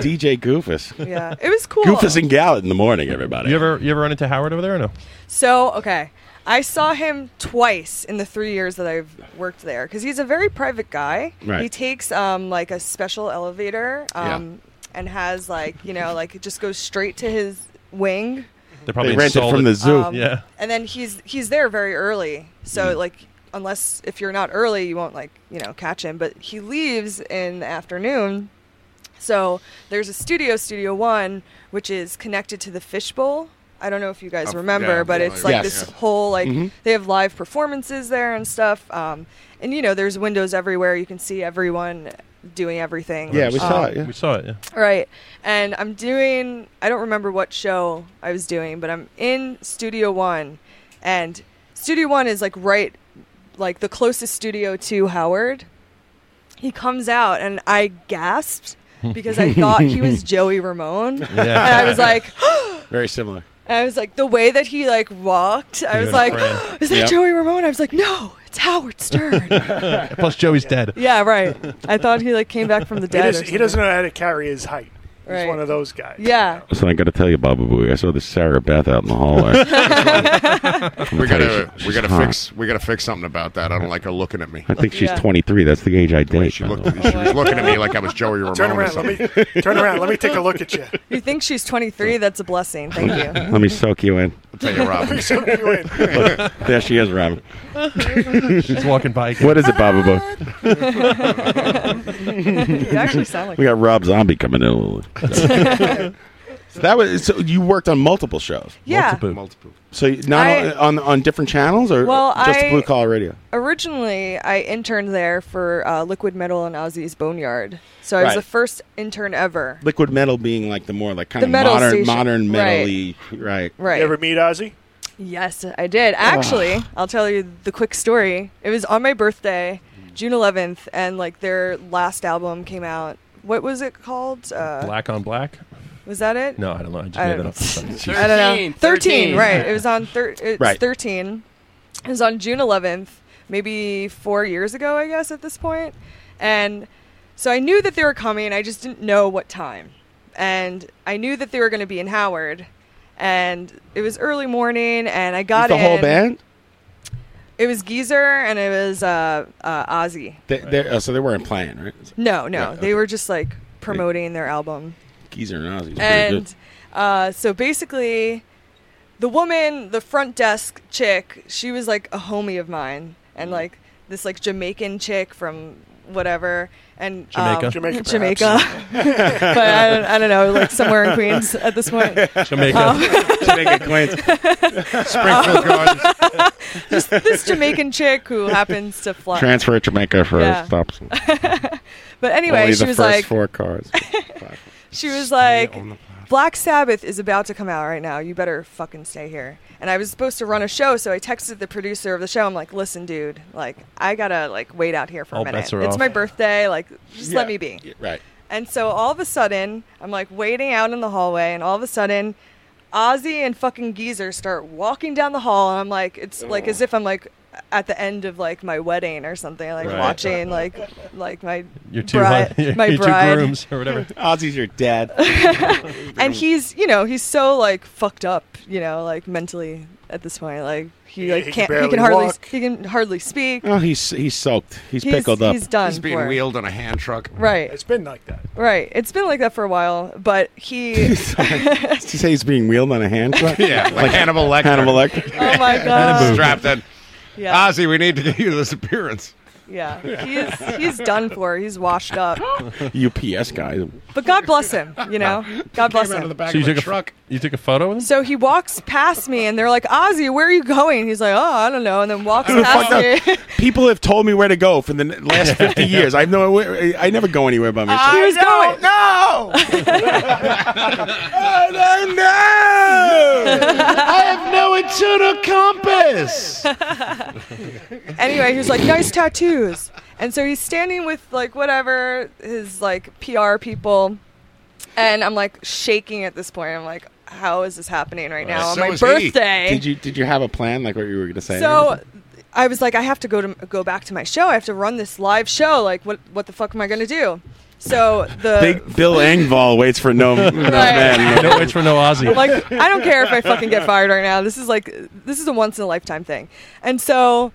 [SPEAKER 1] DJ Goofus,
[SPEAKER 7] Yeah, it was cool.
[SPEAKER 1] Goofus and Gallet in the morning, everybody.
[SPEAKER 8] You ever you ever run into Howard over there or no?
[SPEAKER 7] So, okay. I saw him twice in the three years that I've worked there because he's a very private guy.
[SPEAKER 16] Right.
[SPEAKER 7] He takes um, like a special elevator
[SPEAKER 16] Yeah.
[SPEAKER 7] um, and has like, you know, like it just goes straight to his wing.
[SPEAKER 8] They're
[SPEAKER 1] They rented
[SPEAKER 8] installed
[SPEAKER 1] from
[SPEAKER 8] it-
[SPEAKER 1] the zoo. Mm-hmm.
[SPEAKER 7] Um,
[SPEAKER 8] yeah.
[SPEAKER 7] And then he's he's there very early. So like unless if you're not early, you won't like, you know, catch him, but he leaves in the afternoon. So there's a studio, Studio 1, which is connected to the Fishbowl. I don't know if you guys
[SPEAKER 16] Of-
[SPEAKER 7] remember,
[SPEAKER 16] yeah,
[SPEAKER 7] but
[SPEAKER 16] yeah,
[SPEAKER 7] it's like
[SPEAKER 16] yes.
[SPEAKER 7] this
[SPEAKER 16] Yeah.
[SPEAKER 7] whole like
[SPEAKER 16] Mhm.
[SPEAKER 7] they have live performances there and stuff. Um, and you know, there's windows everywhere. You can see everyone doing everything.
[SPEAKER 8] Yeah, we
[SPEAKER 7] Um,
[SPEAKER 8] saw it. Yeah. We saw it. Yeah.
[SPEAKER 7] Right. And I'm doing, I don't remember what show I was doing, but I'm in Studio One. And Studio One is like right, like the closest studio to Howard. He comes out and I gasped because I thought he was Joey Ramone.
[SPEAKER 1] Yeah.
[SPEAKER 7] And I was like,
[SPEAKER 1] Very similar.
[SPEAKER 7] and I was like, the way that he like walked, I
[SPEAKER 1] He
[SPEAKER 7] was
[SPEAKER 1] was
[SPEAKER 7] like,
[SPEAKER 1] afraid.
[SPEAKER 7] is that
[SPEAKER 1] Yep.
[SPEAKER 7] Joey Ramone? I was like, no, it's Howard Stern.
[SPEAKER 8] Plus Joey's dead.
[SPEAKER 7] yeah, right. I thought he like came back from the
[SPEAKER 4] He,
[SPEAKER 7] dead. or
[SPEAKER 4] does, he doesn't
[SPEAKER 7] something.
[SPEAKER 4] know how to carry his height. He's
[SPEAKER 7] Right.
[SPEAKER 4] one of those guys.
[SPEAKER 7] Yeah.
[SPEAKER 1] So I got to tell you, Baba Booey, I saw this Sarah Beth out in the hall.
[SPEAKER 2] we gotta we gotta
[SPEAKER 1] hot.
[SPEAKER 2] fix we gotta fix something about that. I don't like her looking at me.
[SPEAKER 1] I think she's
[SPEAKER 4] Yeah.
[SPEAKER 1] 23. That's the age I date. by the way.
[SPEAKER 2] She was looking at me like I was Joey Ramone
[SPEAKER 4] Turn
[SPEAKER 2] or
[SPEAKER 4] around.
[SPEAKER 2] something.
[SPEAKER 4] Let me turn around. Let me take a look at you.
[SPEAKER 7] You think she's 23? That's a blessing. Thank you.
[SPEAKER 1] Let me soak you in.
[SPEAKER 2] tell you, Robin.
[SPEAKER 1] Look, there she is, Robin.
[SPEAKER 8] She's walking by again.
[SPEAKER 1] What is it, Baba Boo?
[SPEAKER 7] you actually sound like
[SPEAKER 1] we got Rob Zombie coming in. a little. So that was so you worked on multiple shows.
[SPEAKER 7] Yeah. Multiple.
[SPEAKER 2] multiple.
[SPEAKER 1] So you- not
[SPEAKER 7] I-
[SPEAKER 1] on, on on different channels or
[SPEAKER 7] Well,
[SPEAKER 1] just
[SPEAKER 7] I-
[SPEAKER 1] Blue Collar Radio.
[SPEAKER 7] Originally, I interned there for uh, Liquid Metal and Ozzy's Boneyard. So I was
[SPEAKER 1] Right.
[SPEAKER 7] the first intern ever.
[SPEAKER 1] Liquid metal being like the more like kind
[SPEAKER 7] The
[SPEAKER 1] of
[SPEAKER 7] metal
[SPEAKER 1] modern
[SPEAKER 7] station.
[SPEAKER 1] modern
[SPEAKER 7] Right.
[SPEAKER 1] metally right.
[SPEAKER 7] Right.
[SPEAKER 4] You ever meet Ozzy?
[SPEAKER 8] Ah.
[SPEAKER 7] Yes, I did. Actually, I'll tell you the quick story. It was on my birthday, June 11th, and like their last album came out. What was it called? Uh,
[SPEAKER 8] Black on black.
[SPEAKER 7] Was that it?
[SPEAKER 8] No, I don't know. I just
[SPEAKER 7] I
[SPEAKER 8] made
[SPEAKER 7] don't-
[SPEAKER 8] that up. Sorry.
[SPEAKER 7] I don't know.
[SPEAKER 5] 13,
[SPEAKER 7] 13,
[SPEAKER 5] 13.
[SPEAKER 7] right. It was on thir- it's
[SPEAKER 8] Right.
[SPEAKER 7] 13. It was on June 11th, maybe four years ago, I guess, at this point. And so I knew that they were coming. I just didn't know what time. And I knew that they were going to be in Howard. And it was early morning, and I got
[SPEAKER 5] the
[SPEAKER 7] in.
[SPEAKER 5] whole band.
[SPEAKER 7] It was Geezer and it was uh, uh, Ozzy.
[SPEAKER 1] They, they, uh, so they weren't playing, right?
[SPEAKER 7] No, no,
[SPEAKER 1] Right,
[SPEAKER 7] they were just like promoting their album.
[SPEAKER 1] Geezer and Ozzy's pretty good.
[SPEAKER 7] and uh, so basically, the woman, the front desk chick, she was like a homie of mine,
[SPEAKER 8] Mm.
[SPEAKER 7] and like this like Jamaican chick from whatever, and
[SPEAKER 8] Jamaica.
[SPEAKER 7] um,
[SPEAKER 8] Jamaica, perhaps.
[SPEAKER 7] Jamaica. but I don't, I don't know, like somewhere in Queens at this point. Um,
[SPEAKER 8] Jamaica. Jamaica, Queens. Springfield Gardens.
[SPEAKER 7] Just this Jamaican chick who happens to fly.
[SPEAKER 1] Transfer to Jamaica for
[SPEAKER 7] Yeah.
[SPEAKER 1] stops.
[SPEAKER 7] But anyway,
[SPEAKER 1] Only
[SPEAKER 7] she
[SPEAKER 1] the
[SPEAKER 7] was
[SPEAKER 1] first
[SPEAKER 7] like,
[SPEAKER 1] four cars.
[SPEAKER 7] She was like, Black Sabbath is about to come out right now. You better fucking stay here. And I was supposed to run a show, so I texted the producer of the show. I'm like, listen, dude, like, I gotta, like, wait out here for
[SPEAKER 8] All
[SPEAKER 7] a minute.
[SPEAKER 8] bets are
[SPEAKER 7] It's
[SPEAKER 8] off."
[SPEAKER 7] my birthday. Like, just
[SPEAKER 8] Yeah.
[SPEAKER 7] let me be.
[SPEAKER 1] right.
[SPEAKER 7] And so all of a sudden, I'm like waiting out in the hallway, and all of a sudden, Ozzy and fucking Geezer start walking down the hall, and I'm like, it's like as if I'm like at the end of like my wedding or something, like
[SPEAKER 1] Right.
[SPEAKER 7] watching like like my
[SPEAKER 1] Your
[SPEAKER 7] two Bride- hun- my your two bride. grooms
[SPEAKER 8] or whatever.
[SPEAKER 1] Ozzy's your dad.
[SPEAKER 7] and he's you know he's so like fucked up you know like mentally at this point like he like
[SPEAKER 4] he can
[SPEAKER 7] can't he can
[SPEAKER 4] barely
[SPEAKER 7] hardly
[SPEAKER 4] walk.
[SPEAKER 7] he can hardly speak
[SPEAKER 1] Oh, he's he's soaked. He's,
[SPEAKER 7] He's-
[SPEAKER 1] pickled up.
[SPEAKER 7] he's done He's being for it.
[SPEAKER 2] wheeled on a hand truck.
[SPEAKER 7] right
[SPEAKER 4] It's been like that.
[SPEAKER 7] right it's been like that for a while but he oh
[SPEAKER 1] Did you say he's being wheeled on a hand truck?
[SPEAKER 2] Yeah, like Hannibal Lecter.
[SPEAKER 1] Hannibal Lecter.
[SPEAKER 7] oh my god
[SPEAKER 2] Strapped in.
[SPEAKER 7] yeah
[SPEAKER 2] Ozzy, we need to get you this appearance.
[SPEAKER 7] yeah he's he's done for he's washed up
[SPEAKER 1] UPS guy.
[SPEAKER 7] but god bless him you know god bless him
[SPEAKER 8] So you took a truck. You took a photo with him.
[SPEAKER 7] so he walks past me and they're like ozzy where are you going he's like oh i don't know and then walks past me
[SPEAKER 1] People have told me where to go for the n- last fifty years. I've no, where- I never go anywhere by myself.
[SPEAKER 7] He was going.
[SPEAKER 5] No!
[SPEAKER 1] I don't know!
[SPEAKER 5] I have no internal compass!
[SPEAKER 7] anyway, he was like, nice tattoos. And so he's standing with like whatever his like PR people, and I'm like shaking at this point. I'm like, how is this happening right now on
[SPEAKER 1] Uh, So
[SPEAKER 7] my
[SPEAKER 1] is he.
[SPEAKER 7] birthday?
[SPEAKER 1] Did you did you have a plan like what you were going to say? and
[SPEAKER 7] so
[SPEAKER 1] everything?
[SPEAKER 7] I was like, I have to go to go back to my show. I have to run this live show. Like, what what the fuck am I gonna do? So the
[SPEAKER 1] Big Bill Engvall waits for no, no man.
[SPEAKER 8] No waits for no Ozzy.
[SPEAKER 7] I'm like, I don't care if I fucking get fired right now. This is like, this is a once in a lifetime thing. And so,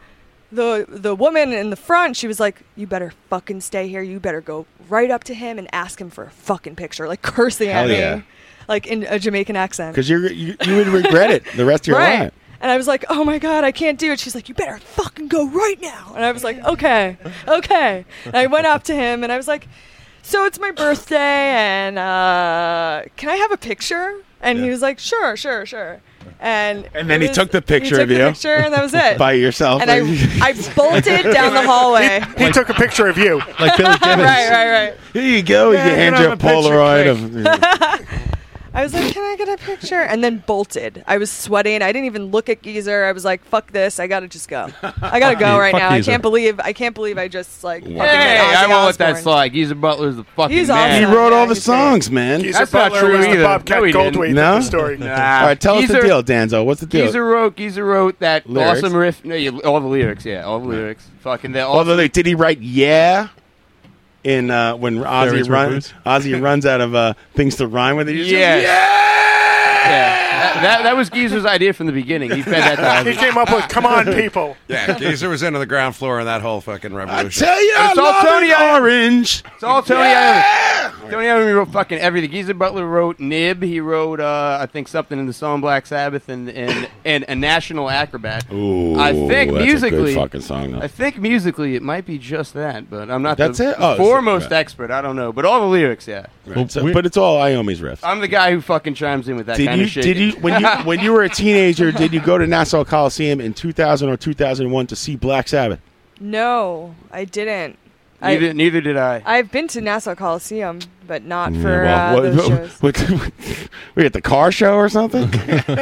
[SPEAKER 7] the the woman in the front, she was like, "You better fucking stay here. You better go right up to him and ask him for a fucking picture." Like cursing
[SPEAKER 1] Hell
[SPEAKER 7] at me,
[SPEAKER 1] yeah.
[SPEAKER 7] like in a Jamaican accent.
[SPEAKER 1] Because you you would regret it the rest of your
[SPEAKER 7] right.
[SPEAKER 1] life.
[SPEAKER 7] And I was like, "Oh my god, I can't do it." She's like, "You better fucking go right now." And I was like, "Okay, okay." And I went up to him and I was like, "So it's my birthday, and uh, can I have a picture?" And he was like, "Sure, sure, sure." And
[SPEAKER 1] And then he
[SPEAKER 7] it was-
[SPEAKER 1] took the picture
[SPEAKER 7] he took
[SPEAKER 1] of you.
[SPEAKER 7] the picture, and that was it.
[SPEAKER 1] By yourself.
[SPEAKER 7] And I, I bolted down the hallway.
[SPEAKER 4] He took a picture of you.
[SPEAKER 1] like Billy
[SPEAKER 7] right, right, right.
[SPEAKER 1] Here you go.
[SPEAKER 4] Yeah,
[SPEAKER 1] Oh, you
[SPEAKER 4] can
[SPEAKER 1] hand
[SPEAKER 4] I
[SPEAKER 1] you a
[SPEAKER 4] have a picture,
[SPEAKER 1] Polaroid of.
[SPEAKER 7] I was like, "Can I get a picture?" And then bolted. I was sweating. I didn't even look at Geezer. I was like, "Fuck this! I gotta just go. I gotta go
[SPEAKER 8] Fuck
[SPEAKER 7] right
[SPEAKER 8] Geezer.
[SPEAKER 7] now. I
[SPEAKER 8] Geezer.
[SPEAKER 7] can't believe. I can't believe I just like. fucking
[SPEAKER 5] Hey,
[SPEAKER 7] met Ozzy
[SPEAKER 5] I won't let
[SPEAKER 7] Osbourne.
[SPEAKER 5] that slide. Geezer Butler's the fucking
[SPEAKER 7] He's
[SPEAKER 5] man.
[SPEAKER 1] He wrote all the songs, man.
[SPEAKER 5] Geezer That's not Butler true was the either. Bobcat No, he didn't. Goldthwait
[SPEAKER 1] no?
[SPEAKER 5] of the story. Nah.
[SPEAKER 1] All right, tell us
[SPEAKER 5] Geezer-
[SPEAKER 1] the deal, Danzo. What's the deal?
[SPEAKER 5] Geezer wrote, Geezer wrote that
[SPEAKER 1] Lyrics.
[SPEAKER 5] awesome riff. No, you, all the lyrics, yeah, all the lyrics. Fucking, they're all
[SPEAKER 1] Although they did he write "Yeah" in uh, when Ozzy
[SPEAKER 8] Fairies were
[SPEAKER 1] runs
[SPEAKER 8] boots.
[SPEAKER 1] Ozzy runs out of uh, things to rhyme with. He just goes,
[SPEAKER 5] Yeah.
[SPEAKER 1] yeah.
[SPEAKER 5] Yeah, that, that, that was Geezer's idea from the beginning. He fed that to
[SPEAKER 4] He
[SPEAKER 5] Ozzy.
[SPEAKER 4] came up with, "Come on, people."
[SPEAKER 2] Yeah, Geezer was into the ground floor in that whole fucking revolution.
[SPEAKER 1] Tell you,
[SPEAKER 5] It's
[SPEAKER 1] I
[SPEAKER 5] all
[SPEAKER 1] love
[SPEAKER 5] Tony
[SPEAKER 1] an
[SPEAKER 5] Iommi.
[SPEAKER 1] orange.
[SPEAKER 5] It's all Tony Iommi. Tony Iommi wrote fucking everything. Geezer Butler wrote Nib. He wrote, uh, I think, something in the song Black Sabbath and and, and a National Acrobat.
[SPEAKER 1] Ooh,
[SPEAKER 5] I think
[SPEAKER 1] that's
[SPEAKER 5] musically,
[SPEAKER 1] a good fucking song. Though.
[SPEAKER 5] I think musically it might be just that, but I'm not
[SPEAKER 1] That's
[SPEAKER 5] the
[SPEAKER 1] it? Oh, it's-
[SPEAKER 5] foremost
[SPEAKER 1] right.
[SPEAKER 5] expert. I don't know, but all the lyrics, yeah.
[SPEAKER 1] Right, so- but it's all Iommi's riffs.
[SPEAKER 5] I'm the guy who fucking chimes in with that
[SPEAKER 1] did
[SPEAKER 5] kind
[SPEAKER 1] you
[SPEAKER 5] of shit.
[SPEAKER 1] did you when you when you were a teenager did you go to Nassau Coliseum in 2000 or 2001 to see Black Sabbath?
[SPEAKER 7] No, I didn't.
[SPEAKER 5] Neither, neither did I.
[SPEAKER 7] I've been to Nassau Coliseum, but not
[SPEAKER 1] Mm, Yeah,
[SPEAKER 7] for
[SPEAKER 1] well,
[SPEAKER 7] uh, those shows.
[SPEAKER 1] what, we at the car show or something?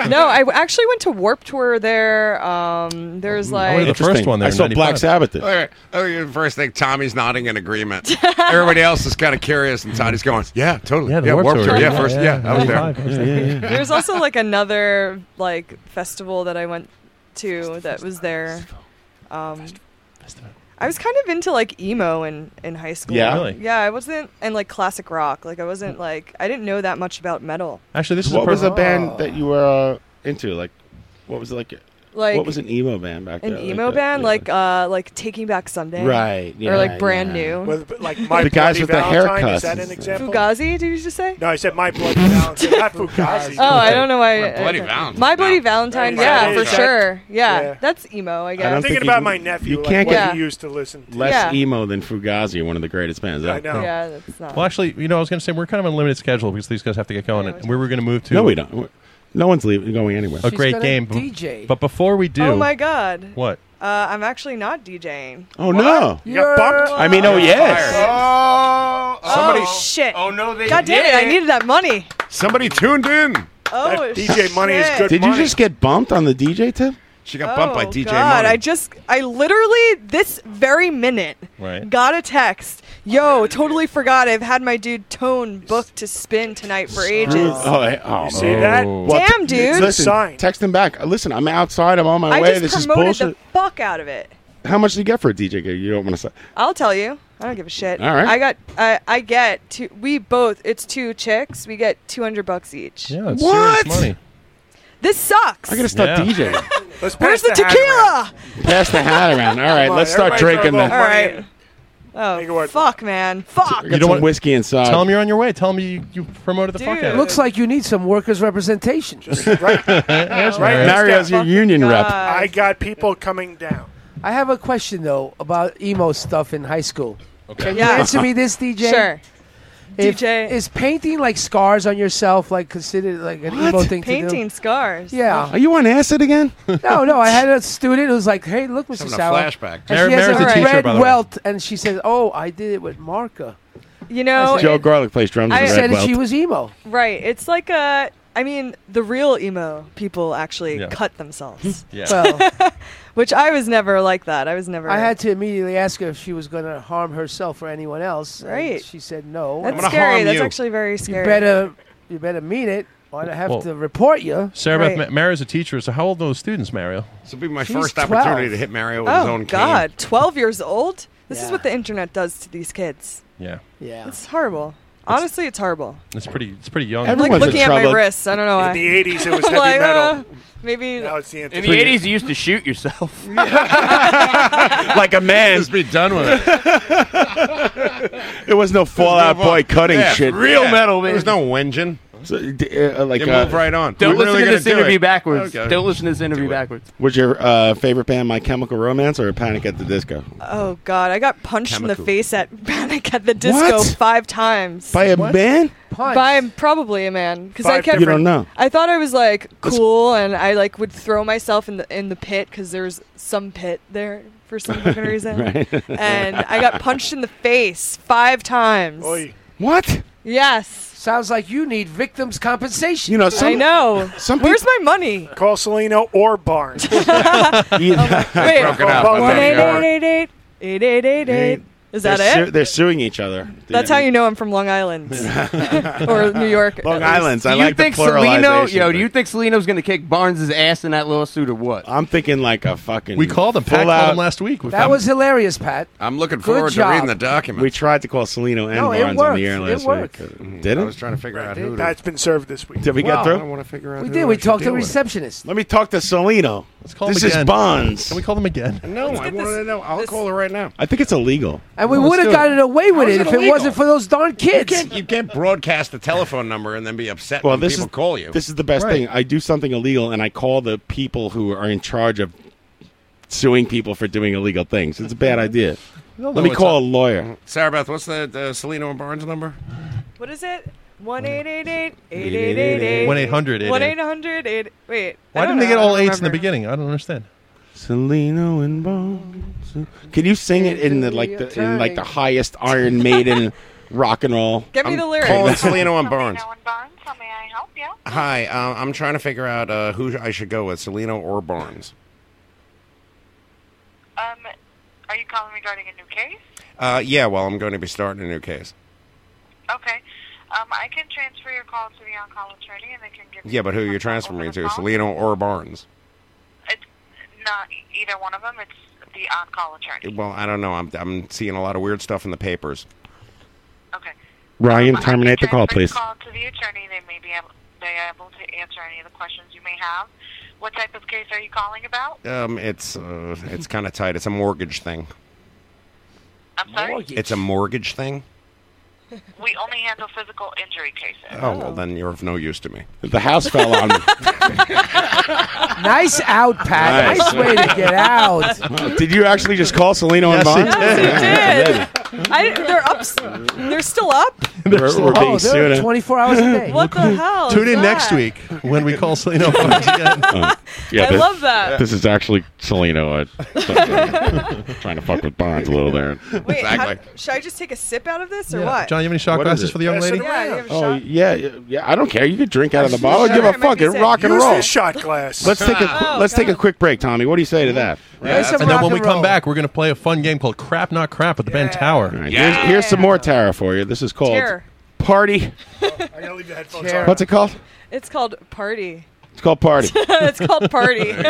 [SPEAKER 7] no, I w- actually went to Warp Tour there. Um, there's
[SPEAKER 1] Oh,
[SPEAKER 7] like
[SPEAKER 1] Interesting. I saw Black Sabbath.
[SPEAKER 2] All right. Oh, yeah, First thing, Tommy's nodding in agreement. Everybody else is kind of curious, and Tommy's going, "Yeah, totally. Yeah,
[SPEAKER 8] the
[SPEAKER 2] yeah
[SPEAKER 8] Warped
[SPEAKER 2] Warped
[SPEAKER 8] Tour,
[SPEAKER 2] Tour. Yeah,
[SPEAKER 8] yeah,
[SPEAKER 2] first.
[SPEAKER 8] yeah,
[SPEAKER 2] Yeah, I was there.
[SPEAKER 8] 95, I was there. Yeah,
[SPEAKER 7] There's also like another like festival that I went to that was there. Um, I was kind of into like emo in, in high school.
[SPEAKER 8] Yeah? Really? Hmm.
[SPEAKER 7] Yeah, I wasn't and like classic rock. Like I wasn't like I didn't know that much about metal.
[SPEAKER 8] Actually, this is
[SPEAKER 1] what
[SPEAKER 8] a
[SPEAKER 1] was
[SPEAKER 8] perfect-
[SPEAKER 1] a band that you were uh, into? Like, what was it like?
[SPEAKER 7] Like
[SPEAKER 1] what was an emo band back
[SPEAKER 7] An
[SPEAKER 1] then?
[SPEAKER 7] emo band like uh like Taking Back Sunday.
[SPEAKER 1] Right,
[SPEAKER 7] or
[SPEAKER 1] yeah,
[SPEAKER 7] like brand
[SPEAKER 1] yeah.
[SPEAKER 7] new.
[SPEAKER 4] With, like, My
[SPEAKER 1] the guys
[SPEAKER 4] Bloody
[SPEAKER 1] with the
[SPEAKER 4] Valentine, is
[SPEAKER 1] haircuts.
[SPEAKER 4] that an
[SPEAKER 1] and-
[SPEAKER 4] example?
[SPEAKER 7] Fugazi, did you just say?
[SPEAKER 4] No, I said my bloody Valentine, not Fugazi.
[SPEAKER 7] Oh, I don't know why.
[SPEAKER 4] My Bloody
[SPEAKER 7] okay.
[SPEAKER 4] Valentine.
[SPEAKER 7] My Bloody Valentine,
[SPEAKER 4] That is-
[SPEAKER 7] yeah,
[SPEAKER 4] that
[SPEAKER 7] for
[SPEAKER 4] is-
[SPEAKER 7] sure. Yeah.
[SPEAKER 4] Yeah.
[SPEAKER 7] that's emo, I
[SPEAKER 1] I
[SPEAKER 7] guess.
[SPEAKER 1] don't
[SPEAKER 4] Thinking
[SPEAKER 1] think
[SPEAKER 4] about
[SPEAKER 1] you-
[SPEAKER 4] my nephew,
[SPEAKER 1] you
[SPEAKER 4] like,
[SPEAKER 1] can't
[SPEAKER 7] what
[SPEAKER 1] get
[SPEAKER 7] he
[SPEAKER 4] used to listen to.
[SPEAKER 1] less
[SPEAKER 7] Yeah.
[SPEAKER 1] emo than Fugazi, one of the greatest bands.
[SPEAKER 4] I know.
[SPEAKER 7] Yeah, that's not.
[SPEAKER 8] Well, actually, you know, I was going to say we're kind of on a limited schedule because these guys have to get going, and we were going to move to
[SPEAKER 1] No, we don't. No one's leaving, going anywhere.
[SPEAKER 8] a great game. b- But before we do,
[SPEAKER 7] Oh my god.
[SPEAKER 8] what?
[SPEAKER 7] Uh, I'm actually not DJing.
[SPEAKER 1] Oh no!
[SPEAKER 7] You got bumped?
[SPEAKER 1] I mean, oh yes.
[SPEAKER 7] Oh,
[SPEAKER 2] Somebody-
[SPEAKER 7] shit. Oh
[SPEAKER 5] no, they
[SPEAKER 7] God damn it! I
[SPEAKER 5] did.
[SPEAKER 7] needed that money.
[SPEAKER 2] Somebody tuned in.
[SPEAKER 7] Oh,
[SPEAKER 4] DJ money is
[SPEAKER 7] shit.
[SPEAKER 4] good
[SPEAKER 1] Did you
[SPEAKER 4] money.
[SPEAKER 1] just get bumped on the DJ tip?
[SPEAKER 2] She
[SPEAKER 7] oh, God, I just, I literally this very minute
[SPEAKER 1] Right.
[SPEAKER 7] got a text. Yo, totally forgot. I've had my dude Tone booked to spin tonight for ages.
[SPEAKER 1] Oh, hey, oh,
[SPEAKER 7] see
[SPEAKER 1] man.
[SPEAKER 7] that? Damn,
[SPEAKER 1] t-
[SPEAKER 7] dude.
[SPEAKER 1] Listen,
[SPEAKER 7] Sign.
[SPEAKER 1] text him back. Uh, Listen, I'm outside. I'm on my
[SPEAKER 7] I
[SPEAKER 1] way.
[SPEAKER 7] just
[SPEAKER 1] This is
[SPEAKER 7] promoted
[SPEAKER 1] bullshit.
[SPEAKER 7] the fuck out of it.
[SPEAKER 1] How much do you get for a DJ gig? You don't want to say.
[SPEAKER 7] I'll tell you. I don't give a shit.
[SPEAKER 1] All right.
[SPEAKER 7] I got. I I get two. We both. It's two chicks. We get two hundred bucks each.
[SPEAKER 8] Yeah, it's
[SPEAKER 1] What?
[SPEAKER 8] serious money.
[SPEAKER 7] This sucks.
[SPEAKER 1] I gotta start
[SPEAKER 8] Yeah.
[SPEAKER 1] DJing.
[SPEAKER 4] Let's
[SPEAKER 7] Where's the,
[SPEAKER 4] pass the hat
[SPEAKER 7] tequila?
[SPEAKER 1] Pass the hat around. All right,
[SPEAKER 7] Come on,
[SPEAKER 1] let's start
[SPEAKER 7] everybody
[SPEAKER 1] drinking.
[SPEAKER 7] throw
[SPEAKER 1] Then.
[SPEAKER 7] a little money in. Oh, fuck, man. Fuck.
[SPEAKER 1] I got some whiskey inside.
[SPEAKER 8] Tell them you're on your way. Tell them you, you promoted the fuck out of it.
[SPEAKER 9] Looks like you need some workers' representation.
[SPEAKER 8] There's
[SPEAKER 9] Right.
[SPEAKER 8] Mario.
[SPEAKER 1] Mario's your union rep.
[SPEAKER 4] I got people coming down.
[SPEAKER 9] I have a question though about emo stuff in high school.
[SPEAKER 4] Okay.
[SPEAKER 9] Can
[SPEAKER 4] Yeah.
[SPEAKER 9] you answer me this, DJ?
[SPEAKER 4] Sure.
[SPEAKER 9] If- is painting like scars on yourself like considered like an emo thing
[SPEAKER 7] Painting
[SPEAKER 9] to
[SPEAKER 7] scars.
[SPEAKER 9] do? Yeah.
[SPEAKER 1] Are you on acid again?
[SPEAKER 9] No, no. I had a student who was like, "Hey, look, Mr.
[SPEAKER 1] Having a
[SPEAKER 9] Sauer."
[SPEAKER 1] flashback.
[SPEAKER 9] And
[SPEAKER 1] Mary-
[SPEAKER 9] she has
[SPEAKER 1] Mary's the
[SPEAKER 9] a
[SPEAKER 1] teacher,
[SPEAKER 9] red
[SPEAKER 1] by the way.
[SPEAKER 9] welt, and she says, "Oh, I did it with marker."
[SPEAKER 7] You know,
[SPEAKER 1] Joe Garlic plays drums.
[SPEAKER 7] I
[SPEAKER 1] in Red
[SPEAKER 7] said
[SPEAKER 1] Welt.
[SPEAKER 7] she
[SPEAKER 9] was emo.
[SPEAKER 7] Right. It's like a. I mean, the real emo people actually
[SPEAKER 9] Yeah.
[SPEAKER 7] cut themselves.
[SPEAKER 9] Yeah. Hmm. Well-
[SPEAKER 7] Which I was never like that. I was never.
[SPEAKER 9] I had to immediately ask her if she was going to harm herself or anyone else. and
[SPEAKER 7] Right.
[SPEAKER 9] she said no.
[SPEAKER 7] That's I'm gonna scary. harm That's you. actually very scary.
[SPEAKER 9] You better, you better mean it, or I have
[SPEAKER 8] Well-
[SPEAKER 9] to report you.
[SPEAKER 8] Sarah Beth, Ma- Mario's a teacher, so how old are those students, Mario?
[SPEAKER 2] This will be my
[SPEAKER 9] She's
[SPEAKER 2] first
[SPEAKER 9] 12.
[SPEAKER 2] opportunity to hit Mario with his
[SPEAKER 7] Oh
[SPEAKER 2] own
[SPEAKER 7] God! Twelve years old. This is what the internet does to these kids.
[SPEAKER 8] Yeah.
[SPEAKER 9] Yeah.
[SPEAKER 7] It's horrible. Honestly, it's horrible.
[SPEAKER 8] It's pretty. It's pretty young.
[SPEAKER 7] I'm like looking at my wrists. I don't know
[SPEAKER 4] In
[SPEAKER 7] why.
[SPEAKER 4] the 80s, it was heavy
[SPEAKER 7] Like,
[SPEAKER 4] metal.
[SPEAKER 7] uh, maybe now
[SPEAKER 4] it's the
[SPEAKER 5] In the 80s, you used to shoot yourself.
[SPEAKER 1] like a man. Just
[SPEAKER 8] be done with
[SPEAKER 1] it. it was no Fallout Boy cutting
[SPEAKER 2] Yeah,
[SPEAKER 1] shit.
[SPEAKER 2] real metal, man.
[SPEAKER 1] There's
[SPEAKER 2] There's no whinging.
[SPEAKER 1] So, d- uh, like,
[SPEAKER 2] You
[SPEAKER 1] uh,
[SPEAKER 2] move right on.
[SPEAKER 5] Don't
[SPEAKER 2] We're
[SPEAKER 5] listen
[SPEAKER 2] really
[SPEAKER 5] to
[SPEAKER 2] gonna
[SPEAKER 5] this
[SPEAKER 2] do it.
[SPEAKER 5] interview backwards.
[SPEAKER 2] Okay.
[SPEAKER 5] Don't listen to this interview backwards.
[SPEAKER 1] Was your uh, favorite band My Chemical Romance or Panic at the Disco?
[SPEAKER 7] Oh God! I got punched in the
[SPEAKER 1] Chemical.
[SPEAKER 7] face at Panic at the Disco
[SPEAKER 1] What?
[SPEAKER 7] five times.
[SPEAKER 1] By a man?
[SPEAKER 7] By probably a man because I
[SPEAKER 1] Five
[SPEAKER 7] kept.
[SPEAKER 1] times. You don't know.
[SPEAKER 7] I thought I was like cool, and I like would throw myself in the in the pit because there's some pit there for some fucking reason,
[SPEAKER 1] Right.
[SPEAKER 7] and I got punched in the face five times.
[SPEAKER 1] What?
[SPEAKER 7] Yes.
[SPEAKER 9] Sounds like you need victims' compensation.
[SPEAKER 1] You know,
[SPEAKER 7] I know. Where's my money?
[SPEAKER 4] Call Salino or Barnes.
[SPEAKER 7] Wait,
[SPEAKER 1] broken up. I'm
[SPEAKER 7] one
[SPEAKER 1] not
[SPEAKER 7] eight
[SPEAKER 1] sure.
[SPEAKER 7] eight eight eight eight eight eight eight. Is that
[SPEAKER 1] they're
[SPEAKER 7] it?
[SPEAKER 1] su- they're suing each other.
[SPEAKER 7] That's how you know I'm from Long Island or New York. at
[SPEAKER 1] Long
[SPEAKER 7] least.
[SPEAKER 1] Islands. I
[SPEAKER 5] do you
[SPEAKER 1] like the
[SPEAKER 5] think Salino?
[SPEAKER 1] pluralization
[SPEAKER 5] Yo, do
[SPEAKER 1] thing.
[SPEAKER 5] you think Salino's gonna kick Barnes' ass in that lawsuit or what?
[SPEAKER 1] I'm thinking like a fucking.
[SPEAKER 8] We called him. Pat
[SPEAKER 1] full
[SPEAKER 8] called
[SPEAKER 1] out-
[SPEAKER 8] him last week. We
[SPEAKER 9] That
[SPEAKER 8] found-
[SPEAKER 9] was hilarious, Pat.
[SPEAKER 2] I'm looking
[SPEAKER 9] Good forward to job. reading the
[SPEAKER 2] document.
[SPEAKER 1] We tried to call Salino and
[SPEAKER 9] No, it
[SPEAKER 1] Barnes on
[SPEAKER 9] worked.
[SPEAKER 1] the air
[SPEAKER 9] It
[SPEAKER 1] last
[SPEAKER 9] worked.
[SPEAKER 1] week. Did it?
[SPEAKER 2] I was trying to figure out who.
[SPEAKER 4] That's been served this week.
[SPEAKER 1] Did we get
[SPEAKER 9] Wow.
[SPEAKER 1] through?
[SPEAKER 9] I wanna
[SPEAKER 2] figure
[SPEAKER 9] We did. We talked to the receptionist.
[SPEAKER 1] Let me talk to Salino. Let's
[SPEAKER 8] call him
[SPEAKER 1] this is
[SPEAKER 8] again.
[SPEAKER 1] Bonds.
[SPEAKER 8] Can we call them again?
[SPEAKER 2] No, I wanted to know. I'll call her right now.
[SPEAKER 1] I think it's illegal.
[SPEAKER 9] And we
[SPEAKER 2] Let's
[SPEAKER 9] would
[SPEAKER 2] do
[SPEAKER 9] have
[SPEAKER 2] it.
[SPEAKER 9] gotten away with
[SPEAKER 2] How is
[SPEAKER 9] it
[SPEAKER 2] it
[SPEAKER 9] if it
[SPEAKER 2] illegal?
[SPEAKER 9] wasn't for those darn kids.
[SPEAKER 2] You can't, you can't broadcast the telephone number and then be upset
[SPEAKER 1] Well,
[SPEAKER 2] when
[SPEAKER 1] this
[SPEAKER 2] people
[SPEAKER 1] is
[SPEAKER 2] call you.
[SPEAKER 1] This is the best thing. I do something illegal, and I call the people who are in charge of suing people for doing illegal things. It's a bad idea.
[SPEAKER 9] They'll
[SPEAKER 1] Let
[SPEAKER 9] know
[SPEAKER 1] me
[SPEAKER 9] what's
[SPEAKER 1] call
[SPEAKER 9] up.
[SPEAKER 1] a lawyer.
[SPEAKER 2] Sarah Beth, what's the uh, Salino and Barnes number?
[SPEAKER 7] What is it? One eight eight eight eight eight eight eight.
[SPEAKER 8] 1-800-88.
[SPEAKER 7] One eight hundred eight. Wait. I
[SPEAKER 8] Why
[SPEAKER 7] don't
[SPEAKER 8] didn't they
[SPEAKER 7] know.
[SPEAKER 8] get
[SPEAKER 7] I
[SPEAKER 8] all
[SPEAKER 7] don't
[SPEAKER 8] eights in the
[SPEAKER 7] remember.
[SPEAKER 8] beginning? I don't understand.
[SPEAKER 1] Salino and Bones. Can you sing it in the like the in like the highest Iron Maiden rock and roll?
[SPEAKER 7] Give me
[SPEAKER 1] I'm
[SPEAKER 7] the lyrics.
[SPEAKER 1] calling
[SPEAKER 2] Selena and Barnes.
[SPEAKER 16] help you?
[SPEAKER 2] Hi, um, I'm trying to figure out uh, who I should go with, Salino or Barnes.
[SPEAKER 16] Um, are you calling regarding a new case?
[SPEAKER 2] Uh, yeah, well, I'm going to be starting a new case.
[SPEAKER 16] Okay. Um, I can transfer your call to the on-call attorney, and they can give.
[SPEAKER 2] Yeah, but who are you transferring me to, Salino or Barnes?
[SPEAKER 16] It's not e- either one of them. It's the on-call attorney.
[SPEAKER 2] Well, I don't know. I'm, I'm seeing a lot of weird stuff in the papers.
[SPEAKER 1] Ryan, terminate the call, please.
[SPEAKER 16] Call to the attorney. They may be able, they able to answer any of the questions you may have. What type of case are you calling about?
[SPEAKER 2] Um, it's uh, it's kind of tight. It's a mortgage thing.
[SPEAKER 16] I'm sorry.
[SPEAKER 2] It's a mortgage thing.
[SPEAKER 16] We only handle physical injury cases.
[SPEAKER 2] Oh well, then you're of no use to me.
[SPEAKER 1] The house fell on me.
[SPEAKER 9] Nice out, Pat. Nice,
[SPEAKER 1] Nice.
[SPEAKER 9] way to get out.
[SPEAKER 1] Did you actually just call Salino and Bones?
[SPEAKER 7] I, they're up. s- They're still up.
[SPEAKER 1] We're- we're being
[SPEAKER 9] oh,
[SPEAKER 1] sued.
[SPEAKER 9] they're 24 hours a day.
[SPEAKER 7] What the hell?
[SPEAKER 17] Tune
[SPEAKER 7] is
[SPEAKER 17] in
[SPEAKER 7] that?
[SPEAKER 17] next week when we call Selena Barnes again.
[SPEAKER 1] Oh, yeah,
[SPEAKER 7] I
[SPEAKER 1] thi-
[SPEAKER 7] love that.
[SPEAKER 1] This is actually Salino uh, trying to fuck with Barnes a little there.
[SPEAKER 7] Wait, how- should I just take a sip out of this or what?
[SPEAKER 1] John,
[SPEAKER 17] you have any shot
[SPEAKER 1] What is
[SPEAKER 17] glasses
[SPEAKER 1] it?
[SPEAKER 17] for the young
[SPEAKER 7] Yeah,
[SPEAKER 17] lady?
[SPEAKER 7] sit Yeah, around. you have a
[SPEAKER 1] Oh
[SPEAKER 7] shot.
[SPEAKER 1] yeah, yeah, yeah. I don't care. You could drink out of the
[SPEAKER 7] Sure,
[SPEAKER 1] bottle. I give
[SPEAKER 7] it
[SPEAKER 1] a
[SPEAKER 7] might
[SPEAKER 1] fuck.
[SPEAKER 7] be
[SPEAKER 1] It's
[SPEAKER 7] sick.
[SPEAKER 1] rock and
[SPEAKER 4] Use
[SPEAKER 1] roll.
[SPEAKER 4] this shot glass.
[SPEAKER 1] Let's take a qu-
[SPEAKER 4] Oh,
[SPEAKER 1] let's take a quick break, Tommy. What do you say to that?
[SPEAKER 17] and then when we come back, we're going to play a fun game called Crap Not Crap with the band Tower.
[SPEAKER 1] All right, here's, here's some more Tara for you. This is called
[SPEAKER 7] Tear.
[SPEAKER 1] Party.
[SPEAKER 4] I gotta leave the headphones
[SPEAKER 7] Tear.
[SPEAKER 1] What's it called?
[SPEAKER 7] It's called party.
[SPEAKER 1] It's called Party.
[SPEAKER 7] it's called party.
[SPEAKER 4] What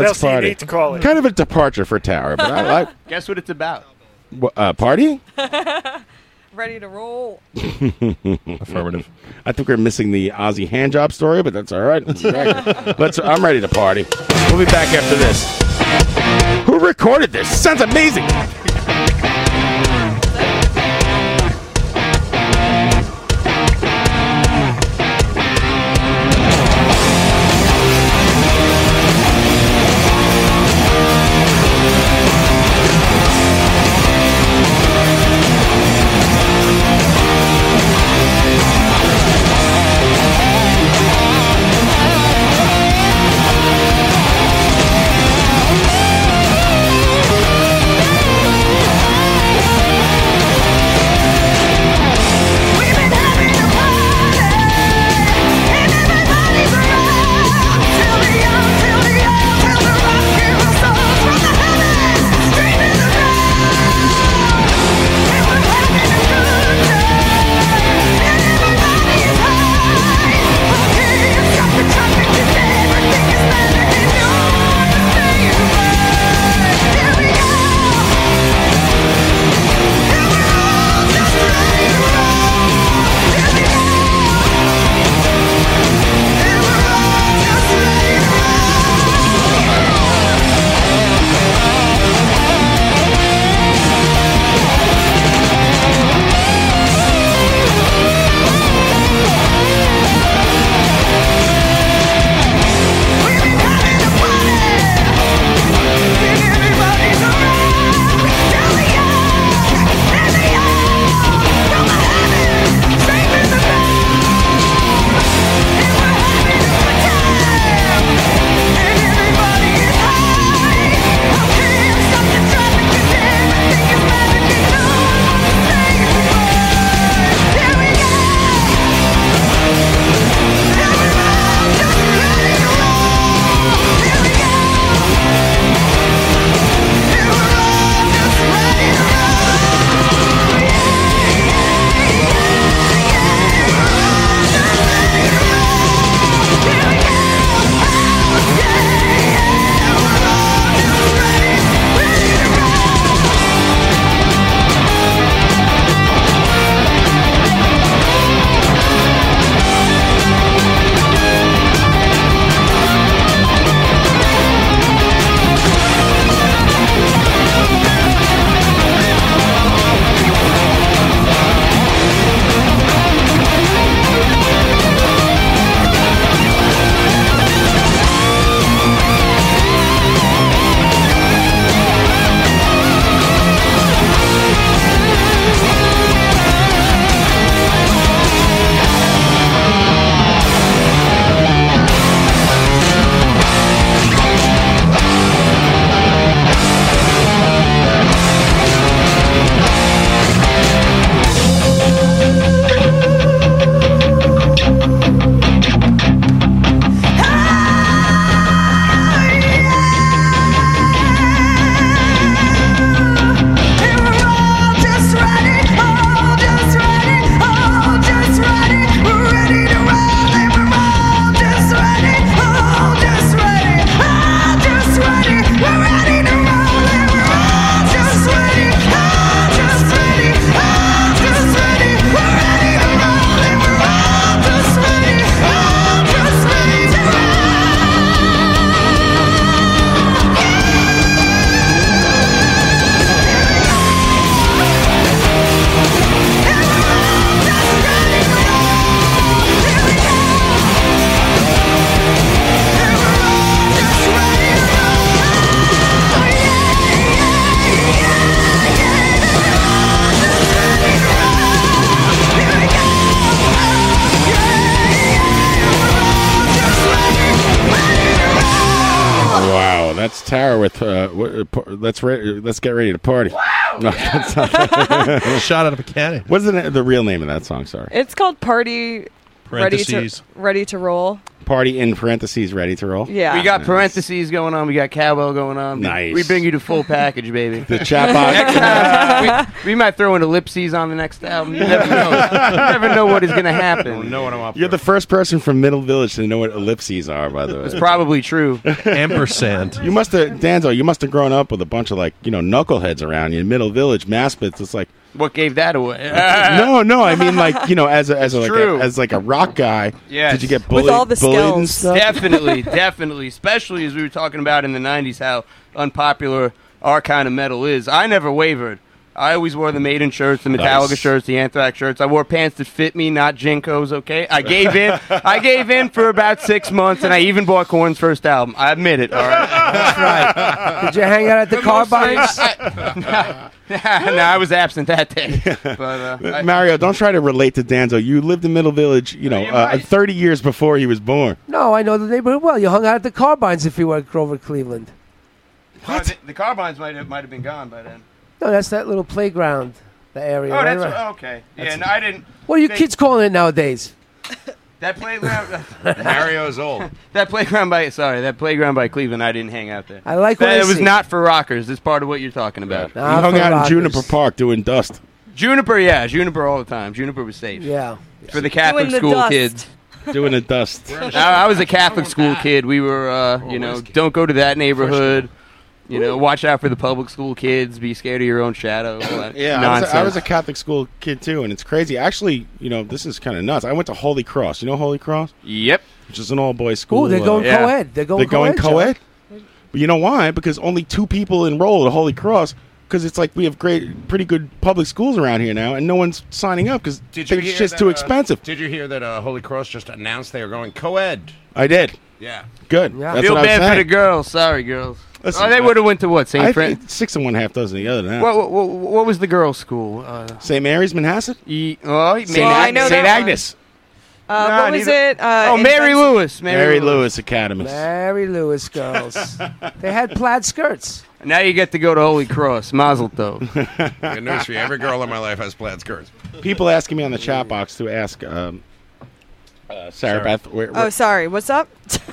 [SPEAKER 1] Let's
[SPEAKER 4] else do you need to call it?
[SPEAKER 1] Kind of a departure for Tara, but I like
[SPEAKER 5] Guess what it's about?
[SPEAKER 1] wh- uh, Party.
[SPEAKER 7] Ready to roll.
[SPEAKER 1] Affirmative. I think we're missing the Ozzy hand job story, but that's all right. Let's. I'm ready to party. We'll be back after this. Who recorded this? Sounds amazing. It's Tara with uh, wh- uh, par- let's re- let's get ready to party. Wow!
[SPEAKER 8] Shot out of a cannon.
[SPEAKER 1] What's the, na- the real name of that song? Sorry,
[SPEAKER 7] It's called Party Ready to
[SPEAKER 1] Parentheses.
[SPEAKER 7] Ready to Roll.
[SPEAKER 1] party in parentheses, ready to roll.
[SPEAKER 7] Yeah.
[SPEAKER 5] We got parentheses going on. We got cowbell going on.
[SPEAKER 1] Nice.
[SPEAKER 5] We bring you the full package, baby.
[SPEAKER 1] The chat box.
[SPEAKER 5] Next time, we, we might throw in ellipses on the next album. You never know. you never know what is going to happen. know what I'm up.
[SPEAKER 1] You're the first person from Middle Village to know what ellipses are, by the way. It's
[SPEAKER 5] probably true.
[SPEAKER 8] Ampersand.
[SPEAKER 1] You must have, Danzo. You must have grown up with a bunch of like you know knuckleheads around you in Middle Village, Maspeth. It's like
[SPEAKER 5] What gave that away?
[SPEAKER 1] no, no. I mean, like you know, as a, as a, like a,
[SPEAKER 5] True.
[SPEAKER 1] as like a rock guy.
[SPEAKER 5] Yes.
[SPEAKER 1] Did you get bullied, bullied and stuff?
[SPEAKER 5] Definitely, definitely. Especially as we were talking about in the 90s how unpopular our kind of metal is. I never wavered. I always wore the Maiden shirts, the Metallica
[SPEAKER 8] Nice.
[SPEAKER 5] shirts, the Anthrax shirts. I wore pants that fit me, not Jinkos, okay? I gave in. I gave in for about six months, and I even bought Korn's first album. I admit it, all right?
[SPEAKER 9] Did you hang out at the car box?
[SPEAKER 5] no, I was absent that day. But, uh, I-
[SPEAKER 1] Mario, don't try to relate to Danzo. You lived in Middle Village, you know, uh, 30 years before he was born.
[SPEAKER 9] No, I know the neighborhood well. You hung out at the Carbines if you were at Grover, Cleveland.
[SPEAKER 5] Oh, the, the carbines might have might have been gone by then.
[SPEAKER 9] No, that's that little playground, the area.
[SPEAKER 5] Oh,
[SPEAKER 9] right
[SPEAKER 5] that's
[SPEAKER 9] around-
[SPEAKER 5] okay. Yeah, no, I didn't.
[SPEAKER 9] What are you
[SPEAKER 5] think-
[SPEAKER 9] kids calling it nowadays?
[SPEAKER 5] That playground.
[SPEAKER 2] Mario's old.
[SPEAKER 5] That playground by sorry, that playground by Cleveland. I didn't hang out there.
[SPEAKER 9] I like
[SPEAKER 5] that.
[SPEAKER 9] what I
[SPEAKER 5] it was
[SPEAKER 9] see.
[SPEAKER 5] not for rockers. It's part of what you're talking about.
[SPEAKER 1] He hung out in Juniper Park doing dust.
[SPEAKER 5] Juniper, yeah, Juniper all the time. Juniper was safe.
[SPEAKER 9] Yeah,
[SPEAKER 5] for the Catholic
[SPEAKER 1] Doing the
[SPEAKER 5] school
[SPEAKER 1] dust.
[SPEAKER 5] kids.
[SPEAKER 1] Doing the dust.
[SPEAKER 5] I, I was a Catholic school kid. We were, uh, you know, don't go to that neighborhood. You know, watch out for the public school kids. Be scared of your own shadow. all that
[SPEAKER 1] Yeah, I was,
[SPEAKER 5] nonsense.
[SPEAKER 1] a, I was a Catholic school kid too, and it's crazy. Actually, you know, this is kind of nuts. I went to Holy Cross. You know Holy Cross?
[SPEAKER 5] Yep.
[SPEAKER 1] Which is an all boys school.
[SPEAKER 9] Ooh, they're going
[SPEAKER 1] uh,
[SPEAKER 9] co-ed. They're going
[SPEAKER 1] They're going
[SPEAKER 9] co-ed,
[SPEAKER 1] co-ed. But you know why? Because only two people enroll at Holy Cross. Because it's like we have great, pretty good public schools around here now, and no one's signing up because
[SPEAKER 2] Did
[SPEAKER 1] it's
[SPEAKER 2] you hear
[SPEAKER 1] just
[SPEAKER 2] that,
[SPEAKER 1] too
[SPEAKER 2] uh,
[SPEAKER 1] expensive.
[SPEAKER 2] did you hear that uh, Holy Cross just announced they were going co-ed?
[SPEAKER 1] I did.
[SPEAKER 2] Yeah.
[SPEAKER 1] Good. That's
[SPEAKER 5] Feel
[SPEAKER 1] what I was
[SPEAKER 5] bad for the
[SPEAKER 1] saying.
[SPEAKER 5] girls. Sorry, girls.
[SPEAKER 1] Listen,
[SPEAKER 5] oh, they
[SPEAKER 1] I-
[SPEAKER 5] would have went to what?
[SPEAKER 1] I
[SPEAKER 5] St. Fran.
[SPEAKER 1] think Six and one half dozen of the other now.
[SPEAKER 5] What, what, what, what was the girls' school? Uh,
[SPEAKER 1] St. Mary's Manhasset?
[SPEAKER 5] E- oh, St.
[SPEAKER 7] Oh, I know
[SPEAKER 5] St.
[SPEAKER 7] that one.
[SPEAKER 5] Agnes.
[SPEAKER 7] Uh,
[SPEAKER 5] Nah,
[SPEAKER 7] what was
[SPEAKER 5] neither-
[SPEAKER 7] it? Uh,
[SPEAKER 5] Oh, Mary
[SPEAKER 7] Invent-
[SPEAKER 5] Lewis. Mary,
[SPEAKER 1] Mary
[SPEAKER 5] Lewis.
[SPEAKER 1] Lewis Academy.
[SPEAKER 9] Mary Lewis girls. they had plaid skirts.
[SPEAKER 5] Now you get to go to Holy
[SPEAKER 1] Oh
[SPEAKER 5] Cross. Mazel tov.
[SPEAKER 2] The nursery. Every girl in my life has plaid skirts.
[SPEAKER 1] People asking me on the chat box to ask um, uh, Sarah Beth where,
[SPEAKER 7] Oh,
[SPEAKER 1] where,
[SPEAKER 7] sorry. What's up?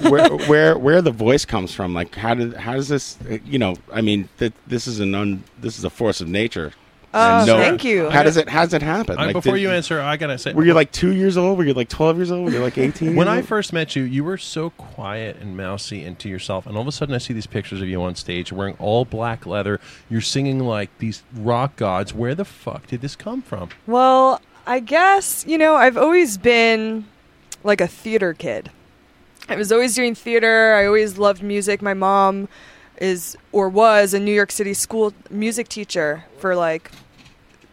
[SPEAKER 1] where where where the voice comes from. Like how did how does this? uh, You know, I mean, th- this is an un, this is a force of nature.
[SPEAKER 7] Oh,
[SPEAKER 1] And no-
[SPEAKER 7] thank you.
[SPEAKER 1] How does it how does it happen?
[SPEAKER 8] I-
[SPEAKER 1] Like,
[SPEAKER 8] Uh, before
[SPEAKER 1] did-
[SPEAKER 8] you answer, I gotta say,
[SPEAKER 1] were you like two years old? Were you like twelve years old? Were you like eighteen?
[SPEAKER 8] when I first met you, you were so quiet and mousy and to yourself, and all of a sudden I see these pictures of you on stage wearing all black leather. You're singing like these rock gods. Where the fuck did this come from?
[SPEAKER 7] Well, I guess, you know, I've always been like a theater kid. I was always doing theater. I always loved music. My mom is or was a New York City school music teacher for like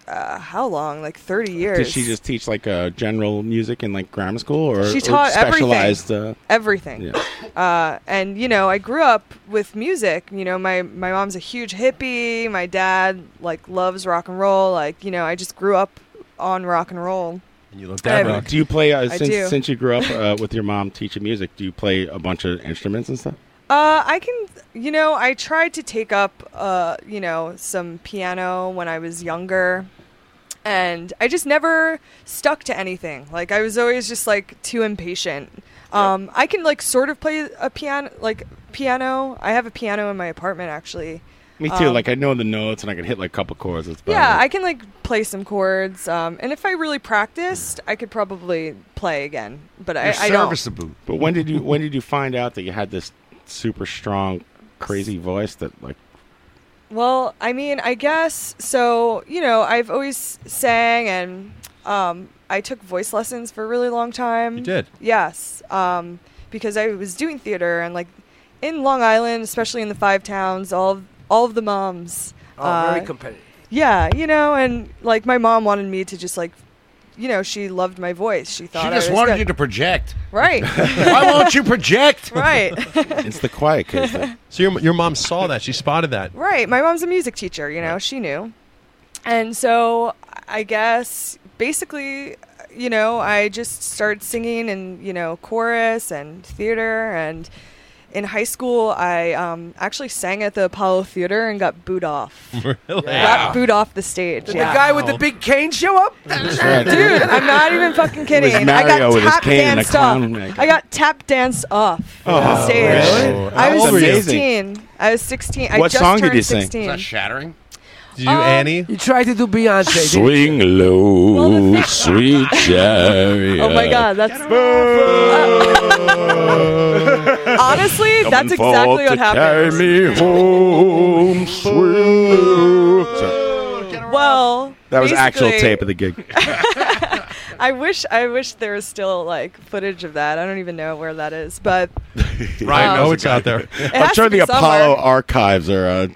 [SPEAKER 7] uh, how long? Like 30 years.
[SPEAKER 1] did she just teach like uh, general music in like grammar school or
[SPEAKER 7] She
[SPEAKER 1] or
[SPEAKER 7] taught everything.
[SPEAKER 1] specialized? Uh,
[SPEAKER 7] everything.
[SPEAKER 1] Yeah.
[SPEAKER 7] Uh, and you know, I grew up with music. You know, my my mom's a huge hippie. My dad like loves rock and roll. Like you know, I just grew up on rock and roll.
[SPEAKER 8] And you love
[SPEAKER 7] that
[SPEAKER 1] Uh,
[SPEAKER 7] rock.
[SPEAKER 1] Do you play uh,
[SPEAKER 7] I
[SPEAKER 1] since
[SPEAKER 7] do.
[SPEAKER 1] since you grew up uh, with your mom teaching music? Do you play a bunch of instruments and stuff?
[SPEAKER 7] Uh, I can, you know, I tried to take up, uh, you know, some piano when I was younger, and I just never stuck to anything. Like I was always just like too impatient. Um, I can like sort of play a piano, like piano. I have a piano in my apartment actually.
[SPEAKER 1] Me too.
[SPEAKER 7] Um,
[SPEAKER 1] like I know the notes and I can hit like a couple chords. That's about
[SPEAKER 7] Yeah,
[SPEAKER 1] it.
[SPEAKER 7] I can like play some chords, um, and if I really practiced, I could probably play again. But I, I don't.
[SPEAKER 1] But when did you when did you find out that you had this super strong, crazy voice that like
[SPEAKER 7] Well, I mean, I guess so. You know, I've always sang, and um, I took voice lessons for a really long time.
[SPEAKER 8] You did?
[SPEAKER 7] Yes, um, because I was doing theater, and like in Long Island, especially in the Five Towns, all of, all of the moms.
[SPEAKER 9] Oh,
[SPEAKER 7] uh,
[SPEAKER 9] very competitive.
[SPEAKER 7] Yeah, you know, and like my mom wanted me to just like, you know, she loved my voice. She thought
[SPEAKER 2] She
[SPEAKER 7] I
[SPEAKER 2] just
[SPEAKER 7] was
[SPEAKER 2] wanted
[SPEAKER 7] good.
[SPEAKER 2] you to project.
[SPEAKER 7] Right.
[SPEAKER 2] Why won't you project?
[SPEAKER 7] right.
[SPEAKER 1] It's the quiet kid thing.
[SPEAKER 8] so your your mom saw that. She spotted that.
[SPEAKER 7] Right. My mom's a music teacher, you know, she knew. And so I guess basically, you know, I just started singing and, you know, chorus and theater and in high school, I um, actually sang at the Apollo Theater and got booed off.
[SPEAKER 8] Really?
[SPEAKER 7] Got booed off the stage.
[SPEAKER 9] Ah. Did
[SPEAKER 7] yeah.
[SPEAKER 9] the guy with the big cane show up?
[SPEAKER 7] Dude, I'm not even fucking kidding. I
[SPEAKER 9] Mario
[SPEAKER 7] got
[SPEAKER 9] with his
[SPEAKER 7] tap
[SPEAKER 9] cane and a
[SPEAKER 7] danced off.
[SPEAKER 9] clown neck.
[SPEAKER 7] I got tap danced off
[SPEAKER 9] Oh,
[SPEAKER 7] on stage.
[SPEAKER 9] really?
[SPEAKER 7] I
[SPEAKER 9] How
[SPEAKER 7] was
[SPEAKER 9] old were you?
[SPEAKER 7] 16. I was 16. I
[SPEAKER 9] What
[SPEAKER 7] just
[SPEAKER 9] song did
[SPEAKER 7] turned
[SPEAKER 9] you sing?
[SPEAKER 7] 16.
[SPEAKER 2] Is that shattering?
[SPEAKER 8] Did
[SPEAKER 7] you Um, Annie?
[SPEAKER 9] You tried to do Beyonce. didn't you?
[SPEAKER 1] Swing low, sweet chariot.
[SPEAKER 7] Oh my god, that's honestly that's
[SPEAKER 1] Coming forth
[SPEAKER 7] exactly
[SPEAKER 1] to
[SPEAKER 7] what happened.
[SPEAKER 1] Carry me home, Oh, sweet.
[SPEAKER 7] Well,
[SPEAKER 1] That was actual
[SPEAKER 7] basically-
[SPEAKER 1] tape of the gig.
[SPEAKER 7] I wish I wish there was still like footage of that. I don't even know where that is, but
[SPEAKER 1] Ryan
[SPEAKER 7] knows
[SPEAKER 1] it's out there. I'm
[SPEAKER 7] has
[SPEAKER 1] sure
[SPEAKER 7] to be
[SPEAKER 1] the Apollo
[SPEAKER 7] somewhere.
[SPEAKER 1] archives are. Uh,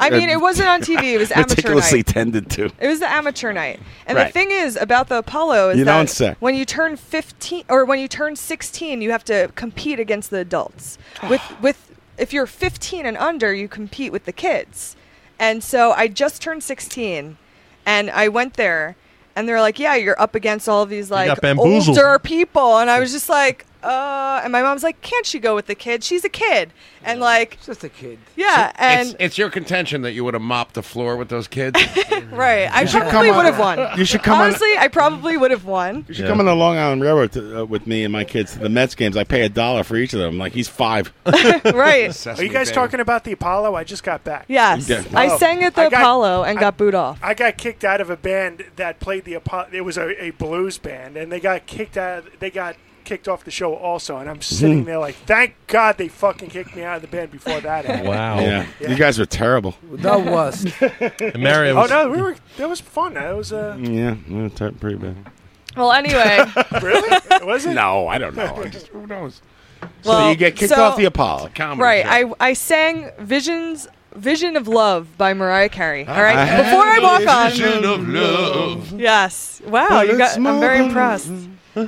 [SPEAKER 7] I mean, it wasn't on TV. It was amateur
[SPEAKER 1] meticulously
[SPEAKER 7] night.
[SPEAKER 1] tended to.
[SPEAKER 7] It was the amateur night. And the
[SPEAKER 1] Right.
[SPEAKER 7] thing is about the Apollo is
[SPEAKER 1] You
[SPEAKER 7] that
[SPEAKER 1] don't say.
[SPEAKER 7] when you turn 15 or when you turn 16, you have to compete against the adults. with with if you're 15 and under, you compete with the kids. And so I just turned 16 and I went there and they're like, "Yeah, you're up against all of these like
[SPEAKER 8] got bamboozled.
[SPEAKER 7] older people." And I was just like, uh, and my mom's like, can't she go with the kid? She's a kid, and like,
[SPEAKER 9] just a kid.
[SPEAKER 7] Yeah, and
[SPEAKER 2] it's, it's your contention that you would have mopped the floor with those kids.
[SPEAKER 7] Right. I
[SPEAKER 2] You should
[SPEAKER 7] probably
[SPEAKER 2] come on-
[SPEAKER 7] would have won.
[SPEAKER 1] you should come on-
[SPEAKER 7] Honestly, I probably would have won.
[SPEAKER 1] You should come on the Long Island Railroad to, uh, with me and my kids to the Mets games. I pay a dollar for each of them. I'm like, he's five.
[SPEAKER 7] right.
[SPEAKER 4] Are you guys talking about the Apollo? I just got back.
[SPEAKER 7] Yes.
[SPEAKER 1] Yeah.
[SPEAKER 7] I
[SPEAKER 4] Oh.
[SPEAKER 7] sang at the
[SPEAKER 4] I got-
[SPEAKER 7] Apollo and
[SPEAKER 4] I-
[SPEAKER 7] got booed off.
[SPEAKER 4] I got kicked out of a band that played the Apollo. It was a, a blues band, and they got kicked out. They got kicked off the show also, and I'm sitting there like, thank God they fucking kicked me out of the band before that. happened."
[SPEAKER 1] Wow. Yeah. You guys were terrible.
[SPEAKER 9] That was.
[SPEAKER 8] Mario
[SPEAKER 4] Oh
[SPEAKER 8] was-
[SPEAKER 4] no, we were. That was fun. That was uh,
[SPEAKER 1] Yeah, we were ter- pretty bad.
[SPEAKER 7] Well, anyway.
[SPEAKER 4] really? Was it?
[SPEAKER 1] No, I don't know. I just-
[SPEAKER 2] who knows?
[SPEAKER 7] Well,
[SPEAKER 1] so you get kicked
[SPEAKER 7] so-
[SPEAKER 1] off the Apollo.
[SPEAKER 7] right. I, I sang Visions Vision of Love by Mariah Carey.
[SPEAKER 4] Ah.
[SPEAKER 7] All right.
[SPEAKER 1] I
[SPEAKER 7] Before I
[SPEAKER 1] had
[SPEAKER 7] walk
[SPEAKER 1] a vision
[SPEAKER 7] on.
[SPEAKER 1] of love.
[SPEAKER 7] Yes. Wow,
[SPEAKER 4] But
[SPEAKER 7] you
[SPEAKER 4] it's
[SPEAKER 7] got I'm very
[SPEAKER 4] more
[SPEAKER 7] impressed.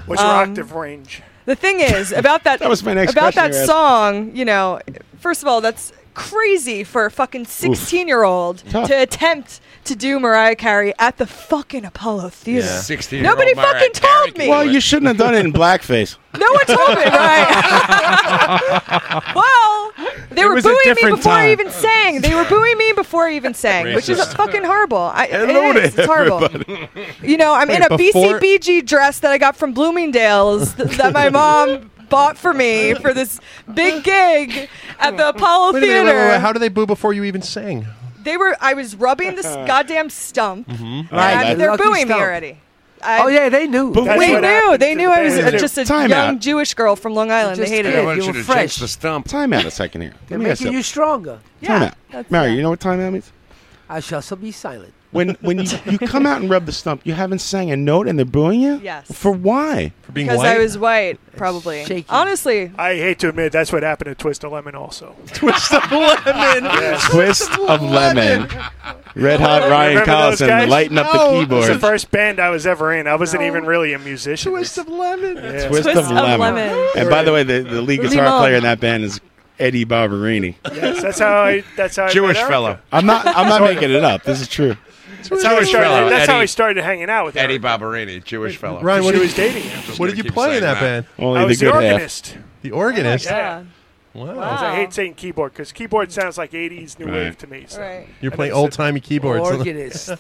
[SPEAKER 4] What's your
[SPEAKER 7] Um,
[SPEAKER 4] octave range?
[SPEAKER 7] The thing is about that.
[SPEAKER 4] That was my next
[SPEAKER 7] about
[SPEAKER 4] question
[SPEAKER 7] that
[SPEAKER 4] you asked.
[SPEAKER 7] song. You know, first of all, that's crazy for a fucking sixteen-year-old
[SPEAKER 2] Tough.
[SPEAKER 7] to attempt to do Mariah Carey at the fucking Apollo Theater.
[SPEAKER 1] Yeah.
[SPEAKER 2] 16-year-old
[SPEAKER 7] Nobody
[SPEAKER 2] Mariah
[SPEAKER 7] fucking told me.
[SPEAKER 1] Well, you shouldn't have done it in blackface.
[SPEAKER 7] no one told me, right? well, they
[SPEAKER 1] It
[SPEAKER 7] were
[SPEAKER 1] was a
[SPEAKER 7] booing me
[SPEAKER 1] different
[SPEAKER 7] before I
[SPEAKER 1] time.
[SPEAKER 7] even sang. They were booing me before I even sang, which is
[SPEAKER 1] Racist.
[SPEAKER 7] fucking horrible. I,
[SPEAKER 1] Hello
[SPEAKER 7] it is.
[SPEAKER 1] to
[SPEAKER 7] It's horrible.
[SPEAKER 1] everybody.
[SPEAKER 7] You know, I'm in
[SPEAKER 1] Wait,
[SPEAKER 7] a
[SPEAKER 1] before-
[SPEAKER 7] BCBG dress that I got from Bloomingdale's th- that my mom bought for me for this big gig at the Apollo
[SPEAKER 8] Wait a minute,
[SPEAKER 7] Theater.
[SPEAKER 8] wait, wait, wait. How do they boo before you even sing?
[SPEAKER 7] They were. I was rubbing this goddamn stump.
[SPEAKER 8] Mm-hmm.
[SPEAKER 7] and I- they're booing me already. I,
[SPEAKER 9] oh yeah, they knew.
[SPEAKER 7] They knew. They knew I was uh, just a
[SPEAKER 1] Time
[SPEAKER 7] young
[SPEAKER 1] out.
[SPEAKER 7] Jewish girl from Long Island. They hated
[SPEAKER 9] kid.
[SPEAKER 7] it.
[SPEAKER 9] You were fresh.
[SPEAKER 1] the stump. Time out a second here.
[SPEAKER 9] They're
[SPEAKER 1] Let me ask
[SPEAKER 9] making you stronger.
[SPEAKER 1] Time out. Mary, you know what time out means?
[SPEAKER 9] I shall so be silent.
[SPEAKER 1] When when you, you come out and rub the stump, you haven't sang a note and they're booing you?
[SPEAKER 7] Yes.
[SPEAKER 1] For why? For being
[SPEAKER 7] Because I was white, probably. Honestly,
[SPEAKER 4] I hate to admit that's what happened to Twist a Lemon also.
[SPEAKER 1] Twist of lemon. Twist of lemon. Red Hot Ryan
[SPEAKER 4] Remember those
[SPEAKER 1] Collison
[SPEAKER 4] guys? Oh,
[SPEAKER 1] lighting
[SPEAKER 4] No,
[SPEAKER 1] up the
[SPEAKER 4] It was the
[SPEAKER 1] keyboard.
[SPEAKER 4] first band I was ever in. I wasn't even really a musician. Twist
[SPEAKER 8] of Lemon.
[SPEAKER 1] Twist, of, lemon. And by the way, the, the lead guitar
[SPEAKER 4] Lemon.
[SPEAKER 1] player in that band is Eddie Barberini.
[SPEAKER 4] yes, that's how I. That's how I met Erica.
[SPEAKER 1] I'm not. I'm not making it up. This is true.
[SPEAKER 4] That's how I
[SPEAKER 2] Jewish
[SPEAKER 4] started.
[SPEAKER 2] fellow,
[SPEAKER 4] that's how I
[SPEAKER 2] Eddie.
[SPEAKER 4] started hanging out with
[SPEAKER 2] Eddie Barberini, Jewish fellow.
[SPEAKER 4] Ryan, what
[SPEAKER 2] she
[SPEAKER 4] did-
[SPEAKER 2] was dating him.
[SPEAKER 4] what did you play in that band?
[SPEAKER 1] Only
[SPEAKER 4] I
[SPEAKER 1] the
[SPEAKER 4] was the
[SPEAKER 1] good
[SPEAKER 4] organist.
[SPEAKER 1] half.
[SPEAKER 8] The
[SPEAKER 4] organist?
[SPEAKER 8] organist.
[SPEAKER 4] Yeah.
[SPEAKER 8] Wow.
[SPEAKER 4] 'Cause I hate saying keyboard because keyboard sounds like '80s new wave to me. So.
[SPEAKER 7] Right.
[SPEAKER 8] You're playing old timey keyboards.
[SPEAKER 4] Organist.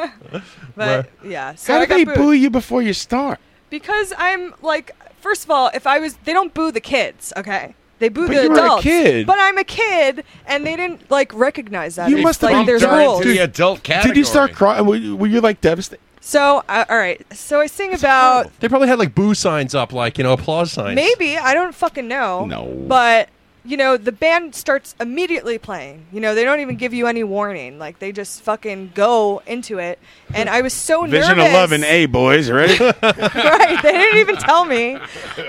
[SPEAKER 7] but
[SPEAKER 8] Right.
[SPEAKER 7] yeah. So
[SPEAKER 1] How
[SPEAKER 7] I
[SPEAKER 1] do
[SPEAKER 7] got
[SPEAKER 1] they
[SPEAKER 7] booed.
[SPEAKER 1] boo you before you start?
[SPEAKER 7] Because I'm like, first of all, if I was, they don't boo the kids, okay? They boo
[SPEAKER 1] But
[SPEAKER 7] the
[SPEAKER 1] you were a
[SPEAKER 7] adults.
[SPEAKER 1] kid.
[SPEAKER 7] But I'm a kid, and they didn't like recognize that.
[SPEAKER 1] You
[SPEAKER 7] It's
[SPEAKER 1] must have
[SPEAKER 7] like,
[SPEAKER 1] been
[SPEAKER 7] there's
[SPEAKER 1] during
[SPEAKER 7] rules.
[SPEAKER 1] the Dude,
[SPEAKER 2] adult
[SPEAKER 1] Did you start crying? Were you, were you like devastated?
[SPEAKER 7] So uh, all right. So I sing about
[SPEAKER 8] They probably had like boo signs up, like you know, applause signs.
[SPEAKER 7] maybe I don't fucking know.
[SPEAKER 8] No.
[SPEAKER 7] But you know, the band starts immediately playing. You know, they don't even give you any warning. Like they just fucking go into it, and I was so
[SPEAKER 1] Vision
[SPEAKER 7] Oh, nervous.
[SPEAKER 1] eleven eh? A boys, you ready?
[SPEAKER 7] right. They didn't even tell me.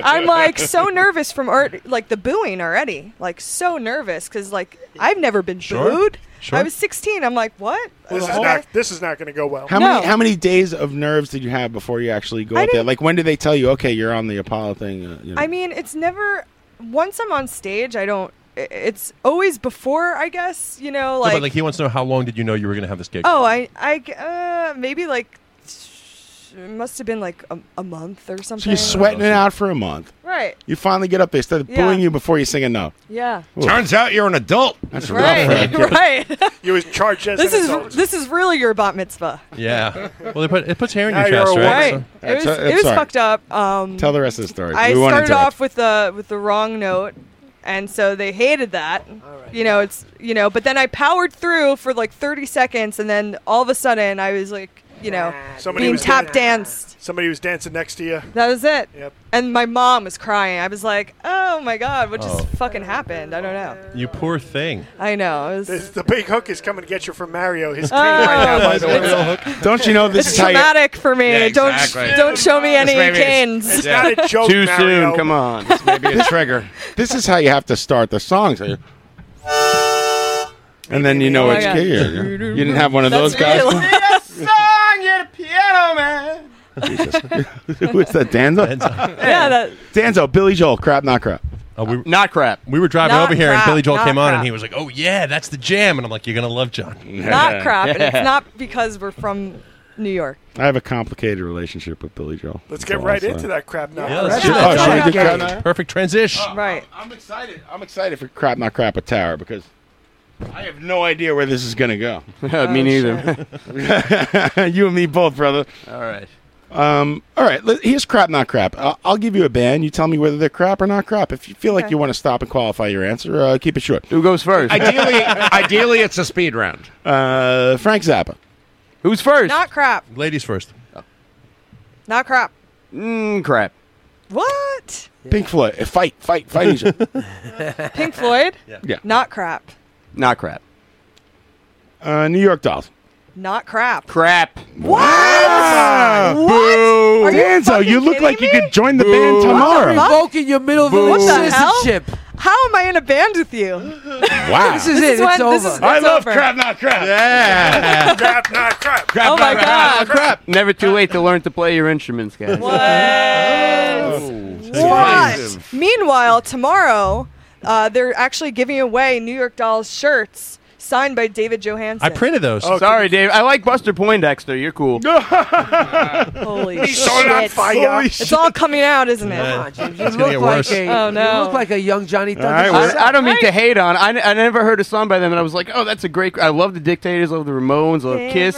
[SPEAKER 7] I'm like so nervous from art, like the booing already. Like so nervous because like I've never been
[SPEAKER 1] Sure,
[SPEAKER 7] booed.
[SPEAKER 1] sure.
[SPEAKER 7] I was 16. I'm like, what?
[SPEAKER 4] This is
[SPEAKER 7] Okay.
[SPEAKER 4] not. This is not going to go well.
[SPEAKER 1] How many how many days of nerves did you have before you actually go
[SPEAKER 7] I
[SPEAKER 1] up there?
[SPEAKER 7] didn't-
[SPEAKER 1] Like when did they tell you? Okay, you're on the Apollo thing. Uh, you know.
[SPEAKER 7] I mean, it's never. Once I'm on stage, I don't. i- It's always before, I guess. You know,
[SPEAKER 8] No,
[SPEAKER 7] like.
[SPEAKER 8] but like he wants to know how long did you know you were going to have this gig?
[SPEAKER 7] oh, I, I, uh, maybe like. It must have been like a, a month or something.
[SPEAKER 1] so you're sweating it out for a month.
[SPEAKER 7] Right.
[SPEAKER 1] You finally get up there. Instead of
[SPEAKER 7] Yeah.
[SPEAKER 1] booing you before you sing a no.
[SPEAKER 7] Yeah.
[SPEAKER 1] Turns out you're an adult. That's rough.
[SPEAKER 7] Right.
[SPEAKER 1] for a kid.
[SPEAKER 7] right.
[SPEAKER 4] You was charged as
[SPEAKER 7] This
[SPEAKER 4] an
[SPEAKER 7] is
[SPEAKER 4] adult.
[SPEAKER 7] this is really your bat mitzvah.
[SPEAKER 8] Yeah. Well, they put it puts hair in
[SPEAKER 7] Now
[SPEAKER 8] your
[SPEAKER 7] you're
[SPEAKER 8] chest,
[SPEAKER 7] a
[SPEAKER 8] right?
[SPEAKER 7] woman.
[SPEAKER 8] So-
[SPEAKER 7] It was,
[SPEAKER 1] uh,
[SPEAKER 7] it was fucked up. Um,
[SPEAKER 1] Tell the rest of the story.
[SPEAKER 7] I
[SPEAKER 1] We won't
[SPEAKER 7] started
[SPEAKER 1] interrupt.
[SPEAKER 7] off with the with the wrong note, and so they hated that. You know, it's you know, but then I powered through for like 30 seconds, and then all of a sudden I was like, you know,
[SPEAKER 4] Somebody
[SPEAKER 7] being
[SPEAKER 4] was
[SPEAKER 7] tap danced.
[SPEAKER 4] Somebody was dancing next to you.
[SPEAKER 7] That was it.
[SPEAKER 4] Yep.
[SPEAKER 7] And my mom was crying. I was like, oh my god, what just
[SPEAKER 8] Oh.
[SPEAKER 7] fucking happened? I don't know.
[SPEAKER 8] You poor thing.
[SPEAKER 7] I know. It was,
[SPEAKER 4] The, the big hook is coming to get you from Mario. His cane
[SPEAKER 7] Oh.
[SPEAKER 8] Ah,
[SPEAKER 4] right now, by the way.
[SPEAKER 1] Don't you know this
[SPEAKER 7] it's
[SPEAKER 1] is how you-
[SPEAKER 7] traumatic for me.
[SPEAKER 1] Yeah,
[SPEAKER 7] Don't
[SPEAKER 1] exactly.
[SPEAKER 7] don't show me any
[SPEAKER 1] Maybe it's-
[SPEAKER 7] canes.
[SPEAKER 1] it's Yeah. not a joke, Too soon, Mario. come
[SPEAKER 5] on.
[SPEAKER 1] maybe a trigger. This is how you have to start the songs. Are you- And then you know
[SPEAKER 5] Oh,
[SPEAKER 1] it's
[SPEAKER 5] yeah.
[SPEAKER 1] key. You didn't have one of
[SPEAKER 5] That's
[SPEAKER 1] those guys.
[SPEAKER 5] real. Yes, song, you're the piano man.
[SPEAKER 1] Who is that? Danzo.
[SPEAKER 7] Yeah, that-
[SPEAKER 1] Danzo. Billy Joel. Crap, not crap.
[SPEAKER 5] not crap.
[SPEAKER 8] Oh, We were driving
[SPEAKER 7] Not
[SPEAKER 8] over here,
[SPEAKER 7] crap,
[SPEAKER 8] and Billy Joel
[SPEAKER 7] not
[SPEAKER 8] came on,
[SPEAKER 7] crap.
[SPEAKER 8] and he was like, "Oh yeah, that's the jam." And I'm like, "You're gonna love John."
[SPEAKER 7] not crap, and it's not because we're from New York.
[SPEAKER 1] I have a complicated relationship with Billy Joel.
[SPEAKER 4] Let's
[SPEAKER 1] That's
[SPEAKER 4] get
[SPEAKER 1] all
[SPEAKER 4] right
[SPEAKER 1] I'll
[SPEAKER 4] into
[SPEAKER 1] say.
[SPEAKER 4] that crap now. Uh,
[SPEAKER 8] Yeah, let's
[SPEAKER 1] do that. Oh, should we do crap
[SPEAKER 8] Crap.
[SPEAKER 1] now?
[SPEAKER 8] Perfect transition.
[SPEAKER 7] right.
[SPEAKER 5] I'm excited.
[SPEAKER 1] I'm excited for crap, not crap, a tower because I have no idea where this is going to go.
[SPEAKER 4] Oh,
[SPEAKER 5] me neither.
[SPEAKER 1] you and me both, brother.
[SPEAKER 5] All right.
[SPEAKER 1] Um, all right, let- here's crap, not crap. I'll, I'll give you a band. You tell me whether they're crap or not crap. If you feel like
[SPEAKER 7] Okay.
[SPEAKER 1] you want to stop and qualify your answer, uh, keep it short.
[SPEAKER 5] Who goes first?
[SPEAKER 2] ideally, ideally, it's a speed round.
[SPEAKER 1] Uh, Frank Zappa.
[SPEAKER 5] Who's first?
[SPEAKER 7] Not crap.
[SPEAKER 8] Ladies first.
[SPEAKER 7] Not crap.
[SPEAKER 5] Mm, crap.
[SPEAKER 7] What?
[SPEAKER 1] Pink Floyd. Uh, Fight, fight, fight each other.
[SPEAKER 7] Pink Floyd?
[SPEAKER 1] Yeah.
[SPEAKER 7] Not crap.
[SPEAKER 5] Not crap.
[SPEAKER 1] Uh, New York Dolls.
[SPEAKER 7] Not crap.
[SPEAKER 5] Crap.
[SPEAKER 1] Wow! Boo!
[SPEAKER 7] Are you
[SPEAKER 1] Danzo, you, look like you could join the band
[SPEAKER 9] I'm
[SPEAKER 1] tomorrow.
[SPEAKER 9] revoking your middle
[SPEAKER 7] What
[SPEAKER 9] village
[SPEAKER 7] the hell?
[SPEAKER 9] citizenship.
[SPEAKER 7] How am I in a band with you?
[SPEAKER 1] Wow.
[SPEAKER 9] This is it.
[SPEAKER 7] when-
[SPEAKER 9] It's
[SPEAKER 7] this
[SPEAKER 9] over.
[SPEAKER 7] is-
[SPEAKER 1] I
[SPEAKER 7] it's
[SPEAKER 1] love
[SPEAKER 7] over.
[SPEAKER 1] crap, not crap. Yeah.
[SPEAKER 4] crap, not crap.
[SPEAKER 1] crap,
[SPEAKER 7] Oh my
[SPEAKER 1] not crap,
[SPEAKER 7] God.
[SPEAKER 1] not crap.
[SPEAKER 5] Never too late to learn to play your instruments, guys. Oh.
[SPEAKER 7] What? Meanwhile, tomorrow, uh, they're actually giving away New York Dolls shirts signed by David Johansen.
[SPEAKER 8] I printed those.
[SPEAKER 5] Sorry, Dave. I like Buster Poindexter. You're cool.
[SPEAKER 7] Holy
[SPEAKER 4] He's so not
[SPEAKER 7] shit.
[SPEAKER 4] fire. Holy
[SPEAKER 7] It's all coming out, isn't
[SPEAKER 8] Yeah.
[SPEAKER 7] it?
[SPEAKER 9] James, you
[SPEAKER 8] It's gonna
[SPEAKER 9] look
[SPEAKER 8] get
[SPEAKER 9] like
[SPEAKER 8] worse.
[SPEAKER 9] a
[SPEAKER 7] Oh, no.
[SPEAKER 9] you look like a young Johnny Thunder.
[SPEAKER 1] right, we're-
[SPEAKER 5] I, I don't mean to hate on. I, I never heard a song by them, and I was like, "Oh, that's a great." I love the Dictators, love the Ramones, love Kiss,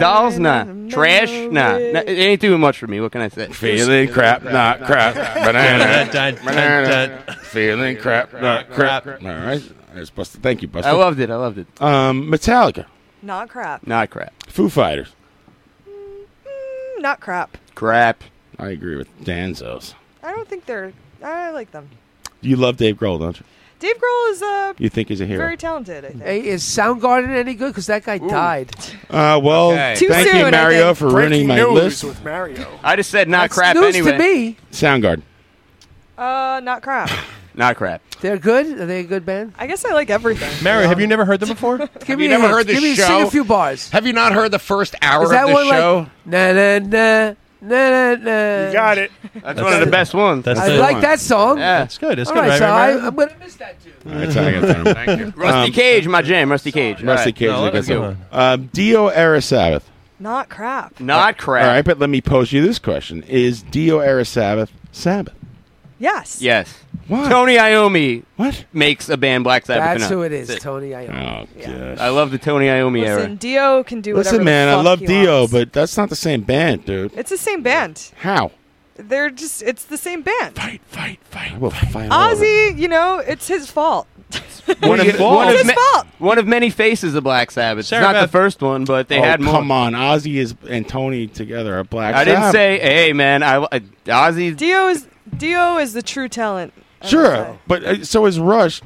[SPEAKER 5] Dolls, nah, Trash, nah, nah, it ain't doing much for me. What can I say?
[SPEAKER 1] Feeling crap, not crap.
[SPEAKER 8] Dun,
[SPEAKER 1] Banana.
[SPEAKER 8] dun, dun,
[SPEAKER 1] Banana.
[SPEAKER 8] dun.
[SPEAKER 1] Feeling crap, not
[SPEAKER 8] Crap.
[SPEAKER 1] crap. All right. There's Buster. Thank you, Buster.
[SPEAKER 5] I loved it. I loved it.
[SPEAKER 1] um, Metallica.
[SPEAKER 7] Not crap.
[SPEAKER 5] Not crap.
[SPEAKER 1] Foo Fighters.
[SPEAKER 7] Mm, Not crap.
[SPEAKER 5] Crap.
[SPEAKER 1] I agree with Danzos.
[SPEAKER 7] I don't think they're. I like them.
[SPEAKER 1] You love Dave Grohl, don't you?
[SPEAKER 7] Dave Grohl is uh,
[SPEAKER 1] You think he's a hero?
[SPEAKER 7] very talented, I think.
[SPEAKER 9] Hey, is Soundgarden any good? Because that guy died.
[SPEAKER 1] Uh, well,
[SPEAKER 7] Too
[SPEAKER 1] thank
[SPEAKER 7] soon, I
[SPEAKER 1] you, Mario,
[SPEAKER 7] think.
[SPEAKER 1] for
[SPEAKER 4] Breaking
[SPEAKER 1] ruining my
[SPEAKER 4] news
[SPEAKER 1] list.
[SPEAKER 4] with Mario.
[SPEAKER 5] I just said not
[SPEAKER 9] That's
[SPEAKER 5] crap
[SPEAKER 9] news
[SPEAKER 5] anyway.
[SPEAKER 9] to me.
[SPEAKER 1] Soundgarden.
[SPEAKER 7] Uh, not crap.
[SPEAKER 5] Not crap.
[SPEAKER 9] They're good. Are they a good band?
[SPEAKER 7] I guess I like everything.
[SPEAKER 8] Mario, have you never heard them before?
[SPEAKER 9] Give
[SPEAKER 2] you
[SPEAKER 9] me a
[SPEAKER 2] never
[SPEAKER 9] hint.
[SPEAKER 2] heard this
[SPEAKER 9] Give me
[SPEAKER 2] show?
[SPEAKER 9] sing a few bars.
[SPEAKER 2] Have you not heard the first hour
[SPEAKER 9] Is that
[SPEAKER 2] of the
[SPEAKER 9] one
[SPEAKER 2] show?
[SPEAKER 9] like na na na na na na?
[SPEAKER 4] You got it.
[SPEAKER 5] That's, one of the best ones.
[SPEAKER 8] That's
[SPEAKER 9] I
[SPEAKER 8] the,
[SPEAKER 9] like that song.
[SPEAKER 5] yeah.
[SPEAKER 8] That's good. That's
[SPEAKER 9] All
[SPEAKER 8] good,
[SPEAKER 9] right,
[SPEAKER 8] right?
[SPEAKER 9] so
[SPEAKER 8] right, Mario?
[SPEAKER 9] I, I'm gonna miss that too.
[SPEAKER 1] That's how I got time.
[SPEAKER 2] Thank you.
[SPEAKER 5] Rusty Cage, my jam. Rusty Cage. All
[SPEAKER 1] Um, Rusty
[SPEAKER 5] right.
[SPEAKER 1] Cage.
[SPEAKER 8] No,
[SPEAKER 1] is a
[SPEAKER 8] let's
[SPEAKER 1] good
[SPEAKER 8] go.
[SPEAKER 1] one. Um, Dio Era Sabbath.
[SPEAKER 7] Not crap.
[SPEAKER 5] Not crap.
[SPEAKER 1] All right, but let me pose you this question: Is Dio Era Sabbath Sabbath?
[SPEAKER 7] Yes.
[SPEAKER 5] Yes.
[SPEAKER 1] Why?
[SPEAKER 5] Tony Iommi
[SPEAKER 1] What?
[SPEAKER 5] makes a band Black Sabbath.
[SPEAKER 9] That's
[SPEAKER 5] or not.
[SPEAKER 9] who it is, Tony. I am.
[SPEAKER 1] Oh gosh.
[SPEAKER 5] I love the Tony Iommi
[SPEAKER 7] Listen,
[SPEAKER 5] era.
[SPEAKER 7] Dio can do whatever.
[SPEAKER 1] Listen,
[SPEAKER 7] the
[SPEAKER 1] man, I
[SPEAKER 7] fuck
[SPEAKER 1] love
[SPEAKER 7] he
[SPEAKER 1] Dio,
[SPEAKER 7] wants.
[SPEAKER 1] but that's not the same band, dude.
[SPEAKER 7] it's the same band.
[SPEAKER 1] How?
[SPEAKER 7] They're just. It's the same band.
[SPEAKER 1] Fight, fight, fight. I will fight. all of them.
[SPEAKER 7] Ozzy, you know, it's his fault.
[SPEAKER 5] One of, one,
[SPEAKER 7] It's
[SPEAKER 5] of
[SPEAKER 7] his fault.
[SPEAKER 5] one of many faces of Black Sabbath. It's
[SPEAKER 8] Sarah
[SPEAKER 5] not the
[SPEAKER 8] Beth-
[SPEAKER 5] first one, but they
[SPEAKER 1] oh,
[SPEAKER 5] had more.
[SPEAKER 1] Come on, Ozzy is and Tony together are black.
[SPEAKER 5] I didn't
[SPEAKER 1] Sabbath.
[SPEAKER 5] say, hey, man, I, I, Ozzy.
[SPEAKER 7] Dio is Dio is the true talent. I would
[SPEAKER 1] Sure,
[SPEAKER 7] say.
[SPEAKER 1] but uh, so is Rush.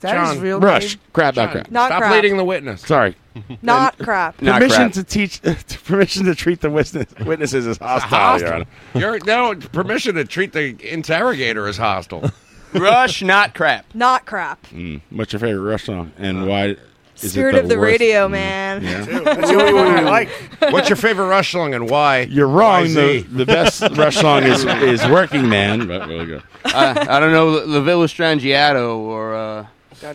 [SPEAKER 9] That is
[SPEAKER 2] John,
[SPEAKER 9] real
[SPEAKER 1] Rush,
[SPEAKER 9] name.
[SPEAKER 1] crap, not crap.
[SPEAKER 7] Not
[SPEAKER 2] Stop
[SPEAKER 7] crap.
[SPEAKER 2] leading the witness.
[SPEAKER 1] Sorry.
[SPEAKER 7] Not crap.
[SPEAKER 5] Not
[SPEAKER 1] permission
[SPEAKER 5] crap.
[SPEAKER 1] to teach, permission to treat the witness, witnesses as hostile, Your Honor.
[SPEAKER 2] You're no permission to treat the interrogator as hostile.
[SPEAKER 5] Rush, not crap.
[SPEAKER 7] Not crap.
[SPEAKER 1] Mm. What's your favorite Rush song, and why? Is
[SPEAKER 7] Spirit
[SPEAKER 1] it the
[SPEAKER 7] of the
[SPEAKER 1] worst? Mm,
[SPEAKER 7] radio, man.
[SPEAKER 1] Yeah.
[SPEAKER 4] Dude, That's the only one I like.
[SPEAKER 2] What's your favorite Rush song and why?
[SPEAKER 1] You're wrong. The,
[SPEAKER 2] YZ.
[SPEAKER 1] the best Rush song is is Working Man. But we'll go.
[SPEAKER 5] I, I don't know, La Villa Strangiato or uh,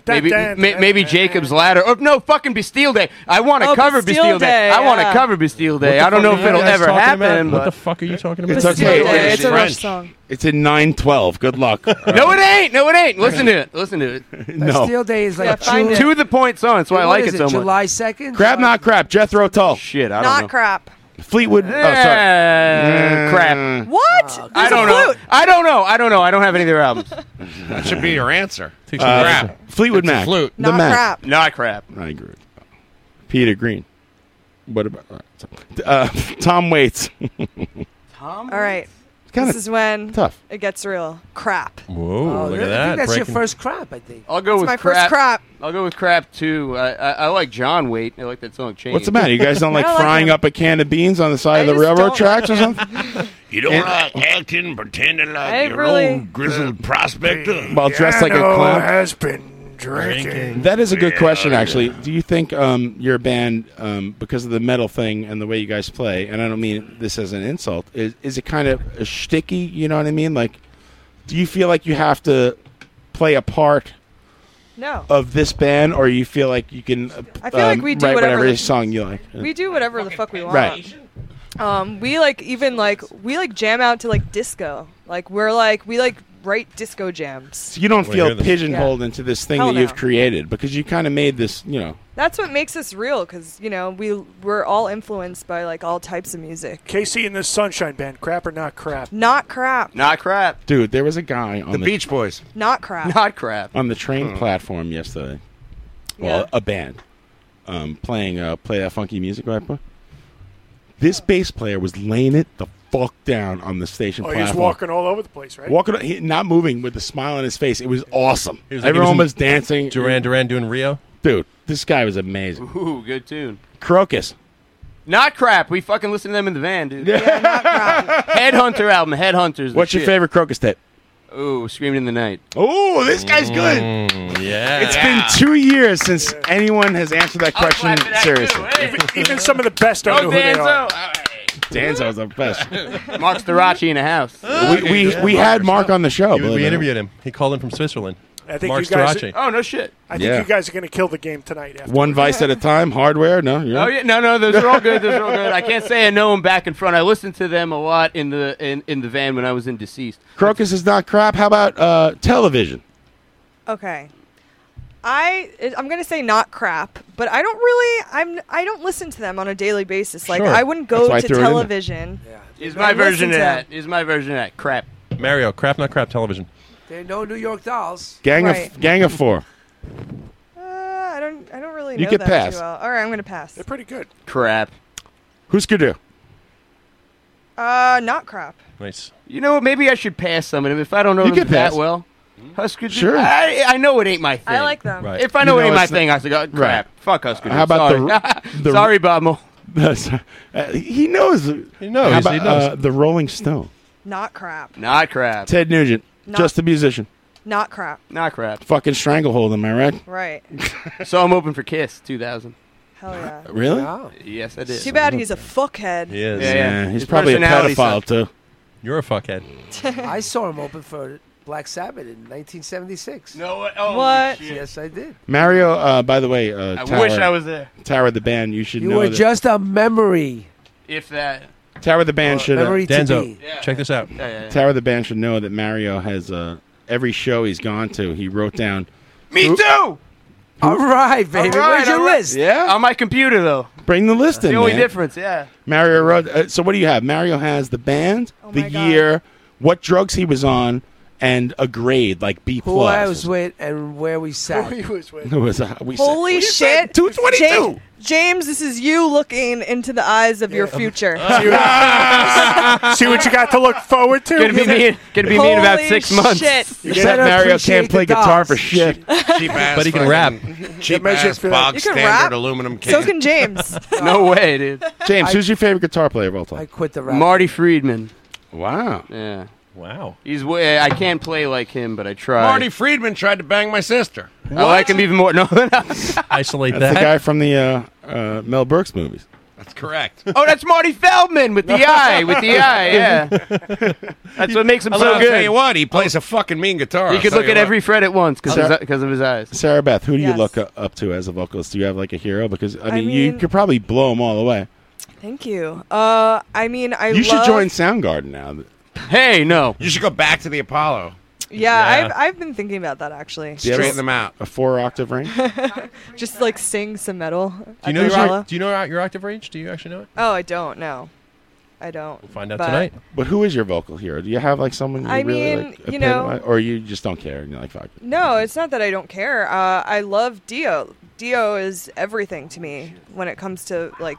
[SPEAKER 5] Maybe, ma- maybe Jacob's Ladder. Or no, fucking Bastille Day. I want to
[SPEAKER 7] Oh,
[SPEAKER 5] cover
[SPEAKER 7] Bastille
[SPEAKER 5] Bastille Day.
[SPEAKER 7] Day,
[SPEAKER 5] I want to
[SPEAKER 7] yeah.
[SPEAKER 5] cover Bastille
[SPEAKER 8] What
[SPEAKER 5] Day.
[SPEAKER 8] the
[SPEAKER 5] I
[SPEAKER 8] fuck
[SPEAKER 5] don't know
[SPEAKER 8] are
[SPEAKER 5] if
[SPEAKER 8] you
[SPEAKER 5] it'll
[SPEAKER 8] guys
[SPEAKER 5] ever
[SPEAKER 8] talking
[SPEAKER 5] happen.
[SPEAKER 8] about? What
[SPEAKER 5] but-
[SPEAKER 8] the fuck are you talking about?
[SPEAKER 5] It's okay.
[SPEAKER 1] Bastille Day,
[SPEAKER 5] It's
[SPEAKER 1] it's a
[SPEAKER 5] French.
[SPEAKER 1] rough song. It's in nine twelve. Good luck.
[SPEAKER 5] No, it ain't. No, it ain't. Listen to it. Listen to it.
[SPEAKER 1] No. Bastille
[SPEAKER 18] Day is like
[SPEAKER 5] Yeah,
[SPEAKER 18] June-
[SPEAKER 5] find it. to the point song. That's why I
[SPEAKER 18] What
[SPEAKER 5] like
[SPEAKER 18] is
[SPEAKER 5] it so much.
[SPEAKER 18] July second.
[SPEAKER 1] Crap, not crap. Jethro Tull.
[SPEAKER 5] Shit, I
[SPEAKER 7] Not crap.
[SPEAKER 1] Fleetwood.
[SPEAKER 5] Yeah, Eh.
[SPEAKER 1] oh, sorry.
[SPEAKER 5] crap.
[SPEAKER 7] What? There's
[SPEAKER 5] I
[SPEAKER 7] a
[SPEAKER 5] don't know. I don't know. I don't know. I don't have any of their albums. that
[SPEAKER 2] should be your answer.
[SPEAKER 1] Uh, Fleetwood Mac. The
[SPEAKER 5] Not
[SPEAKER 1] Mac.
[SPEAKER 5] crap. Not crap.
[SPEAKER 1] I agree. Peter Green. What about uh, Tom Waits?
[SPEAKER 7] All right.
[SPEAKER 1] kinda
[SPEAKER 7] This is when
[SPEAKER 1] tough.
[SPEAKER 7] it gets real. Crap.
[SPEAKER 1] Whoa!
[SPEAKER 18] look at that, I think that's your first crap. I think.
[SPEAKER 5] I'll go
[SPEAKER 7] It's
[SPEAKER 5] with
[SPEAKER 7] my
[SPEAKER 5] crap.
[SPEAKER 7] first crap.
[SPEAKER 5] I'll go with crap too. I, I, I like John Wait. I like that song. Change.
[SPEAKER 1] What's the matter? You guys don't like frying up a can of beans on the side of the railroad tracks or something?
[SPEAKER 19] You don't
[SPEAKER 1] And-
[SPEAKER 19] like acting, pretending
[SPEAKER 7] I
[SPEAKER 19] like
[SPEAKER 7] ain't
[SPEAKER 19] you're
[SPEAKER 7] really-
[SPEAKER 19] an old grizzled prospector.
[SPEAKER 1] Well, dressed like a clown.
[SPEAKER 4] been
[SPEAKER 19] drinking.
[SPEAKER 1] That is a good
[SPEAKER 19] Yeah,
[SPEAKER 1] question,
[SPEAKER 19] yeah.
[SPEAKER 1] actually. Do you think um, your band, um, because of the metal thing and the way you guys play, and I don't mean this as an insult, is, is it kind of a sticky? You know what I mean? Like, do you feel like you have to play a part
[SPEAKER 7] No.
[SPEAKER 1] of this band, or you feel like you can uh,
[SPEAKER 7] I feel like we do
[SPEAKER 1] write
[SPEAKER 7] whatever the-
[SPEAKER 1] song you like?
[SPEAKER 7] We do whatever the fuck we want.
[SPEAKER 1] Right.
[SPEAKER 7] Um, we like even like we like jam out to like disco. Like we're like we like write disco jams.
[SPEAKER 1] So you don't
[SPEAKER 7] Wanna
[SPEAKER 1] feel
[SPEAKER 7] hear this.
[SPEAKER 1] pigeonholed into this thing
[SPEAKER 7] Hell
[SPEAKER 1] that you've
[SPEAKER 7] no.
[SPEAKER 1] created because you kind of made this, you know.
[SPEAKER 7] That's what makes us real, because you know we we're all influenced by like all types of music.
[SPEAKER 4] Casey and the Sunshine Band, crap or not crap?
[SPEAKER 7] Not crap.
[SPEAKER 5] Not crap.
[SPEAKER 1] Dude, there was a guy on the,
[SPEAKER 2] Beach Boys.
[SPEAKER 7] Not crap.
[SPEAKER 5] Not crap.
[SPEAKER 1] on the train platform yesterday. Well,
[SPEAKER 7] Yeah.
[SPEAKER 1] a band um, playing uh, play that funky music right. Boy? This bass player was laying it the fuck down on the station
[SPEAKER 4] Oh,
[SPEAKER 1] platform.
[SPEAKER 4] he's walking all over the place, right?
[SPEAKER 1] Walking, he, not moving, with a smile on his face. It was awesome.
[SPEAKER 8] He was like-
[SPEAKER 1] Everyone
[SPEAKER 8] he was
[SPEAKER 1] was,
[SPEAKER 8] in
[SPEAKER 1] dancing.
[SPEAKER 8] Duran Duran doing Rio.
[SPEAKER 1] Dude, this guy was amazing.
[SPEAKER 5] Ooh, good tune.
[SPEAKER 1] Crocus.
[SPEAKER 5] Not crap. We fucking listen to them in the van, dude. Headhunter album. Headhunters.
[SPEAKER 1] What's your favorite Crocus tape?
[SPEAKER 5] Ooh, Screaming in the Night. Mm.
[SPEAKER 1] Oh, this guy's good.
[SPEAKER 8] yeah.
[SPEAKER 1] It's been two years since anyone has answered that question seriously.
[SPEAKER 4] Even some of the best don't
[SPEAKER 5] Go
[SPEAKER 4] know who they
[SPEAKER 5] Danzo.
[SPEAKER 4] are.
[SPEAKER 1] Danzo's the best.
[SPEAKER 5] Mark Starachi in the house.
[SPEAKER 1] We, we, we had Mark on the show.
[SPEAKER 8] He- we
[SPEAKER 1] believe it or not.
[SPEAKER 8] interviewed him. He called in from Switzerland.
[SPEAKER 4] I think
[SPEAKER 8] Mark
[SPEAKER 4] you guys.
[SPEAKER 8] Storace.
[SPEAKER 5] Oh no shit!
[SPEAKER 4] I think
[SPEAKER 1] Yeah.
[SPEAKER 4] you guys are going to kill the game tonight. After.
[SPEAKER 1] One vice at a time. Hardware. No. you
[SPEAKER 5] Oh yeah, no, no, those are all good. Those are all good. I can't say I know them back and front. I listened to them a lot in the in, in the van when I was in deceased.
[SPEAKER 1] Crocus is not crap. How about uh, television?
[SPEAKER 7] Okay. I it- I'm gonna say not crap, but I don't really I'm I don't listen to them on a daily basis. Like
[SPEAKER 5] Sure.
[SPEAKER 7] I wouldn't
[SPEAKER 5] That's
[SPEAKER 7] go
[SPEAKER 5] why I
[SPEAKER 7] to
[SPEAKER 5] threw it in there.
[SPEAKER 7] television.
[SPEAKER 5] Is my
[SPEAKER 7] I listen
[SPEAKER 5] version of
[SPEAKER 7] to
[SPEAKER 5] that? Is my version of that crap?
[SPEAKER 8] Mario, crap, not crap television.
[SPEAKER 18] There are no New York Dolls.
[SPEAKER 1] Gang
[SPEAKER 7] Right.
[SPEAKER 1] of Gang of Four.
[SPEAKER 7] Uh, I don't I don't really
[SPEAKER 1] You
[SPEAKER 7] know
[SPEAKER 1] could
[SPEAKER 7] them too
[SPEAKER 1] pass.
[SPEAKER 7] well. All right, I'm gonna pass. They're
[SPEAKER 4] pretty good.
[SPEAKER 5] Crap.
[SPEAKER 1] Who's good?
[SPEAKER 7] Uh, not crap.
[SPEAKER 8] Nice.
[SPEAKER 5] You know what? Maybe I should pass some of them if I don't know
[SPEAKER 1] You
[SPEAKER 5] them
[SPEAKER 1] can
[SPEAKER 5] that
[SPEAKER 1] pass.
[SPEAKER 5] well. Husker. Du-
[SPEAKER 1] Sure.
[SPEAKER 5] I, I know it ain't my thing.
[SPEAKER 7] I like them.
[SPEAKER 1] Right.
[SPEAKER 5] If I know,
[SPEAKER 1] You
[SPEAKER 5] it
[SPEAKER 1] know
[SPEAKER 5] ain't my
[SPEAKER 1] it's not-
[SPEAKER 5] thing, I should go crap. Fuck Husker. Du.
[SPEAKER 1] How about
[SPEAKER 5] Sorry.
[SPEAKER 1] the, the
[SPEAKER 5] Sorry, Bob Mo.
[SPEAKER 1] Uh, he knows. He
[SPEAKER 5] knows,
[SPEAKER 1] How about,
[SPEAKER 5] he knows.
[SPEAKER 1] Uh, the Rolling Stone.
[SPEAKER 7] Not crap.
[SPEAKER 5] Not crap.
[SPEAKER 1] Ted Nugent.
[SPEAKER 7] Not-
[SPEAKER 1] just a musician.
[SPEAKER 7] Not crap.
[SPEAKER 5] Not crap.
[SPEAKER 1] Fucking stranglehold. Am I right?
[SPEAKER 7] Right.
[SPEAKER 5] so I'm open for Kiss 2000.
[SPEAKER 7] Hell yeah.
[SPEAKER 1] Really?
[SPEAKER 5] Yes, I did.
[SPEAKER 7] Too bad he's a fuckhead.
[SPEAKER 8] He is.
[SPEAKER 5] Yeah, yeah.
[SPEAKER 1] he's
[SPEAKER 5] His
[SPEAKER 1] probably a
[SPEAKER 5] personality
[SPEAKER 1] pedophile too.
[SPEAKER 8] You're a fuckhead.
[SPEAKER 18] I saw him open for Black Sabbath in 1976.
[SPEAKER 5] No,
[SPEAKER 4] uh, oh,
[SPEAKER 7] What?
[SPEAKER 18] Yes, I did.
[SPEAKER 1] Mario. Uh, by the way, uh,
[SPEAKER 5] I
[SPEAKER 1] Tower,
[SPEAKER 5] wish I was there.
[SPEAKER 1] Tower the band. You should
[SPEAKER 18] You
[SPEAKER 1] know.
[SPEAKER 18] were
[SPEAKER 1] that-
[SPEAKER 18] just a memory.
[SPEAKER 5] If that.
[SPEAKER 1] Tower the band should. Uh,
[SPEAKER 18] memory to Danzo, be.
[SPEAKER 8] check this out.
[SPEAKER 5] Yeah, yeah, yeah.
[SPEAKER 1] Tower the band should know that Mario has uh, every show he's gone to. He wrote down.
[SPEAKER 5] Me
[SPEAKER 1] Who-
[SPEAKER 5] too.
[SPEAKER 18] All right, baby. Where's your list?
[SPEAKER 5] Yeah. On my computer though.
[SPEAKER 1] Bring the list in.
[SPEAKER 5] the only
[SPEAKER 1] man.
[SPEAKER 5] difference, yeah.
[SPEAKER 1] Mario wrote. Uh, so what do you have? Mario has the band,
[SPEAKER 8] Oh
[SPEAKER 1] the year, what drugs he was on, and a grade like B
[SPEAKER 18] Who
[SPEAKER 1] plus.
[SPEAKER 18] I was with and where we sat.
[SPEAKER 4] Who he was with.
[SPEAKER 1] It was, uh, we
[SPEAKER 7] Holy shit.
[SPEAKER 1] 222.
[SPEAKER 7] James, James, this is you looking into the eyes of your future.
[SPEAKER 4] See what you got to look forward to.
[SPEAKER 5] Gonna be me. Gonna be me in about six months.
[SPEAKER 1] Except Mario can't play guitar for shit.
[SPEAKER 2] Cheap ass.
[SPEAKER 8] But he can
[SPEAKER 2] fucking-
[SPEAKER 8] rap.
[SPEAKER 2] Cheap
[SPEAKER 4] measure
[SPEAKER 2] ass
[SPEAKER 4] for that.
[SPEAKER 2] bog
[SPEAKER 7] You can
[SPEAKER 2] standard
[SPEAKER 7] rap?
[SPEAKER 2] aluminum can.
[SPEAKER 7] so can James.
[SPEAKER 5] no way, dude.
[SPEAKER 1] James,
[SPEAKER 5] I-
[SPEAKER 1] who's your favorite guitar player of all time?
[SPEAKER 18] quit the
[SPEAKER 5] Marty Friedman.
[SPEAKER 1] Wow.
[SPEAKER 5] Yeah.
[SPEAKER 8] Wow.
[SPEAKER 5] He's way. I can't play like him, but I try.
[SPEAKER 2] Marty Friedman tried to bang my sister.
[SPEAKER 5] I like him even more. No, no.
[SPEAKER 8] Isolate
[SPEAKER 1] That's the
[SPEAKER 8] that.
[SPEAKER 1] guy from the uh, uh, Mel Brooks movies.
[SPEAKER 2] That's correct.
[SPEAKER 5] Oh, that's Marty Feldman with the eye, with the eye. Yeah, that's what makes him
[SPEAKER 2] I'll
[SPEAKER 5] so
[SPEAKER 2] Tell
[SPEAKER 5] good. Oh.
[SPEAKER 2] you what, he plays a fucking mean guitar.
[SPEAKER 5] He
[SPEAKER 2] I'll
[SPEAKER 5] could
[SPEAKER 2] tell
[SPEAKER 5] look
[SPEAKER 2] you
[SPEAKER 5] at
[SPEAKER 2] what.
[SPEAKER 5] every fret at once because
[SPEAKER 1] Sarah-
[SPEAKER 5] of his eyes.
[SPEAKER 1] Sarah Beth, who do
[SPEAKER 5] Yes.
[SPEAKER 1] you look uh, up to as a vocalist? Do you have like a hero? Because I mean,
[SPEAKER 7] I
[SPEAKER 1] you
[SPEAKER 7] mean-
[SPEAKER 1] could probably blow them all away.
[SPEAKER 7] Thank you. Uh, I mean, I
[SPEAKER 1] you should
[SPEAKER 7] love-
[SPEAKER 1] join Soundgarden now.
[SPEAKER 5] Hey, no,
[SPEAKER 2] you should go back to the Apollo.
[SPEAKER 7] Yeah,
[SPEAKER 1] Yeah.
[SPEAKER 7] I've, I've been thinking about that actually.
[SPEAKER 1] Straighten them
[SPEAKER 2] out.
[SPEAKER 1] A four octave range.
[SPEAKER 7] Just like sing some metal.
[SPEAKER 8] Do you know your, do you know your octave range? Do you actually know it?
[SPEAKER 7] Oh, I don't know. I don't. We'll
[SPEAKER 8] find
[SPEAKER 1] But who is your vocal hero? Do you have like someone you
[SPEAKER 7] I
[SPEAKER 1] really
[SPEAKER 7] mean,
[SPEAKER 1] like?
[SPEAKER 7] you know-
[SPEAKER 1] epitomize- or you just don't care and you're like fuck. it.
[SPEAKER 7] No, it's not that I don't care. Uh, I love Dio. Dio is everything to me when it comes to like,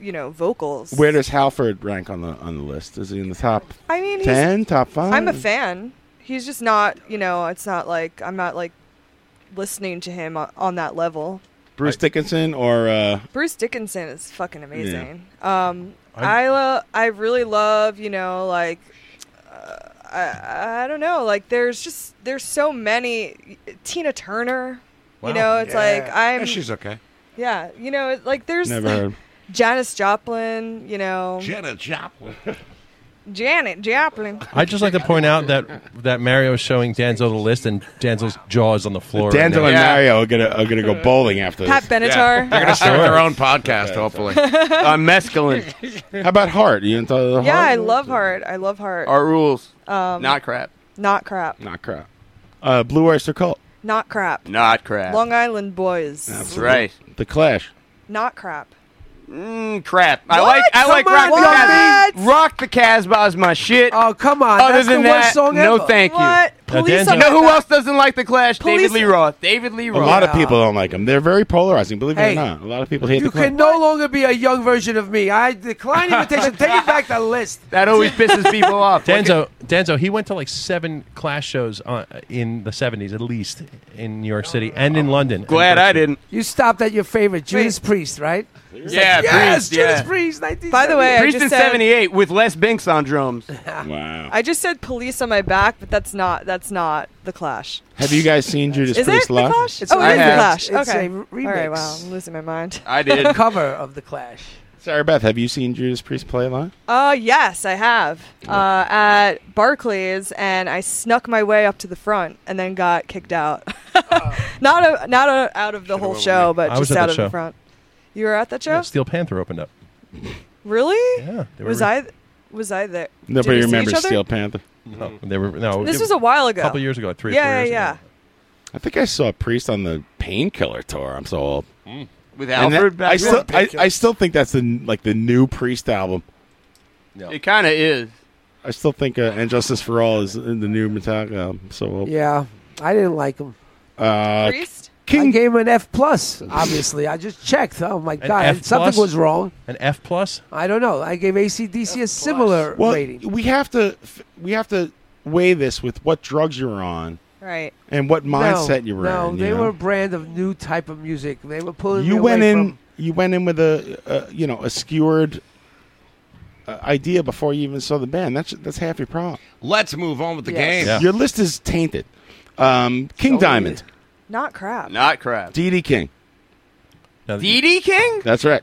[SPEAKER 7] you know, vocals.
[SPEAKER 1] Where does Halford rank on the on the list? Is he in the top?
[SPEAKER 7] I mean, he's-
[SPEAKER 1] ten, top five.
[SPEAKER 7] I'm a fan. He's just not. You know, it's not like I'm not like listening to him on, on that level.
[SPEAKER 1] Bruce Dickinson or uh,
[SPEAKER 7] Bruce Dickinson is fucking amazing. Um,
[SPEAKER 1] I'm-
[SPEAKER 7] I lo- I really love you know like uh, I I don't know like there's just there's so many Tina Turner. You know, it's like I'm.
[SPEAKER 2] Yeah, she's okay.
[SPEAKER 7] yeah, you know, it's like there's
[SPEAKER 2] Never heard.
[SPEAKER 7] Janis Joplin. You know,
[SPEAKER 2] Janet Joplin.
[SPEAKER 7] Janet Joplin.
[SPEAKER 8] I'd just like to point out that that Mario is showing Danzel the list, and Danzel's jaw is on the floor. right
[SPEAKER 1] Danzel
[SPEAKER 8] now.
[SPEAKER 1] and Mario are gonna are gonna go bowling after
[SPEAKER 7] Pat
[SPEAKER 1] this.
[SPEAKER 7] Benatar.
[SPEAKER 2] They're gonna start
[SPEAKER 1] Sure.
[SPEAKER 2] their own podcast, hopefully. Uh,
[SPEAKER 5] On mescaline.
[SPEAKER 1] How about Hart? You into the
[SPEAKER 7] yeah, I
[SPEAKER 1] Hart?
[SPEAKER 7] love Heart. I love Heart.
[SPEAKER 5] Our rules.
[SPEAKER 7] Um,
[SPEAKER 5] Not crap.
[SPEAKER 7] Not crap.
[SPEAKER 1] Not crap. Uh, Blue Oyster Cult.
[SPEAKER 7] Not crap.
[SPEAKER 5] Not crap.
[SPEAKER 7] Long Island Boys.
[SPEAKER 5] right.
[SPEAKER 1] The Clash.
[SPEAKER 7] Not crap.
[SPEAKER 5] Mm, crap. I
[SPEAKER 7] What?
[SPEAKER 5] like I like
[SPEAKER 7] Come
[SPEAKER 5] rock
[SPEAKER 7] on,
[SPEAKER 5] the Casbah. Rock the Casbah is my shit. Oh
[SPEAKER 18] come on!
[SPEAKER 5] Other
[SPEAKER 18] that's
[SPEAKER 5] than
[SPEAKER 18] the
[SPEAKER 5] that,
[SPEAKER 18] worst song
[SPEAKER 5] no
[SPEAKER 18] ever.
[SPEAKER 5] thank you.
[SPEAKER 18] What?
[SPEAKER 1] Now, Police
[SPEAKER 5] you
[SPEAKER 1] are
[SPEAKER 5] know who
[SPEAKER 1] not-
[SPEAKER 5] else doesn't like the Clash?
[SPEAKER 18] Police-
[SPEAKER 5] David Lee Roth. David Lee
[SPEAKER 1] A
[SPEAKER 5] Roth.
[SPEAKER 1] lot of people don't like them. They're very polarizing. Believe it
[SPEAKER 18] Hey,
[SPEAKER 1] or not, a lot of people hate
[SPEAKER 18] You
[SPEAKER 1] the Clash.
[SPEAKER 18] can no longer be a young version of me. I decline the invitation. Take it back the list.
[SPEAKER 5] That always pisses people off.
[SPEAKER 8] Danzo, Danzo, he went to like seven Clash shows uh, in the '70s, at least in New York City and in London.
[SPEAKER 5] Glad I didn't.
[SPEAKER 18] You stopped at your favorite Judas Priest, right?
[SPEAKER 5] Yeah,
[SPEAKER 18] yes,
[SPEAKER 5] Priest,
[SPEAKER 18] Judas
[SPEAKER 5] yeah.
[SPEAKER 18] Priest. 1978.
[SPEAKER 7] By the way, I
[SPEAKER 5] Priest
[SPEAKER 7] just
[SPEAKER 5] in
[SPEAKER 7] said-
[SPEAKER 5] '78 with Les Binks on drums.
[SPEAKER 1] wow.
[SPEAKER 7] I just said police on my back, but that's not that's not the Clash.
[SPEAKER 1] Have you guys seen Judas
[SPEAKER 7] is it
[SPEAKER 1] Priest
[SPEAKER 7] the
[SPEAKER 1] live?
[SPEAKER 7] Clash?
[SPEAKER 18] It's
[SPEAKER 7] oh,
[SPEAKER 18] a
[SPEAKER 7] it is the
[SPEAKER 18] remix.
[SPEAKER 7] Clash.
[SPEAKER 18] It's
[SPEAKER 7] okay.
[SPEAKER 18] a re-
[SPEAKER 7] All right.
[SPEAKER 18] remix.
[SPEAKER 7] Wow, I'm losing my mind.
[SPEAKER 5] I
[SPEAKER 18] cover of the Clash.
[SPEAKER 1] Sarah Beth, have you seen Judas Priest play live?
[SPEAKER 7] Uh, yes, I have. Uh, at Barclays, and I snuck my way up to the front, and then got kicked out. not a, not a, out of the whole show, but
[SPEAKER 8] I was
[SPEAKER 7] just
[SPEAKER 8] at
[SPEAKER 7] out
[SPEAKER 8] that
[SPEAKER 7] of
[SPEAKER 8] show.
[SPEAKER 7] the front. You were at that show?
[SPEAKER 8] Steel Panther opened up.
[SPEAKER 7] Really?
[SPEAKER 8] Yeah. they were
[SPEAKER 7] Was
[SPEAKER 8] re-
[SPEAKER 7] I? Was I there? Did
[SPEAKER 1] Nobody
[SPEAKER 7] we see
[SPEAKER 1] remembers
[SPEAKER 7] each other?
[SPEAKER 1] Steel Panther.
[SPEAKER 8] No, they were no.
[SPEAKER 7] This
[SPEAKER 8] it-
[SPEAKER 7] was a while ago.
[SPEAKER 8] couple years ago, like three or
[SPEAKER 7] yeah,
[SPEAKER 8] four years
[SPEAKER 7] yeah,
[SPEAKER 1] I think I saw Priest on the Painkiller tour. I'm so old.
[SPEAKER 5] Mm. With
[SPEAKER 1] And that-
[SPEAKER 5] Alfred back
[SPEAKER 1] I still,
[SPEAKER 5] then?
[SPEAKER 1] I, I still think that's the n- like the new Priest album.
[SPEAKER 5] It kind of is.
[SPEAKER 1] I still think uh, "And Justice for All" is in the new Metallica. Album, so old.
[SPEAKER 18] Yeah, I didn't like him.
[SPEAKER 1] Uh,
[SPEAKER 18] King I gave him an F plus. Obviously, I just checked. Oh my
[SPEAKER 8] An
[SPEAKER 18] god,
[SPEAKER 8] F
[SPEAKER 18] something
[SPEAKER 8] plus?
[SPEAKER 18] was wrong.
[SPEAKER 8] An F plus?
[SPEAKER 18] I don't know. I gave ACDC a similar
[SPEAKER 1] well,
[SPEAKER 18] rating.
[SPEAKER 1] we have to f- we have to weigh this with what drugs you're on
[SPEAKER 7] Right.
[SPEAKER 1] and what
[SPEAKER 18] No,
[SPEAKER 1] mindset you were
[SPEAKER 18] No,
[SPEAKER 1] in. you
[SPEAKER 18] they
[SPEAKER 1] know?
[SPEAKER 18] were a brand of new type of music. They were pulling.
[SPEAKER 1] you
[SPEAKER 18] me
[SPEAKER 1] went
[SPEAKER 18] away
[SPEAKER 1] in
[SPEAKER 18] from-
[SPEAKER 1] you went in with a, a you know a skewered uh, idea before you even saw the band that's that's half your problem
[SPEAKER 2] Let's move on with the
[SPEAKER 1] Yes.
[SPEAKER 2] game.
[SPEAKER 1] your list is tainted um, king
[SPEAKER 18] Oh,
[SPEAKER 1] diamond
[SPEAKER 7] Not crap.
[SPEAKER 5] Not crap.
[SPEAKER 1] dd king
[SPEAKER 5] DD King?
[SPEAKER 1] that's right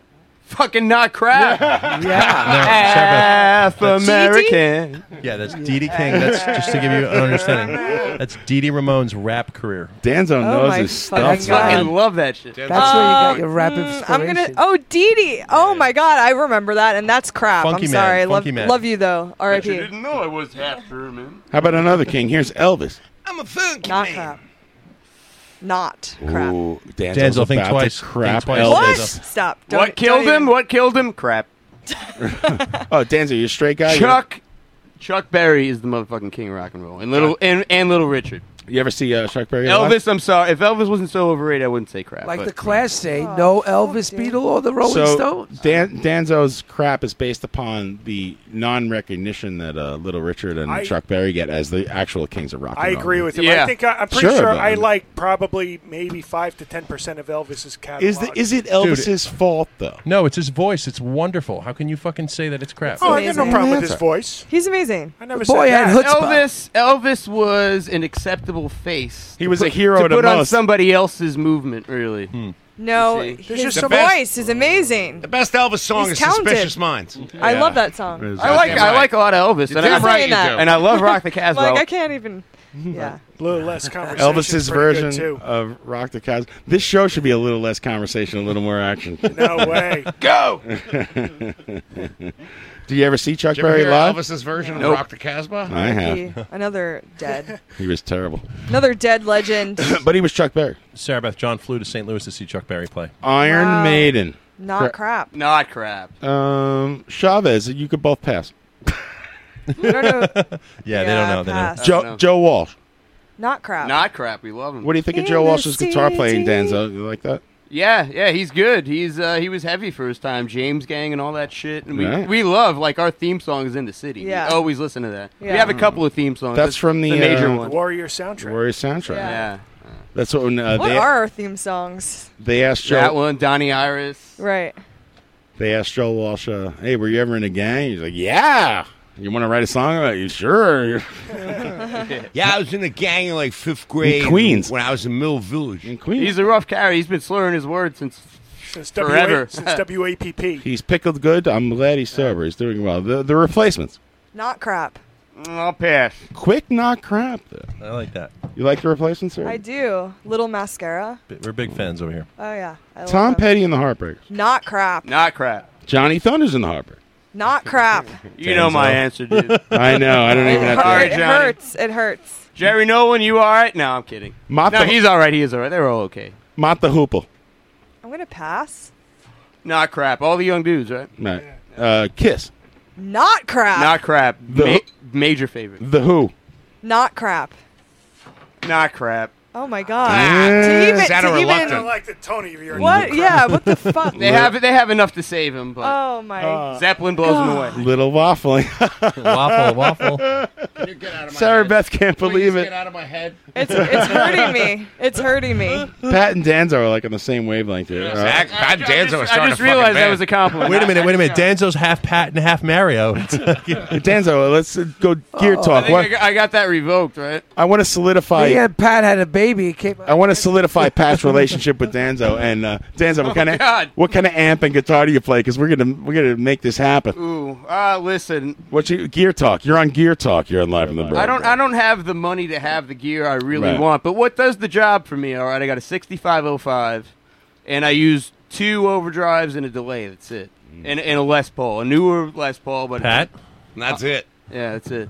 [SPEAKER 5] Fucking not crap.
[SPEAKER 8] Yeah.
[SPEAKER 5] Half American.
[SPEAKER 8] Yeah, that's Dee King. That's just to give you an understanding. That's Dee Dee Ramone's rap career.
[SPEAKER 1] Danzo
[SPEAKER 7] knows my his stuff,
[SPEAKER 5] I fucking Uh, love that shit.
[SPEAKER 8] That's
[SPEAKER 18] That's where you got
[SPEAKER 7] Um,
[SPEAKER 18] your rap
[SPEAKER 7] mm,
[SPEAKER 18] inspiration.
[SPEAKER 7] I'm gonna. Oh, Dee Dee. Oh my God, I remember that, and that's crap.
[SPEAKER 1] Funky
[SPEAKER 7] I'm
[SPEAKER 1] Man,
[SPEAKER 7] sorry. I love,
[SPEAKER 1] Funky Man.
[SPEAKER 7] love you though. R.I.P.
[SPEAKER 5] you didn't know I was half German.
[SPEAKER 1] how about another king here's elvis
[SPEAKER 7] I'm a funky Not crap. Not.
[SPEAKER 1] Ooh, Danzo's
[SPEAKER 8] Danzo,
[SPEAKER 1] about
[SPEAKER 8] think
[SPEAKER 1] to
[SPEAKER 8] twice.
[SPEAKER 1] crap
[SPEAKER 8] Think twice,
[SPEAKER 1] Elvis.
[SPEAKER 7] What? Stop. Don't,
[SPEAKER 5] What killed
[SPEAKER 7] don't even-
[SPEAKER 5] him? What killed him? Crap.
[SPEAKER 1] oh Danzo you're a straight guy You're-
[SPEAKER 5] Chuck Chuck Berry is the motherfucking king of rock and roll, and little and, and little Richard.
[SPEAKER 1] you ever see uh, Chuck Berry live?
[SPEAKER 5] Elvis, I'm sorry. If Elvis wasn't so overrated, I wouldn't say crap.
[SPEAKER 18] like
[SPEAKER 5] but-
[SPEAKER 18] the Clash say,
[SPEAKER 5] Oh,
[SPEAKER 18] no Elvis, Beatle, or the Rolling
[SPEAKER 1] so
[SPEAKER 18] Stones.
[SPEAKER 1] Dan- Danzo's crap is based upon the non-recognition that uh, Little Richard and
[SPEAKER 4] I-
[SPEAKER 1] Chuck Berry get as the actual kings of rock.
[SPEAKER 4] I
[SPEAKER 1] and roll.
[SPEAKER 4] agree with him. I think I, I'm pretty sure,
[SPEAKER 1] but-
[SPEAKER 4] I like probably maybe five to ten percent of Elvis's catalog.
[SPEAKER 1] Is the, is it Elvis's fault though?
[SPEAKER 8] No, it's his voice. It's wonderful. How can you fucking say that it's crap?
[SPEAKER 4] Oh, I got no problem with his voice.
[SPEAKER 7] He's amazing.
[SPEAKER 4] I never
[SPEAKER 8] The boy
[SPEAKER 4] said
[SPEAKER 8] had
[SPEAKER 4] that.
[SPEAKER 8] chutzpah.
[SPEAKER 5] Elvis, Elvis was an acceptable face.
[SPEAKER 1] He
[SPEAKER 5] to
[SPEAKER 1] was a Hmm.
[SPEAKER 5] put-
[SPEAKER 1] hero
[SPEAKER 5] to
[SPEAKER 1] to
[SPEAKER 5] put on
[SPEAKER 1] most.
[SPEAKER 5] somebody else's movement. Really,
[SPEAKER 7] No,
[SPEAKER 19] You see?
[SPEAKER 7] his
[SPEAKER 19] There's just
[SPEAKER 7] voice
[SPEAKER 19] the best-
[SPEAKER 7] is amazing.
[SPEAKER 19] The best Elvis song
[SPEAKER 7] He's
[SPEAKER 19] is
[SPEAKER 7] talented.
[SPEAKER 19] Suspicious Minds.
[SPEAKER 7] I
[SPEAKER 19] Yeah.
[SPEAKER 7] love that song.
[SPEAKER 19] Is
[SPEAKER 5] I like I like a lot of Elvis,
[SPEAKER 19] You're
[SPEAKER 5] and I,
[SPEAKER 19] damn right you do.
[SPEAKER 5] and I love Rock the Casbah.
[SPEAKER 7] like I can't even. Yeah.
[SPEAKER 4] A little less conversation.
[SPEAKER 1] Elvis's version of Rock the Cows. This show should be a little less conversation, a little more action.
[SPEAKER 4] No way.
[SPEAKER 19] Go!
[SPEAKER 1] Do you ever see Chuck
[SPEAKER 19] Did you ever
[SPEAKER 1] Berry
[SPEAKER 19] hear
[SPEAKER 1] live?
[SPEAKER 19] Elvis's version
[SPEAKER 1] Nope.
[SPEAKER 19] of Rock the Casbah?
[SPEAKER 1] I
[SPEAKER 7] He-
[SPEAKER 1] have.
[SPEAKER 7] Another dead,
[SPEAKER 1] He was terrible.
[SPEAKER 7] another dead legend.
[SPEAKER 1] but he was Chuck Berry.
[SPEAKER 8] Sarah Beth John flew to St. Louis to see Chuck Berry play.
[SPEAKER 1] Iron
[SPEAKER 7] Wow.
[SPEAKER 1] Maiden.
[SPEAKER 7] Not crap.
[SPEAKER 5] Not crap.
[SPEAKER 1] Um, Chavez, you could both pass.
[SPEAKER 8] Yeah, they don't know. They don't.
[SPEAKER 7] pass.
[SPEAKER 1] Joe,
[SPEAKER 7] No.
[SPEAKER 1] Joe Walsh.
[SPEAKER 7] Not crap.
[SPEAKER 5] Not crap. We love him.
[SPEAKER 1] What do you think of Joe Walsh's guitar playing, Danzo? You like that?
[SPEAKER 5] Yeah, yeah, he's good. He's uh, he was heavy for his time, James Gang and all that shit. And we
[SPEAKER 1] Right.
[SPEAKER 5] we love like our theme song is in the city.
[SPEAKER 4] Yeah.
[SPEAKER 5] We always listen to that.
[SPEAKER 4] Yeah.
[SPEAKER 5] We have a couple of theme songs.
[SPEAKER 1] That's from the,
[SPEAKER 5] Oh, major
[SPEAKER 1] uh,
[SPEAKER 5] one.
[SPEAKER 4] Warrior soundtrack.
[SPEAKER 1] Warrior soundtrack.
[SPEAKER 5] Yeah.
[SPEAKER 1] That's what. When, uh,
[SPEAKER 7] what
[SPEAKER 1] they,
[SPEAKER 7] are our theme songs?
[SPEAKER 1] they asked Joe.
[SPEAKER 5] That one, Donny Iris.
[SPEAKER 7] Right.
[SPEAKER 1] They asked Joe Walsh, uh, "Hey, were you ever in a gang?" He's like, "Yeah." You want to write a song about you? Sure.
[SPEAKER 19] yeah, I was in a gang in like fifth grade.
[SPEAKER 1] Queens.
[SPEAKER 19] When I was in Mill Village. In
[SPEAKER 1] Queens.
[SPEAKER 5] He's a rough carry. He's been slurring his words since
[SPEAKER 4] since
[SPEAKER 5] forever.
[SPEAKER 4] WA, since WAPP.
[SPEAKER 1] He's pickled good. I'm glad he's sober. He's doing well. The the replacements.
[SPEAKER 7] Not crap.
[SPEAKER 5] I'll pass.
[SPEAKER 1] Quick, not crap. Though.
[SPEAKER 8] I like that.
[SPEAKER 1] You like the replacements, sir?
[SPEAKER 7] I do. Little mascara.
[SPEAKER 8] B- We're big fans over here.
[SPEAKER 7] Oh yeah. I love
[SPEAKER 1] Tom
[SPEAKER 7] them.
[SPEAKER 1] Petty and the Heartbreakers.
[SPEAKER 7] Not crap.
[SPEAKER 5] Not crap.
[SPEAKER 1] Johnny Thunders and the Heartbreakers.
[SPEAKER 7] Not crap.
[SPEAKER 5] You know my answer, dude.
[SPEAKER 1] I know. I don't even have to.
[SPEAKER 5] All right,
[SPEAKER 7] it
[SPEAKER 5] Johnny.
[SPEAKER 7] hurts. It hurts.
[SPEAKER 5] Jerry Nolan, you all right? No, I'm kidding.
[SPEAKER 1] Mott
[SPEAKER 5] no,
[SPEAKER 1] the-
[SPEAKER 5] he's all right. He is all right. They're all okay.
[SPEAKER 1] Mott the Hoople.
[SPEAKER 7] I'm gonna pass.
[SPEAKER 5] Not crap. All the young dudes, right?
[SPEAKER 1] Right. Uh, Kiss.
[SPEAKER 7] Not crap.
[SPEAKER 5] Not crap.
[SPEAKER 1] The-
[SPEAKER 5] Ma- major favorite.
[SPEAKER 1] The Who.
[SPEAKER 7] Not crap.
[SPEAKER 5] Not crap.
[SPEAKER 7] Oh my god.
[SPEAKER 5] Ah.
[SPEAKER 7] to even,
[SPEAKER 5] Is that a
[SPEAKER 7] to
[SPEAKER 5] reluctant?
[SPEAKER 7] even,
[SPEAKER 5] I like
[SPEAKER 4] the Tony of your
[SPEAKER 7] What? Yeah. What the fuck?
[SPEAKER 5] They have they have enough to save him, but
[SPEAKER 7] Oh my.
[SPEAKER 4] Uh,
[SPEAKER 5] Zeppelin blows
[SPEAKER 9] Ah.
[SPEAKER 5] him away.
[SPEAKER 1] Little waffling.
[SPEAKER 5] Waffle,
[SPEAKER 8] waffle.
[SPEAKER 1] Sarah Beth can't believe it.
[SPEAKER 19] out of my head.
[SPEAKER 7] It's it's hurting me. It's hurting me.
[SPEAKER 1] Pat and Danzo are like on the same wavelength here. all right?
[SPEAKER 19] Pat Danzo was starting
[SPEAKER 5] just realized that was a compliment.
[SPEAKER 8] Wait a minute, wait a minute. Danzo's half Pat and half Mario. Danzo,
[SPEAKER 1] let's go gear
[SPEAKER 5] I,
[SPEAKER 1] talk.
[SPEAKER 5] think I,
[SPEAKER 1] What?
[SPEAKER 5] got, I got that revoked, right?
[SPEAKER 1] I want to solidify.
[SPEAKER 9] Me and Pat had a baby. It came
[SPEAKER 1] I want to solidify Pat's relationship with Danzo. And uh, Danzo, what
[SPEAKER 5] Oh,
[SPEAKER 1] kind of
[SPEAKER 5] God.
[SPEAKER 1] what kind of amp and guitar do you play? Because we're gonna we're gonna make this happen.
[SPEAKER 5] Ooh, uh, listen,
[SPEAKER 1] What you gear talk? You're on gear talk. You're on live in the break.
[SPEAKER 5] I don't I don't have the money to have the gear I really
[SPEAKER 1] Right.
[SPEAKER 5] want, but what does the job for me? All right, I got a 6505 and I use two overdrives and a delay, that's it.
[SPEAKER 1] Mm.
[SPEAKER 5] And, and a Les Paul, a newer Les Paul, but Uh,
[SPEAKER 8] Pat?
[SPEAKER 19] That's it.
[SPEAKER 5] Yeah, that's it.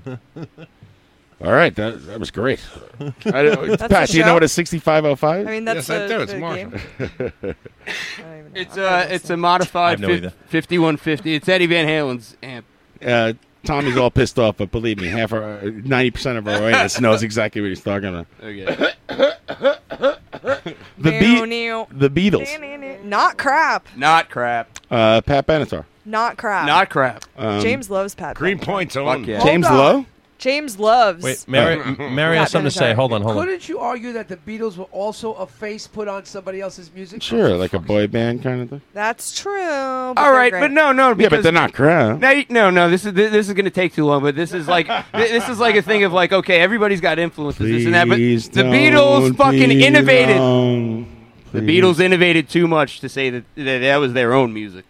[SPEAKER 1] All right, that, that was great. I don't,
[SPEAKER 5] That's
[SPEAKER 1] Pat,
[SPEAKER 5] a
[SPEAKER 1] do you know
[SPEAKER 5] show.
[SPEAKER 1] what a 6505?
[SPEAKER 5] I mean, that's Yes, I the- do. It's the Marshall. It's a it's a
[SPEAKER 1] I
[SPEAKER 5] modified
[SPEAKER 1] have no
[SPEAKER 5] fif-
[SPEAKER 1] idea.
[SPEAKER 5] 5150. It's Eddie Van Halen's amp.
[SPEAKER 1] uh, Tommy's all pissed off, but believe me, half our ninety percent of our audience knows exactly what he's talking about.
[SPEAKER 5] Okay.
[SPEAKER 1] The Be- the Beatles,
[SPEAKER 7] Not crap.
[SPEAKER 5] Not crap.
[SPEAKER 1] uh, Pat Benatar,
[SPEAKER 7] Not crap.
[SPEAKER 5] Not crap.
[SPEAKER 1] Um,
[SPEAKER 7] James loves Pat.
[SPEAKER 19] Greenpoint's own.
[SPEAKER 7] Benatar.
[SPEAKER 1] James
[SPEAKER 7] Hold on.
[SPEAKER 1] Lowe.
[SPEAKER 7] James loves.
[SPEAKER 8] Wait, Mary, M- Mary has
[SPEAKER 7] Pat
[SPEAKER 8] something to say.
[SPEAKER 7] Benatar.
[SPEAKER 8] Hold on, hold on.
[SPEAKER 9] Couldn't you argue that the Beatles were also a face put on somebody else's music?
[SPEAKER 1] Sure, like a boy band kind of thing.
[SPEAKER 7] That's true. All
[SPEAKER 5] All right, but no, no.
[SPEAKER 1] Yeah, but
[SPEAKER 5] because-
[SPEAKER 1] they're not crap.
[SPEAKER 5] No, you- no, no. This is this, this is going to take too long. But this is like thi- this is like a thing of like okay, everybody's got influences this and that. But
[SPEAKER 1] Please
[SPEAKER 5] the
[SPEAKER 1] don't
[SPEAKER 5] Beatles fucking
[SPEAKER 1] be
[SPEAKER 5] innovated.
[SPEAKER 1] wrong.
[SPEAKER 5] The
[SPEAKER 1] Please.
[SPEAKER 5] Beatles innovated too much to say that that, that was their own music.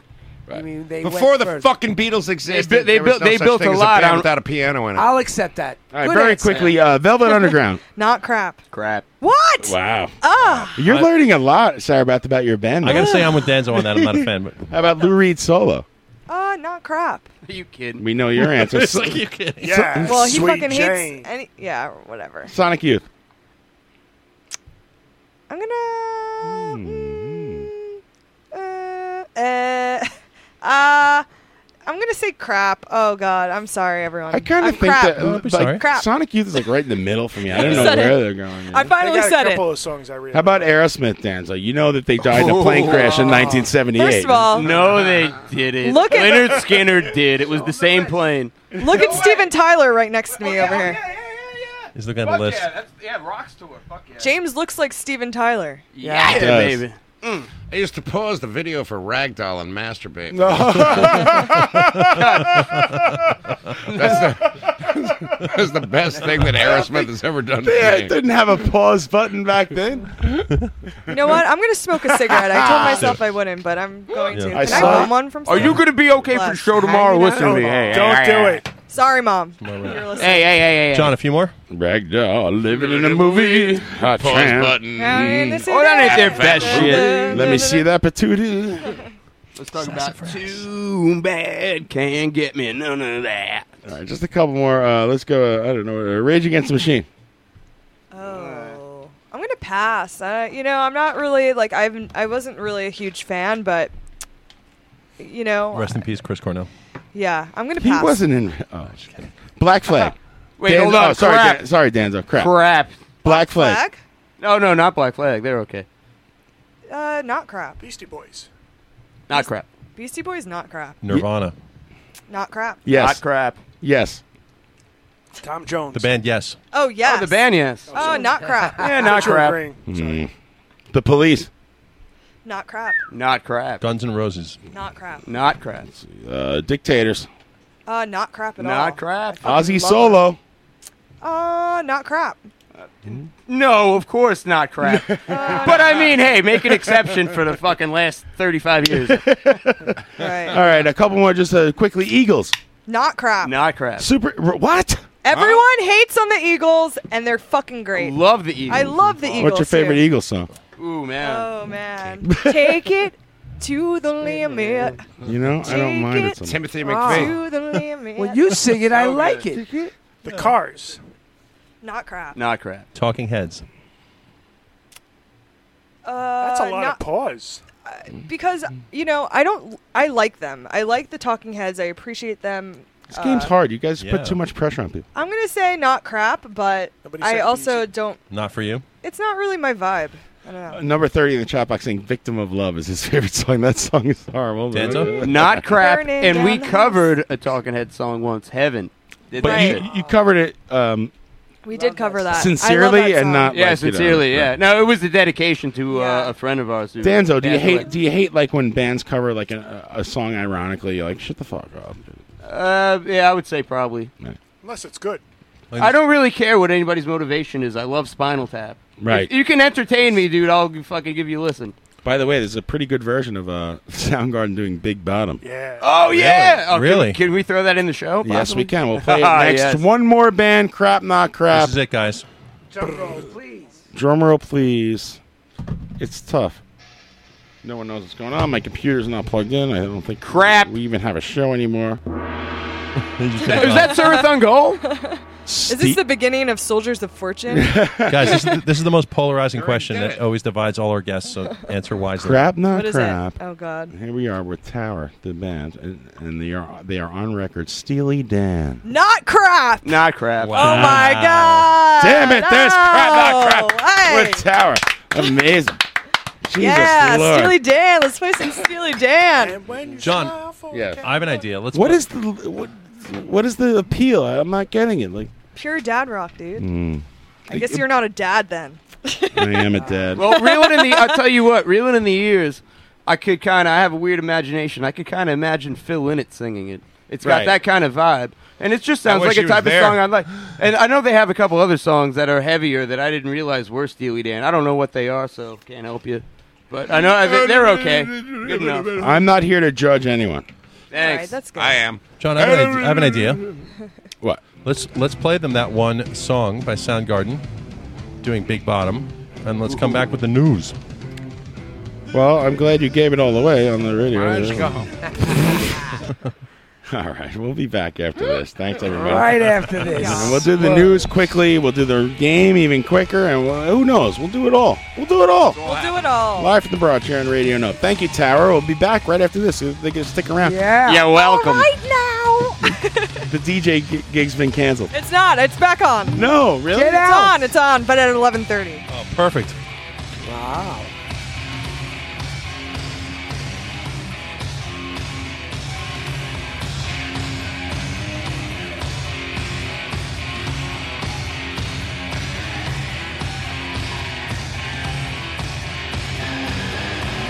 [SPEAKER 9] I mean, they
[SPEAKER 19] Before
[SPEAKER 9] went
[SPEAKER 19] the
[SPEAKER 9] first.
[SPEAKER 19] fucking Beatles existed,
[SPEAKER 5] bu- they
[SPEAKER 19] there was
[SPEAKER 5] built-
[SPEAKER 19] no
[SPEAKER 5] they
[SPEAKER 19] such
[SPEAKER 5] built
[SPEAKER 19] thing
[SPEAKER 5] a
[SPEAKER 19] as
[SPEAKER 5] lot
[SPEAKER 19] band
[SPEAKER 5] on-
[SPEAKER 19] without a piano in it.
[SPEAKER 9] I'll accept that.
[SPEAKER 1] All right, very quickly, uh, Velvet Underground.
[SPEAKER 7] Not crap.
[SPEAKER 5] Crap.
[SPEAKER 7] What?
[SPEAKER 1] Wow,
[SPEAKER 7] Ah.
[SPEAKER 1] you're learning a lot, Sarah Beth, about your band.
[SPEAKER 8] I gotta say I'm with Danzo on that. I'm not a fan, but-
[SPEAKER 1] How about Lou Reed solo?
[SPEAKER 7] Uh, not crap.
[SPEAKER 5] Are you kidding?
[SPEAKER 1] We know your answer.
[SPEAKER 8] It's like, you kidding?
[SPEAKER 1] So-
[SPEAKER 7] Yeah. Well, he
[SPEAKER 1] Sweet
[SPEAKER 7] fucking
[SPEAKER 1] Jane.
[SPEAKER 7] hates any. Yeah, whatever.
[SPEAKER 1] Sonic Youth.
[SPEAKER 7] I'm gonna.
[SPEAKER 1] Hmm.
[SPEAKER 7] Uh, uh, I'm gonna say crap. Oh God, I'm sorry, everyone.
[SPEAKER 1] I kind
[SPEAKER 7] I'm
[SPEAKER 1] of think
[SPEAKER 7] crap.
[SPEAKER 1] that like,
[SPEAKER 7] crap.
[SPEAKER 1] Sonic Youth is like right in the middle for me. I don't know
[SPEAKER 7] Said it.
[SPEAKER 1] where they're going.
[SPEAKER 7] I finally
[SPEAKER 4] they got
[SPEAKER 7] said
[SPEAKER 4] a
[SPEAKER 7] it.
[SPEAKER 4] couple of songs I really
[SPEAKER 1] How about Aerosmith, Danzo? You know that they died in a plane
[SPEAKER 5] Oh.
[SPEAKER 1] crash in 1978.
[SPEAKER 7] First of all-
[SPEAKER 5] no, they didn't.
[SPEAKER 7] Look at-
[SPEAKER 5] Leonard Skinner did. It was the same plane.
[SPEAKER 7] Look at Steven Tyler right next to me over here.
[SPEAKER 8] He's looking at the list.
[SPEAKER 5] yeah, that's, yeah, Rock's tour. Fuck
[SPEAKER 7] James looks like Steven Tyler.
[SPEAKER 5] yeah,
[SPEAKER 1] It
[SPEAKER 5] yeah
[SPEAKER 1] does.
[SPEAKER 5] baby.
[SPEAKER 2] I used to pause the video for Ragdoll and masturbate.
[SPEAKER 3] No.
[SPEAKER 2] that's, the, that's the best thing that Aerosmith has ever done.
[SPEAKER 3] Yeah,
[SPEAKER 2] to me.
[SPEAKER 3] it didn't have a pause button back then.
[SPEAKER 7] You know what? I'm gonna smoke a cigarette. I told myself I wouldn't, but I'm going to.
[SPEAKER 5] Yeah.
[SPEAKER 7] Can
[SPEAKER 5] I
[SPEAKER 7] I,
[SPEAKER 5] saw-
[SPEAKER 7] bum one from?
[SPEAKER 5] Are you gonna be okay for the show tomorrow? Listen to me. Hey, hey, hey.
[SPEAKER 7] Sorry, mom.
[SPEAKER 5] Hey, hey, hey, hey.
[SPEAKER 8] John, a few more.
[SPEAKER 1] Ragdoll, living in a movie. Hot
[SPEAKER 5] Pause
[SPEAKER 1] tramp.
[SPEAKER 5] button.
[SPEAKER 7] Yeah, I mean, this
[SPEAKER 5] Oh, that ain't their best
[SPEAKER 1] Ooh,
[SPEAKER 5] shit.
[SPEAKER 1] Let me see that patootie.
[SPEAKER 5] Let's talk about too bad can't get me none of that.
[SPEAKER 1] All right, just a couple more. Uh, let's go. Uh, I don't know. Uh, Rage Against the Machine.
[SPEAKER 7] Oh, I'm gonna pass. I, you know, I'm not really like I've I wasn't really a huge fan, but you know,
[SPEAKER 8] Rest in peace, Chris Cornell.
[SPEAKER 7] yeah, I'm gonna
[SPEAKER 1] He
[SPEAKER 7] pass.
[SPEAKER 1] wasn't in. Oh, just kidding. Black Flag.
[SPEAKER 5] Wait, hold on.
[SPEAKER 1] oh, sorry,
[SPEAKER 5] Crap.
[SPEAKER 1] Dan- sorry, Danzo. Crap.
[SPEAKER 5] Crap.
[SPEAKER 1] Black Flag.
[SPEAKER 5] No, no, not Black Flag. They're okay.
[SPEAKER 7] Uh, not crap.
[SPEAKER 4] Beastie Boys.
[SPEAKER 5] Not crap.
[SPEAKER 7] Beastie Boys, not crap.
[SPEAKER 8] Nirvana.
[SPEAKER 7] Not crap.
[SPEAKER 1] Yes.
[SPEAKER 5] Not crap.
[SPEAKER 1] Yes.
[SPEAKER 4] Tom Jones.
[SPEAKER 8] The band, yes.
[SPEAKER 7] Oh yes.
[SPEAKER 5] the band, yes.
[SPEAKER 7] Oh, not crap.
[SPEAKER 5] Yeah, not crap.
[SPEAKER 1] Mm. The Police.
[SPEAKER 7] Not crap.
[SPEAKER 5] Not crap.
[SPEAKER 8] Guns and Roses.
[SPEAKER 7] Not crap.
[SPEAKER 5] Not crap.
[SPEAKER 1] Uh, Dictators.
[SPEAKER 7] Uh, not crap at all.
[SPEAKER 5] Not crap.
[SPEAKER 1] Ozzy Solo.
[SPEAKER 7] Uh, not crap.
[SPEAKER 5] No, of course not crap. but I mean, hey, make an exception for the fucking last 35 years.
[SPEAKER 7] Right.
[SPEAKER 1] All right, a couple more just uh, quickly. Eagles.
[SPEAKER 7] Not crap.
[SPEAKER 5] Not crap.
[SPEAKER 1] Super. r- What?
[SPEAKER 7] Everyone hates on the Eagles, and they're fucking great.
[SPEAKER 5] Love the Eagles.
[SPEAKER 7] I love the Eagles.
[SPEAKER 1] What's your favorite
[SPEAKER 7] too.
[SPEAKER 1] Eagles song?
[SPEAKER 5] Ooh, man.
[SPEAKER 7] Oh man, take it to the limit.
[SPEAKER 1] You know, I don't mind it. so much.
[SPEAKER 2] Timothy
[SPEAKER 7] Ah. To the limit.
[SPEAKER 9] When you sing it, I like it.
[SPEAKER 4] The Cars.
[SPEAKER 7] Not crap.
[SPEAKER 5] Not crap.
[SPEAKER 8] Talking Heads.
[SPEAKER 7] Uh,
[SPEAKER 4] That's a lot
[SPEAKER 7] not- Uh,
[SPEAKER 4] of pause.
[SPEAKER 7] because you know I don't. I like them. I like the Talking Heads. I appreciate them. Uh,
[SPEAKER 1] This game's
[SPEAKER 5] uh,
[SPEAKER 1] hard. You guys
[SPEAKER 8] yeah.
[SPEAKER 1] put too much pressure on people.
[SPEAKER 7] I'm gonna say not crap, but I
[SPEAKER 4] said
[SPEAKER 7] also don't.
[SPEAKER 8] Not for you.
[SPEAKER 7] It's not really my vibe. I don't know.
[SPEAKER 1] Number 30 in the chat box saying Victim of Love is his favorite song. That song is horrible. but-
[SPEAKER 8] Danzo?
[SPEAKER 5] Not crap.
[SPEAKER 7] Burning
[SPEAKER 5] And we
[SPEAKER 7] down the
[SPEAKER 5] covered a Talking Head song once, Heaven. Did
[SPEAKER 1] But
[SPEAKER 5] that
[SPEAKER 1] you,
[SPEAKER 5] shit.
[SPEAKER 1] you covered it um,
[SPEAKER 7] We did cover that. I love
[SPEAKER 1] sincerely
[SPEAKER 7] that
[SPEAKER 1] and
[SPEAKER 7] song.
[SPEAKER 1] not
[SPEAKER 5] yeah,
[SPEAKER 1] like, you know,
[SPEAKER 5] sincerely,
[SPEAKER 1] but-
[SPEAKER 5] yeah. No, it was a dedication to uh, a friend of ours. Who
[SPEAKER 1] Danzo, do you
[SPEAKER 5] passed away.
[SPEAKER 1] hate? Do you hate like when bands cover like a, a song ironically? You're like, shut the fuck up.
[SPEAKER 5] Uh, yeah, I would say probably.
[SPEAKER 4] Unless it's good.
[SPEAKER 5] I don't really care what anybody's motivation is. I love Spinal Tap.
[SPEAKER 1] Right.
[SPEAKER 5] If you can entertain me, dude. I'll g- fucking give you a listen.
[SPEAKER 1] By the way, there's a pretty good version of uh, Soundgarden doing Big Bottom.
[SPEAKER 4] Yeah.
[SPEAKER 5] Oh yeah. Oh, can-
[SPEAKER 8] Really?
[SPEAKER 5] Can, we throw that in the show?
[SPEAKER 1] Yes,
[SPEAKER 5] possibly?
[SPEAKER 1] we can. We'll play it next.
[SPEAKER 5] Yes.
[SPEAKER 1] One more band, crap not crap.
[SPEAKER 8] This is it, guys.
[SPEAKER 18] Jump roll, please.
[SPEAKER 1] Drum roll, please. It's tough. No one knows what's going on. My computer's not plugged in. I don't think
[SPEAKER 5] Crap.
[SPEAKER 1] we even have a show anymore.
[SPEAKER 8] Is
[SPEAKER 5] Is that Sir on goal?
[SPEAKER 7] Is this the beginning of Soldiers of Fortune?
[SPEAKER 8] guys, this is, the, this is the most polarizing question that always divides all our guests, so answer wisely.
[SPEAKER 1] crap not
[SPEAKER 7] what is
[SPEAKER 1] crap?
[SPEAKER 7] it? Oh God.
[SPEAKER 1] Here we are with Tower, the band, and, and they are they are on record. Steely Dan.
[SPEAKER 7] Not crap.
[SPEAKER 5] Not crap.
[SPEAKER 7] Oh my God.
[SPEAKER 1] Damn it, there's Ah. crap, not crap.
[SPEAKER 7] Oh, hey.
[SPEAKER 1] With Tower. Amazing. Jesus
[SPEAKER 7] yeah,
[SPEAKER 1] Lord.
[SPEAKER 7] Steely Dan. Let's play some Steely Dan.
[SPEAKER 8] John,
[SPEAKER 1] Yes.
[SPEAKER 8] I have an idea. Let's
[SPEAKER 1] What is the what, what is the appeal? I'm not getting it. Like
[SPEAKER 7] Pure dad rock, dude.
[SPEAKER 1] mm,
[SPEAKER 7] I guess you're not a dad then.
[SPEAKER 1] I am a dad.
[SPEAKER 5] Well, reeling in the. I'll tell you what. Reeling in the ears. I could kind of. I have a weird imagination. I could kind of imagine Phil Lynott singing it. It's got
[SPEAKER 1] Right.
[SPEAKER 5] that kind of vibe, and it just sounds
[SPEAKER 19] wish
[SPEAKER 5] like
[SPEAKER 19] he
[SPEAKER 5] a
[SPEAKER 19] was
[SPEAKER 5] type of
[SPEAKER 19] there.
[SPEAKER 5] song I like. And I know they have a couple other songs that are heavier that I didn't realize were Steely Dan. I don't know what they are, so can't help you. But I know they- they're okay. Good enough.
[SPEAKER 1] I'm not here to judge anyone.
[SPEAKER 7] All
[SPEAKER 5] Thanks.
[SPEAKER 7] right, that's good.
[SPEAKER 19] I am.
[SPEAKER 8] John, I have, an idea. I have an idea.
[SPEAKER 1] What?
[SPEAKER 8] Let's let's play them that one song by Soundgarden, doing Big Bottom, and let's come back with the news.
[SPEAKER 1] Well, I'm glad you gave it all away on the radio.
[SPEAKER 2] Why don't you go home?
[SPEAKER 1] All right, we'll be back after this. Thanks everybody.
[SPEAKER 18] Right after this.
[SPEAKER 1] And we'll do the news quickly. We'll do the game even quicker, and we'll, who knows? We'll do it all. We'll do it all.
[SPEAKER 7] We'll do it all.
[SPEAKER 1] Live from the broad here on Radio No. Thank you, Tower. We'll be back right after this. They can stick around.
[SPEAKER 18] Yeah.
[SPEAKER 5] You're welcome.
[SPEAKER 7] Right now.
[SPEAKER 1] The DJ gi- gig's been canceled.
[SPEAKER 7] It's not. It's back on.
[SPEAKER 1] No, really?
[SPEAKER 7] it's on. It's on. But at 11:30.
[SPEAKER 8] Oh, perfect.
[SPEAKER 18] Wow.
[SPEAKER 20] Thank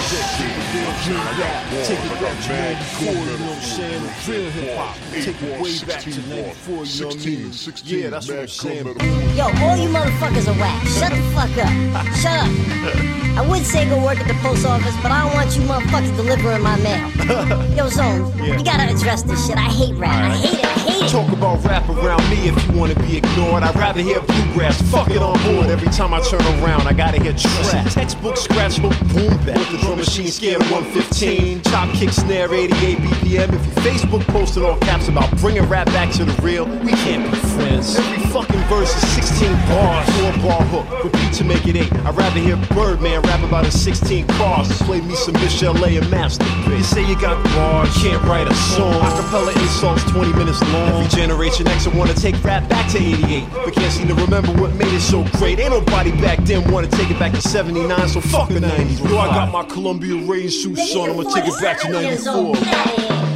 [SPEAKER 20] J-Rap, take it back to 94, you know what I'm saying? Real hip hop, take it way back to 94, you know what I mean? Yeah, that's what I'm saying.
[SPEAKER 6] Yo, all you motherfuckers are whack. Shut the fuck up. Shut up. I would say go work at the post office, but I don't want you motherfuckers delivering my mail. Yo, Zone, you gotta address this shit. I hate rap. I hate it. I hate it.
[SPEAKER 20] Talk about rap around me if you wanna be ignored. I'd rather hear bluegrass. Fuck it on board. Every time I turn around, I gotta hear trap. Textbook scratch, no boom back. With the drum machine scared 115. Chop kick snare 88 BPM. If you Facebook posted all caps about bringing rap back to the real, we can't be friends. Every fucking verse is 16 bars. Four bar hook. Repeat to make it eight. I'd rather hear Birdman rap about his 16 cars. Play me some Michelle A and masterpiece. You say you got bars, can't write a song. Acapella insults 20 minutes long. Every generation X will wanna take rap back to 88, but can't seem to remember what made it so great. Ain't nobody back then wanna take it back to 79, so fuck the 90s. Yo, I got my Columbia rain suits on, I'ma take it back to 94.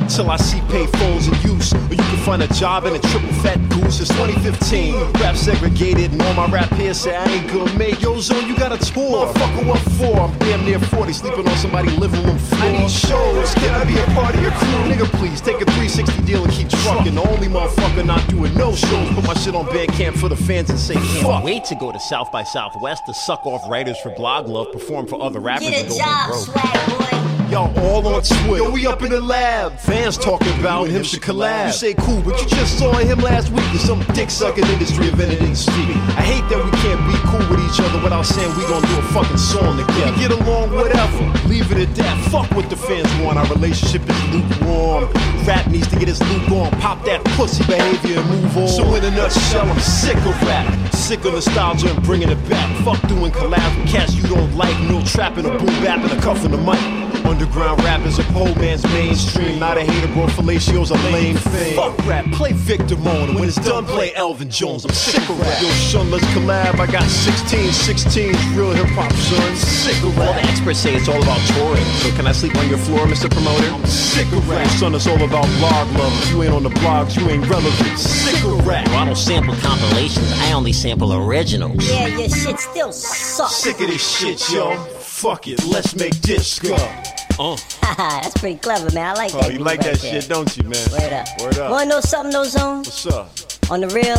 [SPEAKER 20] Till I see pay phones in use, or you can find a job in a triple fat goose. It's 2015, rap segregated, and all my rap peers say I ain't good, mate. Yo, zone, you got a tour. Motherfucker, what for? I'm damn near 40, sleeping on somebody's living room floor. I need shows, can I be a part of your crew? Nigga, please, take a 360 deal and keep trucking. The only motherfucker not doing no shows, put my shit on Bandcamp for the fans and say, Can't fuck. wait to go to South by Southwest to suck off writers for Blog Love, perform for other rappers, Get a and go job, broke. Y'all all on Twitter. Yo, we up in the lab. Fans talking about him should collab. You say cool, but you just saw him last week in some dick sucking industry event in the street. I hate that we can't be cool with each other without saying we gonna do a fucking song together. We get along, whatever. Leave it at that. Fuck what the fans want. Our relationship is lukewarm. Rap needs to get its loop on. Pop that pussy behavior and move on. So in a nutshell, I'm sick of rap. Sick of nostalgia and bringing it back. Fuck doing collabs with cats you don't like. No trapping a boom bap and a cuff in the mic. Underground rap is a poor man's mainstream. Not a hater, bro. Fellatio's a lame thing. Fuck rap, play Victor Mona. When it's done, play Elvin Jones. I'm sick of rap. Yo, son, let's collab. I got 16, 16 real hip hop, son. Sick of rap. All the experts say it's all about touring. So can I sleep on your floor, Mr. Promoter? I'm sick of rap. Son, it's all about blog love. If you ain't on the blogs, you ain't relevant. Sick of rap.
[SPEAKER 6] I don't sample compilations. I only sample originals. Yeah, your shit still sucks.
[SPEAKER 20] Sick of this shit, yo. Fuck it, let's make disco. Uh.
[SPEAKER 6] That's pretty clever, man. I like
[SPEAKER 20] Oh,
[SPEAKER 6] that.
[SPEAKER 20] you
[SPEAKER 6] move
[SPEAKER 20] like
[SPEAKER 6] right
[SPEAKER 20] that
[SPEAKER 6] there.
[SPEAKER 20] shit, don't you, man?
[SPEAKER 6] Word up.
[SPEAKER 20] Word up.
[SPEAKER 6] Wanna know something, though, Zone?
[SPEAKER 20] What's up?
[SPEAKER 6] On the real,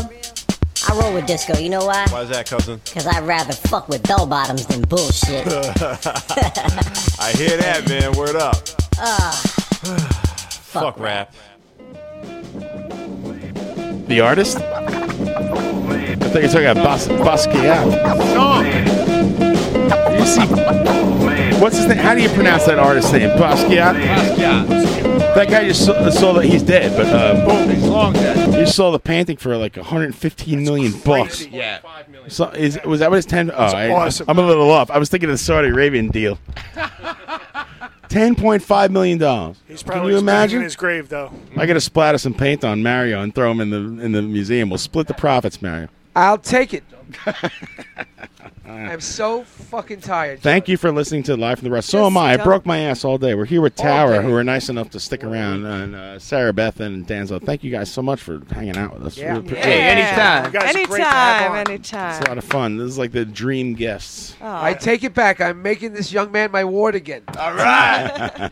[SPEAKER 6] I roll with disco. You know why?
[SPEAKER 20] Why's that, cousin?
[SPEAKER 6] Because I'd rather fuck with bell bottoms than bullshit.
[SPEAKER 20] I hear that, man. Word up.
[SPEAKER 7] Uh.
[SPEAKER 6] Ah,
[SPEAKER 20] Fuck, rap.
[SPEAKER 1] The artist? I think it's talking about Bas- Basquiat. What's, he- what's his name? How do you pronounce that artist's name? Basquiat? That guy just saw, saw that he's dead, but uh, boom, he's long dead. You saw the painting for like 115 million bucks.
[SPEAKER 19] Yeah.
[SPEAKER 1] So is, was that what his ten? Oh,
[SPEAKER 19] That's
[SPEAKER 1] I,
[SPEAKER 19] awesome.
[SPEAKER 1] I'm a little off. I was thinking of the Saudi Arabian deal. Ten point five million dollars.
[SPEAKER 4] He's
[SPEAKER 1] Can
[SPEAKER 4] probably
[SPEAKER 1] you
[SPEAKER 4] standing
[SPEAKER 1] imagine?
[SPEAKER 4] in his grave, though.
[SPEAKER 1] I gotta splatter some paint on Mario and throw him in the in the museum. We'll split the profits, Mario.
[SPEAKER 9] I'll take it. I'm so fucking tired.
[SPEAKER 1] Thank you for listening to Live from the Rust. So am I. I broke my ass all day. We're here with Tower, who are nice enough to stick around, and uh, Sarah Beth and Danzo. Thank you guys so much for hanging out with us.
[SPEAKER 7] Yeah.
[SPEAKER 1] We appreciate
[SPEAKER 7] Hey,
[SPEAKER 1] it.
[SPEAKER 7] anytime.
[SPEAKER 9] You guys are great to have
[SPEAKER 7] anytime,
[SPEAKER 9] on.
[SPEAKER 7] anytime. Oh.
[SPEAKER 1] It's a lot of fun. This is like the dream guests.
[SPEAKER 9] I take it back. I'm making this young man my ward again. All right.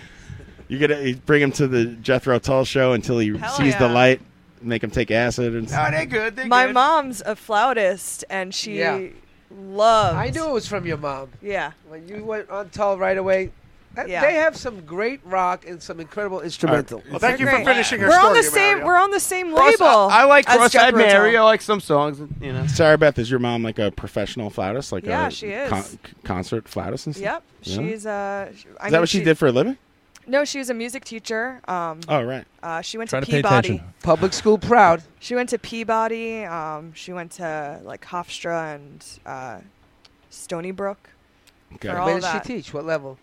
[SPEAKER 1] you gonna you bring him to the Jethro Tull show until he sees the
[SPEAKER 7] yeah.
[SPEAKER 1] light, make him take acid. And
[SPEAKER 7] good. My mom's a flautist, and she
[SPEAKER 9] Yeah.
[SPEAKER 7] loves.
[SPEAKER 9] I knew it was from your mom.
[SPEAKER 7] Yeah.
[SPEAKER 9] When you went on Tull right away, uh,
[SPEAKER 7] Yeah.
[SPEAKER 9] they have some great rock and some incredible instrumental.
[SPEAKER 7] Well, thank you for finishing your We're on the story, same- Mario. we're on the same label
[SPEAKER 5] I, I like
[SPEAKER 7] as
[SPEAKER 5] Cross Eyed
[SPEAKER 7] Jethro Tull.
[SPEAKER 5] Mary. I like some songs, you know.
[SPEAKER 1] Sarah Beth, is your mom like a professional flautist? Like
[SPEAKER 7] Yeah,
[SPEAKER 1] a
[SPEAKER 7] she is.
[SPEAKER 1] concert flautist and stuff.
[SPEAKER 7] Yep.
[SPEAKER 1] Yeah?
[SPEAKER 7] She's uh. sh- I
[SPEAKER 1] is
[SPEAKER 7] mean,
[SPEAKER 1] that what she, did for a living?
[SPEAKER 7] No, she was a music teacher. Um,
[SPEAKER 1] Oh, right.
[SPEAKER 7] Uh, she went
[SPEAKER 1] Try
[SPEAKER 7] to
[SPEAKER 1] to pay
[SPEAKER 7] Peabody.
[SPEAKER 1] attention.
[SPEAKER 9] Public school proud.
[SPEAKER 7] She went to Peabody. Um, she went to like Hofstra and uh, Stony Brook.
[SPEAKER 9] Okay.
[SPEAKER 7] For
[SPEAKER 9] Where
[SPEAKER 7] all
[SPEAKER 9] did she
[SPEAKER 7] that.
[SPEAKER 9] teach? What level?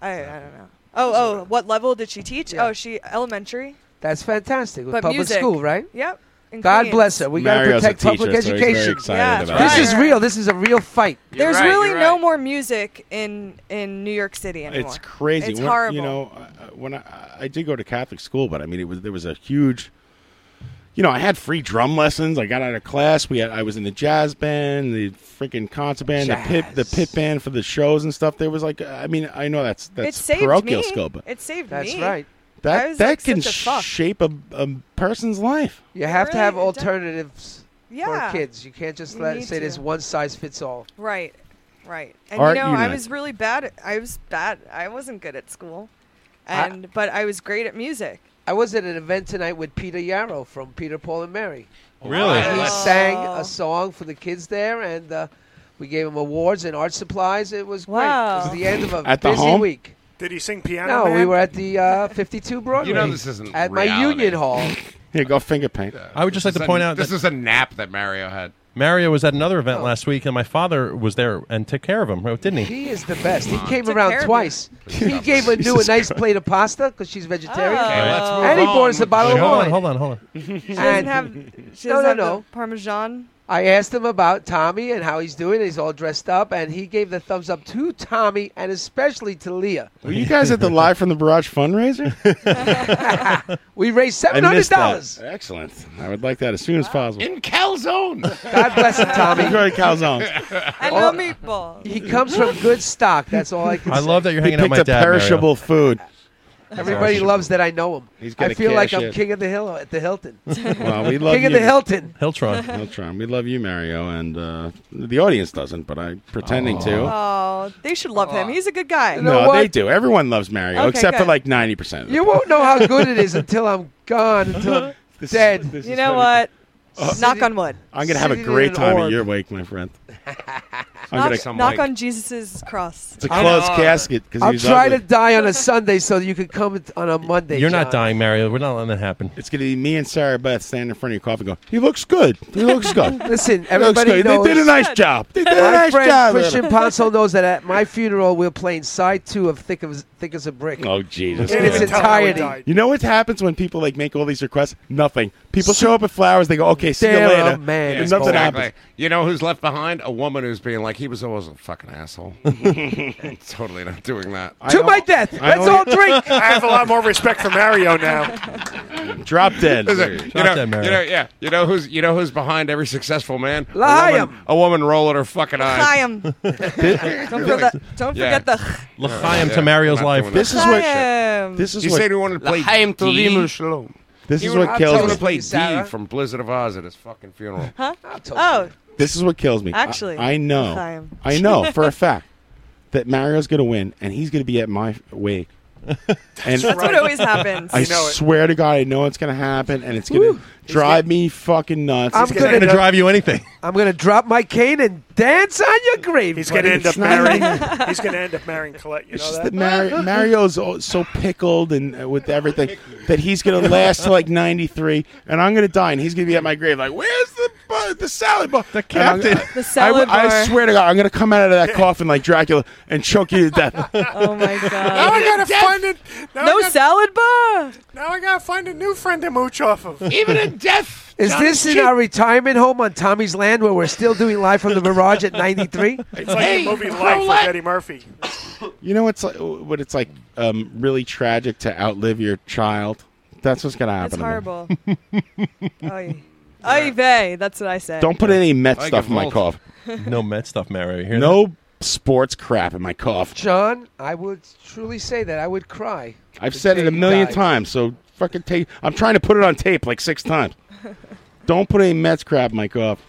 [SPEAKER 7] I, I don't know. Oh, oh, what level did she teach?
[SPEAKER 9] Yeah.
[SPEAKER 7] Oh, she elementary.
[SPEAKER 9] That's fantastic. With
[SPEAKER 7] But
[SPEAKER 9] public
[SPEAKER 7] music.
[SPEAKER 9] school, right?
[SPEAKER 7] Yep. in
[SPEAKER 9] God
[SPEAKER 7] Queens.
[SPEAKER 9] bless her. We got to
[SPEAKER 1] Mario's a
[SPEAKER 9] protect public
[SPEAKER 1] teacher, so he's very
[SPEAKER 9] education.
[SPEAKER 1] excited Yeah, about
[SPEAKER 9] this
[SPEAKER 1] it.
[SPEAKER 9] is real. This is a real fight.
[SPEAKER 7] There's really no more music in in New York City anymore.
[SPEAKER 1] It's crazy.
[SPEAKER 7] It's
[SPEAKER 1] when,
[SPEAKER 7] horrible.
[SPEAKER 1] You know, I- I- when I, I did go to Catholic school, but I mean, it was there was a huge, you know, I had free drum lessons. I got out of class. We had, I was in the jazz band, the freaking concert band, the pit the pit band for the shows and stuff. There was like, uh, I mean, I know that's
[SPEAKER 7] it
[SPEAKER 1] that's
[SPEAKER 7] saved me.
[SPEAKER 1] parochial skill, but
[SPEAKER 7] it saved
[SPEAKER 9] That's
[SPEAKER 7] me.
[SPEAKER 9] right.
[SPEAKER 1] that
[SPEAKER 7] I was,
[SPEAKER 1] that
[SPEAKER 7] like,
[SPEAKER 1] can
[SPEAKER 7] such a fuck.
[SPEAKER 1] shape a, a person's life.
[SPEAKER 9] You have to
[SPEAKER 7] really-
[SPEAKER 9] have
[SPEAKER 7] it does-
[SPEAKER 9] alternatives
[SPEAKER 7] Yeah.
[SPEAKER 9] for kids. You can't just
[SPEAKER 7] You
[SPEAKER 9] let
[SPEAKER 7] need
[SPEAKER 9] say this
[SPEAKER 7] to.
[SPEAKER 9] one size fits all.
[SPEAKER 7] Right, right. And
[SPEAKER 9] Art
[SPEAKER 7] you know, I
[SPEAKER 9] Unite.
[SPEAKER 7] was really bad. At, I was bad. I wasn't good at school,
[SPEAKER 9] I-
[SPEAKER 7] and but I was great at music.
[SPEAKER 9] I was at an event tonight with Peter Yarrow from Peter Paul and Mary.
[SPEAKER 1] Really?
[SPEAKER 9] And he
[SPEAKER 7] Oh.
[SPEAKER 1] Wow.
[SPEAKER 9] sang a song for the kids there, and uh, we gave him awards and art supplies. It was
[SPEAKER 7] Wow.
[SPEAKER 9] great. It was the end of a
[SPEAKER 1] At the
[SPEAKER 9] busy
[SPEAKER 1] home?
[SPEAKER 9] week.
[SPEAKER 4] Did he sing piano?
[SPEAKER 9] No, we
[SPEAKER 4] Man?
[SPEAKER 9] were at the uh, 52 Broadway.
[SPEAKER 2] You know this isn't
[SPEAKER 9] at my
[SPEAKER 2] reality.
[SPEAKER 9] Union Hall.
[SPEAKER 1] Here, go finger paint.
[SPEAKER 8] I would just like
[SPEAKER 2] This
[SPEAKER 8] to
[SPEAKER 2] is
[SPEAKER 8] point
[SPEAKER 2] a-
[SPEAKER 8] out
[SPEAKER 2] this
[SPEAKER 8] that-
[SPEAKER 2] is a nap that Mario had.
[SPEAKER 8] Mario was at another
[SPEAKER 1] Oh.
[SPEAKER 8] event last week, and my father was there and took care of him, didn't he?
[SPEAKER 9] He is the best. He came
[SPEAKER 7] Took care
[SPEAKER 9] around
[SPEAKER 7] of
[SPEAKER 9] twice. He gave her new a
[SPEAKER 8] Jesus
[SPEAKER 9] nice plate of pasta because she's vegetarian,
[SPEAKER 8] Okay, let's move
[SPEAKER 9] and he
[SPEAKER 8] on
[SPEAKER 9] bought us a
[SPEAKER 8] with
[SPEAKER 9] bottle
[SPEAKER 8] the
[SPEAKER 9] of
[SPEAKER 8] show.
[SPEAKER 9] wine.
[SPEAKER 8] Hold on, hold on, hold on.
[SPEAKER 7] Uh, She doesn't
[SPEAKER 9] And-
[SPEAKER 7] have. She
[SPEAKER 9] No,
[SPEAKER 7] doesn't
[SPEAKER 9] no,
[SPEAKER 7] have
[SPEAKER 9] no.
[SPEAKER 7] the parmesan.
[SPEAKER 9] I asked him about Tommy and how he's doing. He's all dressed up, and he gave the thumbs up to Tommy and especially to Leah.
[SPEAKER 1] Were you guys at the live from the barrage fundraiser?
[SPEAKER 9] We raised
[SPEAKER 1] I
[SPEAKER 9] seven hundred
[SPEAKER 1] missed
[SPEAKER 9] dollars.
[SPEAKER 1] that. Excellent. I would like that as soon as possible.
[SPEAKER 2] In calzone.
[SPEAKER 9] God bless it, Tommy.
[SPEAKER 1] Enjoy calzones.
[SPEAKER 7] And no meatballs.
[SPEAKER 9] He comes from good stock. That's all I can
[SPEAKER 8] I
[SPEAKER 9] say.
[SPEAKER 8] love that you're
[SPEAKER 1] He
[SPEAKER 8] hanging out with
[SPEAKER 1] picked
[SPEAKER 8] my
[SPEAKER 1] a
[SPEAKER 8] dad. Mario.
[SPEAKER 1] perishable food.
[SPEAKER 9] Everybody loves that I know him.
[SPEAKER 1] He's gonna
[SPEAKER 9] I feel like
[SPEAKER 1] cash
[SPEAKER 9] I'm
[SPEAKER 1] it.
[SPEAKER 9] king of the hill at the Hilton.
[SPEAKER 1] Well, we love
[SPEAKER 9] king of
[SPEAKER 1] you.
[SPEAKER 9] the Hilton.
[SPEAKER 8] Hiltron.
[SPEAKER 1] Hiltron. We love you, Mario, and uh, the audience doesn't, but I'm pretending to.
[SPEAKER 7] Oh, they should love him. He's a good guy.
[SPEAKER 1] no,
[SPEAKER 9] what?
[SPEAKER 1] they do. Everyone loves Mario,
[SPEAKER 7] Okay,
[SPEAKER 1] except for
[SPEAKER 7] good.
[SPEAKER 1] like 90%. Of the
[SPEAKER 9] You won't know how good it is until I'm gone, until I'm dead.
[SPEAKER 7] you know what? knock on wood.
[SPEAKER 1] Uh, I'm going to have a
[SPEAKER 9] Sitting in
[SPEAKER 1] great
[SPEAKER 9] an
[SPEAKER 1] time at
[SPEAKER 9] orb.
[SPEAKER 1] your wake, my friend. I'm
[SPEAKER 7] Knock,
[SPEAKER 1] going to
[SPEAKER 7] knock on Jesus's cross.
[SPEAKER 1] It's a closed casket because
[SPEAKER 9] I'm
[SPEAKER 1] he's
[SPEAKER 9] trying
[SPEAKER 1] ugly.
[SPEAKER 9] to die on a Sunday so that you can come on a Monday.
[SPEAKER 8] You're not
[SPEAKER 9] John.
[SPEAKER 8] dying, Mario. We're not letting that happen.
[SPEAKER 1] It's going to be me and Sarah Beth standing in front of your coffin going, he looks good. He looks good. He
[SPEAKER 9] Listen,
[SPEAKER 1] looks
[SPEAKER 9] everybody
[SPEAKER 1] good. They
[SPEAKER 9] knows.
[SPEAKER 1] did a nice job. They did a
[SPEAKER 9] my
[SPEAKER 1] nice
[SPEAKER 9] friend
[SPEAKER 1] job.
[SPEAKER 9] Christian Ponzo knows that at my funeral we're playing side two of Thick as Thick as a Brick.
[SPEAKER 1] Oh, Jesus.
[SPEAKER 9] In its
[SPEAKER 1] Christ.
[SPEAKER 4] Didn't tell how he
[SPEAKER 9] entirety.
[SPEAKER 4] died.
[SPEAKER 1] You know what happens when people like make all these requests? Nothing. People show up at flowers. They go, "Okay, see you
[SPEAKER 9] They're a
[SPEAKER 1] later."
[SPEAKER 9] man.
[SPEAKER 1] And nothing
[SPEAKER 2] exactly.
[SPEAKER 1] happens.
[SPEAKER 2] You know who's left behind? A woman who's being like, he was always a fucking asshole. totally not doing that.
[SPEAKER 9] to my death. Let's all drink.
[SPEAKER 4] I have a lot more respect for Mario now.
[SPEAKER 1] Drop dead.
[SPEAKER 2] you,
[SPEAKER 8] Drop
[SPEAKER 2] know,
[SPEAKER 8] that, Mario.
[SPEAKER 2] you know, yeah. You know who's you know who's behind every successful man?
[SPEAKER 9] Lie
[SPEAKER 2] a woman,
[SPEAKER 9] 'em.
[SPEAKER 2] a woman rolling her fucking eyes.
[SPEAKER 7] Hi, him. don't forget, don't
[SPEAKER 2] Yeah.
[SPEAKER 7] forget the.
[SPEAKER 8] L'chaim to Mario's
[SPEAKER 2] Not
[SPEAKER 8] life.
[SPEAKER 2] doing that.
[SPEAKER 1] This is what.
[SPEAKER 7] Chaim.
[SPEAKER 1] This is
[SPEAKER 2] You
[SPEAKER 1] what.
[SPEAKER 2] said you wanted to play.
[SPEAKER 5] L'chaim
[SPEAKER 2] D.
[SPEAKER 5] tovim shalom.
[SPEAKER 1] This is
[SPEAKER 2] You
[SPEAKER 1] what
[SPEAKER 2] were going to
[SPEAKER 1] kills me.
[SPEAKER 2] play
[SPEAKER 9] You, Sarah.
[SPEAKER 2] D from Blizzard of Oz at his fucking funeral.
[SPEAKER 7] Huh?
[SPEAKER 9] I'll tell
[SPEAKER 7] Oh,
[SPEAKER 1] This is what kills me. I-
[SPEAKER 7] Actually,
[SPEAKER 1] I, know.
[SPEAKER 7] Chaim.
[SPEAKER 1] I know for a fact that Mario's going to win, and he's going to be at my wake. And
[SPEAKER 7] that's what always happens.
[SPEAKER 1] I
[SPEAKER 4] You know it.
[SPEAKER 1] swear to God, I know it's going to happen, and it's going to drive me fucking nuts.
[SPEAKER 9] I'm
[SPEAKER 1] It's
[SPEAKER 9] gonna-
[SPEAKER 8] going to drive you anything.
[SPEAKER 9] I'm gonna drop my cane and dance on your grave.
[SPEAKER 4] He's
[SPEAKER 9] buddy.
[SPEAKER 4] gonna end up
[SPEAKER 1] not
[SPEAKER 4] marrying. he's gonna end up marrying Colette. You
[SPEAKER 1] It's
[SPEAKER 4] know
[SPEAKER 1] just
[SPEAKER 4] that? Oh
[SPEAKER 1] that Mari- Mario's o- so pickled and uh, with everything that he's gonna last to like ninety three, and I'm gonna die, and he's gonna be at my grave like, "Where's the bu- Uh, the salad bar? The
[SPEAKER 8] captain.
[SPEAKER 7] The salad
[SPEAKER 1] I,
[SPEAKER 7] bar.
[SPEAKER 1] swear to God, I'm gonna come out of that coffin like Dracula and choke you to death.
[SPEAKER 7] oh my
[SPEAKER 4] Now I
[SPEAKER 7] god.
[SPEAKER 4] gotta find it. Now,
[SPEAKER 7] no
[SPEAKER 4] I gotta,
[SPEAKER 7] salad bar.
[SPEAKER 4] now I gotta find a new friend to mooch off of.
[SPEAKER 2] Even in death.
[SPEAKER 9] Is
[SPEAKER 2] Johnny
[SPEAKER 9] this in
[SPEAKER 2] Cheek.
[SPEAKER 9] our retirement home on Tommy's land where we're still doing live from the Mirage at 93?
[SPEAKER 4] It's like
[SPEAKER 2] Hey,
[SPEAKER 4] the movie Life with
[SPEAKER 2] Colette.
[SPEAKER 4] Eddie Murphy.
[SPEAKER 1] you know what's like, what it's like um, really tragic to outlive your child. That's what's gonna happen.
[SPEAKER 7] That's
[SPEAKER 1] to me.
[SPEAKER 7] horrible. Oy. Oy vey, that's what I say.
[SPEAKER 1] Don't put any Met
[SPEAKER 2] I
[SPEAKER 1] stuff in my
[SPEAKER 2] revolt.
[SPEAKER 1] coffin.
[SPEAKER 8] No Met stuff, Mario. You hear
[SPEAKER 1] No sports crap in my coffin.
[SPEAKER 9] John, I would truly say that I would cry.
[SPEAKER 1] I've
[SPEAKER 9] the
[SPEAKER 1] said
[SPEAKER 9] day
[SPEAKER 1] it a
[SPEAKER 9] you
[SPEAKER 1] million
[SPEAKER 9] died.
[SPEAKER 1] times, so fucking tape. I'm trying to put it on tape like six times. Don't put any Mets crap in my coffin.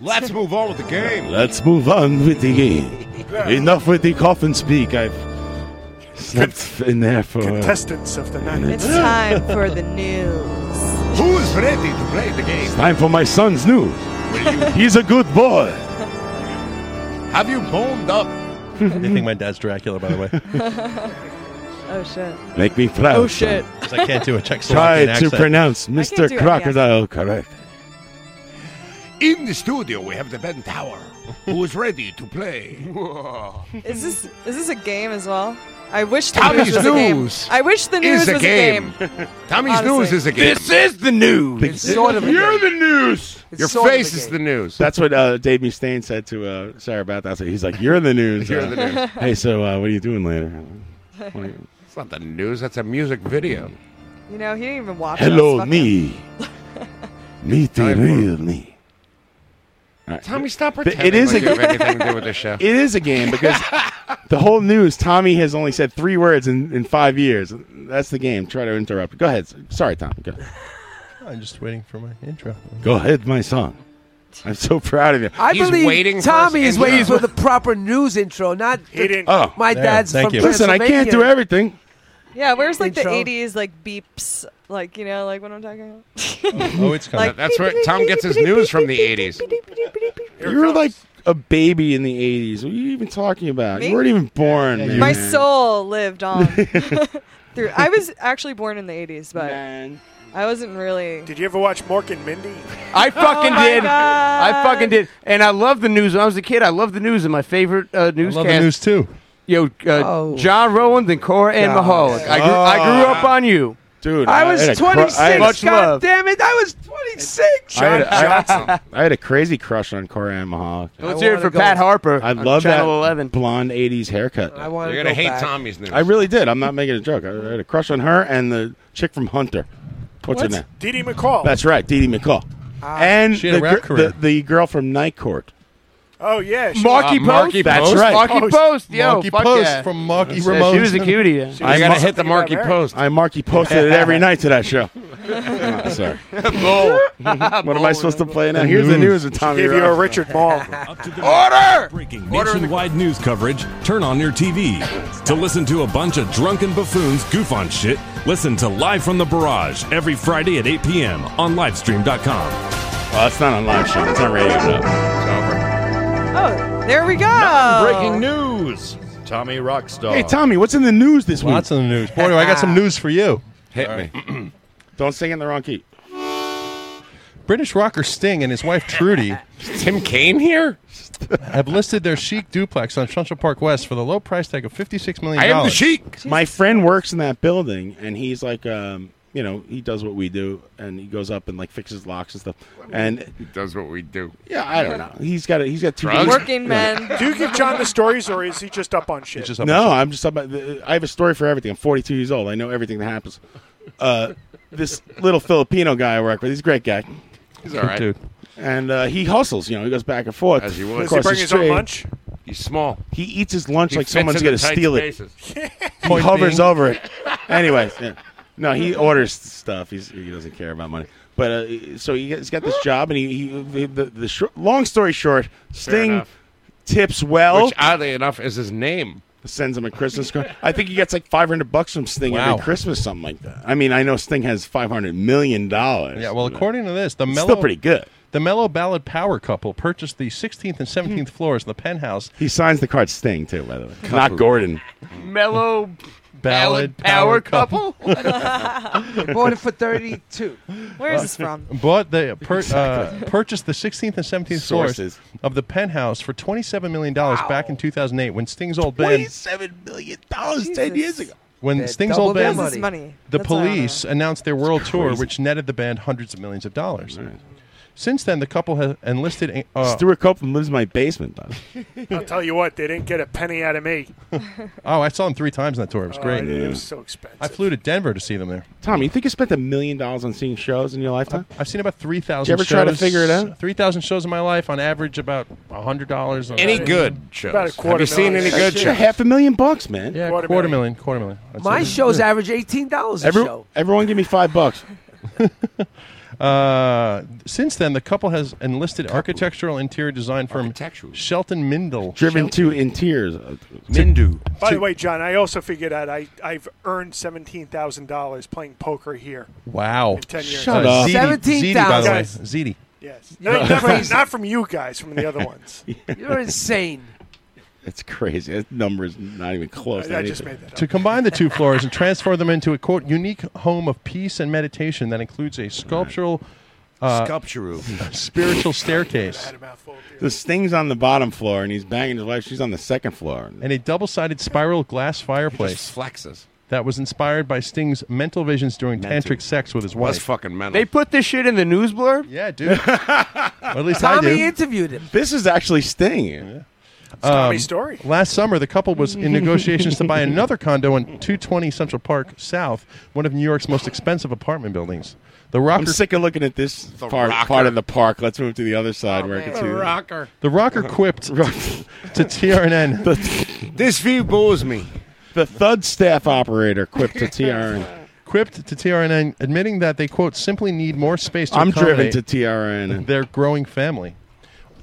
[SPEAKER 2] Let's move on with the game.
[SPEAKER 1] Let's move on with the game. Enough with the coffin speak. I've slept in there for.
[SPEAKER 4] Contestants of the night.
[SPEAKER 7] It's time for the news.
[SPEAKER 2] Who is ready to play the game?
[SPEAKER 1] Time for my son's news. He's a good boy.
[SPEAKER 2] Have you boned up?
[SPEAKER 8] that? They think my dad's Dracula, by the way. 'Cause
[SPEAKER 7] Oh shit.
[SPEAKER 1] Make me proud.
[SPEAKER 7] Oh shit.
[SPEAKER 8] I can't do a Czechoslovakian
[SPEAKER 1] Try to
[SPEAKER 8] accent.
[SPEAKER 1] pronounce
[SPEAKER 7] do
[SPEAKER 1] Mr.
[SPEAKER 7] any
[SPEAKER 1] Crocodile correct.
[SPEAKER 2] In the studio, we have the Ben Tower, who is ready to play.
[SPEAKER 7] Is this is this a game as well? I wish the
[SPEAKER 2] Tommy's
[SPEAKER 7] news was a game.
[SPEAKER 2] news
[SPEAKER 7] I wish the news
[SPEAKER 2] is a
[SPEAKER 7] was
[SPEAKER 2] game.
[SPEAKER 7] a game.
[SPEAKER 2] Tommy's
[SPEAKER 7] Honestly.
[SPEAKER 2] news is a game.
[SPEAKER 1] This is the news.
[SPEAKER 9] It's sort of a game.
[SPEAKER 2] the news.
[SPEAKER 9] It's
[SPEAKER 2] Your
[SPEAKER 9] sort of
[SPEAKER 2] face
[SPEAKER 9] a
[SPEAKER 2] is
[SPEAKER 9] game.
[SPEAKER 2] the news.
[SPEAKER 1] That's what uh, Dave Mustaine said to uh, Sarah about that. He's like, "You're in the news.
[SPEAKER 2] You're
[SPEAKER 1] uh,
[SPEAKER 2] in the news.
[SPEAKER 1] hey, so uh, what are you doing later? What are you-
[SPEAKER 2] It's not the news. That's a music video.
[SPEAKER 7] You know, he didn't even watch us.
[SPEAKER 1] Hello,
[SPEAKER 7] Fuck him.
[SPEAKER 1] me. Meet the real me. All right.
[SPEAKER 2] Tommy, stop
[SPEAKER 1] But
[SPEAKER 2] pretending. like you have anything to do with this show.
[SPEAKER 1] It is a game because the whole news. Tommy has only said three words in, in five years. That's the game. Try to interrupt. Go ahead. Sorry, Tom. Go,
[SPEAKER 8] I'm just waiting for my intro.
[SPEAKER 1] go ahead, my son. I'm so proud of you.
[SPEAKER 9] I believe Tommy is waiting for the proper news intro, not the-
[SPEAKER 1] Oh,
[SPEAKER 9] my dad's from
[SPEAKER 1] Listen, I can't do
[SPEAKER 9] Pennsylvania.
[SPEAKER 1] everything.
[SPEAKER 7] Yeah, where's like the
[SPEAKER 9] Intro.
[SPEAKER 7] '80s like beeps, like you know, like what I'm talking about.
[SPEAKER 1] Oh, it's
[SPEAKER 7] coming. Like-
[SPEAKER 2] That's where Tom gets his news from the '80s.
[SPEAKER 1] You were like a baby in the 80s. What are you even talking about?
[SPEAKER 7] Me?
[SPEAKER 1] You weren't even born. man.
[SPEAKER 7] My soul lived on through. I was actually born in the '80s, but I wasn't really.
[SPEAKER 4] Did you ever watch Mork and Mindy?
[SPEAKER 5] I fucking
[SPEAKER 7] Oh my
[SPEAKER 5] did. I fucking did. And I love the news. When I was a kid, I loved the news. And my favorite uh, newscast.
[SPEAKER 8] the news,
[SPEAKER 1] too.
[SPEAKER 5] Yo, uh,
[SPEAKER 7] Oh.
[SPEAKER 5] John Rowland and Cora Ann
[SPEAKER 8] God.
[SPEAKER 5] Mahalik. I grew, I grew up
[SPEAKER 8] Ah.
[SPEAKER 5] on you.
[SPEAKER 1] Dude,
[SPEAKER 9] I was
[SPEAKER 1] had a cru- I
[SPEAKER 9] 26.
[SPEAKER 1] had a-
[SPEAKER 9] God damn it! I was 26.
[SPEAKER 1] I had, a, I, I had a crazy crush on Cora Ann Mahalik.
[SPEAKER 5] Let's hear it for Pat Harper.
[SPEAKER 1] I
[SPEAKER 5] on
[SPEAKER 1] love that
[SPEAKER 5] Channel 11.
[SPEAKER 1] blonde '80s haircut.
[SPEAKER 9] I want
[SPEAKER 2] You're gonna hate Tommy's news.
[SPEAKER 1] I really did. I'm not making a joke. I had a crush on her and the chick from Hunter. What's her name?
[SPEAKER 4] Dee Dee McCall.
[SPEAKER 1] That's right, Dee Dee McCall. and
[SPEAKER 4] She had a
[SPEAKER 1] the,
[SPEAKER 4] rap
[SPEAKER 1] gir-
[SPEAKER 4] career.
[SPEAKER 1] the, the girl from Night Court.
[SPEAKER 4] Oh yeah, she-
[SPEAKER 5] Marky Post.
[SPEAKER 1] That's right.
[SPEAKER 5] Yo, fuck yeah. Yeah, She was a cutie. yeah.
[SPEAKER 1] I
[SPEAKER 2] gotta
[SPEAKER 1] mar-
[SPEAKER 2] hit the Marky Post.
[SPEAKER 1] I Marky posted it every night to that show. Oh, sorry.
[SPEAKER 5] Bull.
[SPEAKER 1] What am I supposed to play now? Here's the news with Tommy.
[SPEAKER 4] Give you a
[SPEAKER 1] Rowe.
[SPEAKER 4] Richard Ball.
[SPEAKER 21] Order! Breaking nationwide news coverage, turn on your TV. to listen to a bunch of drunken buffoons goof on shit, listen to Live from the Barrage every Friday at 8 p.m. on livestream.com.
[SPEAKER 1] Well, it's not on live show. It's on radio.
[SPEAKER 7] Oh, there we go.
[SPEAKER 22] Breaking news. Tommy Rockstar.
[SPEAKER 1] Hey, Tommy, what's in the news this week?
[SPEAKER 8] Lots in the news. Boy, do I got some news for you.
[SPEAKER 1] Hit me. Don't sing in the wrong key.
[SPEAKER 8] British rocker Sting and his wife Trudy. Tim Kane here? have listed their chic duplex on Central Park West for the low price tag of $56 million.
[SPEAKER 1] My friend works in that building, and he's like, um, you know, he does what we do, and he goes up and like fixes locks and stuff. And
[SPEAKER 2] He does what we do.
[SPEAKER 1] yeah, I don't know. He's got a, he's got two
[SPEAKER 2] Drugs?
[SPEAKER 1] Yeah.
[SPEAKER 4] Do you give John the stories, or is he just up on shit?
[SPEAKER 1] no, I'm just talking about. The, I have a story for everything. I'm 42 years old. I know everything that happens. Uh, this little Filipino guy I work with, he's a great guy.
[SPEAKER 2] He's all right. Good dude.
[SPEAKER 1] And uh, he hustles. You know, he goes back and forth.
[SPEAKER 2] As you would. Does he
[SPEAKER 1] across
[SPEAKER 2] bring
[SPEAKER 1] the
[SPEAKER 2] his own
[SPEAKER 1] street.
[SPEAKER 2] lunch? He's small.
[SPEAKER 1] He eats his lunch
[SPEAKER 2] He
[SPEAKER 1] like
[SPEAKER 2] fits
[SPEAKER 1] someone's
[SPEAKER 2] into
[SPEAKER 1] going to
[SPEAKER 2] tight
[SPEAKER 1] steal
[SPEAKER 2] spaces.
[SPEAKER 1] it. he
[SPEAKER 2] Point
[SPEAKER 1] hovers
[SPEAKER 2] being-
[SPEAKER 1] over it. Anyways, yeah. no, he orders stuff. He's, he doesn't care about money. But uh, so he- he's got this job, and he, he the, the, the short, long story short, Sting
[SPEAKER 2] enough.
[SPEAKER 1] tips well.
[SPEAKER 2] Which, oddly enough, is his name.
[SPEAKER 1] Sends him a Christmas card. I think he gets like five hundred bucks from Sting
[SPEAKER 8] Wow.
[SPEAKER 1] every Christmas, something like that. I mean, I know Sting has five hundred million dollars.
[SPEAKER 8] Yeah, well, according to this, the
[SPEAKER 1] It's
[SPEAKER 8] mellow
[SPEAKER 1] still pretty good.
[SPEAKER 8] The mellow ballad power couple purchased the 16th and 17th floors of the penthouse.
[SPEAKER 1] He signs the card Sting too, by the way,
[SPEAKER 8] Couple.
[SPEAKER 1] not Gordon.
[SPEAKER 5] Mellow
[SPEAKER 8] Ballad
[SPEAKER 5] power couple.
[SPEAKER 9] Bought it for 32.
[SPEAKER 7] Where is this from?
[SPEAKER 8] Bought the per, uh, purchased the 16th and 17th
[SPEAKER 1] Sources.
[SPEAKER 8] floors of the penthouse for 27 million dollars back in 2008 when Sting's old band
[SPEAKER 1] Twenty-seven million dollars ten years ago.
[SPEAKER 8] when
[SPEAKER 1] They're
[SPEAKER 8] Sting's
[SPEAKER 1] double
[SPEAKER 8] old
[SPEAKER 1] their
[SPEAKER 8] band
[SPEAKER 1] money. Money.
[SPEAKER 8] the
[SPEAKER 1] That's all I wanna
[SPEAKER 8] police announced their world tour
[SPEAKER 1] crazy.
[SPEAKER 8] which netted the band hundreds of millions of dollars. Since then the couple has enlisted uh,
[SPEAKER 1] Stuart Copeland lives in my basement. Though.
[SPEAKER 4] I'll tell you what, they didn't get a penny out of me.
[SPEAKER 8] Oh, I saw them 3 times on that tour. It was
[SPEAKER 4] Oh,
[SPEAKER 8] great.
[SPEAKER 4] it was so expensive.
[SPEAKER 8] I flew to Denver to see them there.
[SPEAKER 1] Tom, you think you spent a million dollars on seeing shows in your lifetime?
[SPEAKER 8] I've seen about three
[SPEAKER 1] Did you
[SPEAKER 8] thousand.
[SPEAKER 1] ever try to figure it out?
[SPEAKER 8] Three thousand shows in my life, on average, about hundred dollars.
[SPEAKER 2] Any good shows? About a quarter Have you seen million. any good
[SPEAKER 1] Shit,
[SPEAKER 2] shows?
[SPEAKER 1] Half a million bucks, man.
[SPEAKER 8] Yeah, quarter, million. quarter million. That's
[SPEAKER 9] My
[SPEAKER 8] it.
[SPEAKER 9] shows average $18 a
[SPEAKER 1] Every-
[SPEAKER 9] show.
[SPEAKER 1] Everyone, give me five bucks.
[SPEAKER 8] Uh, since then, the couple has enlisted architectural interior design firm Shelton Mindel.
[SPEAKER 1] Driven to in tears.
[SPEAKER 8] Mindu.
[SPEAKER 4] By the way, John, I also figured out I, I've earned seventeen thousand dollars playing poker here.
[SPEAKER 8] Wow.
[SPEAKER 4] In 10 years.
[SPEAKER 8] Shut
[SPEAKER 4] Uh,
[SPEAKER 8] up.
[SPEAKER 4] $17,000.
[SPEAKER 8] Ziti, by the way.
[SPEAKER 4] Guys.
[SPEAKER 8] Ziti.
[SPEAKER 4] Yes. No, not, from, not from you guys, from the other ones.
[SPEAKER 9] You're insane.
[SPEAKER 1] That's crazy. That number is not even close. to
[SPEAKER 4] I just
[SPEAKER 1] anything.
[SPEAKER 4] made
[SPEAKER 8] To combine the two floors and transform them into a quote unique home of peace and meditation that includes a sculptural, uh,
[SPEAKER 1] Sculptural.
[SPEAKER 8] spiritual staircase,
[SPEAKER 1] The Sting's on the bottom floor, and he's banging his wife. She's on the second floor.
[SPEAKER 8] and a double-sided spiral glass fireplace.
[SPEAKER 2] flexes.
[SPEAKER 8] That was inspired by Sting's mental visions during tantric sex with his wife.
[SPEAKER 2] Was fucking mental.
[SPEAKER 5] They put this shit in the news blurb?
[SPEAKER 8] Yeah, dude. at least I
[SPEAKER 9] Tommy
[SPEAKER 8] do.
[SPEAKER 9] interviewed him.
[SPEAKER 1] This is actually Sting.
[SPEAKER 4] Tommy's story.
[SPEAKER 8] Um, Last summer, the couple was in negotiations to buy another condo in 220 Central Park South, one of New York's most expensive apartment buildings. The Rocker.
[SPEAKER 1] I'm sick of looking at this part,
[SPEAKER 8] Rocker.
[SPEAKER 1] part of the park. Let's move to the other side where I can see
[SPEAKER 8] The
[SPEAKER 1] Rocker.
[SPEAKER 8] The Rocker
[SPEAKER 1] Uh-huh.
[SPEAKER 8] quipped to TRN.
[SPEAKER 1] this view bores me. The thud staff operator quipped to TRN.
[SPEAKER 8] Quipped to TRN, admitting that they quote simply need more space. To
[SPEAKER 1] I'm driven
[SPEAKER 8] accommodate
[SPEAKER 1] to TRN.
[SPEAKER 8] Their growing family.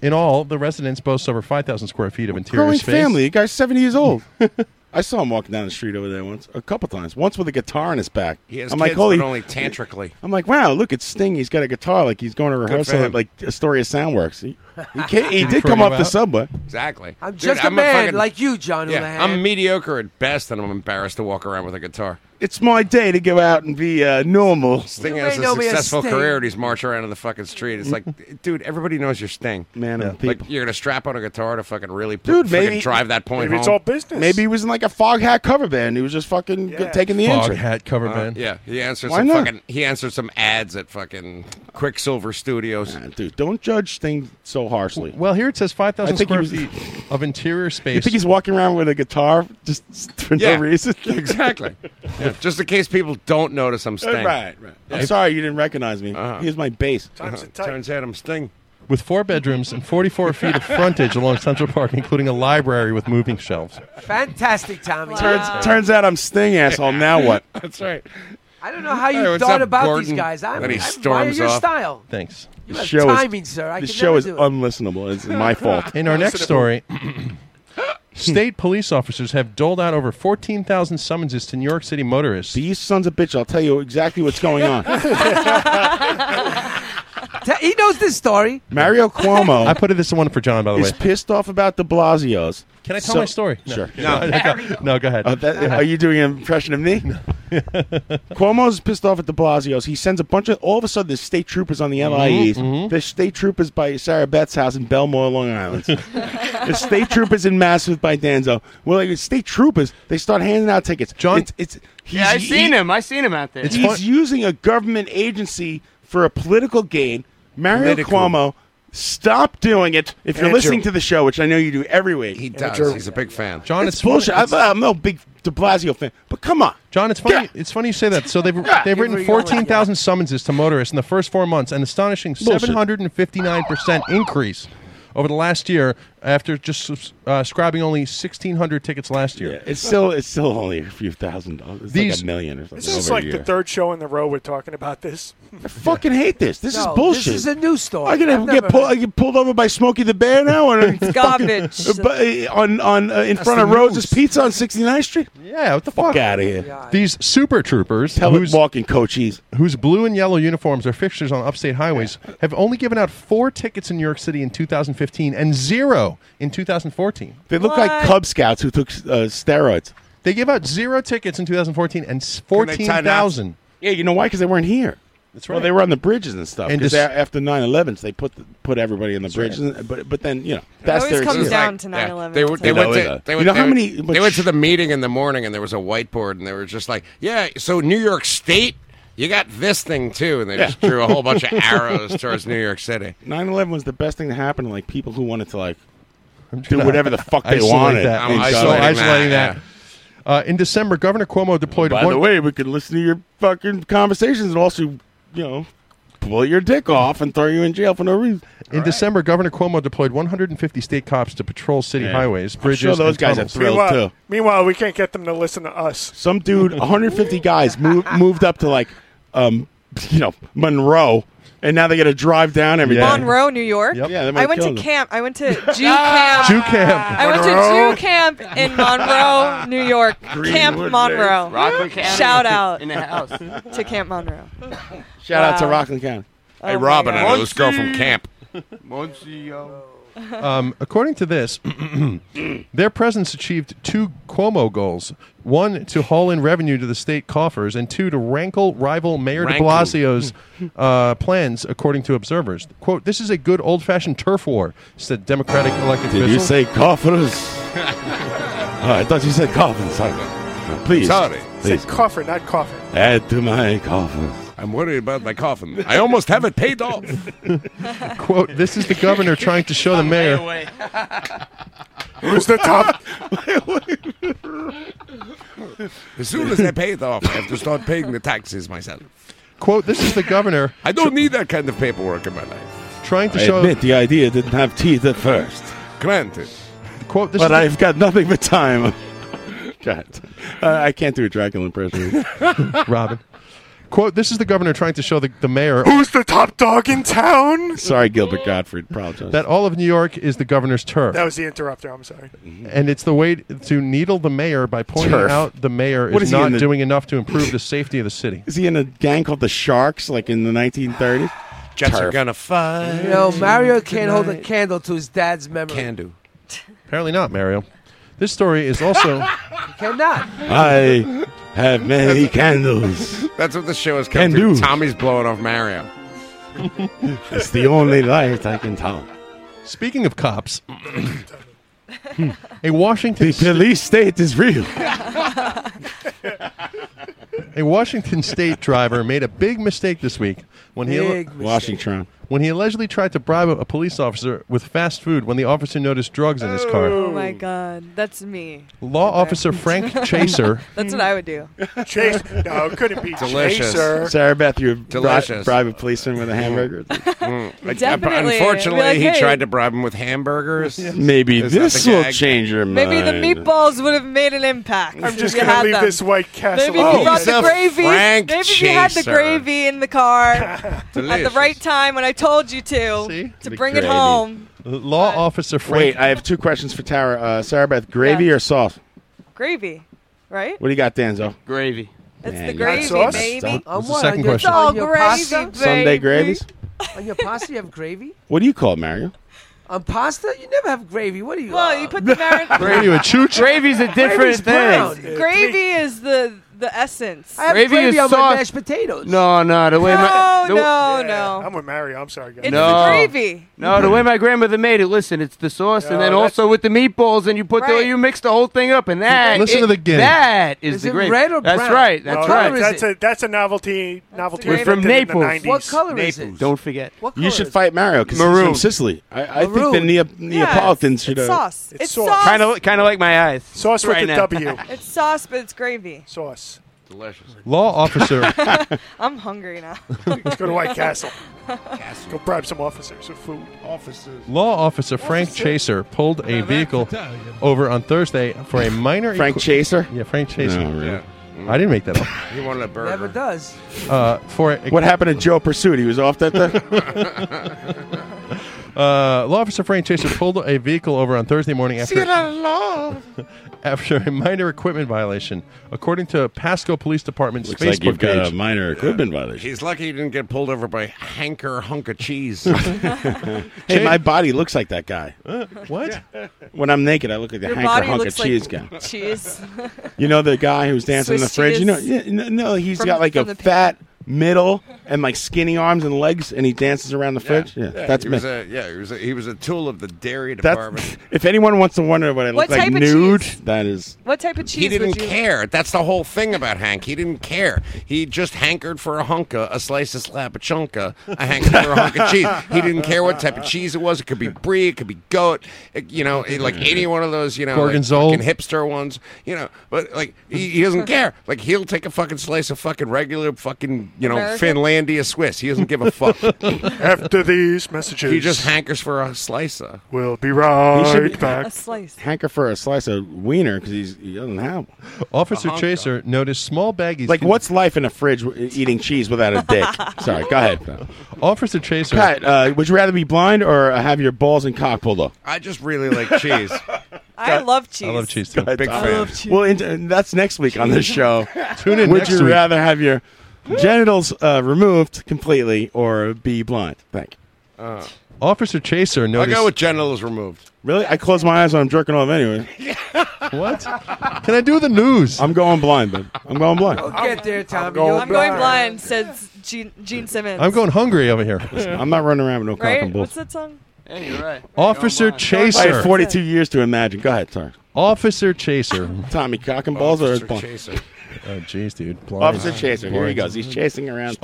[SPEAKER 8] In all, the residence boasts over 5,000 square feet of interior
[SPEAKER 1] Growing
[SPEAKER 8] space.
[SPEAKER 1] family. The guy's 70 years old. I saw him walking down the street over there once, a couple times. Once with a guitar in his back.
[SPEAKER 2] He has
[SPEAKER 1] I'm
[SPEAKER 2] kids,
[SPEAKER 1] like, holy.
[SPEAKER 2] but only tantrically.
[SPEAKER 1] I'm like, wow, look, it's Sting. He's got a guitar. Like he's going to
[SPEAKER 2] for
[SPEAKER 1] rehearsal
[SPEAKER 2] him.
[SPEAKER 1] at like Astoria Soundworks. He, he, ca- he did
[SPEAKER 2] Throw
[SPEAKER 1] come
[SPEAKER 2] him
[SPEAKER 1] off the
[SPEAKER 2] out.
[SPEAKER 1] subway.
[SPEAKER 2] Exactly.
[SPEAKER 9] I'm
[SPEAKER 2] Dude,
[SPEAKER 9] just a
[SPEAKER 2] I'm
[SPEAKER 9] man
[SPEAKER 2] fucking-
[SPEAKER 9] like you, John
[SPEAKER 2] Yeah,
[SPEAKER 9] Houlihan.
[SPEAKER 2] I'm mediocre at best, and I'm embarrassed to walk around with a guitar.
[SPEAKER 1] It's my day to go out and be uh, normal.
[SPEAKER 2] Sting has a successful career, and he's marching around in the fucking street. It's
[SPEAKER 1] Mm.
[SPEAKER 2] like, dude, everybody knows you're Sting.
[SPEAKER 1] Man of the
[SPEAKER 2] Like, you're gonna strap on a guitar to fucking really, pl-
[SPEAKER 1] Dude,
[SPEAKER 2] fucking
[SPEAKER 1] maybe
[SPEAKER 2] drive that point. home.
[SPEAKER 1] Maybe he was in like a fog hat cover band. He was just fucking g- taking the
[SPEAKER 8] Fog
[SPEAKER 1] entry.
[SPEAKER 8] hat cover
[SPEAKER 2] Uh, yeah, he answered
[SPEAKER 1] Why
[SPEAKER 2] some
[SPEAKER 1] not?
[SPEAKER 2] fucking. He answered some ads at fucking Quicksilver Studios.
[SPEAKER 1] dude, don't judge Sting so harshly.
[SPEAKER 8] Well, here it says 5,000
[SPEAKER 1] I think he
[SPEAKER 8] square
[SPEAKER 1] was-
[SPEAKER 8] feet of interior space.
[SPEAKER 1] You think he's walking around with a guitar just for
[SPEAKER 2] Yeah,
[SPEAKER 1] no reason?
[SPEAKER 2] exactly. Yeah, just in case people don't notice I'm Sting. Uh-huh.
[SPEAKER 1] Right, right. I'm sorry you didn't recognize me. Here's my bass.
[SPEAKER 2] Turns out I'm Sting.
[SPEAKER 8] with four bedrooms and 44 feet of frontage along Central Park, including a library with moving shelves.
[SPEAKER 9] Fantastic, Tommy.
[SPEAKER 1] Turns, turns out I'm Sting asshole. Now what?
[SPEAKER 2] That's right.
[SPEAKER 9] I don't know how you
[SPEAKER 2] Hey, what's
[SPEAKER 9] thought
[SPEAKER 2] up,
[SPEAKER 9] about
[SPEAKER 2] Gordon?
[SPEAKER 9] these guys. I,
[SPEAKER 1] Then he
[SPEAKER 9] I admire
[SPEAKER 1] storms
[SPEAKER 9] your
[SPEAKER 1] off.
[SPEAKER 9] style.
[SPEAKER 8] Thanks.
[SPEAKER 9] You have timing,
[SPEAKER 1] is,
[SPEAKER 9] sir. I
[SPEAKER 1] the
[SPEAKER 9] could
[SPEAKER 1] show
[SPEAKER 9] never
[SPEAKER 1] is
[SPEAKER 9] do it.
[SPEAKER 1] unlistenable. It's my fault.
[SPEAKER 8] In our next story, state police officers have doled out over 14,000 summonses to New York City motorists.
[SPEAKER 1] These sons of bitch, I'll tell you exactly what's going on.
[SPEAKER 9] Ta- he knows this story.
[SPEAKER 1] Mario Cuomo.
[SPEAKER 8] I put this one for John, by the
[SPEAKER 1] is
[SPEAKER 8] way.
[SPEAKER 1] pissed off about De Blasio's.
[SPEAKER 8] Can I tell my story? No.
[SPEAKER 1] Sure.
[SPEAKER 8] No. No, No, go ahead.
[SPEAKER 1] Uh, that- are you doing an impression of me? Cuomo's pissed off at De Blasio's. He sends a bunch of all of a sudden there's state troopers on the
[SPEAKER 8] Mm-hmm,
[SPEAKER 1] LIEs. There's state troopers by Sarah Beth's house in Belmore, Long Island. there's state troopers in Massillon by Danzo. Well, like, state troopers they start handing out tickets. John, it's, it's
[SPEAKER 5] Yeah, I seen him. I seen him out there.
[SPEAKER 1] he's using a government agency for a political gain. Mario
[SPEAKER 5] Political.
[SPEAKER 1] Cuomo, stop doing it. If you're
[SPEAKER 2] Andrew.
[SPEAKER 1] listening to the show, which I know you do every week, he
[SPEAKER 2] does. Andrew. He's a big fan.
[SPEAKER 8] John,
[SPEAKER 1] it's,
[SPEAKER 8] it's funny-
[SPEAKER 1] bullshit. um, I, I'm no big De Blasio fan, but come on.
[SPEAKER 8] John, it's funny. It's funny you say that. So they've they've written fourteen thousand summonses to motorists in the first four months, an astonishing
[SPEAKER 1] Bullshit.
[SPEAKER 8] seven hundred and fifty nine percent increase over the last year. After just subs- uh, scribing only sixteen hundred tickets last year,
[SPEAKER 1] It's still it's still only a few thousand dollars. It's
[SPEAKER 8] These-
[SPEAKER 1] like a million or something.
[SPEAKER 4] This is
[SPEAKER 1] over a
[SPEAKER 4] like the
[SPEAKER 1] year.
[SPEAKER 4] third show in the row we're talking about this.
[SPEAKER 1] I fucking hate this. This
[SPEAKER 4] No,
[SPEAKER 1] is bullshit.
[SPEAKER 4] this is a new story.
[SPEAKER 1] I
[SPEAKER 4] I've
[SPEAKER 1] gonna
[SPEAKER 4] never
[SPEAKER 1] get pulled.
[SPEAKER 4] heard-
[SPEAKER 1] I get pulled over by Smokey the Bear now, and
[SPEAKER 7] It's garbage.
[SPEAKER 1] But uh, on on uh, in
[SPEAKER 7] That's
[SPEAKER 1] front
[SPEAKER 7] the
[SPEAKER 1] of Rose's Pizza on 69th Street.
[SPEAKER 8] Yeah, what the
[SPEAKER 1] fuck, out of here.
[SPEAKER 8] These super troopers, whose,
[SPEAKER 1] walking coaches,
[SPEAKER 8] whose blue and yellow uniforms are fixtures on upstate highways, have only given out four tickets in New York City in 2015 and zero in 2014.
[SPEAKER 1] They look like Cub Scouts who took uh, steroids.
[SPEAKER 8] They gave out zero tickets in 2014 and s- 14,000.
[SPEAKER 1] Yeah, you know why? Because they weren't here.
[SPEAKER 8] That's
[SPEAKER 1] Well,
[SPEAKER 8] right.
[SPEAKER 1] they were on the bridges and stuff.
[SPEAKER 8] And
[SPEAKER 1] Because
[SPEAKER 8] dis-
[SPEAKER 1] after 9-11, so they put the, put everybody on the
[SPEAKER 8] right.
[SPEAKER 1] bridges. and- But but then you know that's
[SPEAKER 7] always
[SPEAKER 1] their
[SPEAKER 7] comes
[SPEAKER 1] excuse.
[SPEAKER 7] down to
[SPEAKER 2] Yeah,
[SPEAKER 7] 9/11.
[SPEAKER 2] They, were, they
[SPEAKER 1] You know
[SPEAKER 2] went
[SPEAKER 1] either.
[SPEAKER 2] to, they
[SPEAKER 1] You
[SPEAKER 2] went-
[SPEAKER 1] know how
[SPEAKER 2] they-
[SPEAKER 1] many-
[SPEAKER 2] they went to the meeting in the morning and there was a whiteboard and they were just like, yeah, so New York State, you got this thing too, and they just drew a whole bunch of arrows towards New York City.
[SPEAKER 1] 9-11 was the best thing to happen to like people who wanted to like do
[SPEAKER 8] gonna
[SPEAKER 1] whatever the fuck they
[SPEAKER 8] isolate
[SPEAKER 1] wanted.
[SPEAKER 8] that.
[SPEAKER 1] And
[SPEAKER 8] I'm
[SPEAKER 1] so-
[SPEAKER 8] isolating isolating that. Uh, in December, Governor Cuomo deployed.
[SPEAKER 1] By
[SPEAKER 8] one-
[SPEAKER 1] the way, we could listen to your fucking conversations and also, you know, pull your dick off and throw you in jail for no reason.
[SPEAKER 8] In December, Governor Cuomo deployed 150 state cops to patrol city
[SPEAKER 1] Yeah.
[SPEAKER 8] highways,
[SPEAKER 1] I'm
[SPEAKER 8] bridges.
[SPEAKER 1] sure those
[SPEAKER 8] and
[SPEAKER 1] guys
[SPEAKER 8] tunnels.
[SPEAKER 1] are thrilled
[SPEAKER 4] meanwhile,
[SPEAKER 1] too.
[SPEAKER 4] meanwhile, we can't get them to listen to us.
[SPEAKER 1] Some dude, 150 guys moved moved up to like, um, you know, Monroe, and now they got to drive down every day.
[SPEAKER 7] Monroe, New York.
[SPEAKER 1] Yep. Yeah, they might
[SPEAKER 7] I went
[SPEAKER 1] kill
[SPEAKER 7] to
[SPEAKER 1] them.
[SPEAKER 7] camp. I went to Jew camp.
[SPEAKER 1] Jew camp.
[SPEAKER 7] I went
[SPEAKER 1] Monroe.
[SPEAKER 7] to Jew camp in Monroe, New York. camp
[SPEAKER 1] Greenwood
[SPEAKER 7] Monroe.
[SPEAKER 1] Lakes, Rockland County.
[SPEAKER 7] Shout out
[SPEAKER 1] In the house.
[SPEAKER 7] to Camp Monroe.
[SPEAKER 1] Shout out to
[SPEAKER 7] Wow.
[SPEAKER 1] Rockland County.
[SPEAKER 7] Hey, Oh my Robin,
[SPEAKER 8] I know this girl from camp.
[SPEAKER 5] Muncio.
[SPEAKER 8] Um, according to this, their presence achieved two Cuomo goals: one to haul in revenue to the state coffers, and two to rankle rival Mayor De
[SPEAKER 21] Rankle.
[SPEAKER 8] Blasio's uh, plans, according to observers. "Quote: This is a good old-fashioned turf war," said Democratic elected
[SPEAKER 1] Did
[SPEAKER 8] official.
[SPEAKER 1] you say coffers? Oh, I thought you said coffins. Sorry. Uh, Please.
[SPEAKER 2] Sorry.
[SPEAKER 1] Please.
[SPEAKER 4] Say coffer, not coffin.
[SPEAKER 1] Add to my coffin.
[SPEAKER 2] I'm worried about my coffin. I almost have it paid off.
[SPEAKER 8] Quote: This is the governor trying to show the mayor.
[SPEAKER 2] Who's the top? as soon as I pay it off, I have to start paying the taxes myself.
[SPEAKER 8] Quote, this is the governor.
[SPEAKER 2] I don't need that kind of paperwork in my life.
[SPEAKER 8] Trying to
[SPEAKER 1] I
[SPEAKER 8] show.
[SPEAKER 1] admit the idea didn't have teeth at first.
[SPEAKER 2] Granted.
[SPEAKER 8] Quote, this
[SPEAKER 1] but
[SPEAKER 8] is the-
[SPEAKER 1] I've got nothing but time. God. Uh, I I can't do a Dracula impression.
[SPEAKER 8] Robin. Quote, this is the governor trying to show the, the mayor
[SPEAKER 4] Who's the top dog in town?
[SPEAKER 1] Sorry, Gilbert Gottfried. Apologize.
[SPEAKER 8] that all of New York is the governor's turf.
[SPEAKER 4] That was the interrupter. I'm sorry.
[SPEAKER 8] and it's the way to needle the mayor by pointing
[SPEAKER 1] Turf.
[SPEAKER 8] out the mayor
[SPEAKER 1] What
[SPEAKER 8] is,
[SPEAKER 1] is he in
[SPEAKER 8] not
[SPEAKER 1] the-
[SPEAKER 8] doing enough to improve the safety of the city.
[SPEAKER 1] Is he in a gang called the Sharks, like in the 1930s?
[SPEAKER 2] Jets are
[SPEAKER 1] Turf.
[SPEAKER 2] gonna fight.
[SPEAKER 9] You know, Mario can't hold a candle to his dad's memory.
[SPEAKER 2] Can do.
[SPEAKER 8] Apparently not, Mario. This story is also
[SPEAKER 9] He cannot.
[SPEAKER 1] I have many candles.
[SPEAKER 2] That's what the show is coming
[SPEAKER 1] Can
[SPEAKER 2] to.
[SPEAKER 1] do.
[SPEAKER 2] Tommy's blowing off Mario.
[SPEAKER 1] It's the only light I can tell.
[SPEAKER 8] Speaking of cops, a Washington
[SPEAKER 1] the police state is real.
[SPEAKER 8] a Washington State driver made a big mistake this week when he
[SPEAKER 1] Big mistake. Washington.
[SPEAKER 8] when he allegedly tried to bribe a police officer with fast food when the officer noticed drugs in his car.
[SPEAKER 7] Oh my god, that's me.
[SPEAKER 8] Law officer Frank Chaser
[SPEAKER 7] That's what I would do.
[SPEAKER 4] Chase, no, it couldn't be
[SPEAKER 2] Delicious.
[SPEAKER 4] Chaser.
[SPEAKER 1] Sarah Beth, you're a bri-
[SPEAKER 2] Delicious.
[SPEAKER 1] private policeman with a hamburger. Mm,
[SPEAKER 2] Like,
[SPEAKER 7] Definitely.
[SPEAKER 2] Unfortunately,
[SPEAKER 7] Be like,
[SPEAKER 2] he
[SPEAKER 7] "Hey."
[SPEAKER 2] tried to bribe him with hamburgers.
[SPEAKER 1] Maybe
[SPEAKER 2] Is that
[SPEAKER 1] this
[SPEAKER 2] the
[SPEAKER 1] will
[SPEAKER 2] gag?
[SPEAKER 1] change your mind.
[SPEAKER 7] Maybe the meatballs would have made an impact.
[SPEAKER 4] I'm
[SPEAKER 7] if
[SPEAKER 4] just
[SPEAKER 7] you
[SPEAKER 4] gonna
[SPEAKER 7] had
[SPEAKER 4] leave
[SPEAKER 7] them.
[SPEAKER 4] this White Castle.
[SPEAKER 7] Maybe if
[SPEAKER 2] Oh,
[SPEAKER 7] you brought
[SPEAKER 2] he's
[SPEAKER 7] the
[SPEAKER 2] a
[SPEAKER 7] gravy.
[SPEAKER 2] Frank
[SPEAKER 7] Maybe if you had the
[SPEAKER 2] chaser.
[SPEAKER 7] gravy in the car at the
[SPEAKER 2] Delicious.
[SPEAKER 7] right time when I told you to to
[SPEAKER 1] The
[SPEAKER 7] bring it
[SPEAKER 1] gravy.
[SPEAKER 7] home.
[SPEAKER 8] law officer Frank
[SPEAKER 1] Wait, I have two questions for Tara. Uh, Sarah Beth, gravy
[SPEAKER 7] Yeah.
[SPEAKER 1] or sauce?
[SPEAKER 7] Gravy, right?
[SPEAKER 1] What do you got, Danzo?
[SPEAKER 5] Gravy.
[SPEAKER 7] It's
[SPEAKER 1] Man,
[SPEAKER 7] the
[SPEAKER 1] you-
[SPEAKER 7] gravy,
[SPEAKER 4] sauce?
[SPEAKER 7] baby.
[SPEAKER 1] Don't-
[SPEAKER 9] On
[SPEAKER 8] What's the
[SPEAKER 9] what?
[SPEAKER 8] second
[SPEAKER 9] on your,
[SPEAKER 8] question?
[SPEAKER 9] on
[SPEAKER 7] All
[SPEAKER 9] your
[SPEAKER 7] gravy,
[SPEAKER 9] pasta?
[SPEAKER 7] baby.
[SPEAKER 1] Sunday gravies?
[SPEAKER 9] On your pasta, you have gravy.
[SPEAKER 1] What do you call it, Mario?
[SPEAKER 9] On pasta, you never have gravy. What are you? uh,
[SPEAKER 7] Well, you put the marinara.
[SPEAKER 8] What are you a chooch?
[SPEAKER 5] Gravy's a different
[SPEAKER 9] Gravy's brown.
[SPEAKER 5] thing.
[SPEAKER 7] gravy is the the essence.
[SPEAKER 9] I have
[SPEAKER 5] Gravy
[SPEAKER 9] gravy,
[SPEAKER 5] is
[SPEAKER 9] on
[SPEAKER 5] sauce.
[SPEAKER 9] my mashed potatoes.
[SPEAKER 5] No, no, the way my
[SPEAKER 7] No,
[SPEAKER 5] the,
[SPEAKER 7] no,
[SPEAKER 4] Yeah,
[SPEAKER 7] no.
[SPEAKER 4] I'm with Mario. I'm sorry, guys.
[SPEAKER 7] It's
[SPEAKER 5] No.
[SPEAKER 7] the gravy.
[SPEAKER 5] No, the way my grandmother made it. Listen, it's the sauce,
[SPEAKER 4] No,
[SPEAKER 5] and then
[SPEAKER 4] that's-
[SPEAKER 5] also with the meatballs, and you put the
[SPEAKER 7] Right.
[SPEAKER 5] you mix the whole thing up, and that
[SPEAKER 8] Listen to
[SPEAKER 5] it-
[SPEAKER 8] the guinea.
[SPEAKER 5] That is,
[SPEAKER 9] Is
[SPEAKER 5] the
[SPEAKER 9] it
[SPEAKER 5] gravy.
[SPEAKER 9] red or
[SPEAKER 5] That's
[SPEAKER 9] brown?
[SPEAKER 5] right.
[SPEAKER 4] No,
[SPEAKER 5] That's
[SPEAKER 9] color
[SPEAKER 5] right.
[SPEAKER 9] is
[SPEAKER 4] That's
[SPEAKER 9] it?
[SPEAKER 4] a that's a novelty novelty.
[SPEAKER 5] We're from
[SPEAKER 4] invented in the
[SPEAKER 5] Naples.
[SPEAKER 4] 90s.
[SPEAKER 9] What color is it?
[SPEAKER 5] Don't forget.
[SPEAKER 9] What color
[SPEAKER 1] You
[SPEAKER 9] is
[SPEAKER 1] should
[SPEAKER 9] it?
[SPEAKER 1] fight Mario because he's
[SPEAKER 5] Maroon.
[SPEAKER 1] from Sicily. I, I think the
[SPEAKER 9] Maroon.
[SPEAKER 1] Neo-
[SPEAKER 7] Yeah,
[SPEAKER 1] Neapolitans
[SPEAKER 7] it's,
[SPEAKER 1] should uh,
[SPEAKER 7] it's
[SPEAKER 1] have.
[SPEAKER 7] sauce.
[SPEAKER 4] It's
[SPEAKER 7] It's
[SPEAKER 4] sauce.
[SPEAKER 7] sauce.
[SPEAKER 5] Kind of, kind of like my eyes.
[SPEAKER 4] Sauce with
[SPEAKER 5] right
[SPEAKER 4] the
[SPEAKER 5] now.
[SPEAKER 4] W.
[SPEAKER 7] It's sauce, but it's gravy.
[SPEAKER 4] Sauce.
[SPEAKER 2] Delicious.
[SPEAKER 8] law officer
[SPEAKER 7] I'm hungry now.
[SPEAKER 4] Let's go to White Castle. Go bribe some officers with food.
[SPEAKER 2] Officers.
[SPEAKER 8] Law officer Frank Chaser pulled a vehicle over on Thursday for a minor.
[SPEAKER 1] Frank
[SPEAKER 8] equi-
[SPEAKER 1] Chaser?
[SPEAKER 8] yeah, Frank Chaser.
[SPEAKER 1] No, really.
[SPEAKER 2] Yeah.
[SPEAKER 8] I didn't make that up.
[SPEAKER 2] He wanted a burger.
[SPEAKER 9] Never does.
[SPEAKER 8] Uh, for a,
[SPEAKER 1] What happened to Joe Pursuit? He was off that thing?
[SPEAKER 8] Uh, law officer Frank Chaser pulled a vehicle over on Thursday morning after after a minor equipment violation, according to Pasco Police Department's
[SPEAKER 1] Looks
[SPEAKER 8] Facebook
[SPEAKER 1] like you've
[SPEAKER 8] page.
[SPEAKER 1] got a minor equipment violation.
[SPEAKER 2] He's lucky he didn't get pulled over by Hanker Hunk of Cheese.
[SPEAKER 1] Hey, my body looks like that guy.
[SPEAKER 8] what?
[SPEAKER 1] When I'm naked, I look like the
[SPEAKER 7] Your
[SPEAKER 1] hanker
[SPEAKER 7] body
[SPEAKER 1] hunk of
[SPEAKER 7] looks like
[SPEAKER 1] cheese guy.
[SPEAKER 7] cheese.
[SPEAKER 1] You know the guy who's dancing in the
[SPEAKER 7] Swiss
[SPEAKER 1] fridge. You know,
[SPEAKER 7] cheese.
[SPEAKER 1] yeah, no, no, he's
[SPEAKER 7] From-
[SPEAKER 1] got like
[SPEAKER 7] from
[SPEAKER 1] a
[SPEAKER 7] the pan.
[SPEAKER 1] fat middle and like skinny arms and legs, and he dances around the fridge. Yeah, that's
[SPEAKER 2] he
[SPEAKER 1] me.
[SPEAKER 2] Was a, yeah, he was a, he was a tool of the dairy
[SPEAKER 1] That's
[SPEAKER 2] department.
[SPEAKER 1] if anyone wants to wonder what I look
[SPEAKER 7] What
[SPEAKER 1] like
[SPEAKER 7] type of
[SPEAKER 1] nude,
[SPEAKER 7] cheese?
[SPEAKER 1] that is.
[SPEAKER 7] what type of cheese
[SPEAKER 2] he didn't
[SPEAKER 7] would you?
[SPEAKER 2] care. That's the whole thing about Hank. He didn't care. He just hankered for a hunka, a slice of slap of chunka, a hanker for a hunk of cheese. He didn't care what type of cheese it was. It could be brie, it could be goat, it- you know, it- like any one of those, you know, like
[SPEAKER 8] Gorgonzola.
[SPEAKER 2] fucking hipster ones, you know. But like he, he doesn't care. Like he'll take a fucking slice of fucking regular fucking, you know,
[SPEAKER 7] American?
[SPEAKER 2] Finlandia Swiss. He doesn't give a fuck.
[SPEAKER 4] After these messages,
[SPEAKER 2] he just hankers for a slice of
[SPEAKER 4] we'll be right
[SPEAKER 1] be-
[SPEAKER 7] A
[SPEAKER 4] back.
[SPEAKER 7] slice.
[SPEAKER 1] Hanker for a slice of wiener because he doesn't have one.
[SPEAKER 8] Officer Chaser noticed small baggies.
[SPEAKER 1] Like, what's life in a fridge w- eating cheese without a dick? Sorry, go ahead. Pat.
[SPEAKER 8] Officer Chaser.
[SPEAKER 1] Pat, uh, would you rather be blind or uh, have your balls and cock pulled off?
[SPEAKER 2] I just really like cheese.
[SPEAKER 7] I love cheese.
[SPEAKER 8] I love cheese. Too.
[SPEAKER 2] Big fan.
[SPEAKER 1] Well, in, uh, that's next week on this show.
[SPEAKER 8] Tune in
[SPEAKER 1] would
[SPEAKER 8] next
[SPEAKER 1] you
[SPEAKER 8] week.
[SPEAKER 1] rather have your genitals uh, removed completely or be blind? Thank you.
[SPEAKER 8] Officer Chaser
[SPEAKER 2] I
[SPEAKER 8] noticed.
[SPEAKER 2] go with genitals removed.
[SPEAKER 1] Really? I close my eyes when I'm jerking off anyway.
[SPEAKER 8] what? Can I do the news?
[SPEAKER 1] I'm going blind, man. I'm going blind.
[SPEAKER 9] Get there, Tommy.
[SPEAKER 4] going
[SPEAKER 9] You'll
[SPEAKER 4] I'm
[SPEAKER 7] I'm
[SPEAKER 9] be
[SPEAKER 7] going
[SPEAKER 9] all right.
[SPEAKER 7] blind, says Gene, Gene Simmons.
[SPEAKER 8] I'm going hungry over here.
[SPEAKER 1] I'm not running around with no cock
[SPEAKER 7] Right?
[SPEAKER 1] and bull.
[SPEAKER 7] What's that song?
[SPEAKER 5] Hey, you're right.
[SPEAKER 8] Officer
[SPEAKER 1] I have
[SPEAKER 8] Chaser.
[SPEAKER 1] 42 years to imagine. Go ahead, sorry.
[SPEAKER 8] Officer Chaser.
[SPEAKER 1] Tommy, cock and balls or is blind?
[SPEAKER 2] Chaser.
[SPEAKER 8] Oh, jeez, dude. Blind.
[SPEAKER 1] Officer Chaser. Here he goes. He's chasing around.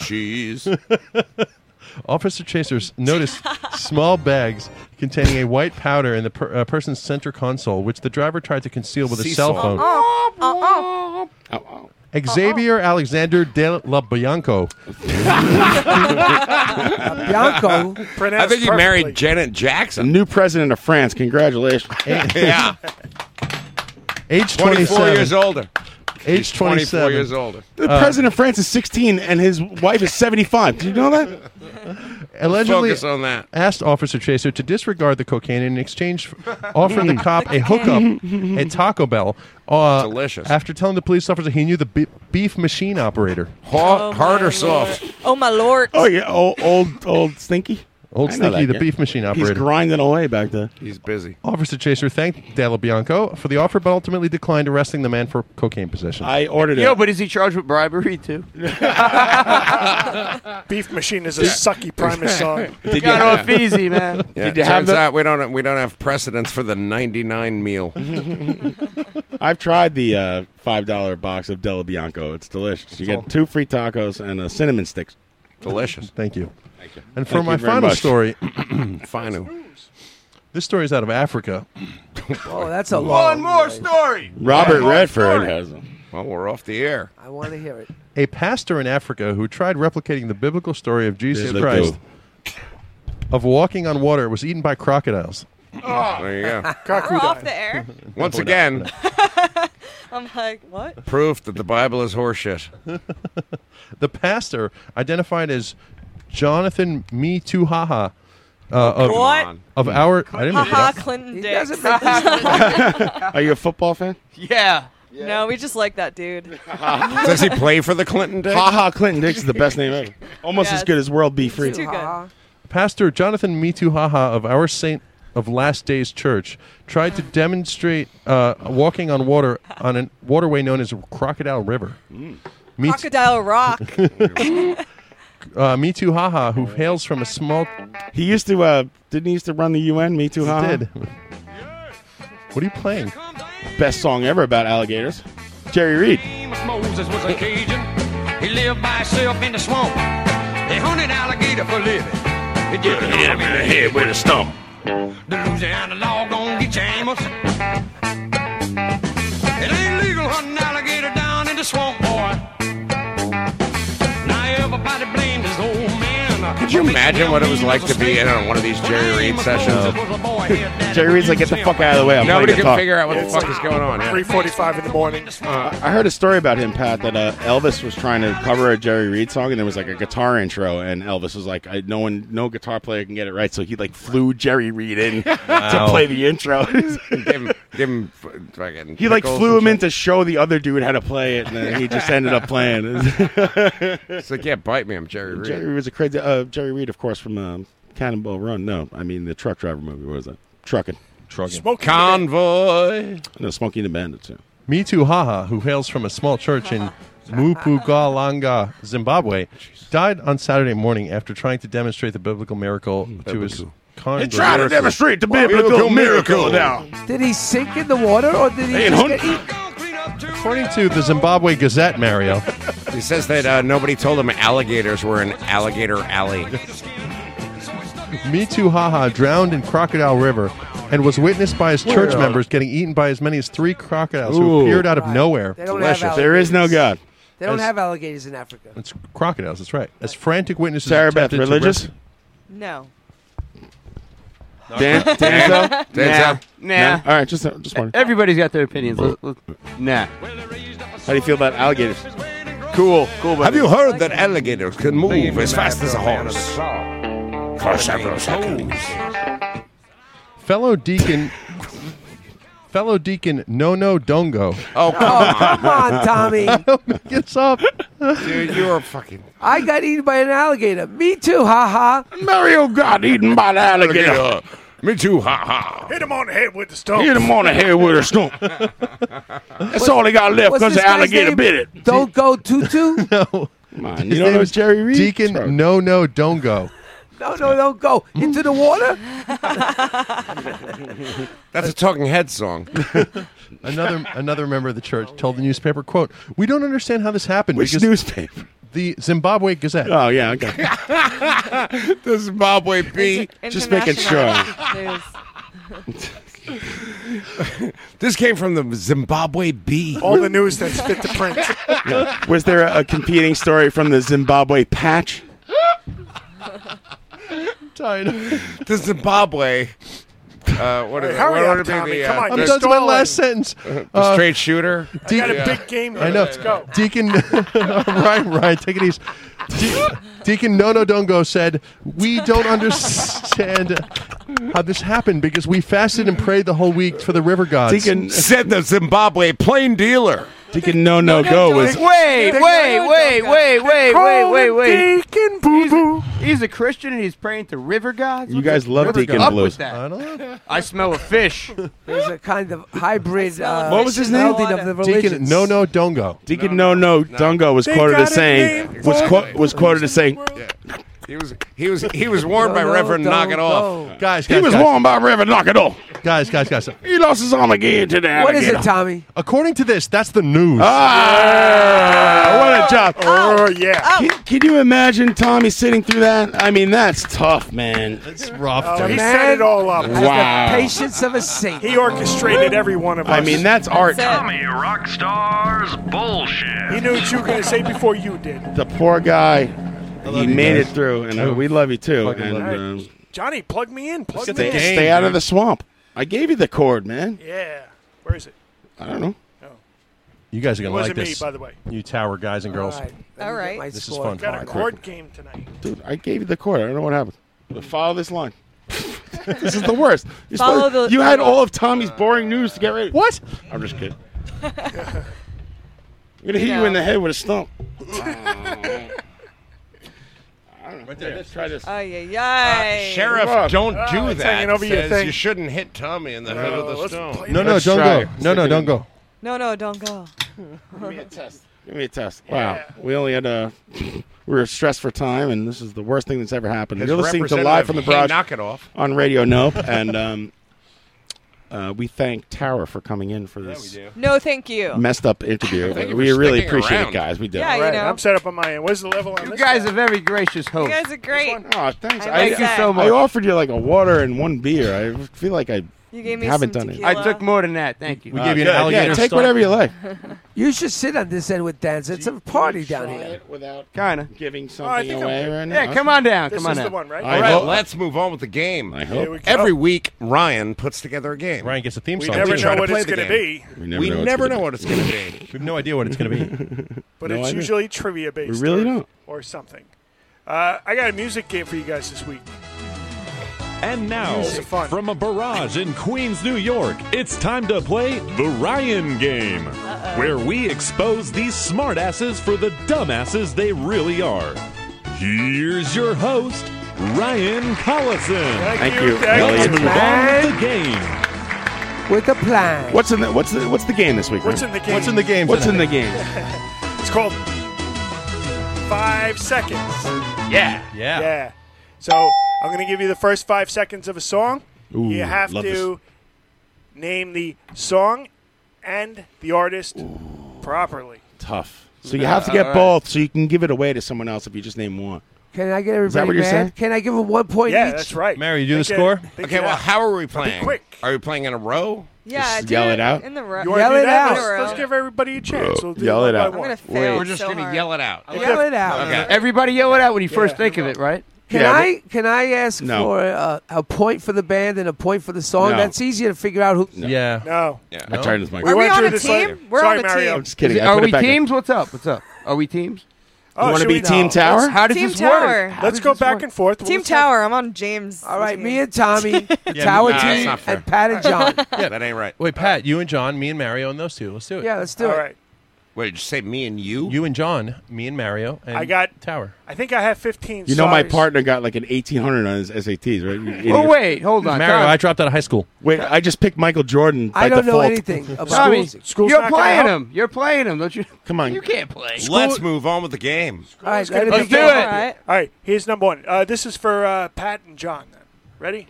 [SPEAKER 2] Cheese.
[SPEAKER 8] Officer Chasers noticed small bags containing a white powder in the per- uh, person's center console, which the driver tried to conceal with
[SPEAKER 23] Sea
[SPEAKER 8] a cell
[SPEAKER 23] salt.
[SPEAKER 8] phone.
[SPEAKER 23] Uh-uh.
[SPEAKER 7] Oh.
[SPEAKER 8] Xavier Alexander de la Bianco.
[SPEAKER 9] Bianco.
[SPEAKER 2] I think he married Janet Jackson.
[SPEAKER 1] New president of France. Congratulations.
[SPEAKER 2] yeah.
[SPEAKER 8] Age
[SPEAKER 2] 24
[SPEAKER 1] 27.
[SPEAKER 2] years older.
[SPEAKER 1] Age
[SPEAKER 2] 24 years older.
[SPEAKER 1] The
[SPEAKER 2] Uh,
[SPEAKER 1] president of France is 16 and his wife is 75. Did you know that?
[SPEAKER 8] Allegedly
[SPEAKER 1] Focus on that.
[SPEAKER 8] asked Officer Chaser to disregard the cocaine and in exchange f- offer the cop a hookup at Taco Bell. Uh,
[SPEAKER 2] Delicious.
[SPEAKER 8] After telling the police officer he knew the be- beef machine operator.
[SPEAKER 2] Ha- hard or soft?
[SPEAKER 7] Oh my lord!
[SPEAKER 1] Oh yeah, old old, old Stinky.
[SPEAKER 8] Old
[SPEAKER 1] I know
[SPEAKER 8] Stinky,
[SPEAKER 1] that
[SPEAKER 8] the
[SPEAKER 1] guy.
[SPEAKER 8] beef machine
[SPEAKER 1] He's
[SPEAKER 8] operator.
[SPEAKER 1] grinding away back there.
[SPEAKER 2] He's busy.
[SPEAKER 8] Officer Chaser thanked Della Bianco for the offer, but ultimately declined arresting the man for cocaine possession.
[SPEAKER 1] I ordered
[SPEAKER 5] Yo, but is he charged with bribery too?
[SPEAKER 4] Beef machine is a sucky Primus song.
[SPEAKER 5] Did you off easy, man.
[SPEAKER 2] Yeah,
[SPEAKER 4] Did you
[SPEAKER 2] turns
[SPEAKER 4] have the-
[SPEAKER 2] out we don't we don't have precedence for the 99 meal.
[SPEAKER 1] I've tried the uh, five dollar box of Della Bianco. It's delicious. You get two free tacos and a cinnamon stick.
[SPEAKER 2] Delicious.
[SPEAKER 8] Thank you.
[SPEAKER 1] Thank you.
[SPEAKER 8] And for
[SPEAKER 1] Thank
[SPEAKER 8] my
[SPEAKER 1] you very
[SPEAKER 8] final
[SPEAKER 1] much.
[SPEAKER 8] story,
[SPEAKER 2] final.
[SPEAKER 8] This story is out of Africa.
[SPEAKER 9] Oh, that's a
[SPEAKER 5] One
[SPEAKER 9] long.
[SPEAKER 5] more story.
[SPEAKER 1] Robert Redford
[SPEAKER 2] story.
[SPEAKER 1] has them.
[SPEAKER 2] Well, we're off the air.
[SPEAKER 9] I want to hear it.
[SPEAKER 8] A pastor in Africa who tried replicating the biblical story of Jesus
[SPEAKER 2] Yes, they
[SPEAKER 8] Christ of walking on water was eaten by crocodiles.
[SPEAKER 2] There you go.
[SPEAKER 7] We're off the air.
[SPEAKER 2] Once
[SPEAKER 8] No, we're not.
[SPEAKER 2] again,
[SPEAKER 7] I'm like, what?
[SPEAKER 2] proof that the Bible is horseshit.
[SPEAKER 8] The pastor, identified as Jonathan Me Too Haha,
[SPEAKER 2] Oh,
[SPEAKER 8] uh, of,
[SPEAKER 7] What? on.
[SPEAKER 8] of our. I didn't make it
[SPEAKER 7] Haha,
[SPEAKER 8] up.
[SPEAKER 7] Clinton Dick.
[SPEAKER 9] doesn't
[SPEAKER 1] Are you a football fan?
[SPEAKER 7] yeah. No, we just like that dude.
[SPEAKER 2] Does he play for the Clinton Dicks?
[SPEAKER 1] Ha ha, Clinton Dix is the best name ever. Almost
[SPEAKER 7] Yeah,
[SPEAKER 1] as good as World Be Free. Oh,
[SPEAKER 7] It's too good.
[SPEAKER 8] Pastor Jonathan Mituhaha of Our Saint of Last Days Church tried to demonstrate uh, walking on water on a waterway known as Crocodile River. Me,
[SPEAKER 7] Crocodile Mm. Rock.
[SPEAKER 8] uh, Mituhaha, who hails from a small.
[SPEAKER 1] He used to. Uh, didn't he used to run the UN? Me too. Ha.
[SPEAKER 8] did. What are you playing?
[SPEAKER 1] Best song ever about alligators. Jerry Reed.
[SPEAKER 14] Amos Moses was a Cajun. He lived by himself in the swamp. They hunted alligator for a living. It just hit him in the head with a stump. The Louisiana law gon' get you, Amos. It ain't legal hunting alligator down in the swamp, boy. Now everybody blames his old man.
[SPEAKER 2] Could you imagine what it was like to be in on one of these Jerry Reed sessions?
[SPEAKER 1] Jerry Reed's like, get the fuck out of the way. I'm
[SPEAKER 2] Nobody can
[SPEAKER 1] playing guitar."
[SPEAKER 2] figure out what the fuck is going on. yeah.
[SPEAKER 4] 3:45 in the morning.
[SPEAKER 1] Uh, I heard a story about him, Pat, that uh, Elvis was trying to cover a Jerry Reed song, and there was like a guitar intro, and Elvis was like, I, "No one, no guitar player can get it right," so he like flew Jerry Reed in to
[SPEAKER 8] Wow.
[SPEAKER 1] play the intro.
[SPEAKER 2] Give him, give him f- fucking
[SPEAKER 1] he like
[SPEAKER 2] pickles
[SPEAKER 1] flew
[SPEAKER 2] and
[SPEAKER 1] him in to show the other dude how to play it, and then he just ended up playing.
[SPEAKER 2] shit. It's like, yeah, bite me. I'm Jerry Reed.
[SPEAKER 1] Jerry was a crazy uh, Jerry Reed, of course, from um, Cannonball Run. No, I mean the truck driver movie. What was that? Trucking.
[SPEAKER 8] Trucking.
[SPEAKER 2] Convoy.
[SPEAKER 1] No, Smokey and the Bandit too.
[SPEAKER 8] Me Too Haha, who hails from a small church in Mpumalanga, Zimbabwe, died on Saturday morning after trying to demonstrate the biblical miracle
[SPEAKER 1] Hmm,
[SPEAKER 8] to his congregation.
[SPEAKER 1] the
[SPEAKER 8] Oh.
[SPEAKER 9] Did he sink in the water or did he?
[SPEAKER 1] Hey,
[SPEAKER 9] just
[SPEAKER 1] hun-
[SPEAKER 9] get eaten?
[SPEAKER 8] According to the Zimbabwe Gazette, Mario,
[SPEAKER 2] He says that uh, nobody told him alligators were in Alligator Alley.
[SPEAKER 8] Me Too Haha drowned in Crocodile River and was witnessed by his church
[SPEAKER 1] Wow.
[SPEAKER 8] members getting eaten by as many as three crocodiles
[SPEAKER 1] Ooh.
[SPEAKER 8] who appeared out of nowhere.
[SPEAKER 9] They don't have Delicious.
[SPEAKER 1] There is no God.
[SPEAKER 9] They don't
[SPEAKER 8] As-
[SPEAKER 9] have alligators in Africa.
[SPEAKER 8] It's crocodiles, that's right. As frantic witnesses
[SPEAKER 1] Sarah Beth,
[SPEAKER 8] attempted to
[SPEAKER 1] religious?
[SPEAKER 8] rescue-
[SPEAKER 7] No.
[SPEAKER 1] Dan, Danzo,
[SPEAKER 2] Danzo?
[SPEAKER 5] Nah.
[SPEAKER 1] All right, just just one.
[SPEAKER 5] Everybody's got their opinions. Let's- let's- nah.
[SPEAKER 1] How do you feel about alligators?
[SPEAKER 5] Cool. Cool.
[SPEAKER 2] Have you heard that alligators can move as fast as a horse? For several seconds.
[SPEAKER 8] Fellow deacon... Fellow deacon No No Dongo.
[SPEAKER 2] Oh,
[SPEAKER 9] Oh, come on, Tommy.
[SPEAKER 8] Gets up.
[SPEAKER 2] dude, you are fucking.
[SPEAKER 9] I got eaten by an alligator. Me too, haha.
[SPEAKER 1] Mario got eaten by the alligator.
[SPEAKER 2] Me too, ha ha.
[SPEAKER 4] Hit him on the head with the stone.
[SPEAKER 1] Hit him on the head with a stump. That's all they got left
[SPEAKER 9] What's
[SPEAKER 1] because
[SPEAKER 9] this
[SPEAKER 1] the
[SPEAKER 9] guy's
[SPEAKER 1] alligator
[SPEAKER 9] name?
[SPEAKER 1] bit it.
[SPEAKER 9] Don't go tutu.
[SPEAKER 8] No.
[SPEAKER 1] Come on,
[SPEAKER 8] His
[SPEAKER 1] you don't
[SPEAKER 8] name
[SPEAKER 1] know
[SPEAKER 8] is
[SPEAKER 1] Jerry Reed?
[SPEAKER 8] Deacon
[SPEAKER 1] Sorry.
[SPEAKER 8] No No Dongo.
[SPEAKER 9] No, no, don't go into the water.
[SPEAKER 2] That's a talking head song.
[SPEAKER 8] Another another member of the church told the newspaper, "quote We don't understand how this happened
[SPEAKER 1] Which
[SPEAKER 8] because
[SPEAKER 1] newspaper?
[SPEAKER 8] the Zimbabwe Gazette.
[SPEAKER 1] Oh yeah, okay.
[SPEAKER 2] the Zimbabwe Bee.
[SPEAKER 1] Just making sure.
[SPEAKER 2] This came from the Zimbabwe Bee.
[SPEAKER 4] All the news that's fit to print.
[SPEAKER 1] Yeah. Was there a, a competing story from the Zimbabwe patch?
[SPEAKER 2] the Zimbabwe. Uh, what is
[SPEAKER 4] Hey,
[SPEAKER 2] it?
[SPEAKER 4] hurry
[SPEAKER 2] what
[SPEAKER 4] up,
[SPEAKER 2] would it be
[SPEAKER 4] Tommy.
[SPEAKER 2] the,
[SPEAKER 4] Come
[SPEAKER 2] uh,
[SPEAKER 4] on,
[SPEAKER 2] the-
[SPEAKER 8] I'm done to my last sentence.
[SPEAKER 2] The
[SPEAKER 8] Uh,
[SPEAKER 2] straight shooter.
[SPEAKER 8] Deacon- I know. Deacon Ryan, Ryan, take it easy. De- Deacon Nono Dongo said, "We don't understand how this happened because we fasted and prayed the whole week for the river gods."
[SPEAKER 1] Deacon-
[SPEAKER 2] said the Zimbabwe plain dealer.
[SPEAKER 1] Deacon No No Go was
[SPEAKER 5] Wait,
[SPEAKER 4] They-
[SPEAKER 5] wait, wait, wait, wait, wait, wait, wait.
[SPEAKER 4] Deacon Boo Boo.
[SPEAKER 5] He's a Christian and he's praying to river gods.
[SPEAKER 1] You guys love
[SPEAKER 5] What's
[SPEAKER 1] Deacon
[SPEAKER 5] up
[SPEAKER 1] Blues.
[SPEAKER 5] with that? I don't know. I smell a fish.
[SPEAKER 18] There's a kind of hybrid. Uh,
[SPEAKER 8] What was his name?
[SPEAKER 18] melding Of the
[SPEAKER 8] Deacon
[SPEAKER 18] religions.
[SPEAKER 8] Nono Dongo.
[SPEAKER 1] Deacon No No Dungo was
[SPEAKER 18] They
[SPEAKER 1] quoted
[SPEAKER 18] got
[SPEAKER 1] as
[SPEAKER 18] a
[SPEAKER 1] saying
[SPEAKER 18] name
[SPEAKER 1] was
[SPEAKER 18] for
[SPEAKER 1] quote was quoted as saying
[SPEAKER 2] He was he was he was warned by
[SPEAKER 1] No, no,
[SPEAKER 2] Reverend
[SPEAKER 1] don't
[SPEAKER 2] Knock It Off.
[SPEAKER 8] Guys,
[SPEAKER 1] he was warned by Reverend Knock It Off.
[SPEAKER 8] Guys, guys, guys.
[SPEAKER 1] He lost his arm again to the
[SPEAKER 8] What is
[SPEAKER 1] alligator.
[SPEAKER 8] it,
[SPEAKER 18] Tommy?
[SPEAKER 8] According to this, that's the news.
[SPEAKER 1] Ah, what a job!
[SPEAKER 4] Oh, yeah.
[SPEAKER 1] Can, can you imagine Tommy sitting through that? I mean, that's tough, man. It's rough.
[SPEAKER 4] Oh, he set it all up.
[SPEAKER 1] Has the Wow. patience
[SPEAKER 18] of a saint.
[SPEAKER 4] He orchestrated every one of us.
[SPEAKER 1] I mean, that's art.
[SPEAKER 4] Tommy Rockstar's bullshit. He knew what you were going to say before you did.
[SPEAKER 1] The poor guy, he
[SPEAKER 4] you
[SPEAKER 1] made
[SPEAKER 4] guys.
[SPEAKER 1] it through, and uh,
[SPEAKER 4] Too.
[SPEAKER 1] we love you too.
[SPEAKER 4] Fucking
[SPEAKER 1] And,
[SPEAKER 4] love you.
[SPEAKER 1] um,
[SPEAKER 4] Johnny, plug me in. Plug me
[SPEAKER 1] stay,
[SPEAKER 4] in.
[SPEAKER 1] stay out of the swamp. I gave you the cord, man.
[SPEAKER 4] Yeah. Where is it? Oh.
[SPEAKER 1] I don't know.
[SPEAKER 8] You guys are gonna
[SPEAKER 4] It
[SPEAKER 8] like
[SPEAKER 4] wasn't me,
[SPEAKER 8] this,
[SPEAKER 4] by the way.
[SPEAKER 8] You tower guys and girls.
[SPEAKER 7] All right.
[SPEAKER 8] This is fun.
[SPEAKER 4] Got a court game tonight.
[SPEAKER 1] Dude, I gave you the cord. I don't know what happened. But follow this line. this is the worst. You're
[SPEAKER 7] Follow
[SPEAKER 1] supposed-
[SPEAKER 7] the-
[SPEAKER 1] you had all of Tommy's boring news to get ready.
[SPEAKER 8] What?
[SPEAKER 1] I'm just kidding. I'm gonna hit you in the head with a stump. I don't know. Let's try this.
[SPEAKER 7] Ay, ay, ay.
[SPEAKER 2] Sheriff, don't do
[SPEAKER 1] Oh, it's
[SPEAKER 2] that.
[SPEAKER 1] hanging over your
[SPEAKER 2] says
[SPEAKER 1] thing.
[SPEAKER 2] you shouldn't hit Tommy in the head with a stone.
[SPEAKER 8] No, no,
[SPEAKER 1] Let's
[SPEAKER 8] don't
[SPEAKER 1] try
[SPEAKER 8] go.
[SPEAKER 1] it.
[SPEAKER 8] No, no,
[SPEAKER 1] Stick it
[SPEAKER 8] don't
[SPEAKER 1] in.
[SPEAKER 8] go.
[SPEAKER 7] No, no, don't go.
[SPEAKER 1] Give me a test. Wow. We only had uh we were stressed for time, and this is the worst thing that's ever happened.
[SPEAKER 2] His
[SPEAKER 1] You're listening to Live from the
[SPEAKER 2] representative,
[SPEAKER 1] Barrage
[SPEAKER 2] hey, knock it off.
[SPEAKER 1] on Radio Nope, and um, uh, we thank Tara for coming in for this
[SPEAKER 7] No, thank you.
[SPEAKER 1] messed up interview.
[SPEAKER 7] Thank you
[SPEAKER 1] we
[SPEAKER 7] for
[SPEAKER 1] really
[SPEAKER 7] sticking
[SPEAKER 1] appreciate
[SPEAKER 7] around.
[SPEAKER 1] it, guys. We do.
[SPEAKER 7] Yeah, you Right. know.
[SPEAKER 4] I'm set up on my end. Where's the level on
[SPEAKER 5] You
[SPEAKER 4] this?
[SPEAKER 5] guys are very gracious
[SPEAKER 7] You
[SPEAKER 5] hosts.
[SPEAKER 7] guys are great.
[SPEAKER 1] Oh, thanks.
[SPEAKER 7] I like
[SPEAKER 5] Thank you
[SPEAKER 7] that.
[SPEAKER 5] so much.
[SPEAKER 1] I offered you like a water and one beer. I feel like I
[SPEAKER 7] You gave me
[SPEAKER 1] haven't
[SPEAKER 7] some
[SPEAKER 1] done
[SPEAKER 7] tequila.
[SPEAKER 5] I took more than that. Thank you.
[SPEAKER 1] We gave you an good. Yeah, alligator take stomp. whatever you like.
[SPEAKER 18] you should sit on this end with Dan's. It's a party down here.
[SPEAKER 1] without
[SPEAKER 5] Kinda.
[SPEAKER 1] giving
[SPEAKER 4] Oh, I
[SPEAKER 1] something
[SPEAKER 4] think I'm
[SPEAKER 1] away
[SPEAKER 4] good.
[SPEAKER 1] right now.
[SPEAKER 5] Yeah, come on down.
[SPEAKER 4] This
[SPEAKER 5] come on
[SPEAKER 4] is the
[SPEAKER 5] down.
[SPEAKER 4] one, right?
[SPEAKER 2] All
[SPEAKER 1] I
[SPEAKER 2] right,
[SPEAKER 1] hope-
[SPEAKER 2] let's move on with the game.
[SPEAKER 1] I hope.
[SPEAKER 2] Every week, Ryan puts together a game.
[SPEAKER 8] Ryan gets a theme
[SPEAKER 4] We
[SPEAKER 8] song.
[SPEAKER 4] never
[SPEAKER 8] too.
[SPEAKER 4] know what it's going to be,
[SPEAKER 1] We
[SPEAKER 2] We never, know what it's going to be.
[SPEAKER 8] We have no idea what it's going to be.
[SPEAKER 4] but
[SPEAKER 1] No
[SPEAKER 4] it's
[SPEAKER 1] idea.
[SPEAKER 4] usually trivia based.
[SPEAKER 1] We really
[SPEAKER 4] or,
[SPEAKER 1] don't.
[SPEAKER 4] Or something. Uh, I got a music game for you guys this week.
[SPEAKER 21] And now,
[SPEAKER 4] Music. Fun.
[SPEAKER 21] from a barrage in Queens, New York, it's time to play the Ryan game, where we expose these smartasses for the dumbasses they really are. Here's your host, Ryan Collison.
[SPEAKER 1] Thank you, you, thank
[SPEAKER 21] Let's
[SPEAKER 1] you.
[SPEAKER 21] move on to the game.
[SPEAKER 18] With a plan.
[SPEAKER 1] What's in the what's the, what's the game this week?
[SPEAKER 4] What's
[SPEAKER 1] man?
[SPEAKER 4] in the game?
[SPEAKER 8] What's in the game?
[SPEAKER 1] What's in
[SPEAKER 8] tonight?
[SPEAKER 1] the game?
[SPEAKER 4] It's called Five Seconds.
[SPEAKER 1] Yeah.
[SPEAKER 8] Yeah.
[SPEAKER 4] Yeah. So I'm going to give you the first five seconds of a song.
[SPEAKER 1] Ooh,
[SPEAKER 4] you have to
[SPEAKER 1] love this.
[SPEAKER 4] name the song and the artist properly.
[SPEAKER 1] Tough. So you have to get both, so you can give it away to someone else if you just name one.
[SPEAKER 18] Can I get everybody
[SPEAKER 1] what you're
[SPEAKER 18] mad?
[SPEAKER 1] saying?
[SPEAKER 18] Can I give them one point
[SPEAKER 4] yeah,
[SPEAKER 18] each?
[SPEAKER 4] that's right.
[SPEAKER 8] Mary, you do the
[SPEAKER 4] Think it-
[SPEAKER 8] score?
[SPEAKER 4] think
[SPEAKER 2] Okay,
[SPEAKER 4] it
[SPEAKER 2] well,
[SPEAKER 4] out.
[SPEAKER 2] how are we playing?
[SPEAKER 4] quick.
[SPEAKER 2] Are we playing in a row?
[SPEAKER 7] Yeah, I did
[SPEAKER 1] yell it out?
[SPEAKER 7] in the room.
[SPEAKER 4] You wanna
[SPEAKER 18] Yell
[SPEAKER 4] do
[SPEAKER 18] it
[SPEAKER 4] that?
[SPEAKER 18] out.
[SPEAKER 4] Let's, let's give everybody a chance. We'll do
[SPEAKER 1] Yell
[SPEAKER 4] one
[SPEAKER 1] it
[SPEAKER 4] by
[SPEAKER 1] out.
[SPEAKER 7] I'm
[SPEAKER 4] one.
[SPEAKER 7] gonna fail.
[SPEAKER 2] We're just
[SPEAKER 7] so
[SPEAKER 2] going to
[SPEAKER 7] hard.
[SPEAKER 2] yell it out.
[SPEAKER 18] Yell it out.
[SPEAKER 2] Okay.
[SPEAKER 5] Everybody yell it out when you first think of it, right?
[SPEAKER 18] Can
[SPEAKER 1] Yeah,
[SPEAKER 18] I can I ask
[SPEAKER 1] No.
[SPEAKER 18] for a, a point for the band and a point for the song?
[SPEAKER 1] No.
[SPEAKER 18] That's easier to figure out who.
[SPEAKER 8] Yeah.
[SPEAKER 4] No.
[SPEAKER 1] I tried this mic.
[SPEAKER 7] Are we
[SPEAKER 4] went
[SPEAKER 7] on
[SPEAKER 4] through
[SPEAKER 7] a
[SPEAKER 4] this
[SPEAKER 7] team?
[SPEAKER 4] later.
[SPEAKER 7] We're
[SPEAKER 4] Sorry,
[SPEAKER 7] on a
[SPEAKER 4] Mario.
[SPEAKER 7] team.
[SPEAKER 1] Just kidding.
[SPEAKER 5] Is it-
[SPEAKER 1] I
[SPEAKER 5] are
[SPEAKER 1] put
[SPEAKER 5] we
[SPEAKER 1] it back in.
[SPEAKER 5] teams? What's up? What's up? Are we teams?
[SPEAKER 4] Oh,
[SPEAKER 1] you want
[SPEAKER 4] should
[SPEAKER 1] to be
[SPEAKER 4] we-
[SPEAKER 1] Team
[SPEAKER 4] No.
[SPEAKER 1] Tower?
[SPEAKER 5] How does
[SPEAKER 7] Team
[SPEAKER 5] this
[SPEAKER 7] Tower.
[SPEAKER 5] work?
[SPEAKER 4] Let's go back and forth.
[SPEAKER 7] Team
[SPEAKER 4] Let's have-
[SPEAKER 7] Tower. I'm on James.
[SPEAKER 18] All right, me and Tommy,
[SPEAKER 8] Yeah,
[SPEAKER 18] Tower
[SPEAKER 8] nah,
[SPEAKER 2] that's
[SPEAKER 18] Team,
[SPEAKER 2] not fair.
[SPEAKER 18] and Pat and John.
[SPEAKER 2] Yeah, that ain't right.
[SPEAKER 8] Wait, Pat, you and John, me and Mario, and those two. Let's do it.
[SPEAKER 18] Yeah, let's do
[SPEAKER 4] All
[SPEAKER 18] it.
[SPEAKER 4] right.
[SPEAKER 2] Wait, did you say me and you?
[SPEAKER 8] You and John, me and Mario, and
[SPEAKER 4] I got-
[SPEAKER 8] Tower.
[SPEAKER 4] I think I have 15.
[SPEAKER 1] You know my
[SPEAKER 4] songs.
[SPEAKER 1] partner got like an 1800 on his SATs, right? You idiot.
[SPEAKER 5] Oh wait, hold on.
[SPEAKER 8] Mario,
[SPEAKER 5] Tom.
[SPEAKER 8] I dropped out of high school.
[SPEAKER 1] Wait, I just picked Michael Jordan by
[SPEAKER 18] I don't know
[SPEAKER 1] default.
[SPEAKER 18] anything about
[SPEAKER 5] Tommy,
[SPEAKER 18] music.
[SPEAKER 4] School's
[SPEAKER 5] you're
[SPEAKER 4] not gonna
[SPEAKER 5] playing
[SPEAKER 4] help.
[SPEAKER 5] him. You're playing him, don't you?
[SPEAKER 1] Come on.
[SPEAKER 5] You can't play.
[SPEAKER 2] Let's move on with the game.
[SPEAKER 18] All right, let it
[SPEAKER 5] Let's do
[SPEAKER 18] begin.
[SPEAKER 5] it.
[SPEAKER 7] All right.
[SPEAKER 4] All right, here's number one. Uh, this is for uh, Pat and John. Then. Ready?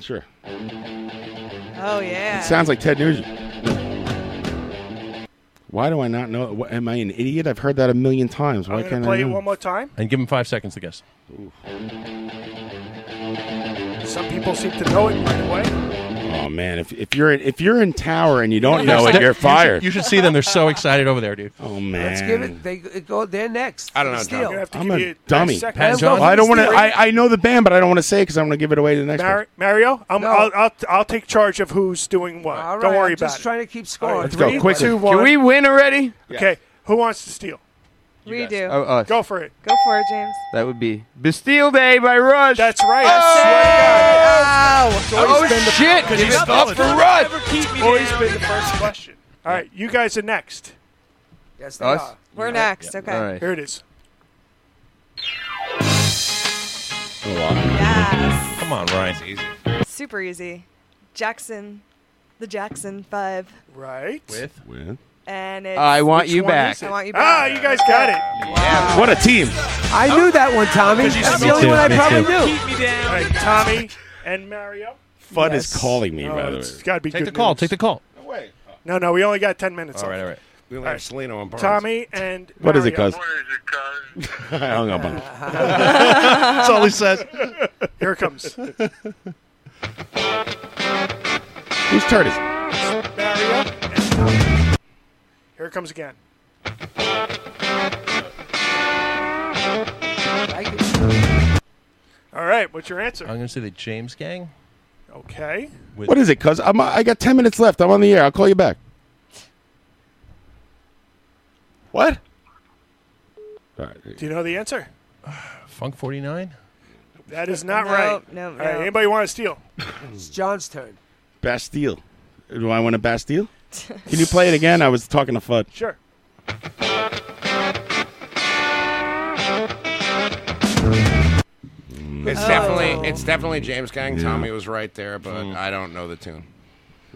[SPEAKER 1] Sure.
[SPEAKER 7] Oh yeah.
[SPEAKER 1] Sounds like Ted Nugent. Why do I not know? wha- am I an idiot? I've heard that a million times. Why
[SPEAKER 4] I'm going
[SPEAKER 1] can't
[SPEAKER 4] to play
[SPEAKER 1] I
[SPEAKER 4] it
[SPEAKER 1] know?
[SPEAKER 4] one more time.
[SPEAKER 8] And give him five seconds to guess.
[SPEAKER 4] Some people seem to know it right away.
[SPEAKER 1] Oh man, if, if you're in, if you're in tower and you don't know
[SPEAKER 8] You
[SPEAKER 1] it,
[SPEAKER 8] should-
[SPEAKER 1] you're fired.
[SPEAKER 8] You should, you should see them. They're so excited over there, dude.
[SPEAKER 1] Oh man,
[SPEAKER 9] Let's give it. They it go. They're next.
[SPEAKER 8] I don't know,
[SPEAKER 9] Steal.
[SPEAKER 8] John. You're gonna have to
[SPEAKER 1] I'm a dummy.
[SPEAKER 9] Pat Johnson.
[SPEAKER 1] I don't want to. I, I know the band, but I don't want to say it because I'm going to give it away to the next
[SPEAKER 4] Mar- Mario, I'm, I'll, I'll, I'll take charge of who's doing what. don't
[SPEAKER 9] right,
[SPEAKER 4] worry
[SPEAKER 9] I'm
[SPEAKER 4] about
[SPEAKER 9] just
[SPEAKER 4] it.
[SPEAKER 9] trying to keep score.
[SPEAKER 4] All
[SPEAKER 1] Let's go,
[SPEAKER 4] three,
[SPEAKER 1] quick.
[SPEAKER 4] two,
[SPEAKER 1] Can
[SPEAKER 4] one.
[SPEAKER 5] we win already?
[SPEAKER 4] Okay, who wants to steal?
[SPEAKER 7] We do.
[SPEAKER 5] Oh, us.
[SPEAKER 4] Go for it.
[SPEAKER 7] Go for it, James.
[SPEAKER 5] That would be Bastille Day by Rush. Oh!
[SPEAKER 4] That's right.
[SPEAKER 7] I
[SPEAKER 5] swear to God. Oh, shit.
[SPEAKER 4] Give
[SPEAKER 5] Give
[SPEAKER 4] it
[SPEAKER 5] it
[SPEAKER 4] up.
[SPEAKER 5] up for Rush.
[SPEAKER 4] Never keep me Always been the first question. All right, you guys are next.
[SPEAKER 9] Yes,
[SPEAKER 5] they Us? are.
[SPEAKER 7] We're next. Okay.
[SPEAKER 5] All right.
[SPEAKER 4] Here it is.
[SPEAKER 7] Yes.
[SPEAKER 8] Come on, Ryan. easy.
[SPEAKER 7] Super easy. Jackson, the Jackson Five,
[SPEAKER 4] Right.
[SPEAKER 8] With
[SPEAKER 1] with.
[SPEAKER 7] and it's
[SPEAKER 5] I want Which you one back. is it?
[SPEAKER 7] I want you back.
[SPEAKER 4] Ah, you guys got it.
[SPEAKER 1] What a team!
[SPEAKER 9] I knew that one, Tommy. That's the only one I probably knew.
[SPEAKER 4] All right, Tommy and Mario.
[SPEAKER 1] Fudd is calling me.
[SPEAKER 4] Oh,
[SPEAKER 1] by the way,
[SPEAKER 4] it's got to be
[SPEAKER 8] Take
[SPEAKER 4] good
[SPEAKER 8] the call.
[SPEAKER 4] news.
[SPEAKER 8] Take the call.
[SPEAKER 4] No, no, we only got ten minutes.
[SPEAKER 8] All
[SPEAKER 4] left.
[SPEAKER 8] right, all right.
[SPEAKER 2] We only
[SPEAKER 4] All
[SPEAKER 2] have Salino and Barnes.
[SPEAKER 4] Tommy and
[SPEAKER 1] What is it,
[SPEAKER 4] Mario.
[SPEAKER 1] cuz? I hung up on him.
[SPEAKER 8] That's all he says.
[SPEAKER 4] Here it comes.
[SPEAKER 1] Who's turd is it?
[SPEAKER 4] Mario and Tommy. Here it comes again. All right, what's your answer?
[SPEAKER 8] I'm going to say the James Gang.
[SPEAKER 4] Okay.
[SPEAKER 8] With
[SPEAKER 1] What is it, cuz? I'm I got ten minutes left. I'm on the air. I'll call you back. What? All right.
[SPEAKER 4] Do you know the answer?
[SPEAKER 8] Funk 49?
[SPEAKER 4] That is not
[SPEAKER 7] No,
[SPEAKER 4] right.
[SPEAKER 7] no,
[SPEAKER 4] All right,
[SPEAKER 7] no.
[SPEAKER 4] anybody want to steal?
[SPEAKER 9] It's John's turn.
[SPEAKER 1] Bastille. Do I want a Bastille? Can you play it again? I was talking to Fudd.
[SPEAKER 4] Sure.
[SPEAKER 2] It's definitely it's definitely James Gang. Tommy was right there, but I don't know the tune.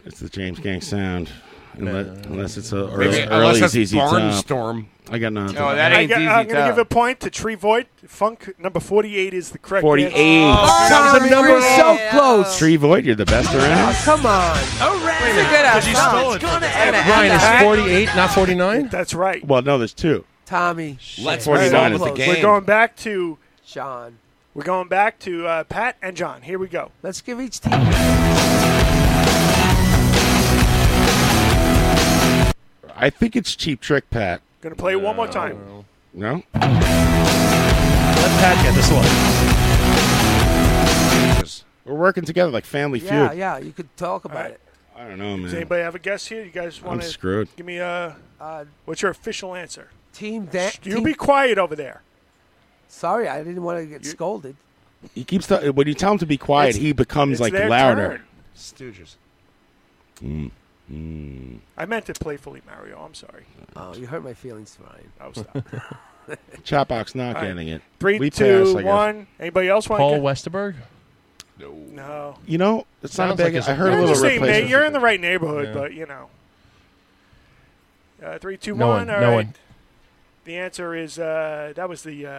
[SPEAKER 1] It's the James Gang sound. Unless, unless it's a early,
[SPEAKER 2] Maybe-
[SPEAKER 1] early
[SPEAKER 2] unless that's
[SPEAKER 1] ZZ Top.
[SPEAKER 2] Barnstorm. Oh,
[SPEAKER 1] I got nothing.
[SPEAKER 5] No, that ain't
[SPEAKER 4] I
[SPEAKER 5] easy.
[SPEAKER 4] am going to give a point to Tree Void. Funk number 48 is the correct
[SPEAKER 1] 48.
[SPEAKER 4] answer.
[SPEAKER 5] Oh,
[SPEAKER 1] That was a number
[SPEAKER 9] We're so close.
[SPEAKER 1] Tree Void, you're the best around.
[SPEAKER 9] Oh, come on.
[SPEAKER 7] That's a good ass. You stole it.
[SPEAKER 8] Ryan, it's 48, not 49?
[SPEAKER 4] That's right.
[SPEAKER 1] Well, no, there's two.
[SPEAKER 9] Tommy.
[SPEAKER 19] Let's
[SPEAKER 1] 49 is the
[SPEAKER 9] close.
[SPEAKER 4] We're going back to
[SPEAKER 9] John.
[SPEAKER 4] we're going back to uh, Pat and John. Here we go.
[SPEAKER 9] Let's give each team.
[SPEAKER 1] I think it's Cheap Trick, Pat.
[SPEAKER 4] Gonna play it one
[SPEAKER 5] Uh,
[SPEAKER 4] more time.
[SPEAKER 1] No?
[SPEAKER 8] Let Pat get this one.
[SPEAKER 1] We're working together like Family
[SPEAKER 9] Yeah,
[SPEAKER 1] Feud.
[SPEAKER 9] yeah. You could talk about it.
[SPEAKER 1] I don't know,
[SPEAKER 4] Does
[SPEAKER 1] Oh, man.
[SPEAKER 4] anybody have a guess here? You guys
[SPEAKER 1] I'm
[SPEAKER 4] want to
[SPEAKER 1] screwed.
[SPEAKER 4] give me a
[SPEAKER 9] Uh,
[SPEAKER 4] what's your official answer?
[SPEAKER 9] team dance.
[SPEAKER 4] You be quiet over there.
[SPEAKER 9] Sorry, I didn't want to get scolded.
[SPEAKER 1] He keeps t- when you tell him to be quiet,
[SPEAKER 4] It's-
[SPEAKER 1] he becomes
[SPEAKER 4] it's
[SPEAKER 1] like
[SPEAKER 4] their
[SPEAKER 1] louder.
[SPEAKER 4] turn.
[SPEAKER 2] Stooges.
[SPEAKER 1] Mm-hmm.
[SPEAKER 4] I meant it playfully, Mario. I'm sorry.
[SPEAKER 9] Oh, you hurt my feelings, Ryan.
[SPEAKER 4] I was stop.
[SPEAKER 1] Chopbox not
[SPEAKER 4] All right.
[SPEAKER 1] getting it.
[SPEAKER 4] Three,
[SPEAKER 1] we
[SPEAKER 4] two,
[SPEAKER 1] pass, I guess.
[SPEAKER 4] one. Anybody else want?
[SPEAKER 8] Paul
[SPEAKER 4] to
[SPEAKER 8] Westerberg?
[SPEAKER 4] No.
[SPEAKER 1] You know, it's not a
[SPEAKER 8] Sounds
[SPEAKER 1] bad.
[SPEAKER 8] like it's-
[SPEAKER 1] I heard a
[SPEAKER 4] I'm
[SPEAKER 1] little
[SPEAKER 4] just saying,
[SPEAKER 1] replacement.
[SPEAKER 4] mate, you're in the right neighborhood,
[SPEAKER 8] Yeah.
[SPEAKER 4] but you know. Uh, three, two,
[SPEAKER 8] No
[SPEAKER 4] one.
[SPEAKER 8] one,
[SPEAKER 4] All
[SPEAKER 8] no
[SPEAKER 4] right.
[SPEAKER 8] one.
[SPEAKER 4] The answer is uh, that was the uh,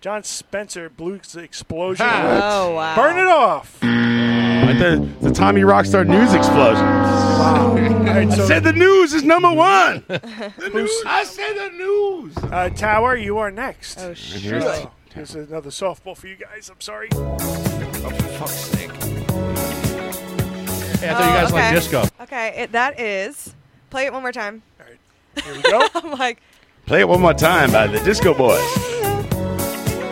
[SPEAKER 4] John Spencer Blues Explosion.
[SPEAKER 7] Oh wow.
[SPEAKER 4] Burn it off.
[SPEAKER 1] Like the, the Tommy Rockstar news explosion.
[SPEAKER 4] All right, so
[SPEAKER 1] Said the news is number one.
[SPEAKER 2] I say the news.
[SPEAKER 4] uh, Tower, you are next.
[SPEAKER 7] Oh
[SPEAKER 1] Sure.
[SPEAKER 7] shit.
[SPEAKER 4] Oh, There's another softball for you guys. I'm sorry.
[SPEAKER 2] Oh, for fuck's sake.
[SPEAKER 4] Uh,
[SPEAKER 8] Hey, I thought you guys
[SPEAKER 7] Oh,
[SPEAKER 8] like
[SPEAKER 7] okay.
[SPEAKER 8] disco.
[SPEAKER 7] Okay, it, that is. Play it one more time.
[SPEAKER 4] Here we go.
[SPEAKER 7] I'm like,
[SPEAKER 1] Play it one more time by the Disco Boys.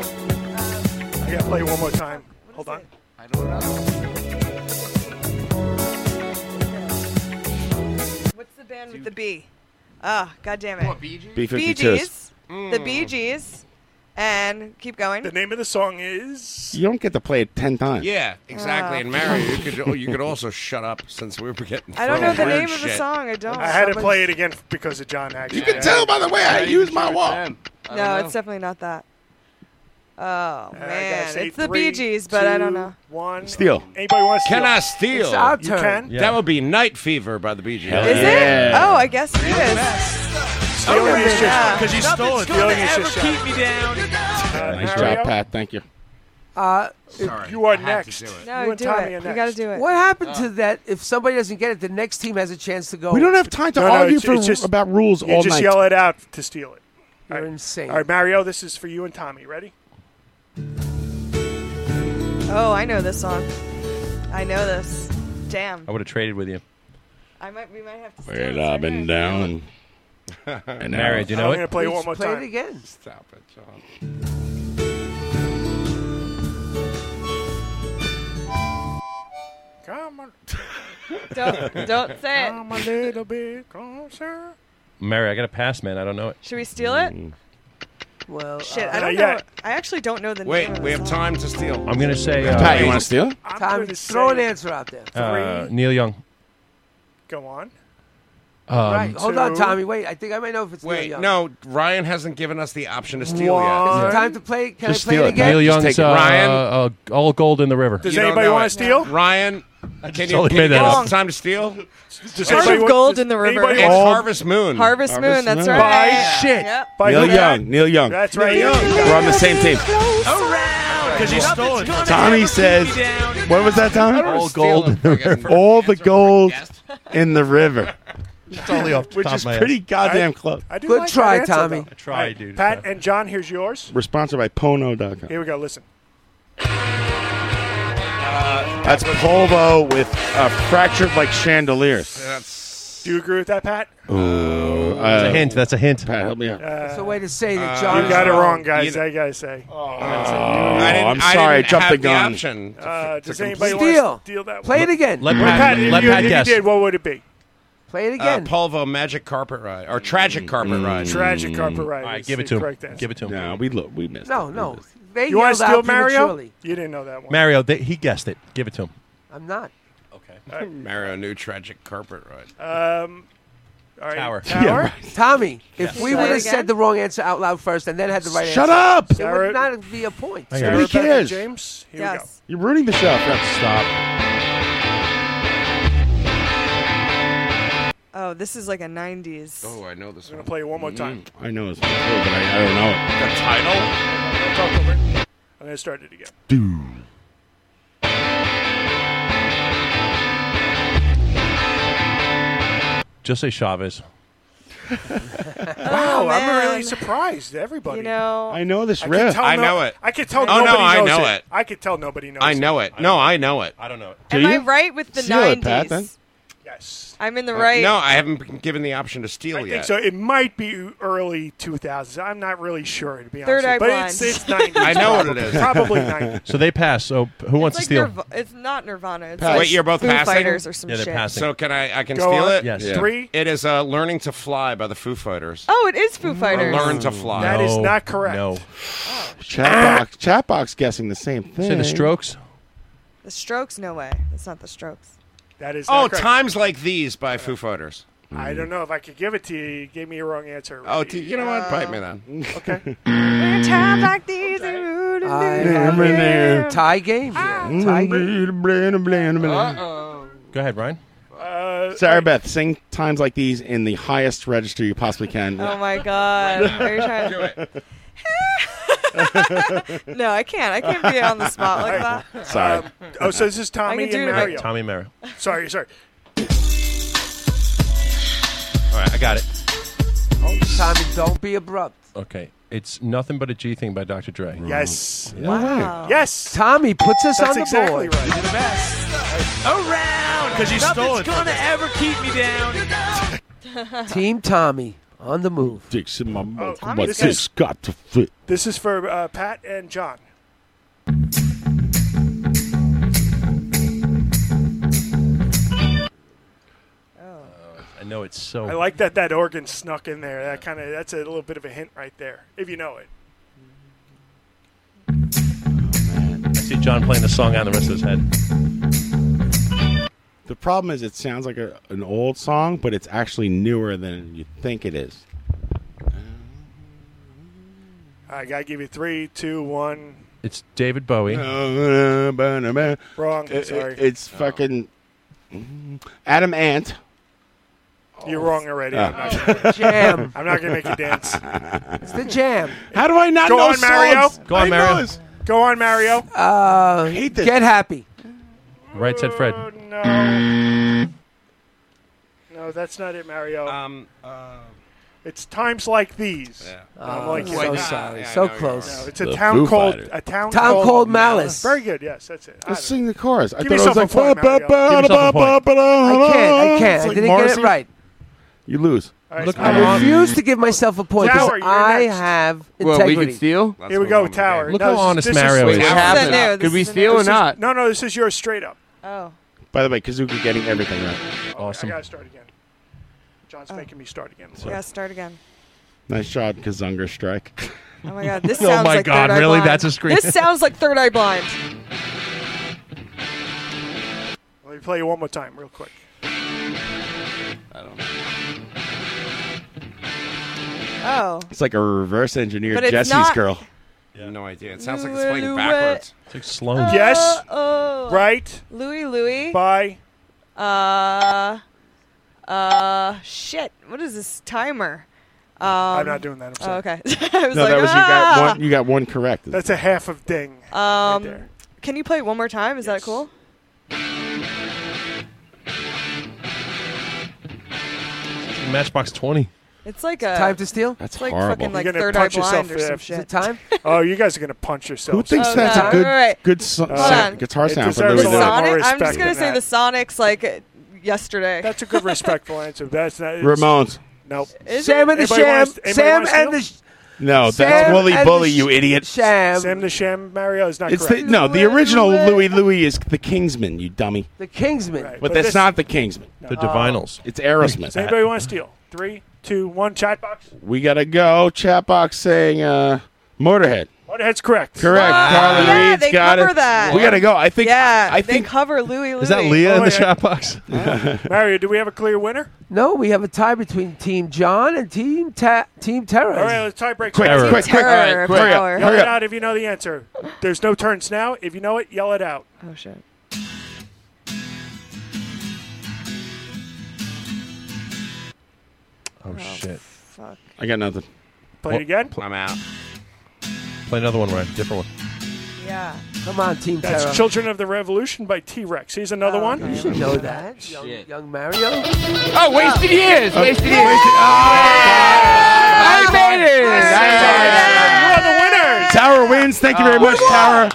[SPEAKER 4] I gotta play it one more time. Hold on.
[SPEAKER 2] I don't know.
[SPEAKER 7] what's the band with the B? Ah, oh, god damn it.
[SPEAKER 1] B
[SPEAKER 7] Bee
[SPEAKER 1] fifty twos.
[SPEAKER 7] Gees, the Bee Gees, and keep going.
[SPEAKER 4] The name of the song is.
[SPEAKER 1] You don't get to play it ten times.
[SPEAKER 2] Yeah,
[SPEAKER 7] Oh.
[SPEAKER 2] exactly. and Mario, you could oh, you could also shut up since we were getting.
[SPEAKER 7] I don't know
[SPEAKER 2] thrown
[SPEAKER 7] the
[SPEAKER 2] weird
[SPEAKER 7] name of the
[SPEAKER 2] shit.
[SPEAKER 7] song. I don't.
[SPEAKER 4] I had to play it again because of John. Actually,
[SPEAKER 1] You can tell by the way I use my walk.
[SPEAKER 7] No, it's definitely not that. Oh
[SPEAKER 4] Uh, I gotta
[SPEAKER 7] man,
[SPEAKER 4] say
[SPEAKER 7] it's the
[SPEAKER 4] three,
[SPEAKER 7] Bee Gees, but I don't
[SPEAKER 4] two,
[SPEAKER 7] know.
[SPEAKER 4] One.
[SPEAKER 1] Steal.
[SPEAKER 4] Anybody want to steal?
[SPEAKER 2] Can I
[SPEAKER 9] It's
[SPEAKER 2] steal?
[SPEAKER 9] our
[SPEAKER 4] You
[SPEAKER 9] turn.
[SPEAKER 4] can.
[SPEAKER 2] That would be Night Fever by the Bee Gees.
[SPEAKER 1] Hell
[SPEAKER 7] Is it?
[SPEAKER 1] Yeah.
[SPEAKER 7] Oh, I guess it is.
[SPEAKER 4] Stealing is just
[SPEAKER 7] Yeah.
[SPEAKER 4] because you stole it. Stealing is just keep me down.
[SPEAKER 1] Nice job, Pat. Thank you.
[SPEAKER 9] Uh,
[SPEAKER 4] Sorry, You are I had to next. do it.
[SPEAKER 7] No, do it. You gotta do it.
[SPEAKER 9] What happened
[SPEAKER 7] Oh.
[SPEAKER 9] to that? If somebody doesn't get it, the next team has a chance to go.
[SPEAKER 4] We don't have time to No, no, argue it's- for- it's just- about rules you all just night. yell it out to steal it.
[SPEAKER 9] You're insane.
[SPEAKER 4] All right, Mario, this is for you and Tommy. Ready?
[SPEAKER 7] Oh, I know this song. I know this. Damn.
[SPEAKER 8] I would have traded with you.
[SPEAKER 7] I might. We might have to.
[SPEAKER 1] We're up and down. And
[SPEAKER 8] Mario, do you know it?
[SPEAKER 4] play it one more
[SPEAKER 9] play
[SPEAKER 4] time.
[SPEAKER 9] it again.
[SPEAKER 2] Stop it, John.
[SPEAKER 4] Come on.
[SPEAKER 7] Don't- don't say it.
[SPEAKER 4] Come a little bit closer.
[SPEAKER 8] Mary, I got a pass, man. I don't know it. Mm.
[SPEAKER 7] Should we steal it?
[SPEAKER 1] Mm.
[SPEAKER 9] Well,
[SPEAKER 7] shit.
[SPEAKER 8] uh,
[SPEAKER 7] I
[SPEAKER 8] Not
[SPEAKER 7] don't know.
[SPEAKER 8] yet.
[SPEAKER 7] I actually don't know the name.
[SPEAKER 2] Wait,
[SPEAKER 7] of
[SPEAKER 2] we
[SPEAKER 7] the
[SPEAKER 2] have
[SPEAKER 7] song.
[SPEAKER 2] time to steal.
[SPEAKER 8] I'm gonna say. Uh,
[SPEAKER 1] Pat, you want to steal?
[SPEAKER 9] Tom, throw an answer out there.
[SPEAKER 8] Uh, Neil Young.
[SPEAKER 4] Go on.
[SPEAKER 8] Um,
[SPEAKER 9] right. Hold on,
[SPEAKER 2] two.
[SPEAKER 9] Tommy. Wait. I think I might know if it's Neil
[SPEAKER 2] Wait,
[SPEAKER 9] Young.
[SPEAKER 2] no. Ryan hasn't given us the option to steal yet.
[SPEAKER 9] Is it time to play? Can I play it again?
[SPEAKER 8] Neil
[SPEAKER 2] Just
[SPEAKER 8] Young's
[SPEAKER 2] take it.
[SPEAKER 8] uh,
[SPEAKER 2] Ryan,
[SPEAKER 8] uh, all gold in the river.
[SPEAKER 2] you don't know
[SPEAKER 4] wanna
[SPEAKER 2] it.
[SPEAKER 4] steal?
[SPEAKER 2] Ryan,
[SPEAKER 8] I
[SPEAKER 2] can
[SPEAKER 8] just
[SPEAKER 2] you
[SPEAKER 8] totally
[SPEAKER 2] can you
[SPEAKER 8] made that
[SPEAKER 2] give us
[SPEAKER 8] up.
[SPEAKER 2] time to steal?
[SPEAKER 4] Does anybody want-
[SPEAKER 7] gold
[SPEAKER 4] does
[SPEAKER 7] in the river.
[SPEAKER 4] anybody
[SPEAKER 2] It's
[SPEAKER 4] want-
[SPEAKER 2] Harvest Moon.
[SPEAKER 7] Harvest Moon,
[SPEAKER 1] Harvest
[SPEAKER 7] that's
[SPEAKER 1] Moon.
[SPEAKER 7] right.
[SPEAKER 1] By
[SPEAKER 7] shit. Yep.
[SPEAKER 4] By
[SPEAKER 1] Neil
[SPEAKER 4] who?
[SPEAKER 1] Young. Neil Young.
[SPEAKER 4] That's right. Young.
[SPEAKER 1] We're on the same team.
[SPEAKER 2] Uh,
[SPEAKER 8] Because you stole it.
[SPEAKER 1] Tommy says, "What was that, Tommy?
[SPEAKER 8] All gold in
[SPEAKER 1] the river. All the gold in the river."
[SPEAKER 8] totally off the
[SPEAKER 1] Which
[SPEAKER 8] top
[SPEAKER 1] is
[SPEAKER 8] of my
[SPEAKER 1] pretty
[SPEAKER 8] head.
[SPEAKER 1] goddamn
[SPEAKER 4] I-
[SPEAKER 1] close.
[SPEAKER 4] I do
[SPEAKER 9] Good
[SPEAKER 4] like that
[SPEAKER 9] try,
[SPEAKER 4] answer,
[SPEAKER 9] Tommy.
[SPEAKER 4] though.
[SPEAKER 8] I tried,
[SPEAKER 4] All right,
[SPEAKER 8] dude.
[SPEAKER 4] Pat and John, here's yours.
[SPEAKER 1] We're sponsored by Pono.com.
[SPEAKER 4] Here we go. Listen.
[SPEAKER 1] That's Polvo with uh, fractured like chandeliers.
[SPEAKER 4] Do you agree with that, Pat?
[SPEAKER 1] Ooh,
[SPEAKER 8] That's a
[SPEAKER 1] uh,
[SPEAKER 8] hint. That's a hint.
[SPEAKER 1] Pat, help me out.
[SPEAKER 4] Uh,
[SPEAKER 9] So way to say that
[SPEAKER 2] Uh,
[SPEAKER 9] John.
[SPEAKER 4] you got it
[SPEAKER 9] is
[SPEAKER 4] wrong, guys.
[SPEAKER 2] you-
[SPEAKER 4] I gotta say.
[SPEAKER 1] I didn't- Oh, I'm I sorry, didn't I jumped have the the gun.
[SPEAKER 2] option.
[SPEAKER 4] Uh, does anybody want
[SPEAKER 9] Steal.
[SPEAKER 4] to steal that?
[SPEAKER 9] Play
[SPEAKER 4] one?
[SPEAKER 9] it again.
[SPEAKER 8] Let
[SPEAKER 4] Pat,
[SPEAKER 8] Pat,
[SPEAKER 4] if
[SPEAKER 8] let
[SPEAKER 4] you,
[SPEAKER 8] Pat
[SPEAKER 4] if you
[SPEAKER 8] guess.
[SPEAKER 4] did, what would it be?
[SPEAKER 9] Play it
[SPEAKER 2] Uh,
[SPEAKER 9] again.
[SPEAKER 2] Polvo magic carpet ride or tragic carpet
[SPEAKER 1] Mm.
[SPEAKER 2] ride.
[SPEAKER 4] Tragic carpet ride.
[SPEAKER 8] All right,
[SPEAKER 4] is
[SPEAKER 8] give it
[SPEAKER 4] the
[SPEAKER 8] to him.
[SPEAKER 4] correct answer.
[SPEAKER 8] Give it to him.
[SPEAKER 1] No, we look, we
[SPEAKER 8] Uh,
[SPEAKER 1] missed.
[SPEAKER 9] no, no. They
[SPEAKER 4] You want
[SPEAKER 9] yelled
[SPEAKER 4] to steal
[SPEAKER 9] out
[SPEAKER 4] Mario?
[SPEAKER 9] prematurely.
[SPEAKER 4] You didn't know that one.
[SPEAKER 8] Mario, they, he guessed it. Give it to him.
[SPEAKER 9] I'm not.
[SPEAKER 2] Mario new tragic carpet ride.
[SPEAKER 4] Um, all right.
[SPEAKER 8] Tower.
[SPEAKER 4] Tower.
[SPEAKER 1] Yeah, right.
[SPEAKER 9] Tommy, if we
[SPEAKER 7] Say
[SPEAKER 9] would
[SPEAKER 7] it
[SPEAKER 9] have
[SPEAKER 7] again?
[SPEAKER 9] said the wrong answer out loud first and then had the right
[SPEAKER 1] Shut
[SPEAKER 9] answer,
[SPEAKER 1] up!
[SPEAKER 9] it
[SPEAKER 4] Sarah-
[SPEAKER 9] would not be a point.
[SPEAKER 8] I
[SPEAKER 4] Sarah
[SPEAKER 8] got it.
[SPEAKER 1] Who
[SPEAKER 4] Beckett
[SPEAKER 1] cares?
[SPEAKER 4] James. Here
[SPEAKER 7] Yes.
[SPEAKER 1] You're ruining the show.
[SPEAKER 8] Stop.
[SPEAKER 7] Oh, this is like a '90s.
[SPEAKER 2] Oh, I know this
[SPEAKER 4] we go. I'm gonna
[SPEAKER 2] one.
[SPEAKER 4] play it one
[SPEAKER 1] Mm.
[SPEAKER 4] more time.
[SPEAKER 1] I know it's but I, I don't know.
[SPEAKER 2] The title.
[SPEAKER 4] Talk over it. I'm gonna start it again.
[SPEAKER 8] Just say Chavez.
[SPEAKER 4] Wow, I'm really
[SPEAKER 7] Oh, man.
[SPEAKER 4] surprised. Everybody.
[SPEAKER 7] You know.
[SPEAKER 1] I know this
[SPEAKER 4] I,
[SPEAKER 1] riff.
[SPEAKER 4] could tell
[SPEAKER 2] I
[SPEAKER 4] no-
[SPEAKER 2] know it.
[SPEAKER 4] I could tell
[SPEAKER 2] Oh, no,
[SPEAKER 4] nobody
[SPEAKER 2] I
[SPEAKER 4] knows
[SPEAKER 2] know it.
[SPEAKER 4] I could tell nobody knows
[SPEAKER 2] I know it. No, I know it.
[SPEAKER 8] I don't know it.
[SPEAKER 1] Do
[SPEAKER 7] am I
[SPEAKER 1] you?
[SPEAKER 7] right with the
[SPEAKER 1] Steal it,
[SPEAKER 7] '90s?
[SPEAKER 1] Pat, then.
[SPEAKER 4] Yes.
[SPEAKER 7] I'm in the right.
[SPEAKER 2] Uh, No, I haven't been given the option to steal
[SPEAKER 4] I
[SPEAKER 2] yet.
[SPEAKER 4] think so. It might be early 2000s. I'm not really sure, to be
[SPEAKER 7] Third
[SPEAKER 4] honest.
[SPEAKER 7] Eye
[SPEAKER 4] with you. but
[SPEAKER 7] Blind.
[SPEAKER 4] it's, it's 90s.
[SPEAKER 2] I know what it
[SPEAKER 4] probably.
[SPEAKER 2] is.
[SPEAKER 4] Probably 90s.
[SPEAKER 8] So they pass. So who wants
[SPEAKER 7] It's like
[SPEAKER 8] to steal?
[SPEAKER 7] Nirv- it's not Nirvana. It's
[SPEAKER 2] Pat,
[SPEAKER 7] like
[SPEAKER 2] wait, you're both
[SPEAKER 7] Foo
[SPEAKER 2] passing?
[SPEAKER 7] Fighters or some
[SPEAKER 8] Yeah, they're
[SPEAKER 7] shit.
[SPEAKER 8] passing.
[SPEAKER 2] So can I? I can
[SPEAKER 4] Go
[SPEAKER 2] steal
[SPEAKER 4] on.
[SPEAKER 2] it.
[SPEAKER 8] Yes.
[SPEAKER 4] Yeah. Three.
[SPEAKER 2] It is uh, learning to fly by the Foo Fighters.
[SPEAKER 7] Oh, it is Foo
[SPEAKER 2] Or
[SPEAKER 7] Fighters.
[SPEAKER 2] learn to fly.
[SPEAKER 4] That is
[SPEAKER 8] No,
[SPEAKER 4] not correct. Ah.
[SPEAKER 8] No.
[SPEAKER 1] Chatbox, Chatbox guessing the same thing.
[SPEAKER 8] Say the Strokes.
[SPEAKER 7] The Strokes? No way. It's not the Strokes.
[SPEAKER 4] That is
[SPEAKER 2] Oh,
[SPEAKER 4] not correct.
[SPEAKER 2] times like these by Foo Fighters.
[SPEAKER 4] I
[SPEAKER 1] Hmm.
[SPEAKER 4] don't know if I could give it to you. You gave me a wrong answer.
[SPEAKER 2] Oh, t- you know what? Bite me then.
[SPEAKER 4] okay.
[SPEAKER 7] We're tied like these and
[SPEAKER 2] Mm.
[SPEAKER 7] rude and
[SPEAKER 9] I-
[SPEAKER 7] new.
[SPEAKER 9] I'm
[SPEAKER 1] in there.
[SPEAKER 9] Tie game.
[SPEAKER 7] Ah.
[SPEAKER 9] here. Tie game.
[SPEAKER 8] Go ahead, Ryan.
[SPEAKER 4] Uh,
[SPEAKER 1] Sarah Beth, sing times like these in the highest register you possibly can.
[SPEAKER 7] Oh my god. Are you trying to No, I can't. I can't be on the spot like that. Um,
[SPEAKER 1] Sorry.
[SPEAKER 4] oh, so this is
[SPEAKER 7] I
[SPEAKER 4] Tommy and
[SPEAKER 7] can do it if I-
[SPEAKER 4] Mario.
[SPEAKER 8] Tommy Mara.
[SPEAKER 4] Sorry, sorry.
[SPEAKER 8] All right, I got it.
[SPEAKER 9] Tommy, don't be abrupt.
[SPEAKER 8] Okay, it's nothing but a G thing by Dr. Dre.
[SPEAKER 4] Yes.
[SPEAKER 1] Ah.
[SPEAKER 7] Wow.
[SPEAKER 4] Yes.
[SPEAKER 9] Tommy puts us
[SPEAKER 4] That's
[SPEAKER 9] on the
[SPEAKER 4] exactly
[SPEAKER 9] board.
[SPEAKER 4] right.
[SPEAKER 8] Around because you stole it.
[SPEAKER 9] Team Tommy on the move.
[SPEAKER 1] Dicks
[SPEAKER 7] Oh,
[SPEAKER 1] in my mouth.
[SPEAKER 7] Tommy's
[SPEAKER 1] but
[SPEAKER 7] good.
[SPEAKER 1] this got to fit.
[SPEAKER 4] This is for uh, Pat and John.
[SPEAKER 8] I know it's so.
[SPEAKER 4] I like that that organ snuck in there. That kind of that's a little bit of a hint right there, if you know it.
[SPEAKER 8] I see John playing the song on the rest of his head.
[SPEAKER 1] The problem is, it sounds like a, an old song, but it's actually newer than you think it is.
[SPEAKER 4] I gotta give you three, two, one.
[SPEAKER 8] It's David Bowie.
[SPEAKER 1] Oh, uh,
[SPEAKER 4] Wrong.
[SPEAKER 1] It-
[SPEAKER 4] Sorry,
[SPEAKER 1] it- it's fucking mm, Adam Ant. Oh.
[SPEAKER 4] you're wrong already. I'm not gonna-
[SPEAKER 9] Jam.
[SPEAKER 4] I'm not gonna make you dance.
[SPEAKER 9] It's the jam.
[SPEAKER 1] How do I not
[SPEAKER 4] Go
[SPEAKER 1] know
[SPEAKER 4] on, Mario.
[SPEAKER 1] songs?
[SPEAKER 8] Go on,
[SPEAKER 1] I know
[SPEAKER 8] Mario.
[SPEAKER 1] this.
[SPEAKER 4] Go on, Mario.
[SPEAKER 9] Uh, Get happy.
[SPEAKER 23] Right said Fred.
[SPEAKER 4] No, that's not it, Mario. Um,
[SPEAKER 8] uh,
[SPEAKER 4] it's times like these. I'm
[SPEAKER 9] Oh,
[SPEAKER 4] like,
[SPEAKER 9] so
[SPEAKER 4] yeah.
[SPEAKER 9] sorry. So close.
[SPEAKER 4] No, it's a
[SPEAKER 1] The
[SPEAKER 4] town
[SPEAKER 1] Foo
[SPEAKER 4] called
[SPEAKER 1] Fighters.
[SPEAKER 4] a town,
[SPEAKER 9] Town called Malice.
[SPEAKER 4] Very good. Yes, that's it.
[SPEAKER 1] Let's sing the chorus. I
[SPEAKER 4] Give
[SPEAKER 1] thought
[SPEAKER 4] yourself
[SPEAKER 1] I was
[SPEAKER 4] a
[SPEAKER 1] like,
[SPEAKER 4] point, Mario.
[SPEAKER 1] ba-
[SPEAKER 4] Give
[SPEAKER 1] ba-
[SPEAKER 4] yourself a
[SPEAKER 1] ba-
[SPEAKER 4] point.
[SPEAKER 1] ba- ba-
[SPEAKER 9] I can't. I can't.
[SPEAKER 1] It's
[SPEAKER 9] I
[SPEAKER 1] like
[SPEAKER 9] didn't get
[SPEAKER 1] Morrissey.
[SPEAKER 9] it right.
[SPEAKER 1] You lose.
[SPEAKER 9] Look, I refuse to give myself a point
[SPEAKER 4] Tower,
[SPEAKER 9] because
[SPEAKER 4] you're
[SPEAKER 9] I
[SPEAKER 4] next.
[SPEAKER 9] have
[SPEAKER 5] Well,
[SPEAKER 9] integrity.
[SPEAKER 5] we could steal? Let's
[SPEAKER 4] Here we go, Tower.
[SPEAKER 5] Look
[SPEAKER 4] No,
[SPEAKER 5] how
[SPEAKER 4] this-
[SPEAKER 5] honest
[SPEAKER 4] this is-
[SPEAKER 5] Mario Wait, is. what happened? This Could is we the steal next- or not?
[SPEAKER 4] No, no, this is yours straight up.
[SPEAKER 7] Oh.
[SPEAKER 1] By the way, Kazuki getting everything right.
[SPEAKER 4] Awesome. I gotta start again. John's making me start again.
[SPEAKER 7] We gotta start again.
[SPEAKER 1] Nice shot, Kazunga strike.
[SPEAKER 7] Oh my god, this
[SPEAKER 1] Oh
[SPEAKER 7] sounds
[SPEAKER 1] my
[SPEAKER 7] like
[SPEAKER 1] God,
[SPEAKER 7] Third Eye
[SPEAKER 1] really?
[SPEAKER 7] Blind.
[SPEAKER 1] That's a screen.
[SPEAKER 7] This sounds like Third Eye Blind.
[SPEAKER 4] Let me play you one more time, real quick.
[SPEAKER 5] I don't
[SPEAKER 7] Oh.
[SPEAKER 1] It's like a reverse engineer
[SPEAKER 7] But it's
[SPEAKER 1] Jesse's
[SPEAKER 7] not-
[SPEAKER 1] girl.
[SPEAKER 2] No idea. It sounds like it's
[SPEAKER 7] Lou-
[SPEAKER 2] playing
[SPEAKER 7] backwards.
[SPEAKER 23] It's like Sloan.
[SPEAKER 4] Yes. Right.
[SPEAKER 7] Uh, oh. Louie Louie.
[SPEAKER 4] Bye.
[SPEAKER 7] Uh. Uh. Shit. What is this timer? Um, I'm
[SPEAKER 4] not doing that, I'm
[SPEAKER 7] oh,
[SPEAKER 4] sorry.
[SPEAKER 7] okay. I was
[SPEAKER 1] no,
[SPEAKER 7] like,
[SPEAKER 1] that was
[SPEAKER 7] ah!
[SPEAKER 1] you got one. You got one correct.
[SPEAKER 4] That's a half of ding.
[SPEAKER 7] Um, Can you play it one more time? Is that cool?
[SPEAKER 23] Matchbox 20.
[SPEAKER 7] It's like a
[SPEAKER 9] time to steal.
[SPEAKER 7] It's like fucking
[SPEAKER 4] You're
[SPEAKER 7] like
[SPEAKER 4] gonna
[SPEAKER 7] Third Eye
[SPEAKER 4] punch yourself
[SPEAKER 7] Blind or some
[SPEAKER 4] if-
[SPEAKER 7] shit.
[SPEAKER 4] oh, you guys are gonna punch yourselves.
[SPEAKER 1] Who thinks
[SPEAKER 7] Oh,
[SPEAKER 1] that's
[SPEAKER 7] no.
[SPEAKER 1] a good,
[SPEAKER 7] All right.
[SPEAKER 1] good so-
[SPEAKER 4] Hold
[SPEAKER 1] sound-
[SPEAKER 4] on.
[SPEAKER 1] guitar
[SPEAKER 4] It
[SPEAKER 1] sound for
[SPEAKER 4] deserves
[SPEAKER 1] Louis
[SPEAKER 4] a
[SPEAKER 1] Louis?
[SPEAKER 4] lot
[SPEAKER 7] Sonic. I'm
[SPEAKER 4] respect
[SPEAKER 7] just gonna
[SPEAKER 4] than
[SPEAKER 7] say the
[SPEAKER 4] that.
[SPEAKER 7] Sonics like uh, yesterday.
[SPEAKER 4] That's a good respectful answer. That's not it's-
[SPEAKER 1] Ramones.
[SPEAKER 4] Nope.
[SPEAKER 7] Is
[SPEAKER 9] Sam and the
[SPEAKER 4] Anybody wanna
[SPEAKER 9] Sham.
[SPEAKER 4] st- anybody
[SPEAKER 9] Sam
[SPEAKER 4] wanna
[SPEAKER 9] and
[SPEAKER 4] steal?
[SPEAKER 9] the sh-
[SPEAKER 1] No, that's
[SPEAKER 9] Sam
[SPEAKER 1] Wooly
[SPEAKER 9] and
[SPEAKER 1] Bully,
[SPEAKER 9] the
[SPEAKER 1] you idiot.
[SPEAKER 9] Sham.
[SPEAKER 4] Sam the Sham Mario is not
[SPEAKER 1] It's the,
[SPEAKER 4] correct.
[SPEAKER 1] no, the original Louis Louis is the Kingsman, you dummy.
[SPEAKER 9] The Kingsman.
[SPEAKER 1] But, that's not the Kingsman. Oh.
[SPEAKER 23] The Divinals.
[SPEAKER 1] It's
[SPEAKER 4] Does
[SPEAKER 1] Aerosmith.
[SPEAKER 4] anybody want to steal? Three, two, one. Chat box.
[SPEAKER 1] we gotta go. Chatbox saying uh, Motorhead.
[SPEAKER 4] Motorhead's correct.
[SPEAKER 1] Correct. Carly
[SPEAKER 7] yeah,
[SPEAKER 1] Reed's
[SPEAKER 7] they
[SPEAKER 1] got
[SPEAKER 7] cover
[SPEAKER 1] it.
[SPEAKER 7] that.
[SPEAKER 1] We gotta go. I think.
[SPEAKER 7] Yeah,
[SPEAKER 1] I
[SPEAKER 7] they
[SPEAKER 1] think.
[SPEAKER 7] cover Louie Louie.
[SPEAKER 1] box?
[SPEAKER 4] Mario, do we have a clear winner?
[SPEAKER 9] No, we have a tie between Team John and Team Ta- Team Terror.
[SPEAKER 4] All right, let's tie break.
[SPEAKER 1] Quick,
[SPEAKER 4] Terror.
[SPEAKER 1] quick, quick. All right, Terror quick. Hurry up, power.
[SPEAKER 4] Yell
[SPEAKER 1] hurry
[SPEAKER 4] it
[SPEAKER 1] up.
[SPEAKER 4] out if you know the answer. There's no turns now. If you know it, yell it out.
[SPEAKER 7] Oh shit.
[SPEAKER 23] Oh, shit.
[SPEAKER 7] Fuck.
[SPEAKER 1] I got nothing.
[SPEAKER 4] Play it again.
[SPEAKER 2] I'm out.
[SPEAKER 23] Play another one, Ryan. Different one.
[SPEAKER 7] Yeah.
[SPEAKER 9] Come on, Team
[SPEAKER 4] That's
[SPEAKER 9] Terror.
[SPEAKER 4] Children of the Revolution by T Rex. Here's another one.
[SPEAKER 9] You should know that, young, young Mario. Oh,
[SPEAKER 5] Oh, wasted years. Wasted years.
[SPEAKER 1] Ah,
[SPEAKER 5] I made it.
[SPEAKER 1] Tower wins. Thank you very
[SPEAKER 4] Uh,
[SPEAKER 1] much, Tower.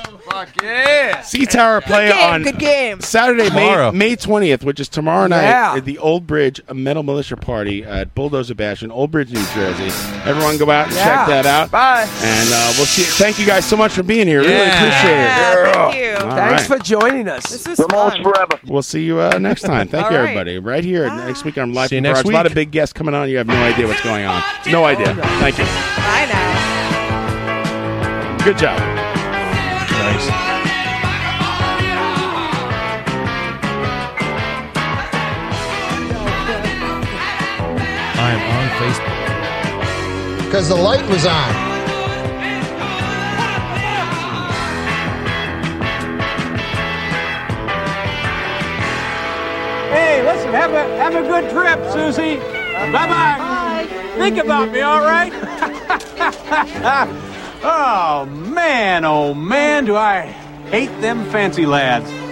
[SPEAKER 5] Fuck yeah.
[SPEAKER 1] Sea Tower play
[SPEAKER 7] game,
[SPEAKER 1] on
[SPEAKER 7] good game.
[SPEAKER 1] Saturday, May,
[SPEAKER 23] Tomorrow.
[SPEAKER 1] May 20th, which is tomorrow night
[SPEAKER 9] Yeah.
[SPEAKER 1] at the Old Bridge a Metal Militia Party at Bulldozer Bash in Old Bridge, New Jersey. Everyone go out and
[SPEAKER 9] Yeah.
[SPEAKER 1] check that out.
[SPEAKER 5] Bye.
[SPEAKER 1] And uh, we'll see. Thank you guys so much for being here. Really
[SPEAKER 9] Yeah.
[SPEAKER 1] appreciate it.
[SPEAKER 7] Yeah, thank you.
[SPEAKER 1] All
[SPEAKER 9] Thanks for
[SPEAKER 1] right.
[SPEAKER 9] joining us.
[SPEAKER 7] This was fun.
[SPEAKER 1] We'll see you uh, next time. Thank
[SPEAKER 7] All
[SPEAKER 1] you,
[SPEAKER 7] right.
[SPEAKER 1] everybody. Right here next week on Live
[SPEAKER 23] See you
[SPEAKER 1] from
[SPEAKER 23] next
[SPEAKER 1] Garage. A lot
[SPEAKER 23] week.
[SPEAKER 1] of big guests coming on. You have no idea what's going on. No idea. Thank you.
[SPEAKER 7] Bye now.
[SPEAKER 1] Good job.
[SPEAKER 23] Nice.
[SPEAKER 11] I am on Facebook.
[SPEAKER 24] because the light was on.
[SPEAKER 13] Hey, listen, have a have a good trip, Susie. Bye bye. Think about me, all right? oh man, oh man, do I hate them fancy lads.